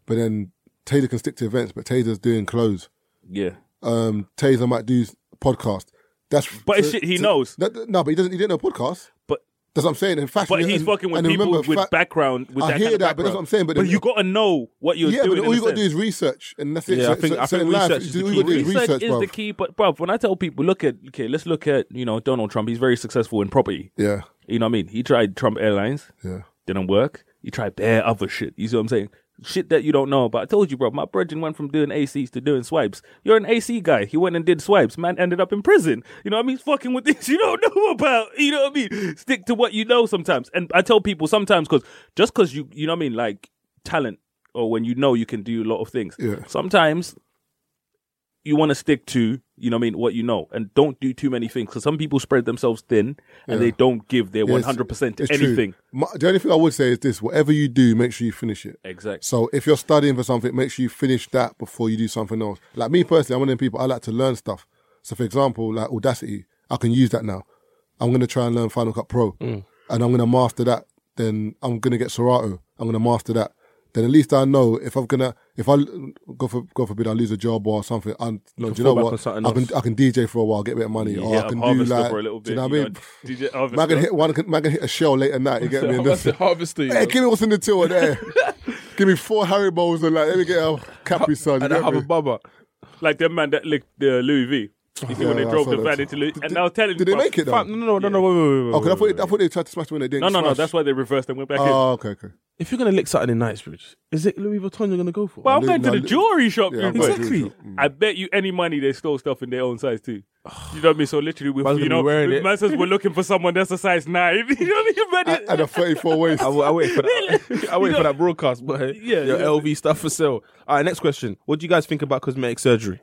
[SPEAKER 1] but then Taser can stick to events, but Taser's doing clothes.
[SPEAKER 5] Yeah.
[SPEAKER 1] Um, Taser might do s- podcast. That's
[SPEAKER 5] But it's shit he knows.
[SPEAKER 1] No, no, but he doesn't. He didn't know podcast.
[SPEAKER 5] But
[SPEAKER 1] That's what I'm saying. In fashion,
[SPEAKER 5] but he's
[SPEAKER 1] and-
[SPEAKER 5] fucking with
[SPEAKER 1] and
[SPEAKER 5] people
[SPEAKER 1] remember,
[SPEAKER 5] with
[SPEAKER 1] fa-
[SPEAKER 5] background with
[SPEAKER 1] I
[SPEAKER 5] that
[SPEAKER 1] hear
[SPEAKER 5] kind of
[SPEAKER 1] that, but
[SPEAKER 5] background.
[SPEAKER 1] that's what I'm saying, but then-
[SPEAKER 5] you got to know what you're
[SPEAKER 1] Yeah,
[SPEAKER 5] doing.
[SPEAKER 1] but
[SPEAKER 5] in
[SPEAKER 1] all
[SPEAKER 5] a
[SPEAKER 1] you got to
[SPEAKER 5] sense.
[SPEAKER 1] do is research, and that's it.
[SPEAKER 2] Yeah,
[SPEAKER 1] so,
[SPEAKER 2] I think-
[SPEAKER 1] so,
[SPEAKER 2] I
[SPEAKER 1] so
[SPEAKER 2] think
[SPEAKER 1] in life,
[SPEAKER 2] research is the
[SPEAKER 1] all
[SPEAKER 2] key
[SPEAKER 1] you got to do is
[SPEAKER 2] word.
[SPEAKER 1] research,
[SPEAKER 5] research is
[SPEAKER 1] bruv.
[SPEAKER 5] the key. But bruv, when I tell people, look at okay, let's look at you know Donald Trump. He's very successful in property.
[SPEAKER 1] Yeah,
[SPEAKER 5] You know what I mean? He tried Trump Airlines,
[SPEAKER 1] yeah.
[SPEAKER 5] didn't work. He tried bare other shit. You see what I'm saying? Shit that you don't know about. I told you, bro. My brethren went from doing ACs to doing swipes. You're an AC guy. He went and did swipes. Man ended up in prison. You know what I mean? He's fucking with things *laughs* you don't know about. You know what I mean? Stick to what you know sometimes. And I tell people sometimes because just because you, you know what I mean, like talent or when you know you can do a lot of things.
[SPEAKER 1] Yeah.
[SPEAKER 5] Sometimes you want to stick to you know what I mean what you know and don't do too many things because some people spread themselves thin and they don't give their
[SPEAKER 1] Yeah,
[SPEAKER 5] one
[SPEAKER 1] it's-
[SPEAKER 5] hundred percent to
[SPEAKER 1] it's true.
[SPEAKER 5] anything.
[SPEAKER 1] My, the only thing I would say is this: whatever you do, make sure you finish it.
[SPEAKER 5] Exactly.
[SPEAKER 1] So if you're studying for something, make sure you finish that before you do something else. Like me personally, I'm one of them people. I like to learn stuff. So for example, like Audacity, I can use that now. I'm gonna try and learn Final Cut Pro, and I'm gonna master that. Then I'm gonna get Serato. I'm gonna master that. Then at least I know if I'm gonna if I go for God forbid I lose a job or something. I no, do you know
[SPEAKER 2] fall back
[SPEAKER 1] what?
[SPEAKER 2] on something
[SPEAKER 1] I can
[SPEAKER 2] else.
[SPEAKER 1] I can DJ for a while, get a bit of money, or I
[SPEAKER 5] a
[SPEAKER 1] can do
[SPEAKER 5] harvester
[SPEAKER 1] like
[SPEAKER 5] for a little bit.
[SPEAKER 1] do you know what I mean?
[SPEAKER 5] DJ harvester.
[SPEAKER 1] Man can hit one. Man can hit a shell late at night. You get me? And
[SPEAKER 7] That's
[SPEAKER 1] this-
[SPEAKER 7] the harvester. you
[SPEAKER 1] *laughs* Hey,
[SPEAKER 7] know.
[SPEAKER 1] give me what's in the till there. give me four Harry Bowls and like, let me get a Capri Sun. you
[SPEAKER 2] And I
[SPEAKER 1] get
[SPEAKER 2] have
[SPEAKER 1] me?
[SPEAKER 2] a bubba.
[SPEAKER 5] like that man that licked the Louis V. You
[SPEAKER 1] Oh,
[SPEAKER 5] see
[SPEAKER 1] Yeah,
[SPEAKER 5] when they
[SPEAKER 1] yeah, I
[SPEAKER 5] drove
[SPEAKER 1] saw
[SPEAKER 5] the
[SPEAKER 1] that.
[SPEAKER 5] van into Louis, and
[SPEAKER 1] Did-
[SPEAKER 5] I was telling
[SPEAKER 1] Did they
[SPEAKER 5] bruv,
[SPEAKER 1] make it though?
[SPEAKER 2] Fam, no, no, no, no, wait, wait, wait,
[SPEAKER 1] Oh, 'cause
[SPEAKER 2] wait.
[SPEAKER 1] I
[SPEAKER 2] wait, wait,
[SPEAKER 1] thought, I thought they tried to smash when they didn't.
[SPEAKER 5] No, no, no.
[SPEAKER 1] smash.
[SPEAKER 5] That's why they reversed and went back in.
[SPEAKER 1] Oh, okay, okay.
[SPEAKER 2] If you're gonna lick something in Knightsbridge, is it Louis Vuitton you're gonna go for?
[SPEAKER 5] Well, I'm
[SPEAKER 1] Lou-
[SPEAKER 5] going to
[SPEAKER 1] no,
[SPEAKER 5] the
[SPEAKER 1] Lou-
[SPEAKER 5] jewelry shop.
[SPEAKER 1] Yeah, I'm
[SPEAKER 5] you
[SPEAKER 1] going
[SPEAKER 5] prick.
[SPEAKER 1] to the jewelry shop.
[SPEAKER 5] I bet you any money they stole stuff in their own size too.
[SPEAKER 1] *sighs*
[SPEAKER 5] You know what I mean? So literally, we,
[SPEAKER 2] Man's
[SPEAKER 5] you
[SPEAKER 2] gonna be
[SPEAKER 5] know,
[SPEAKER 2] wearing it.
[SPEAKER 5] man says
[SPEAKER 1] *laughs*
[SPEAKER 5] we're looking for someone that's a size nine. *laughs* you know what I mean?
[SPEAKER 1] At, at a 34 waist.
[SPEAKER 5] *laughs*
[SPEAKER 2] I, wa- I wait for that. *laughs* I wait for that broadcast, but
[SPEAKER 5] Yeah,
[SPEAKER 2] your
[SPEAKER 5] yeah.
[SPEAKER 2] LV stuff for sale. All right, next question. What do you guys think about cosmetic surgery?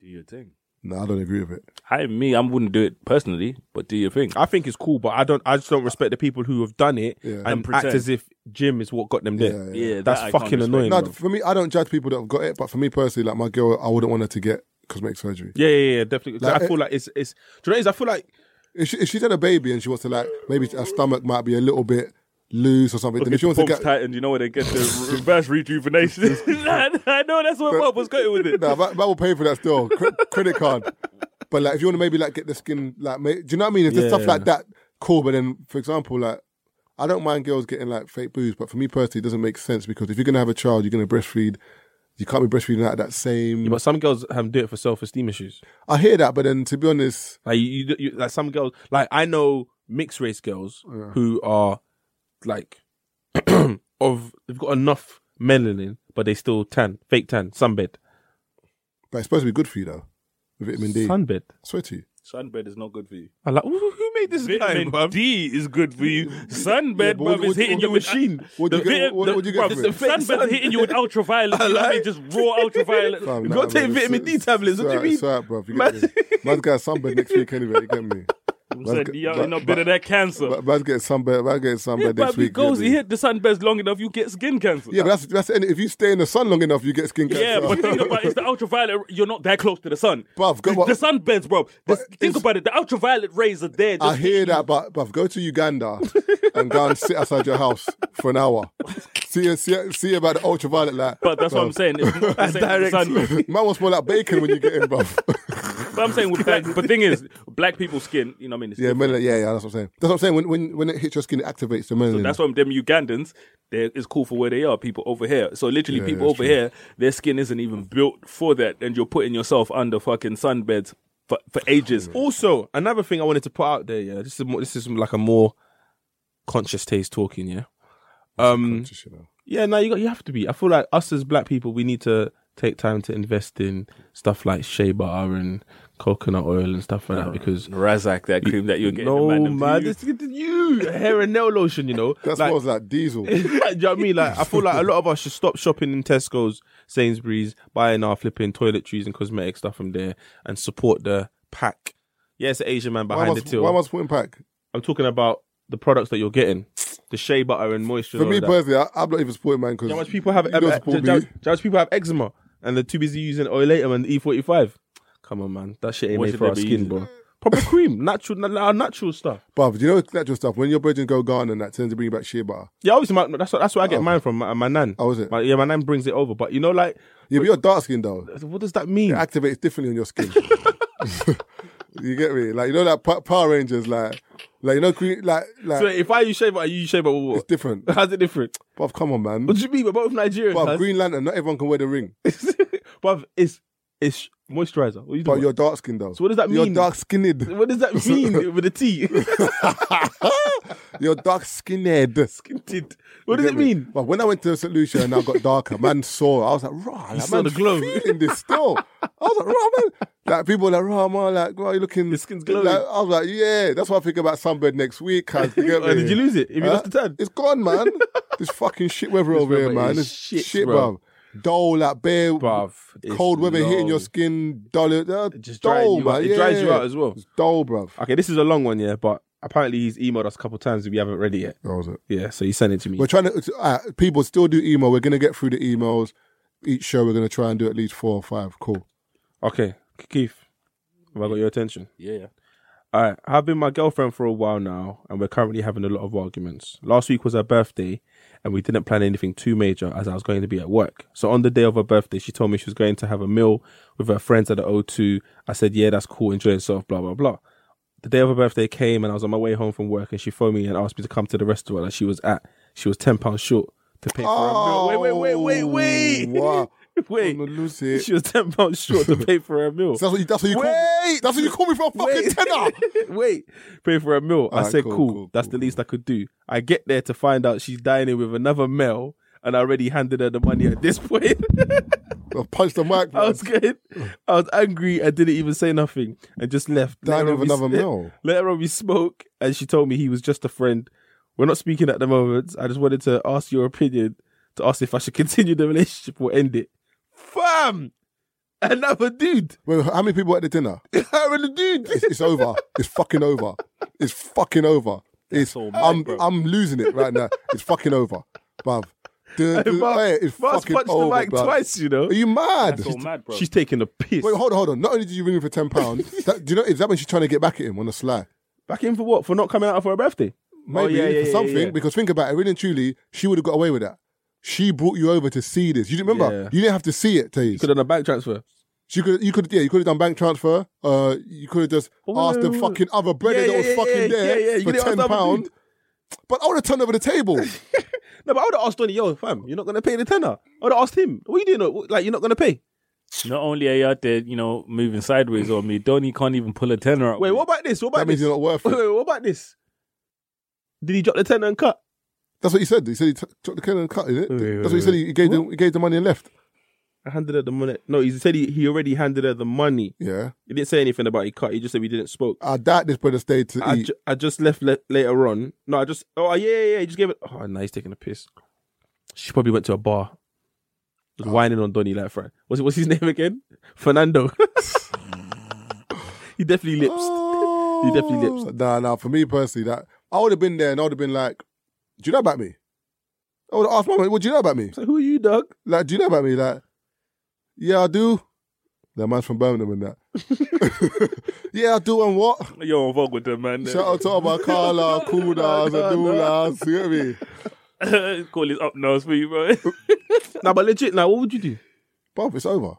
[SPEAKER 5] Do your thing.
[SPEAKER 1] no, I don't agree with it.
[SPEAKER 5] I me, I wouldn't do it personally, but do your thing.
[SPEAKER 2] I think it's cool, but I don't. I just don't respect the people who have done it
[SPEAKER 1] Yeah.
[SPEAKER 2] and
[SPEAKER 5] And
[SPEAKER 2] act
[SPEAKER 5] pretend.
[SPEAKER 2] as if gym is what got them there.
[SPEAKER 1] Yeah,
[SPEAKER 5] yeah. Yeah,
[SPEAKER 2] that's
[SPEAKER 5] that I can't
[SPEAKER 2] fucking
[SPEAKER 5] respect.
[SPEAKER 2] annoying.
[SPEAKER 1] No,
[SPEAKER 2] bro.
[SPEAKER 1] for me, I don't judge people that have got it, but for me personally, like my girl, I wouldn't want her to get cosmetic surgery.
[SPEAKER 2] Yeah, yeah, yeah, definitely. 'Cause
[SPEAKER 1] Like, eh,
[SPEAKER 2] I feel like it's it's. Do you know what it is? I feel like
[SPEAKER 1] If, she, if she's had a baby and she wants to, like, maybe her stomach might be a little bit loose or something, then
[SPEAKER 5] If
[SPEAKER 1] if she wants to
[SPEAKER 5] Bob's
[SPEAKER 1] get.
[SPEAKER 5] tightened, you know where they get the
[SPEAKER 1] *laughs*
[SPEAKER 5] reverse rejuvenation.
[SPEAKER 3] *laughs*
[SPEAKER 5] I know that's what Bob was going with it.
[SPEAKER 1] Nah, that, that will pay for that still. Cre- credit card. But like, if you want to maybe like get the skin, like, ma- do you know what I mean? If there's stuff like that, cool. But then, for example, like, I don't mind girls getting like fake boobs, but for me personally, it doesn't make sense because if you're gonna have a child, you're gonna breastfeed. You can't be breastfeeding out that same.
[SPEAKER 2] *laughs* but some girls um, do it for self esteem issues.
[SPEAKER 1] I hear that, but then to be honest,
[SPEAKER 2] Like you, you, you like some girls. Like I know mixed race girls who are like *clears throat* of they've got enough melanin, but they still tan, fake tan, sunbed,
[SPEAKER 1] but it's supposed to be good for you though, with vitamin D.
[SPEAKER 2] sunbed.
[SPEAKER 1] I swear to you.
[SPEAKER 5] Sunbed is not good for you.
[SPEAKER 2] I'm like, "Ooh, who made this guy?
[SPEAKER 5] Vitamin
[SPEAKER 2] bruv?"
[SPEAKER 5] D is good for you.
[SPEAKER 1] Yeah,
[SPEAKER 5] Sunbed,
[SPEAKER 1] but
[SPEAKER 5] bruv,
[SPEAKER 1] what-
[SPEAKER 5] is
[SPEAKER 1] what-
[SPEAKER 5] hitting
[SPEAKER 1] what-
[SPEAKER 5] you with
[SPEAKER 1] what- what do you
[SPEAKER 5] the
[SPEAKER 1] get-
[SPEAKER 5] vit-
[SPEAKER 1] what-
[SPEAKER 5] the-
[SPEAKER 1] what do you get
[SPEAKER 5] bruv,
[SPEAKER 1] from it?
[SPEAKER 2] It's a fake
[SPEAKER 5] Sunbed's
[SPEAKER 2] sun.
[SPEAKER 5] hitting
[SPEAKER 1] *laughs*
[SPEAKER 5] you with ultraviolet. you know what I mean? Just raw ultraviolet.
[SPEAKER 1] Fam,
[SPEAKER 2] You
[SPEAKER 1] nah,
[SPEAKER 2] gotta take
[SPEAKER 1] man,
[SPEAKER 2] vitamin
[SPEAKER 1] it's-
[SPEAKER 2] D tablets,
[SPEAKER 1] it's
[SPEAKER 2] what do
[SPEAKER 1] alright,
[SPEAKER 2] you
[SPEAKER 1] It's
[SPEAKER 2] mean? *laughs*
[SPEAKER 1] alright, bruv. You get me. Man's got sunbed next week anyway. You get me?
[SPEAKER 3] I'm saying, you ain't not bit of that cancer.
[SPEAKER 1] But man's getting sunbed. Man's getting sunbed
[SPEAKER 3] Yeah, but
[SPEAKER 1] next
[SPEAKER 3] if he
[SPEAKER 1] week.
[SPEAKER 3] goes,
[SPEAKER 1] yeah,
[SPEAKER 3] he hit the sunburst long enough, you get skin cancer.
[SPEAKER 1] Yeah, but that's that's any, if you stay in the sun long enough, you get skin cancer.
[SPEAKER 3] Yeah, but think about it, it's the ultraviolet. You're not that close to the sun.
[SPEAKER 1] Bruv, go-
[SPEAKER 3] the, the sun bends, bro. This-
[SPEAKER 1] But
[SPEAKER 3] think
[SPEAKER 1] it's-
[SPEAKER 3] about it. The ultraviolet rays are there.
[SPEAKER 1] *laughs* I
[SPEAKER 3] Just,
[SPEAKER 1] hear that, but but go to Uganda and go and sit outside your house for an hour. See see see about the ultraviolet light.
[SPEAKER 3] but that's what I'm
[SPEAKER 1] bruv.
[SPEAKER 3] saying. It's
[SPEAKER 1] *laughs*
[SPEAKER 3] not the same as the sun.
[SPEAKER 1] Man will smell like bacon when you get in, bruv.
[SPEAKER 3] *laughs* But I'm saying with black. But thing is, black people's skin. You know what I mean? It's
[SPEAKER 1] Yeah,
[SPEAKER 3] different.
[SPEAKER 1] melanin. Yeah, yeah, that's what I'm saying. That's what I'm saying. When when, when it hits your skin, it activates the melanin.
[SPEAKER 3] That's why them Ugandans, they're, it's cool for where they are. People over here, so literally
[SPEAKER 1] Yeah,
[SPEAKER 3] people
[SPEAKER 1] that's
[SPEAKER 3] over
[SPEAKER 1] true.
[SPEAKER 3] here, their skin isn't even built for that, and you're putting yourself under fucking sunbeds for, for ages.
[SPEAKER 2] Also, another thing I wanted to put out there, yeah, this is more, this is like a more conscious taste talking, yeah. Um,
[SPEAKER 1] Just, you know.
[SPEAKER 2] yeah, no, you got you have to be. I feel like us as black people, we need to take time to invest in stuff like shea butter and coconut oil and stuff like that because
[SPEAKER 3] Razak, that cream that you're getting,
[SPEAKER 2] no
[SPEAKER 3] in Magnum, do
[SPEAKER 2] man,
[SPEAKER 3] you-
[SPEAKER 2] this you hair and nail lotion,
[SPEAKER 1] *laughs*
[SPEAKER 2] you know.
[SPEAKER 1] That
[SPEAKER 2] Like- *laughs*
[SPEAKER 1] smells like diesel.
[SPEAKER 2] Do you know what I mean? Like, I feel like a lot of us should stop shopping in Tesco's, Sainsbury's, buying our flipping toiletries and cosmetic stuff from there, and support the pack. Yeah, it's an Asian man
[SPEAKER 1] Why
[SPEAKER 2] behind the
[SPEAKER 1] must,
[SPEAKER 2] till.
[SPEAKER 1] why must put in pack?
[SPEAKER 2] I'm talking about the products that you're getting, the shea butter and moisture.
[SPEAKER 1] For
[SPEAKER 2] and all
[SPEAKER 1] me
[SPEAKER 2] that.
[SPEAKER 1] personally, I, I'm not even supporting man because
[SPEAKER 2] how much people have,
[SPEAKER 1] You don't support
[SPEAKER 2] how
[SPEAKER 1] me.
[SPEAKER 2] much- how much people have eczema, and they're too busy using oilatum and E45. E Come on, man, that shit ain't
[SPEAKER 3] What
[SPEAKER 2] made
[SPEAKER 3] should
[SPEAKER 2] for
[SPEAKER 3] they
[SPEAKER 2] our
[SPEAKER 3] be
[SPEAKER 2] skin,
[SPEAKER 3] using?
[SPEAKER 2] bro. Proper cream, natural, na- our natural stuff.
[SPEAKER 1] Bruv, do you know natural stuff? When your brethren go Ghana and that tends to bring you back shea butter.
[SPEAKER 2] Yeah, obviously, my, that's what, that's where I get mine from. My, my nan.
[SPEAKER 1] Oh, is it?
[SPEAKER 2] My- yeah, my nan brings it over. But you know, like,
[SPEAKER 1] Yeah, but you're dark skinned though.
[SPEAKER 2] what does that mean?
[SPEAKER 1] It activates differently on your skin. *laughs* you get me? Like you know that Pa- Power Rangers, like like you know green, like like
[SPEAKER 2] So *laughs* if I use shea butter, you use shea butter.
[SPEAKER 1] it's
[SPEAKER 2] What?
[SPEAKER 1] different.
[SPEAKER 2] *laughs* How's it different?
[SPEAKER 1] Bruv, come on, man.
[SPEAKER 2] What do you mean? We're both Nigerian.
[SPEAKER 1] Bruv,
[SPEAKER 2] cuz.
[SPEAKER 1] Green Lantern, not everyone can wear the ring.
[SPEAKER 2] Bruv, it's it's moisturizer. What, are you
[SPEAKER 1] But
[SPEAKER 2] talking
[SPEAKER 1] you're dark skinned though.
[SPEAKER 2] So what does that
[SPEAKER 1] You're
[SPEAKER 2] mean?
[SPEAKER 1] dark skinned.
[SPEAKER 2] about? *laughs* what does
[SPEAKER 1] *laughs*
[SPEAKER 2] that mean with the tea? *laughs*
[SPEAKER 1] You're dark skinned.
[SPEAKER 2] *laughs* Skinted. What does it mean?
[SPEAKER 1] But when I went to St. Lucia and I got darker, man saw, I was like, rah, like,
[SPEAKER 2] saw
[SPEAKER 1] man,
[SPEAKER 2] the glow.
[SPEAKER 1] feeling this still. I was like, rah, man. Like, people were like, rah, man, like, rah, you looking.
[SPEAKER 2] Your skin's glowing.
[SPEAKER 1] Like, I was like, yeah, that's what I think about sunbed next week. Cause, you get
[SPEAKER 2] *laughs* Oh,
[SPEAKER 1] me?
[SPEAKER 2] did you lose it? If you
[SPEAKER 1] Huh?
[SPEAKER 2] lost the turn?
[SPEAKER 1] It's gone,
[SPEAKER 2] *laughs*
[SPEAKER 1] man. this fucking shit weather over here,
[SPEAKER 2] weather
[SPEAKER 1] man.
[SPEAKER 2] is
[SPEAKER 1] It's
[SPEAKER 2] shit,
[SPEAKER 1] shit,
[SPEAKER 2] bruv.
[SPEAKER 1] bruv. Dole, like, bare,
[SPEAKER 2] Bruv, it's
[SPEAKER 1] cold weather hitting
[SPEAKER 2] long.
[SPEAKER 1] your skin, dull. Uh,
[SPEAKER 2] It just dries
[SPEAKER 1] dull,
[SPEAKER 2] you
[SPEAKER 1] man.
[SPEAKER 2] out. It
[SPEAKER 1] yeah.
[SPEAKER 2] dries you out as well.
[SPEAKER 1] It's dull, bruv.
[SPEAKER 2] Okay, this is a long one, yeah. But apparently he's emailed us a couple times and we haven't read it yet.
[SPEAKER 1] That was it.
[SPEAKER 2] Yeah, so he sent it to me.
[SPEAKER 1] We're trying to uh, people still do email. We're gonna get through the emails. Each show we're gonna try and do at least four or five. Cool.
[SPEAKER 2] okay, Keith, have I got your attention?
[SPEAKER 3] yeah, yeah.
[SPEAKER 2] All right, I've been my girlfriend for a while now, and we're currently having a lot of arguments. Last week was her birthday, and we didn't plan anything too major as I was going to be at work. So on the day of her birthday, she told me she was going to have a meal with her friends at the O2. I said, "Yeah, that's cool. Enjoy yourself." Blah blah blah. The day of her birthday came, and I was on my way home from work, and she phoned me and asked me to come to the restaurant that she was at. She was ten pounds short to pay for her meal. Wait, wait, wait, wait, wait,
[SPEAKER 1] Oh, *laughs* Wow.
[SPEAKER 2] *laughs* wait.
[SPEAKER 1] I'm gonna lose it.
[SPEAKER 2] She was ten pounds short to pay for her
[SPEAKER 1] *laughs*
[SPEAKER 2] meal.
[SPEAKER 1] So that's what you. That's what you call. Me.
[SPEAKER 2] Wait!
[SPEAKER 1] That's what you call me for a fucking
[SPEAKER 2] *laughs*
[SPEAKER 1] tenner.
[SPEAKER 2] Wait, pay for a meal. I
[SPEAKER 1] Alright,
[SPEAKER 2] said, cool,
[SPEAKER 1] cool, cool,
[SPEAKER 2] that's
[SPEAKER 1] cool,
[SPEAKER 2] the least I could do. I get there to find out she's dining with another male, and I already handed her the money at this *laughs* point.
[SPEAKER 1] I punched the mic.
[SPEAKER 2] I
[SPEAKER 1] man.
[SPEAKER 2] was good. I was angry. I didn't even say nothing and just left.
[SPEAKER 1] Dining
[SPEAKER 2] Let her
[SPEAKER 1] with
[SPEAKER 2] be-
[SPEAKER 1] another male.
[SPEAKER 2] *laughs* Let her be smoke, and she told me he was just a friend. We're not speaking at the moment. I just wanted to ask your opinion to ask if I should *laughs* continue the relationship or end it. Fam, another dude. *laughs*
[SPEAKER 1] Wait, how many people at the dinner?
[SPEAKER 2] Her and the dude.
[SPEAKER 1] It's, it's over. It's fucking over. It's fucking over. It's.
[SPEAKER 3] all mad,
[SPEAKER 1] I'm.
[SPEAKER 3] bro.
[SPEAKER 1] I'm losing it right now. It's fucking over, bruv. Dude,
[SPEAKER 2] Hey, Mark-
[SPEAKER 1] it's
[SPEAKER 2] Mark's
[SPEAKER 1] fucking
[SPEAKER 2] punched the
[SPEAKER 1] over,
[SPEAKER 2] mic
[SPEAKER 1] bruv.
[SPEAKER 2] twice, you know.
[SPEAKER 1] Are you mad?
[SPEAKER 3] It's all mad, bro.
[SPEAKER 2] She's taking a piss.
[SPEAKER 1] Wait, hold on, hold on. Not only did you ring him for ten pounds,
[SPEAKER 2] *laughs*
[SPEAKER 1] do you know is that when she's trying to get back at him on the sly?
[SPEAKER 2] Back in for what? For not coming out for her birthday?
[SPEAKER 1] Maybe
[SPEAKER 2] Oh, yeah, yeah,
[SPEAKER 1] for
[SPEAKER 2] yeah,
[SPEAKER 1] something.
[SPEAKER 2] yeah.
[SPEAKER 1] Because think about it, really and truly, she would have got away with that. She brought you over to see this. You didn't remember?
[SPEAKER 2] Yeah.
[SPEAKER 1] You didn't have to see it, Taze.
[SPEAKER 2] Could have done a bank transfer.
[SPEAKER 1] She could, you could, yeah, you could have done bank transfer. Uh, you could have just
[SPEAKER 2] Oh,
[SPEAKER 1] asked the
[SPEAKER 2] yeah,
[SPEAKER 1] fucking other brother
[SPEAKER 2] yeah,
[SPEAKER 1] that was
[SPEAKER 2] yeah,
[SPEAKER 1] fucking
[SPEAKER 2] yeah,
[SPEAKER 1] there
[SPEAKER 2] yeah, yeah. You
[SPEAKER 1] for
[SPEAKER 2] could've asked
[SPEAKER 1] ten
[SPEAKER 2] the other
[SPEAKER 1] pound.
[SPEAKER 2] dude.
[SPEAKER 1] But I would have turned over the table.
[SPEAKER 2] No, but I would have asked Donny, yo, fam, you're not going to pay the tenner. I would have asked him, what you doing? Like, you're not going to pay.
[SPEAKER 3] Not only are you out there, you know, moving sideways on me, Donny can't even pull a tenner out.
[SPEAKER 2] Wait, what about this? What about
[SPEAKER 1] that
[SPEAKER 2] this?
[SPEAKER 1] means you're not worth
[SPEAKER 2] wait,
[SPEAKER 1] it.
[SPEAKER 2] wait, what about this? Did he drop the tenner and cut?
[SPEAKER 1] That's what he said. He said he t- took the kennel and cut it.
[SPEAKER 2] wait,
[SPEAKER 1] That's what he said. He gave, the, he gave the money and left.
[SPEAKER 2] I handed her the money. No, he said he, he already handed her the money.
[SPEAKER 1] Yeah,
[SPEAKER 2] He didn't say anything about he cut. He just said we didn't spoke.
[SPEAKER 1] I doubt this brother stayed to
[SPEAKER 2] I,
[SPEAKER 1] eat.
[SPEAKER 2] ju- I just left le- later on. No, I just oh yeah yeah, yeah. He just gave it. Oh no, he's taking a piss. She probably went to a bar, was
[SPEAKER 1] Oh.
[SPEAKER 2] whining on Donny like friend. What's *laughs* what's his name again? Fernando. he definitely lips. *laughs* He definitely lips.
[SPEAKER 1] Oh. Nah, nah. For me personally, that I would have been there and I would have been like, "Do you know about me?" I would have asked my mate, "What do you know about me?"
[SPEAKER 2] So who are you, Doug?
[SPEAKER 1] Like, do you know about me? Like, yeah, I do. That man's from Birmingham and that. *laughs* yeah, I do. And what?
[SPEAKER 5] You're on vogue with them, man.
[SPEAKER 1] Shout out to all my
[SPEAKER 2] *laughs*
[SPEAKER 1] Carla,
[SPEAKER 2] Oh
[SPEAKER 1] Kudas, Adulas. You get me?
[SPEAKER 3] *laughs*
[SPEAKER 5] Call his up nose for you, bro.
[SPEAKER 2] Nah, but legit. Now, what would you do?
[SPEAKER 1] Bob, it's over.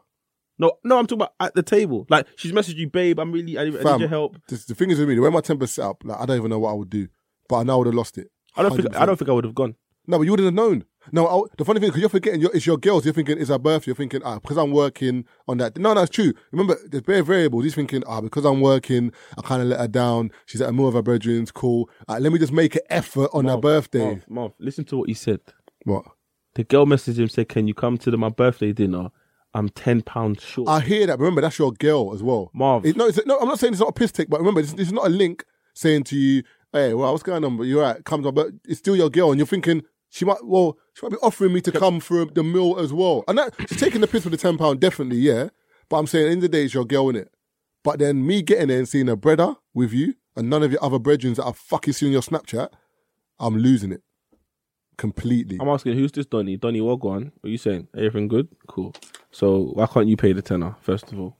[SPEAKER 2] No, no, I'm talking about at the table. Like she's messaged you, babe. I'm really, I need, I need
[SPEAKER 1] Fam,
[SPEAKER 2] your help.
[SPEAKER 1] This, the thing is with me, the way my temper's set up, like I don't even know what I would do. But I know I would have lost it.
[SPEAKER 2] I don't think, I
[SPEAKER 1] 100%.
[SPEAKER 2] don't think I would have gone.
[SPEAKER 1] No, but you wouldn't have known. No, I, the funny thing because you're forgetting your, it's your girls. You're thinking it's her birthday. You're thinking ah because I'm working on that. No, that's true. Remember, there's bare variables. He's thinking ah because I'm working, I kind of let her down. She's at more of her bedrooms. Cool. Ah, let me just make an effort on her birthday.
[SPEAKER 2] Marv, Marv, listen to what he said.
[SPEAKER 1] What?
[SPEAKER 2] The girl messaged him said, "Can you come to the, my birthday dinner? I'm ten pounds short."
[SPEAKER 1] I hear that. but Remember, that's your girl as well.
[SPEAKER 2] Marv.
[SPEAKER 1] It- no, it's, no, I'm not saying it's not a piss take, but remember, this, this is not a link saying to you, hey, well, what's going on? But you're right, come on, but it's still your girl, and you're thinking, she might, well, she might be offering me to come for the meal as well. And that, she's taking the piss with the £10, definitely, yeah. But I'm saying, at the end of the day, it's your girl, innit? But then me getting there and seeing a brother with you and none of your other brethren that I fucking see on your Snapchat, I'm losing it completely.
[SPEAKER 2] I'm asking, who's this Donny? Donny, well gone. What are you saying? Everything good? Cool. So why can't you pay the tenner first of all?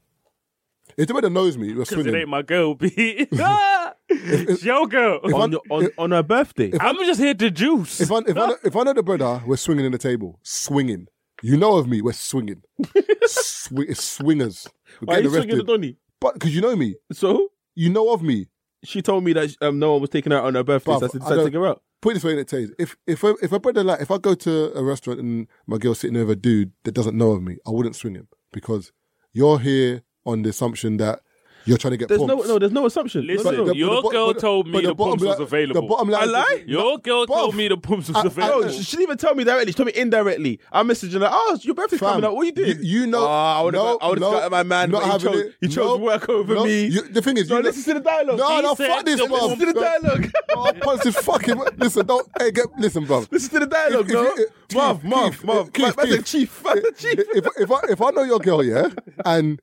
[SPEAKER 1] If the brother knows me, we're
[SPEAKER 5] Because it ain't
[SPEAKER 1] swinging.
[SPEAKER 5] my girl, B.
[SPEAKER 3] *laughs* Ah!
[SPEAKER 5] it's your girl.
[SPEAKER 1] *laughs*
[SPEAKER 2] On, your, on, on her birthday,
[SPEAKER 5] I'm just here to juice.
[SPEAKER 1] If I, if, I, know- if I know the brother, we're swinging in the table. Swinging. You know of me, we're swinging. Swi- it's swingers. We're
[SPEAKER 2] why are you
[SPEAKER 1] getting
[SPEAKER 2] swinging the
[SPEAKER 1] arrested.
[SPEAKER 2] Donny?
[SPEAKER 1] But because you know me,
[SPEAKER 2] So
[SPEAKER 1] you know of me.
[SPEAKER 2] she told me that um, no one was taking her out on her birthday, so I
[SPEAKER 1] Bruv, I
[SPEAKER 2] decided to
[SPEAKER 1] don't-
[SPEAKER 2] take her out.
[SPEAKER 1] Put it this way, it Taze. If if a, if a brother like if I go to a restaurant and my girl's sitting there with a dude that doesn't know of me, I wouldn't swing him because you're here on the assumption that you're trying to get.
[SPEAKER 2] There's
[SPEAKER 1] pumps.
[SPEAKER 2] no, no, there's no assumption.
[SPEAKER 5] Listen,
[SPEAKER 1] But
[SPEAKER 2] But
[SPEAKER 1] the- but
[SPEAKER 2] no.
[SPEAKER 1] the
[SPEAKER 5] your
[SPEAKER 1] bo-
[SPEAKER 5] girl
[SPEAKER 1] but
[SPEAKER 5] told me
[SPEAKER 1] but
[SPEAKER 5] the, pumps
[SPEAKER 1] line-
[SPEAKER 5] was available.
[SPEAKER 1] The bottom line,
[SPEAKER 2] I lie?
[SPEAKER 5] your girl told
[SPEAKER 1] Bruv.
[SPEAKER 5] me the pumps was
[SPEAKER 1] I- I-
[SPEAKER 5] available.
[SPEAKER 2] No, she she didn't even tell me directly. She told me indirectly. I'm messaging her. Oh, it's your birthday's
[SPEAKER 1] Fam,
[SPEAKER 2] coming up. What are you doing?
[SPEAKER 1] You, you know,
[SPEAKER 2] Oh, I would have
[SPEAKER 1] no,
[SPEAKER 2] I would have
[SPEAKER 1] no,
[SPEAKER 2] got my man.
[SPEAKER 1] not
[SPEAKER 2] but he
[SPEAKER 1] having
[SPEAKER 2] chose,
[SPEAKER 1] it.
[SPEAKER 2] he chose
[SPEAKER 1] No,
[SPEAKER 2] work over
[SPEAKER 1] no.
[SPEAKER 2] me.
[SPEAKER 1] You, the thing is,
[SPEAKER 2] no,
[SPEAKER 1] you
[SPEAKER 2] listen to the dialogue.
[SPEAKER 1] No,
[SPEAKER 2] He
[SPEAKER 1] no,
[SPEAKER 2] said
[SPEAKER 1] fuck this,
[SPEAKER 2] the-
[SPEAKER 1] bruv.
[SPEAKER 2] *laughs* Listen to the dialogue.
[SPEAKER 1] No, I'm positive fucking. Listen, don't. Hey, get, listen, bruv.
[SPEAKER 2] Listen to the dialogue,
[SPEAKER 1] If- if
[SPEAKER 2] no?
[SPEAKER 1] you- if-
[SPEAKER 2] Marv,
[SPEAKER 1] Keith,
[SPEAKER 2] Marv,
[SPEAKER 1] Keith,
[SPEAKER 2] Marv.
[SPEAKER 1] Keith,
[SPEAKER 2] That's the
[SPEAKER 1] Keith.
[SPEAKER 2] chief. That's the
[SPEAKER 1] *laughs*
[SPEAKER 2] chief.
[SPEAKER 1] if if I if I know your girl, yeah, and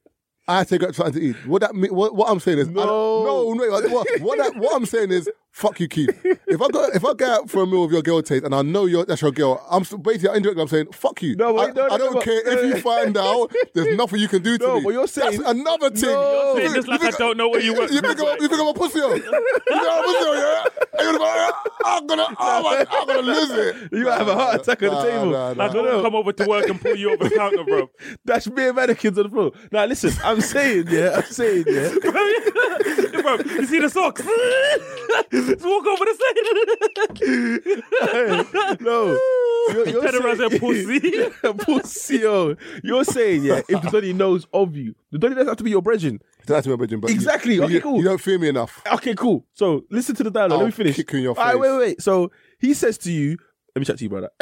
[SPEAKER 1] I take her out something to eat, what that mean, what, what I'm saying is I don't-
[SPEAKER 2] No.
[SPEAKER 1] no, no, like, what what, that, what I'm saying is fuck you, Keith. If I go if I go out for a meal with your girl, Tate, and I know your that's your girl, I'm s- basically indirectly I'm saying fuck you.
[SPEAKER 2] No, wait,
[SPEAKER 1] I,
[SPEAKER 2] no, no,
[SPEAKER 1] I don't
[SPEAKER 2] no,
[SPEAKER 1] care
[SPEAKER 2] no,
[SPEAKER 1] if
[SPEAKER 2] no.
[SPEAKER 1] you find out.
[SPEAKER 2] *laughs*
[SPEAKER 1] There's nothing you can do to
[SPEAKER 2] No,
[SPEAKER 1] me.
[SPEAKER 2] but you're saying-
[SPEAKER 1] that's another thing.
[SPEAKER 2] No. You're
[SPEAKER 5] saying this like I don't know where you work,
[SPEAKER 1] You think I'm, you think I'm a pussy? oh? You think I'm a pussy? oh, Yeah. And you're like, I'm gonna oh my, I'm gonna lose it.
[SPEAKER 2] You might have a heart attack on the
[SPEAKER 1] Nah,
[SPEAKER 2] table.
[SPEAKER 1] nah, nah.
[SPEAKER 5] I don't come over to work and pull you over the
[SPEAKER 3] *laughs*
[SPEAKER 5] counter, bro.
[SPEAKER 2] That's me and mannequins on the floor. Now listen, I'm saying, yeah, I'm saying,
[SPEAKER 1] *laughs*
[SPEAKER 2] yeah. *laughs*
[SPEAKER 5] bro, you see the *laughs* socks? Just walk over the
[SPEAKER 2] no. You're, you're
[SPEAKER 5] side. Pedera's a *laughs* pussy.
[SPEAKER 2] pussy, yo. You're saying, yeah, if the Donny knows of you, the Donny doesn't have to be your brethren.
[SPEAKER 1] That's my bedroom, but you-
[SPEAKER 2] Exactly,
[SPEAKER 1] You,
[SPEAKER 2] okay,
[SPEAKER 1] you-
[SPEAKER 2] cool.
[SPEAKER 1] you don't fear me enough.
[SPEAKER 2] Okay, cool. So listen to the dialogue. Let
[SPEAKER 1] I'll
[SPEAKER 2] me finish.
[SPEAKER 1] kick you in your
[SPEAKER 2] All right,
[SPEAKER 1] face.
[SPEAKER 2] wait, wait, wait. So he says to you, let me chat to
[SPEAKER 1] *laughs*
[SPEAKER 2] you, brother. *laughs*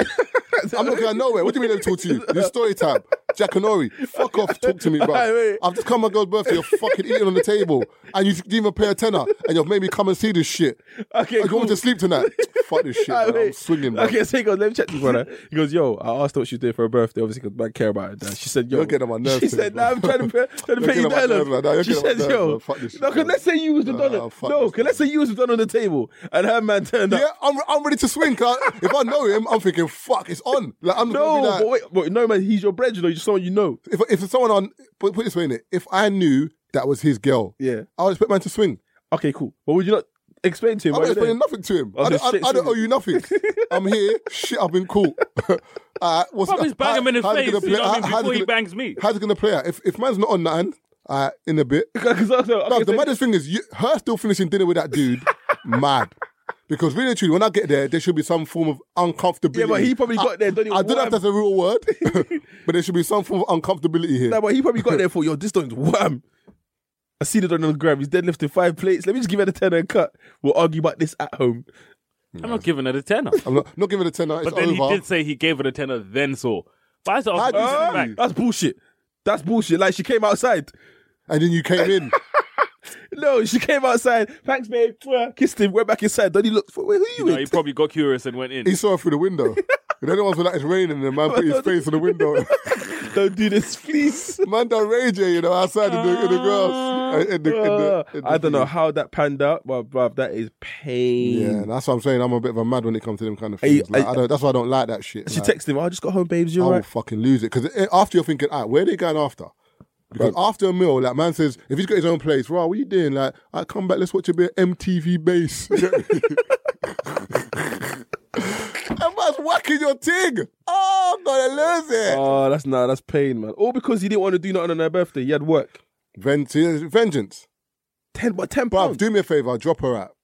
[SPEAKER 1] I'm not going nowhere. What do you mean? Let me talk to you. Your story time, Jack and Ori. Fuck off. Talk to me, bro.
[SPEAKER 2] Aye, wait.
[SPEAKER 1] I've just come my girl's birthday. You're fucking eating on the table, and you didn't even pay a tenner, and you've made me come and see this shit.
[SPEAKER 2] Okay,
[SPEAKER 1] I'm
[SPEAKER 2] cool.
[SPEAKER 1] going to sleep tonight. Fuck this shit.
[SPEAKER 2] All *laughs* right,
[SPEAKER 1] bro. I'm
[SPEAKER 2] wait.
[SPEAKER 1] swinging, bro.
[SPEAKER 2] Okay, so he goes, let me check
[SPEAKER 1] *laughs*
[SPEAKER 2] this, brother. He goes, yo, I asked her what she was doing for her birthday, obviously, because I care about her. Dad. She said, yo.
[SPEAKER 1] You're getting on my nerves
[SPEAKER 2] She
[SPEAKER 1] today,
[SPEAKER 2] said, nah, I'm
[SPEAKER 1] bro.
[SPEAKER 2] trying to, pay- trying to
[SPEAKER 1] You're
[SPEAKER 2] pay you
[SPEAKER 1] getting on my nerves, man. Nah,
[SPEAKER 2] down.
[SPEAKER 1] you're
[SPEAKER 2] She
[SPEAKER 1] getting on
[SPEAKER 2] said,
[SPEAKER 1] my nerves,
[SPEAKER 2] yo.
[SPEAKER 1] man. Fuck this shit,
[SPEAKER 2] No, because
[SPEAKER 1] man.
[SPEAKER 2] let's say you was the
[SPEAKER 1] Nah,
[SPEAKER 2] donor.
[SPEAKER 1] fuck
[SPEAKER 2] No,
[SPEAKER 1] this
[SPEAKER 2] because let's say you was the donor on the table, and her man turned
[SPEAKER 1] Yeah,
[SPEAKER 2] up.
[SPEAKER 1] I'm, I'm ready to swing. 'cause if I know him, I'm thinking, fuck, it's on. Like I'm
[SPEAKER 2] No,
[SPEAKER 1] going to be like,
[SPEAKER 2] but wait, but no, man, he's your bread, you know, you're someone you know.
[SPEAKER 1] if if it's someone on, put, put it this way in it. If I knew that was his girl,
[SPEAKER 2] Yeah.
[SPEAKER 1] I would expect man to swing.
[SPEAKER 2] Okay, cool. But would you not explain to him?
[SPEAKER 1] I'm
[SPEAKER 2] why
[SPEAKER 1] not
[SPEAKER 2] you're there?
[SPEAKER 1] explaining nothing to him.
[SPEAKER 2] I was
[SPEAKER 1] I don't,
[SPEAKER 2] gonna
[SPEAKER 1] I,
[SPEAKER 2] say
[SPEAKER 1] I don't
[SPEAKER 2] something.
[SPEAKER 1] owe you nothing. I'm here. Shit, I've been caught. *laughs* All right, what's
[SPEAKER 3] Bruv, just bang
[SPEAKER 1] how-
[SPEAKER 3] him in his
[SPEAKER 1] how's it
[SPEAKER 3] face,
[SPEAKER 1] gonna
[SPEAKER 3] you know what I mean,
[SPEAKER 1] how- how's it
[SPEAKER 3] before he
[SPEAKER 1] gonna-
[SPEAKER 3] bangs me.
[SPEAKER 1] How's it gonna play out? If if man's not on that, uh, in a bit.
[SPEAKER 2] *laughs* Because I was like,
[SPEAKER 1] No,
[SPEAKER 2] okay,
[SPEAKER 1] the
[SPEAKER 2] so-
[SPEAKER 1] maddest thing is, you, her still finishing dinner with that dude. *laughs* mad. Because really, and truly, when I get there, there should be some form of uncomfortability.
[SPEAKER 2] Yeah, but he probably got there, don't he?
[SPEAKER 1] I don't know if
[SPEAKER 2] Wham.
[SPEAKER 1] that's a real word, *laughs* but there should be some form of uncomfortability
[SPEAKER 3] *laughs*
[SPEAKER 1] here.
[SPEAKER 2] Nah, but he probably got there for yo. This don's wham. I see the don on the gram. He's deadlifting five plates. Let me just give it a ten and cut. We'll argue about this at home.
[SPEAKER 3] I'm not giving her the tenner.
[SPEAKER 1] I'm not, not giving it a tenner. It's
[SPEAKER 3] But then he
[SPEAKER 1] over.
[SPEAKER 3] did say he gave her the tenner, then saw. But I said, oh,
[SPEAKER 1] How do you
[SPEAKER 3] listen
[SPEAKER 1] see
[SPEAKER 3] back.
[SPEAKER 1] you?
[SPEAKER 2] That's bullshit. That's bullshit. Like she came outside.
[SPEAKER 1] And then you came
[SPEAKER 2] *laughs*
[SPEAKER 1] in.
[SPEAKER 2] No, she came outside. Thanks, babe. Mwah. Kissed him. Went back inside. Donnie looked. For, Wait, who you?
[SPEAKER 3] You know, he
[SPEAKER 2] with?
[SPEAKER 3] probably got curious and went in.
[SPEAKER 1] He saw her through the
[SPEAKER 2] *laughs*
[SPEAKER 1] window. And then the ones were like, it's raining, and the man put his face in the window.
[SPEAKER 2] *laughs* Don't do this, please.
[SPEAKER 1] eh, Man done Ray J, you know, outside in the, in the grass.
[SPEAKER 2] *laughs*
[SPEAKER 1] uh, in the- in the- in the
[SPEAKER 2] Ah. I don't know
[SPEAKER 1] video.
[SPEAKER 2] how that panned out, but bruv, that is pain.
[SPEAKER 1] Yeah, that's what I'm saying. I'm a bit of a mad when it comes to them kind of
[SPEAKER 2] Hey,
[SPEAKER 1] things. Like,
[SPEAKER 2] I-
[SPEAKER 1] I don't, that's why I don't like that shit.
[SPEAKER 2] She
[SPEAKER 1] like,
[SPEAKER 2] texted him, "Oh, I just got home, babes,
[SPEAKER 1] I
[SPEAKER 2] you're
[SPEAKER 1] will
[SPEAKER 2] right.
[SPEAKER 1] fucking lose it because after you're thinking, ah, where are they going after? Because after a meal, like man says, if he's got his own place, right, what you doing? Like, I come back, let's watch a bit of MTV *laughs*
[SPEAKER 2] *laughs*
[SPEAKER 1] bass. that man's whacking your ting. Oh, I'm gonna lose it.
[SPEAKER 2] Oh, that's nah, that's pain, man. All because he didn't want to do nothing on her birthday. He had work.
[SPEAKER 1] Ven- vengeance.
[SPEAKER 2] Ten, but ten
[SPEAKER 1] Bruv,
[SPEAKER 2] pounds.
[SPEAKER 1] do me a favor, drop her out.
[SPEAKER 2] Oh.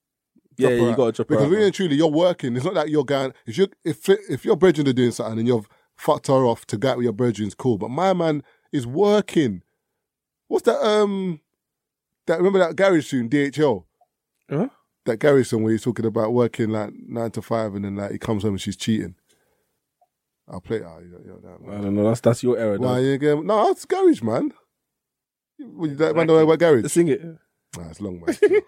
[SPEAKER 2] yeah,
[SPEAKER 1] her
[SPEAKER 2] yeah, you
[SPEAKER 1] out.
[SPEAKER 2] gotta drop her
[SPEAKER 1] because
[SPEAKER 2] out,
[SPEAKER 1] really
[SPEAKER 2] man.
[SPEAKER 1] and truly, you're working. It's not that you're going. If you if if your brethren are doing something and you've fucked her off to get with your brethren's cool. But my man is working. What's that? Um, that remember that garage tune DHL.
[SPEAKER 2] Huh?
[SPEAKER 1] That garage song where he's talking about working like nine to five and then like he comes home and she's cheating. I'll play. Oh, you don't, you don't know.
[SPEAKER 2] I don't know. That's that's your error.
[SPEAKER 1] Why
[SPEAKER 2] Well,
[SPEAKER 1] you again? No, it's garage, man. What, you don't know about garage?
[SPEAKER 2] sing it.
[SPEAKER 1] Nah, it's long, man.
[SPEAKER 2] *laughs*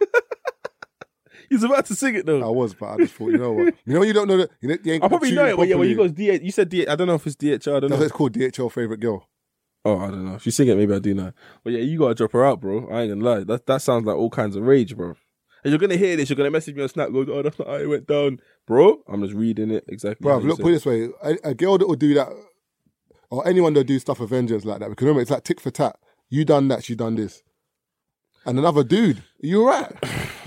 [SPEAKER 2] He's about to sing it though.
[SPEAKER 1] I was, but I just thought, you know what? You know, you don't know that. You know, you ain't
[SPEAKER 2] I probably know it. But yeah, when you
[SPEAKER 1] properly.
[SPEAKER 2] goes DH, you said DH. I don't know if it's DHR. I don't
[SPEAKER 1] That's what
[SPEAKER 2] know.
[SPEAKER 1] it's called DHL favorite girl.
[SPEAKER 2] Oh, I don't know. If you sing it, maybe I do know. But yeah, you gotta drop her out, bro. I ain't gonna lie. That that sounds like all kinds of rage, bro. And you're gonna hear this. You're gonna message me on Snap. Go, oh, that's not how it went down, bro. I'm just reading it exactly. how
[SPEAKER 1] Bruv,
[SPEAKER 2] you
[SPEAKER 1] look,
[SPEAKER 2] said.
[SPEAKER 1] put it this way a, a girl that will do that, or anyone that'll do stuff of vengeance like that, because remember, it's like tick for tat. You done that, she done this. And another dude, you
[SPEAKER 2] *sighs*
[SPEAKER 1] alright?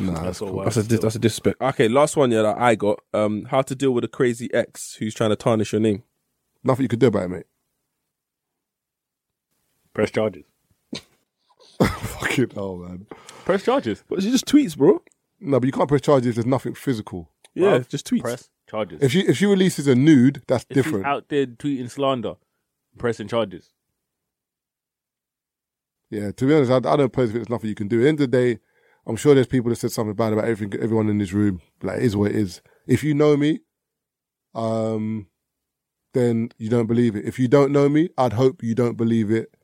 [SPEAKER 1] nah, that's all.
[SPEAKER 3] uh,
[SPEAKER 2] That's a dis- that's a disrespect. Okay, last one. Yeah, that I got. Um, how to deal with a crazy ex who's trying to tarnish your name.
[SPEAKER 1] Nothing you could do about it, mate. *laughs*
[SPEAKER 5] Press charges.
[SPEAKER 1] Fucking hell, man.
[SPEAKER 5] Press charges.
[SPEAKER 2] But she just tweets, bro.
[SPEAKER 1] No, but you can't press charges if there's nothing physical.
[SPEAKER 2] Yeah,
[SPEAKER 5] Bruv,
[SPEAKER 2] just tweets.
[SPEAKER 5] Press charges.
[SPEAKER 1] If she if she releases a nude, that's
[SPEAKER 3] If
[SPEAKER 1] different.
[SPEAKER 3] she's out there tweeting slander, pressing charges.
[SPEAKER 1] Yeah, to be honest, I, I don't pose if there's nothing you can do. At the end of the day, I'm sure there's people that said something bad about everything, everyone in this room. Like, it is what it is. If you know me, um, then you don't believe it. If you don't know me, I'd hope you don't believe it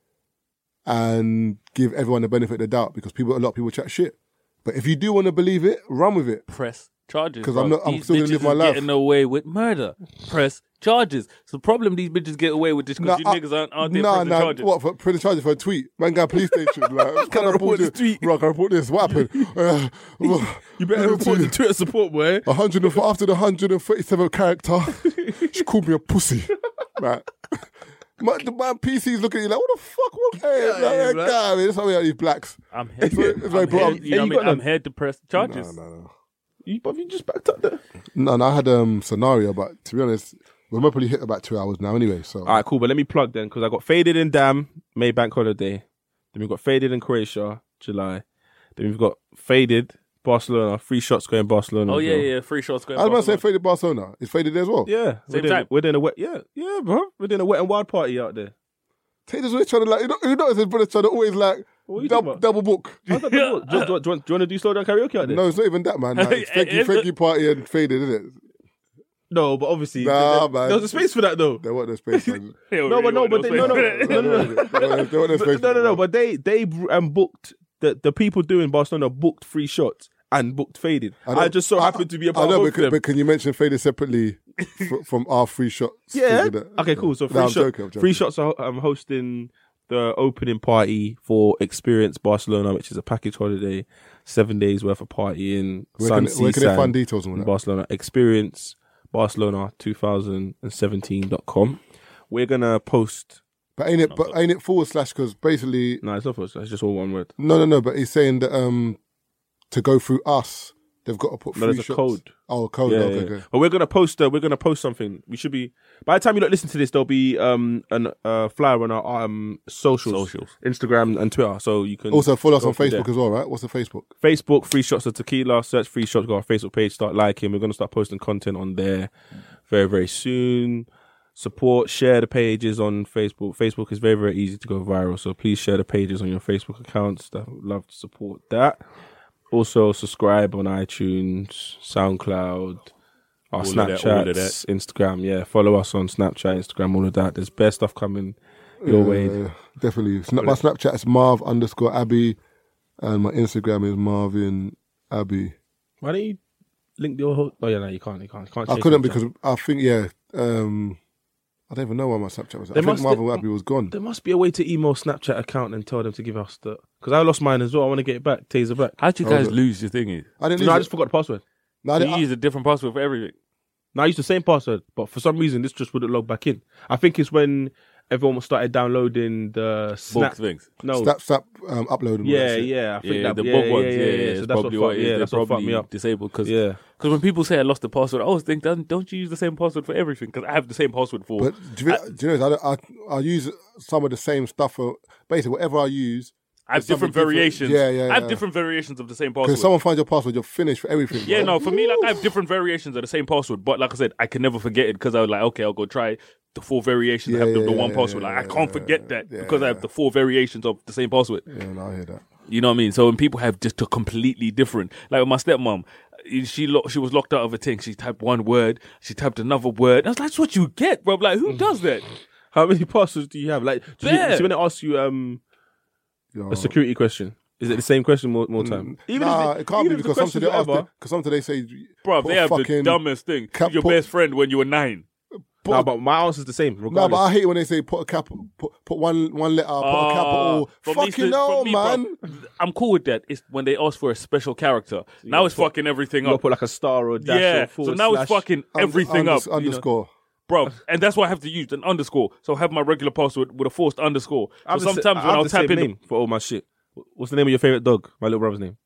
[SPEAKER 1] and give everyone the benefit of the doubt because people, a lot of people chat shit. But if you do want to believe it, run with it.
[SPEAKER 3] Press charges.
[SPEAKER 1] 'Cause I'm
[SPEAKER 3] bro.
[SPEAKER 1] not- I'm
[SPEAKER 3] These
[SPEAKER 1] still gonna
[SPEAKER 3] bitches
[SPEAKER 1] live my
[SPEAKER 3] is
[SPEAKER 1] life.
[SPEAKER 3] Getting away with murder. Press charges. It's the problem these bitches get away with this because you
[SPEAKER 1] I-
[SPEAKER 3] niggas aren't out there
[SPEAKER 1] nah,
[SPEAKER 3] pressing
[SPEAKER 1] nah,
[SPEAKER 3] charges.
[SPEAKER 1] What for prison charges for a tweet? Man, got police station.
[SPEAKER 2] *laughs*
[SPEAKER 1] Like, can I report this tweet? Rock, I report this. What happened? Uh, *laughs*
[SPEAKER 2] You better report to Twitter support, boy.
[SPEAKER 1] 100 and, after the 137th character,
[SPEAKER 2] *laughs*
[SPEAKER 1] she called me a pussy. Right. My, the man PC's looking at you like, what the fuck? What? Hey, like,
[SPEAKER 2] yeah,
[SPEAKER 1] hey,
[SPEAKER 2] black.
[SPEAKER 1] God, man, that's how we are these blacks.
[SPEAKER 3] I'm here.
[SPEAKER 1] It's like- it's like,
[SPEAKER 3] I'm
[SPEAKER 1] bro,
[SPEAKER 3] here-
[SPEAKER 1] I'm-
[SPEAKER 3] you know what
[SPEAKER 2] Hey, you
[SPEAKER 3] I
[SPEAKER 2] got
[SPEAKER 3] mean? I'm
[SPEAKER 2] them.
[SPEAKER 3] here to press charges.
[SPEAKER 1] no.
[SPEAKER 2] You, but you just backed up there.
[SPEAKER 1] No, no, I had um scenario, but to be honest, we're probably hit about two hours now anyway. So
[SPEAKER 2] All right, cool. But let me plug then because I got faded in Dam May Bank Holiday. Then we got faded in Croatia July. Then we've got faded Barcelona. Three shots going Barcelona.
[SPEAKER 3] Oh
[SPEAKER 2] as
[SPEAKER 3] yeah,
[SPEAKER 2] well.
[SPEAKER 3] yeah, free shots going.
[SPEAKER 1] I was about to say
[SPEAKER 3] Barcelona.
[SPEAKER 1] faded Barcelona. It's faded there as well.
[SPEAKER 2] yeah. we're,
[SPEAKER 3] Same
[SPEAKER 2] doing,
[SPEAKER 3] time.
[SPEAKER 2] we're doing a wet. Yeah, yeah, bro. We're doing a wet and wild party
[SPEAKER 3] *laughs*
[SPEAKER 2] out there.
[SPEAKER 1] Taylor's always trying to like, you know, you know his brother's trying to always like
[SPEAKER 2] What are you talking
[SPEAKER 1] double,
[SPEAKER 2] about?
[SPEAKER 1] double book.
[SPEAKER 2] How's that possible? do, you- do, you- do you want, do you want to do slow down karaoke out there?
[SPEAKER 1] No, it's not even that, man. Like,
[SPEAKER 2] *laughs*
[SPEAKER 1] it's
[SPEAKER 3] Hey,
[SPEAKER 1] Frankie,
[SPEAKER 3] hey,
[SPEAKER 1] Frankie party and faded, isn't it?
[SPEAKER 2] No, but obviously,
[SPEAKER 1] Nah,
[SPEAKER 2] there,
[SPEAKER 1] man.
[SPEAKER 2] there was a space for that though.
[SPEAKER 1] There weren't
[SPEAKER 2] *laughs*
[SPEAKER 1] no space, man.
[SPEAKER 2] No, but no, but
[SPEAKER 1] *laughs*
[SPEAKER 2] they, no, no, no, no, no,
[SPEAKER 1] There weren't there weren't no
[SPEAKER 2] no,
[SPEAKER 1] space.
[SPEAKER 2] no, no, no. But they they br- um, booked the the people doing Barcelona booked free shots and booked faded. I,
[SPEAKER 1] know-
[SPEAKER 2] just so
[SPEAKER 1] I-
[SPEAKER 2] happened to be a
[SPEAKER 1] I
[SPEAKER 2] part
[SPEAKER 1] know,
[SPEAKER 2] of
[SPEAKER 1] but, can,
[SPEAKER 2] them.
[SPEAKER 1] but can you mention Fader
[SPEAKER 2] *laughs*
[SPEAKER 1] separately fr- from our free shot?
[SPEAKER 2] Yeah.
[SPEAKER 1] figure that-
[SPEAKER 2] Okay, cool. So free,
[SPEAKER 1] No, I'm
[SPEAKER 2] shot,
[SPEAKER 1] joking, I'm joking.
[SPEAKER 2] free shots are um, hosting the opening party for Experience Barcelona, which is a package holiday, seven days worth of partying.
[SPEAKER 1] Where
[SPEAKER 2] San
[SPEAKER 1] can, where can they
[SPEAKER 2] Sisan
[SPEAKER 1] find details
[SPEAKER 2] in
[SPEAKER 1] on that?
[SPEAKER 2] Barcelona. Experience Barcelona 2017.com. We're gonna post.
[SPEAKER 1] But ain't it? But ain't it forward slash? Because basically,
[SPEAKER 2] No, it's not post. It's just all one word.
[SPEAKER 1] no, no, no. But he's saying that um, to go through us, they've got to put. free
[SPEAKER 2] No, there's a
[SPEAKER 1] shots.
[SPEAKER 2] code.
[SPEAKER 1] Oh, a code.
[SPEAKER 2] yeah,
[SPEAKER 1] okay,
[SPEAKER 2] yeah.
[SPEAKER 1] okay.
[SPEAKER 2] But we're gonna post. Uh, we're gonna post something. We should be. By the time you lot listen to this, there'll be um an uh, flyer on our um socials,
[SPEAKER 3] Socials.
[SPEAKER 2] Instagram and Twitter, so you can
[SPEAKER 1] Also, follow us
[SPEAKER 2] go
[SPEAKER 1] on
[SPEAKER 2] from there.
[SPEAKER 1] Facebook as well, right? What's the Facebook?
[SPEAKER 2] Facebook, Free Shots of Tequila. Search Free Shots. Go on our Facebook page. Start liking. We're going to start posting content on there very, very soon. Support, share the pages on Facebook. Facebook is very, very easy to go viral. So please share the pages on your Facebook accounts. That would love to support that. Also, subscribe on iTunes, SoundCloud, our
[SPEAKER 5] All of that,
[SPEAKER 2] Snapchats,
[SPEAKER 5] all of that.
[SPEAKER 2] Instagram. Yeah, follow us on Snapchat, Instagram, all of that. There's best stuff coming your way.
[SPEAKER 1] Yeah, definitely. Sna- my Snapchat is Marv underscore Abby, and my Instagram is Marvin Abby.
[SPEAKER 2] Why don't you link your whole? Oh yeah, no, you can't. You can't. You can't
[SPEAKER 1] I
[SPEAKER 2] shake
[SPEAKER 1] couldn't
[SPEAKER 2] hands.
[SPEAKER 1] because I think yeah. Um, I don't even know where my Snapchat was. At. I
[SPEAKER 2] There
[SPEAKER 1] think
[SPEAKER 2] must-
[SPEAKER 1] Marvin Abbey was gone.
[SPEAKER 2] There must be a way to email Snapchat account and tell them to give us the. Because I lost mine as well. I want to get it back. Taser back.
[SPEAKER 5] How'd you guys lose your thingy?
[SPEAKER 1] I didn't.
[SPEAKER 2] no, I
[SPEAKER 1] use
[SPEAKER 2] just
[SPEAKER 1] it.
[SPEAKER 2] forgot the password.
[SPEAKER 1] No, I
[SPEAKER 5] You
[SPEAKER 1] didn't-
[SPEAKER 5] use a different password for everything.
[SPEAKER 2] No, I used the same password, but for some reason this just wouldn't log back in. I think it's when everyone started downloading the
[SPEAKER 5] Bulk
[SPEAKER 2] Snap.
[SPEAKER 5] things.
[SPEAKER 2] No,
[SPEAKER 1] Snap, snap, um, upload. and all that
[SPEAKER 2] yeah,
[SPEAKER 1] shit.
[SPEAKER 2] yeah. I think
[SPEAKER 5] yeah,
[SPEAKER 2] that,
[SPEAKER 5] the
[SPEAKER 2] yeah,
[SPEAKER 5] bug
[SPEAKER 2] yeah,
[SPEAKER 5] ones.
[SPEAKER 2] yeah, yeah, So
[SPEAKER 5] it's
[SPEAKER 2] that's what
[SPEAKER 5] probably
[SPEAKER 2] fucked,
[SPEAKER 5] it is.
[SPEAKER 2] yeah,
[SPEAKER 5] They're
[SPEAKER 2] that's what fucked
[SPEAKER 5] probably
[SPEAKER 2] me up.
[SPEAKER 5] Disabled because
[SPEAKER 2] Yeah.
[SPEAKER 5] when people say I lost the password, I always think, don't, don't you use the same password for everything? Because I have the same password for.
[SPEAKER 1] But do you, do you know? I, don't- I I use some of the same stuff for basically whatever I use.
[SPEAKER 5] I have
[SPEAKER 1] there's something
[SPEAKER 5] different variations.
[SPEAKER 1] different. Yeah, yeah,
[SPEAKER 5] I have
[SPEAKER 1] yeah.
[SPEAKER 5] different variations of the same
[SPEAKER 1] Because
[SPEAKER 5] password.
[SPEAKER 1] if someone finds your password, you're finished for everything.
[SPEAKER 5] Yeah,
[SPEAKER 1] bro.
[SPEAKER 5] no, for me, like I have different variations of the same password, but like I said, I can never forget it because I was like, okay, I'll go try the four variations.
[SPEAKER 1] Yeah,
[SPEAKER 5] I have the,
[SPEAKER 1] yeah,
[SPEAKER 5] the one
[SPEAKER 1] yeah,
[SPEAKER 5] password.
[SPEAKER 1] yeah,
[SPEAKER 5] like I can't
[SPEAKER 1] yeah,
[SPEAKER 5] forget that
[SPEAKER 1] yeah,
[SPEAKER 5] because I have
[SPEAKER 1] yeah.
[SPEAKER 5] the four variations of the same password.
[SPEAKER 1] Yeah, no, I hear that.
[SPEAKER 5] You know what I mean? So when people have just a completely different, like with my stepmom, she lo- she was locked out of a thing. She typed one word, she typed another word. And I was like, that's what you get, bro. Like
[SPEAKER 2] Mm.
[SPEAKER 5] who does that?
[SPEAKER 2] How many passwords do you have? Like, do you,
[SPEAKER 5] Yeah.
[SPEAKER 2] so when they ask you um,
[SPEAKER 1] Yo. Mm.
[SPEAKER 2] a security question, is it the same question more, more time?
[SPEAKER 1] nah,
[SPEAKER 2] if
[SPEAKER 1] it can't be
[SPEAKER 2] if the
[SPEAKER 1] because some
[SPEAKER 2] question's
[SPEAKER 1] today ask
[SPEAKER 2] whatever-
[SPEAKER 1] because some today say,
[SPEAKER 5] Bro,
[SPEAKER 1] put
[SPEAKER 5] they have the
[SPEAKER 1] fucking-
[SPEAKER 5] dumbest thing.
[SPEAKER 1] cap-
[SPEAKER 5] Your
[SPEAKER 1] put-
[SPEAKER 5] best friend when you were nine.
[SPEAKER 2] Nah, but my answer's the same.
[SPEAKER 1] No,
[SPEAKER 2] Regardless.
[SPEAKER 1] but I hate when they say put a cap, put, put one one letter, put a capital.
[SPEAKER 5] Ah, for me
[SPEAKER 1] Fucking
[SPEAKER 5] to-
[SPEAKER 1] no,
[SPEAKER 5] for me, bro,
[SPEAKER 1] man.
[SPEAKER 5] I'm cool with that. It's when they ask for a special character. now it's fucking everything
[SPEAKER 2] You gotta
[SPEAKER 5] up.
[SPEAKER 2] put like a star or a dash
[SPEAKER 5] Yeah.
[SPEAKER 2] or
[SPEAKER 5] So
[SPEAKER 2] forward
[SPEAKER 5] now
[SPEAKER 2] slash.
[SPEAKER 5] it's fucking everything
[SPEAKER 1] Unders-
[SPEAKER 5] up, you know?
[SPEAKER 1] Underscore.
[SPEAKER 5] bro. And that's why I have to use an underscore. So I have my regular password with a forced underscore.
[SPEAKER 2] I'm
[SPEAKER 5] so
[SPEAKER 2] the sa-
[SPEAKER 5] sometimes
[SPEAKER 2] I
[SPEAKER 5] when
[SPEAKER 2] have
[SPEAKER 5] I'll
[SPEAKER 2] the
[SPEAKER 5] tap
[SPEAKER 2] same
[SPEAKER 5] in,
[SPEAKER 2] name for all my shit. What's the name of your favorite dog? My little brother's name.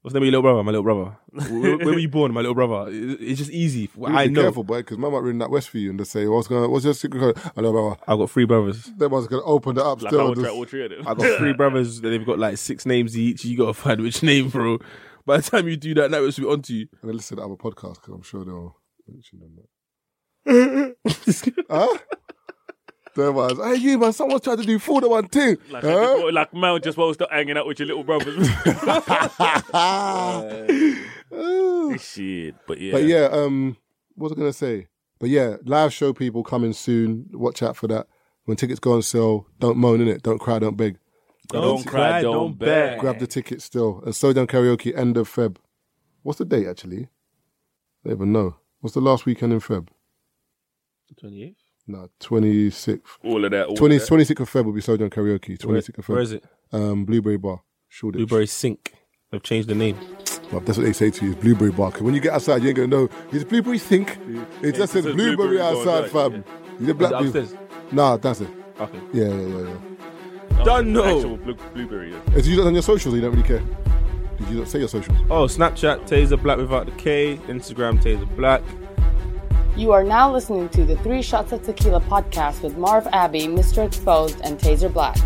[SPEAKER 2] What's the name of your little brother? My little *laughs* brother. Where, where were you born? My little brother. It- It's just easy.
[SPEAKER 1] You need
[SPEAKER 2] I
[SPEAKER 1] to be
[SPEAKER 2] know.
[SPEAKER 1] careful, boy, because man might ring that West for you and they say, "What's going? What's your secret code?" I know, bro.
[SPEAKER 2] I've got three brothers.
[SPEAKER 1] That one's gonna open it up
[SPEAKER 5] like I
[SPEAKER 1] still. and
[SPEAKER 5] would try
[SPEAKER 1] just-
[SPEAKER 5] all three of them.
[SPEAKER 2] I've got *laughs* three brothers. and They've got like six names each. You gotta find which name, bro. By the time you do that, networks will be onto you.
[SPEAKER 1] and they listen to our podcast because I'm sure they'll mention them. Huh? There was. Hey, you man, someone's trying to do four to one thing.
[SPEAKER 5] Like,
[SPEAKER 1] Huh?
[SPEAKER 5] like man, just while start hanging out with your
[SPEAKER 1] *laughs*
[SPEAKER 5] little brothers.
[SPEAKER 1] Ooh.
[SPEAKER 5] Shit, but yeah,
[SPEAKER 1] But yeah, um, what was I gonna say? But yeah, live show people coming soon. Watch out for that. When tickets go on sale, don't moan in it. Don't cry. Don't beg.
[SPEAKER 5] Don't cry, don't beg.
[SPEAKER 1] Grab the tickets still. And so down karaoke end of Feb. What's the date actually? I don't even know. What's the last weekend in Feb?
[SPEAKER 2] Twenty eight.
[SPEAKER 1] No, twenty sixth.
[SPEAKER 5] all of that. All
[SPEAKER 1] Twenty
[SPEAKER 5] of that.
[SPEAKER 1] twenty sixth of Feb will be so down karaoke. Twenty sixth of Feb.
[SPEAKER 2] Where is it?
[SPEAKER 1] Um, Blueberry Bar. Shoreditch.
[SPEAKER 2] Blueberry Sink. They've changed the name.
[SPEAKER 1] Well, that's what they say to you, blueberry bark. When you get outside, you ain't gonna know. It's blueberry think. It just says
[SPEAKER 5] says
[SPEAKER 1] blueberry,
[SPEAKER 5] blueberry
[SPEAKER 1] outside,
[SPEAKER 5] bar,
[SPEAKER 1] fam. You the black
[SPEAKER 2] Is it
[SPEAKER 1] people-
[SPEAKER 2] upstairs?
[SPEAKER 1] Nah, that's it.
[SPEAKER 2] Okay.
[SPEAKER 1] Yeah, yeah, yeah, yeah.
[SPEAKER 2] Done
[SPEAKER 5] Actual
[SPEAKER 2] no.
[SPEAKER 5] blue, blueberry. yeah.
[SPEAKER 1] Is you not on your socials? You don't really care. Did you not say your socials?
[SPEAKER 2] Oh, Snapchat Taser Black without the K. Instagram Taser Black.
[SPEAKER 4] You are now listening to the Three Shots of Tequila podcast with Marv Abbey, Mr. Exposed, and Taser Black.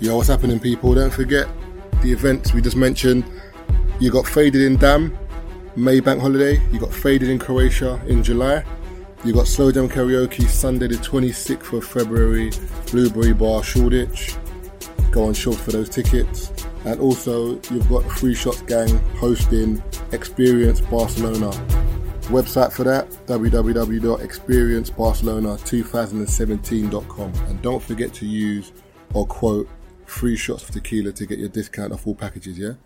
[SPEAKER 1] Yo, what's happening, people? Don't forget the events we just mentioned. You got Faded in Dam, Maybank Holiday. You got Faded in Croatia in July. You got Slow Down Karaoke Sunday, the 26th of February, Blueberry Bar, Shoreditch. Go on short for those tickets. And also, you've got Free Shots Gang hosting Experience Barcelona. Website for that www.experiencebarcelona2017.com. And don't forget to use or quote free shots for tequila to get your discount off all packages, yeah?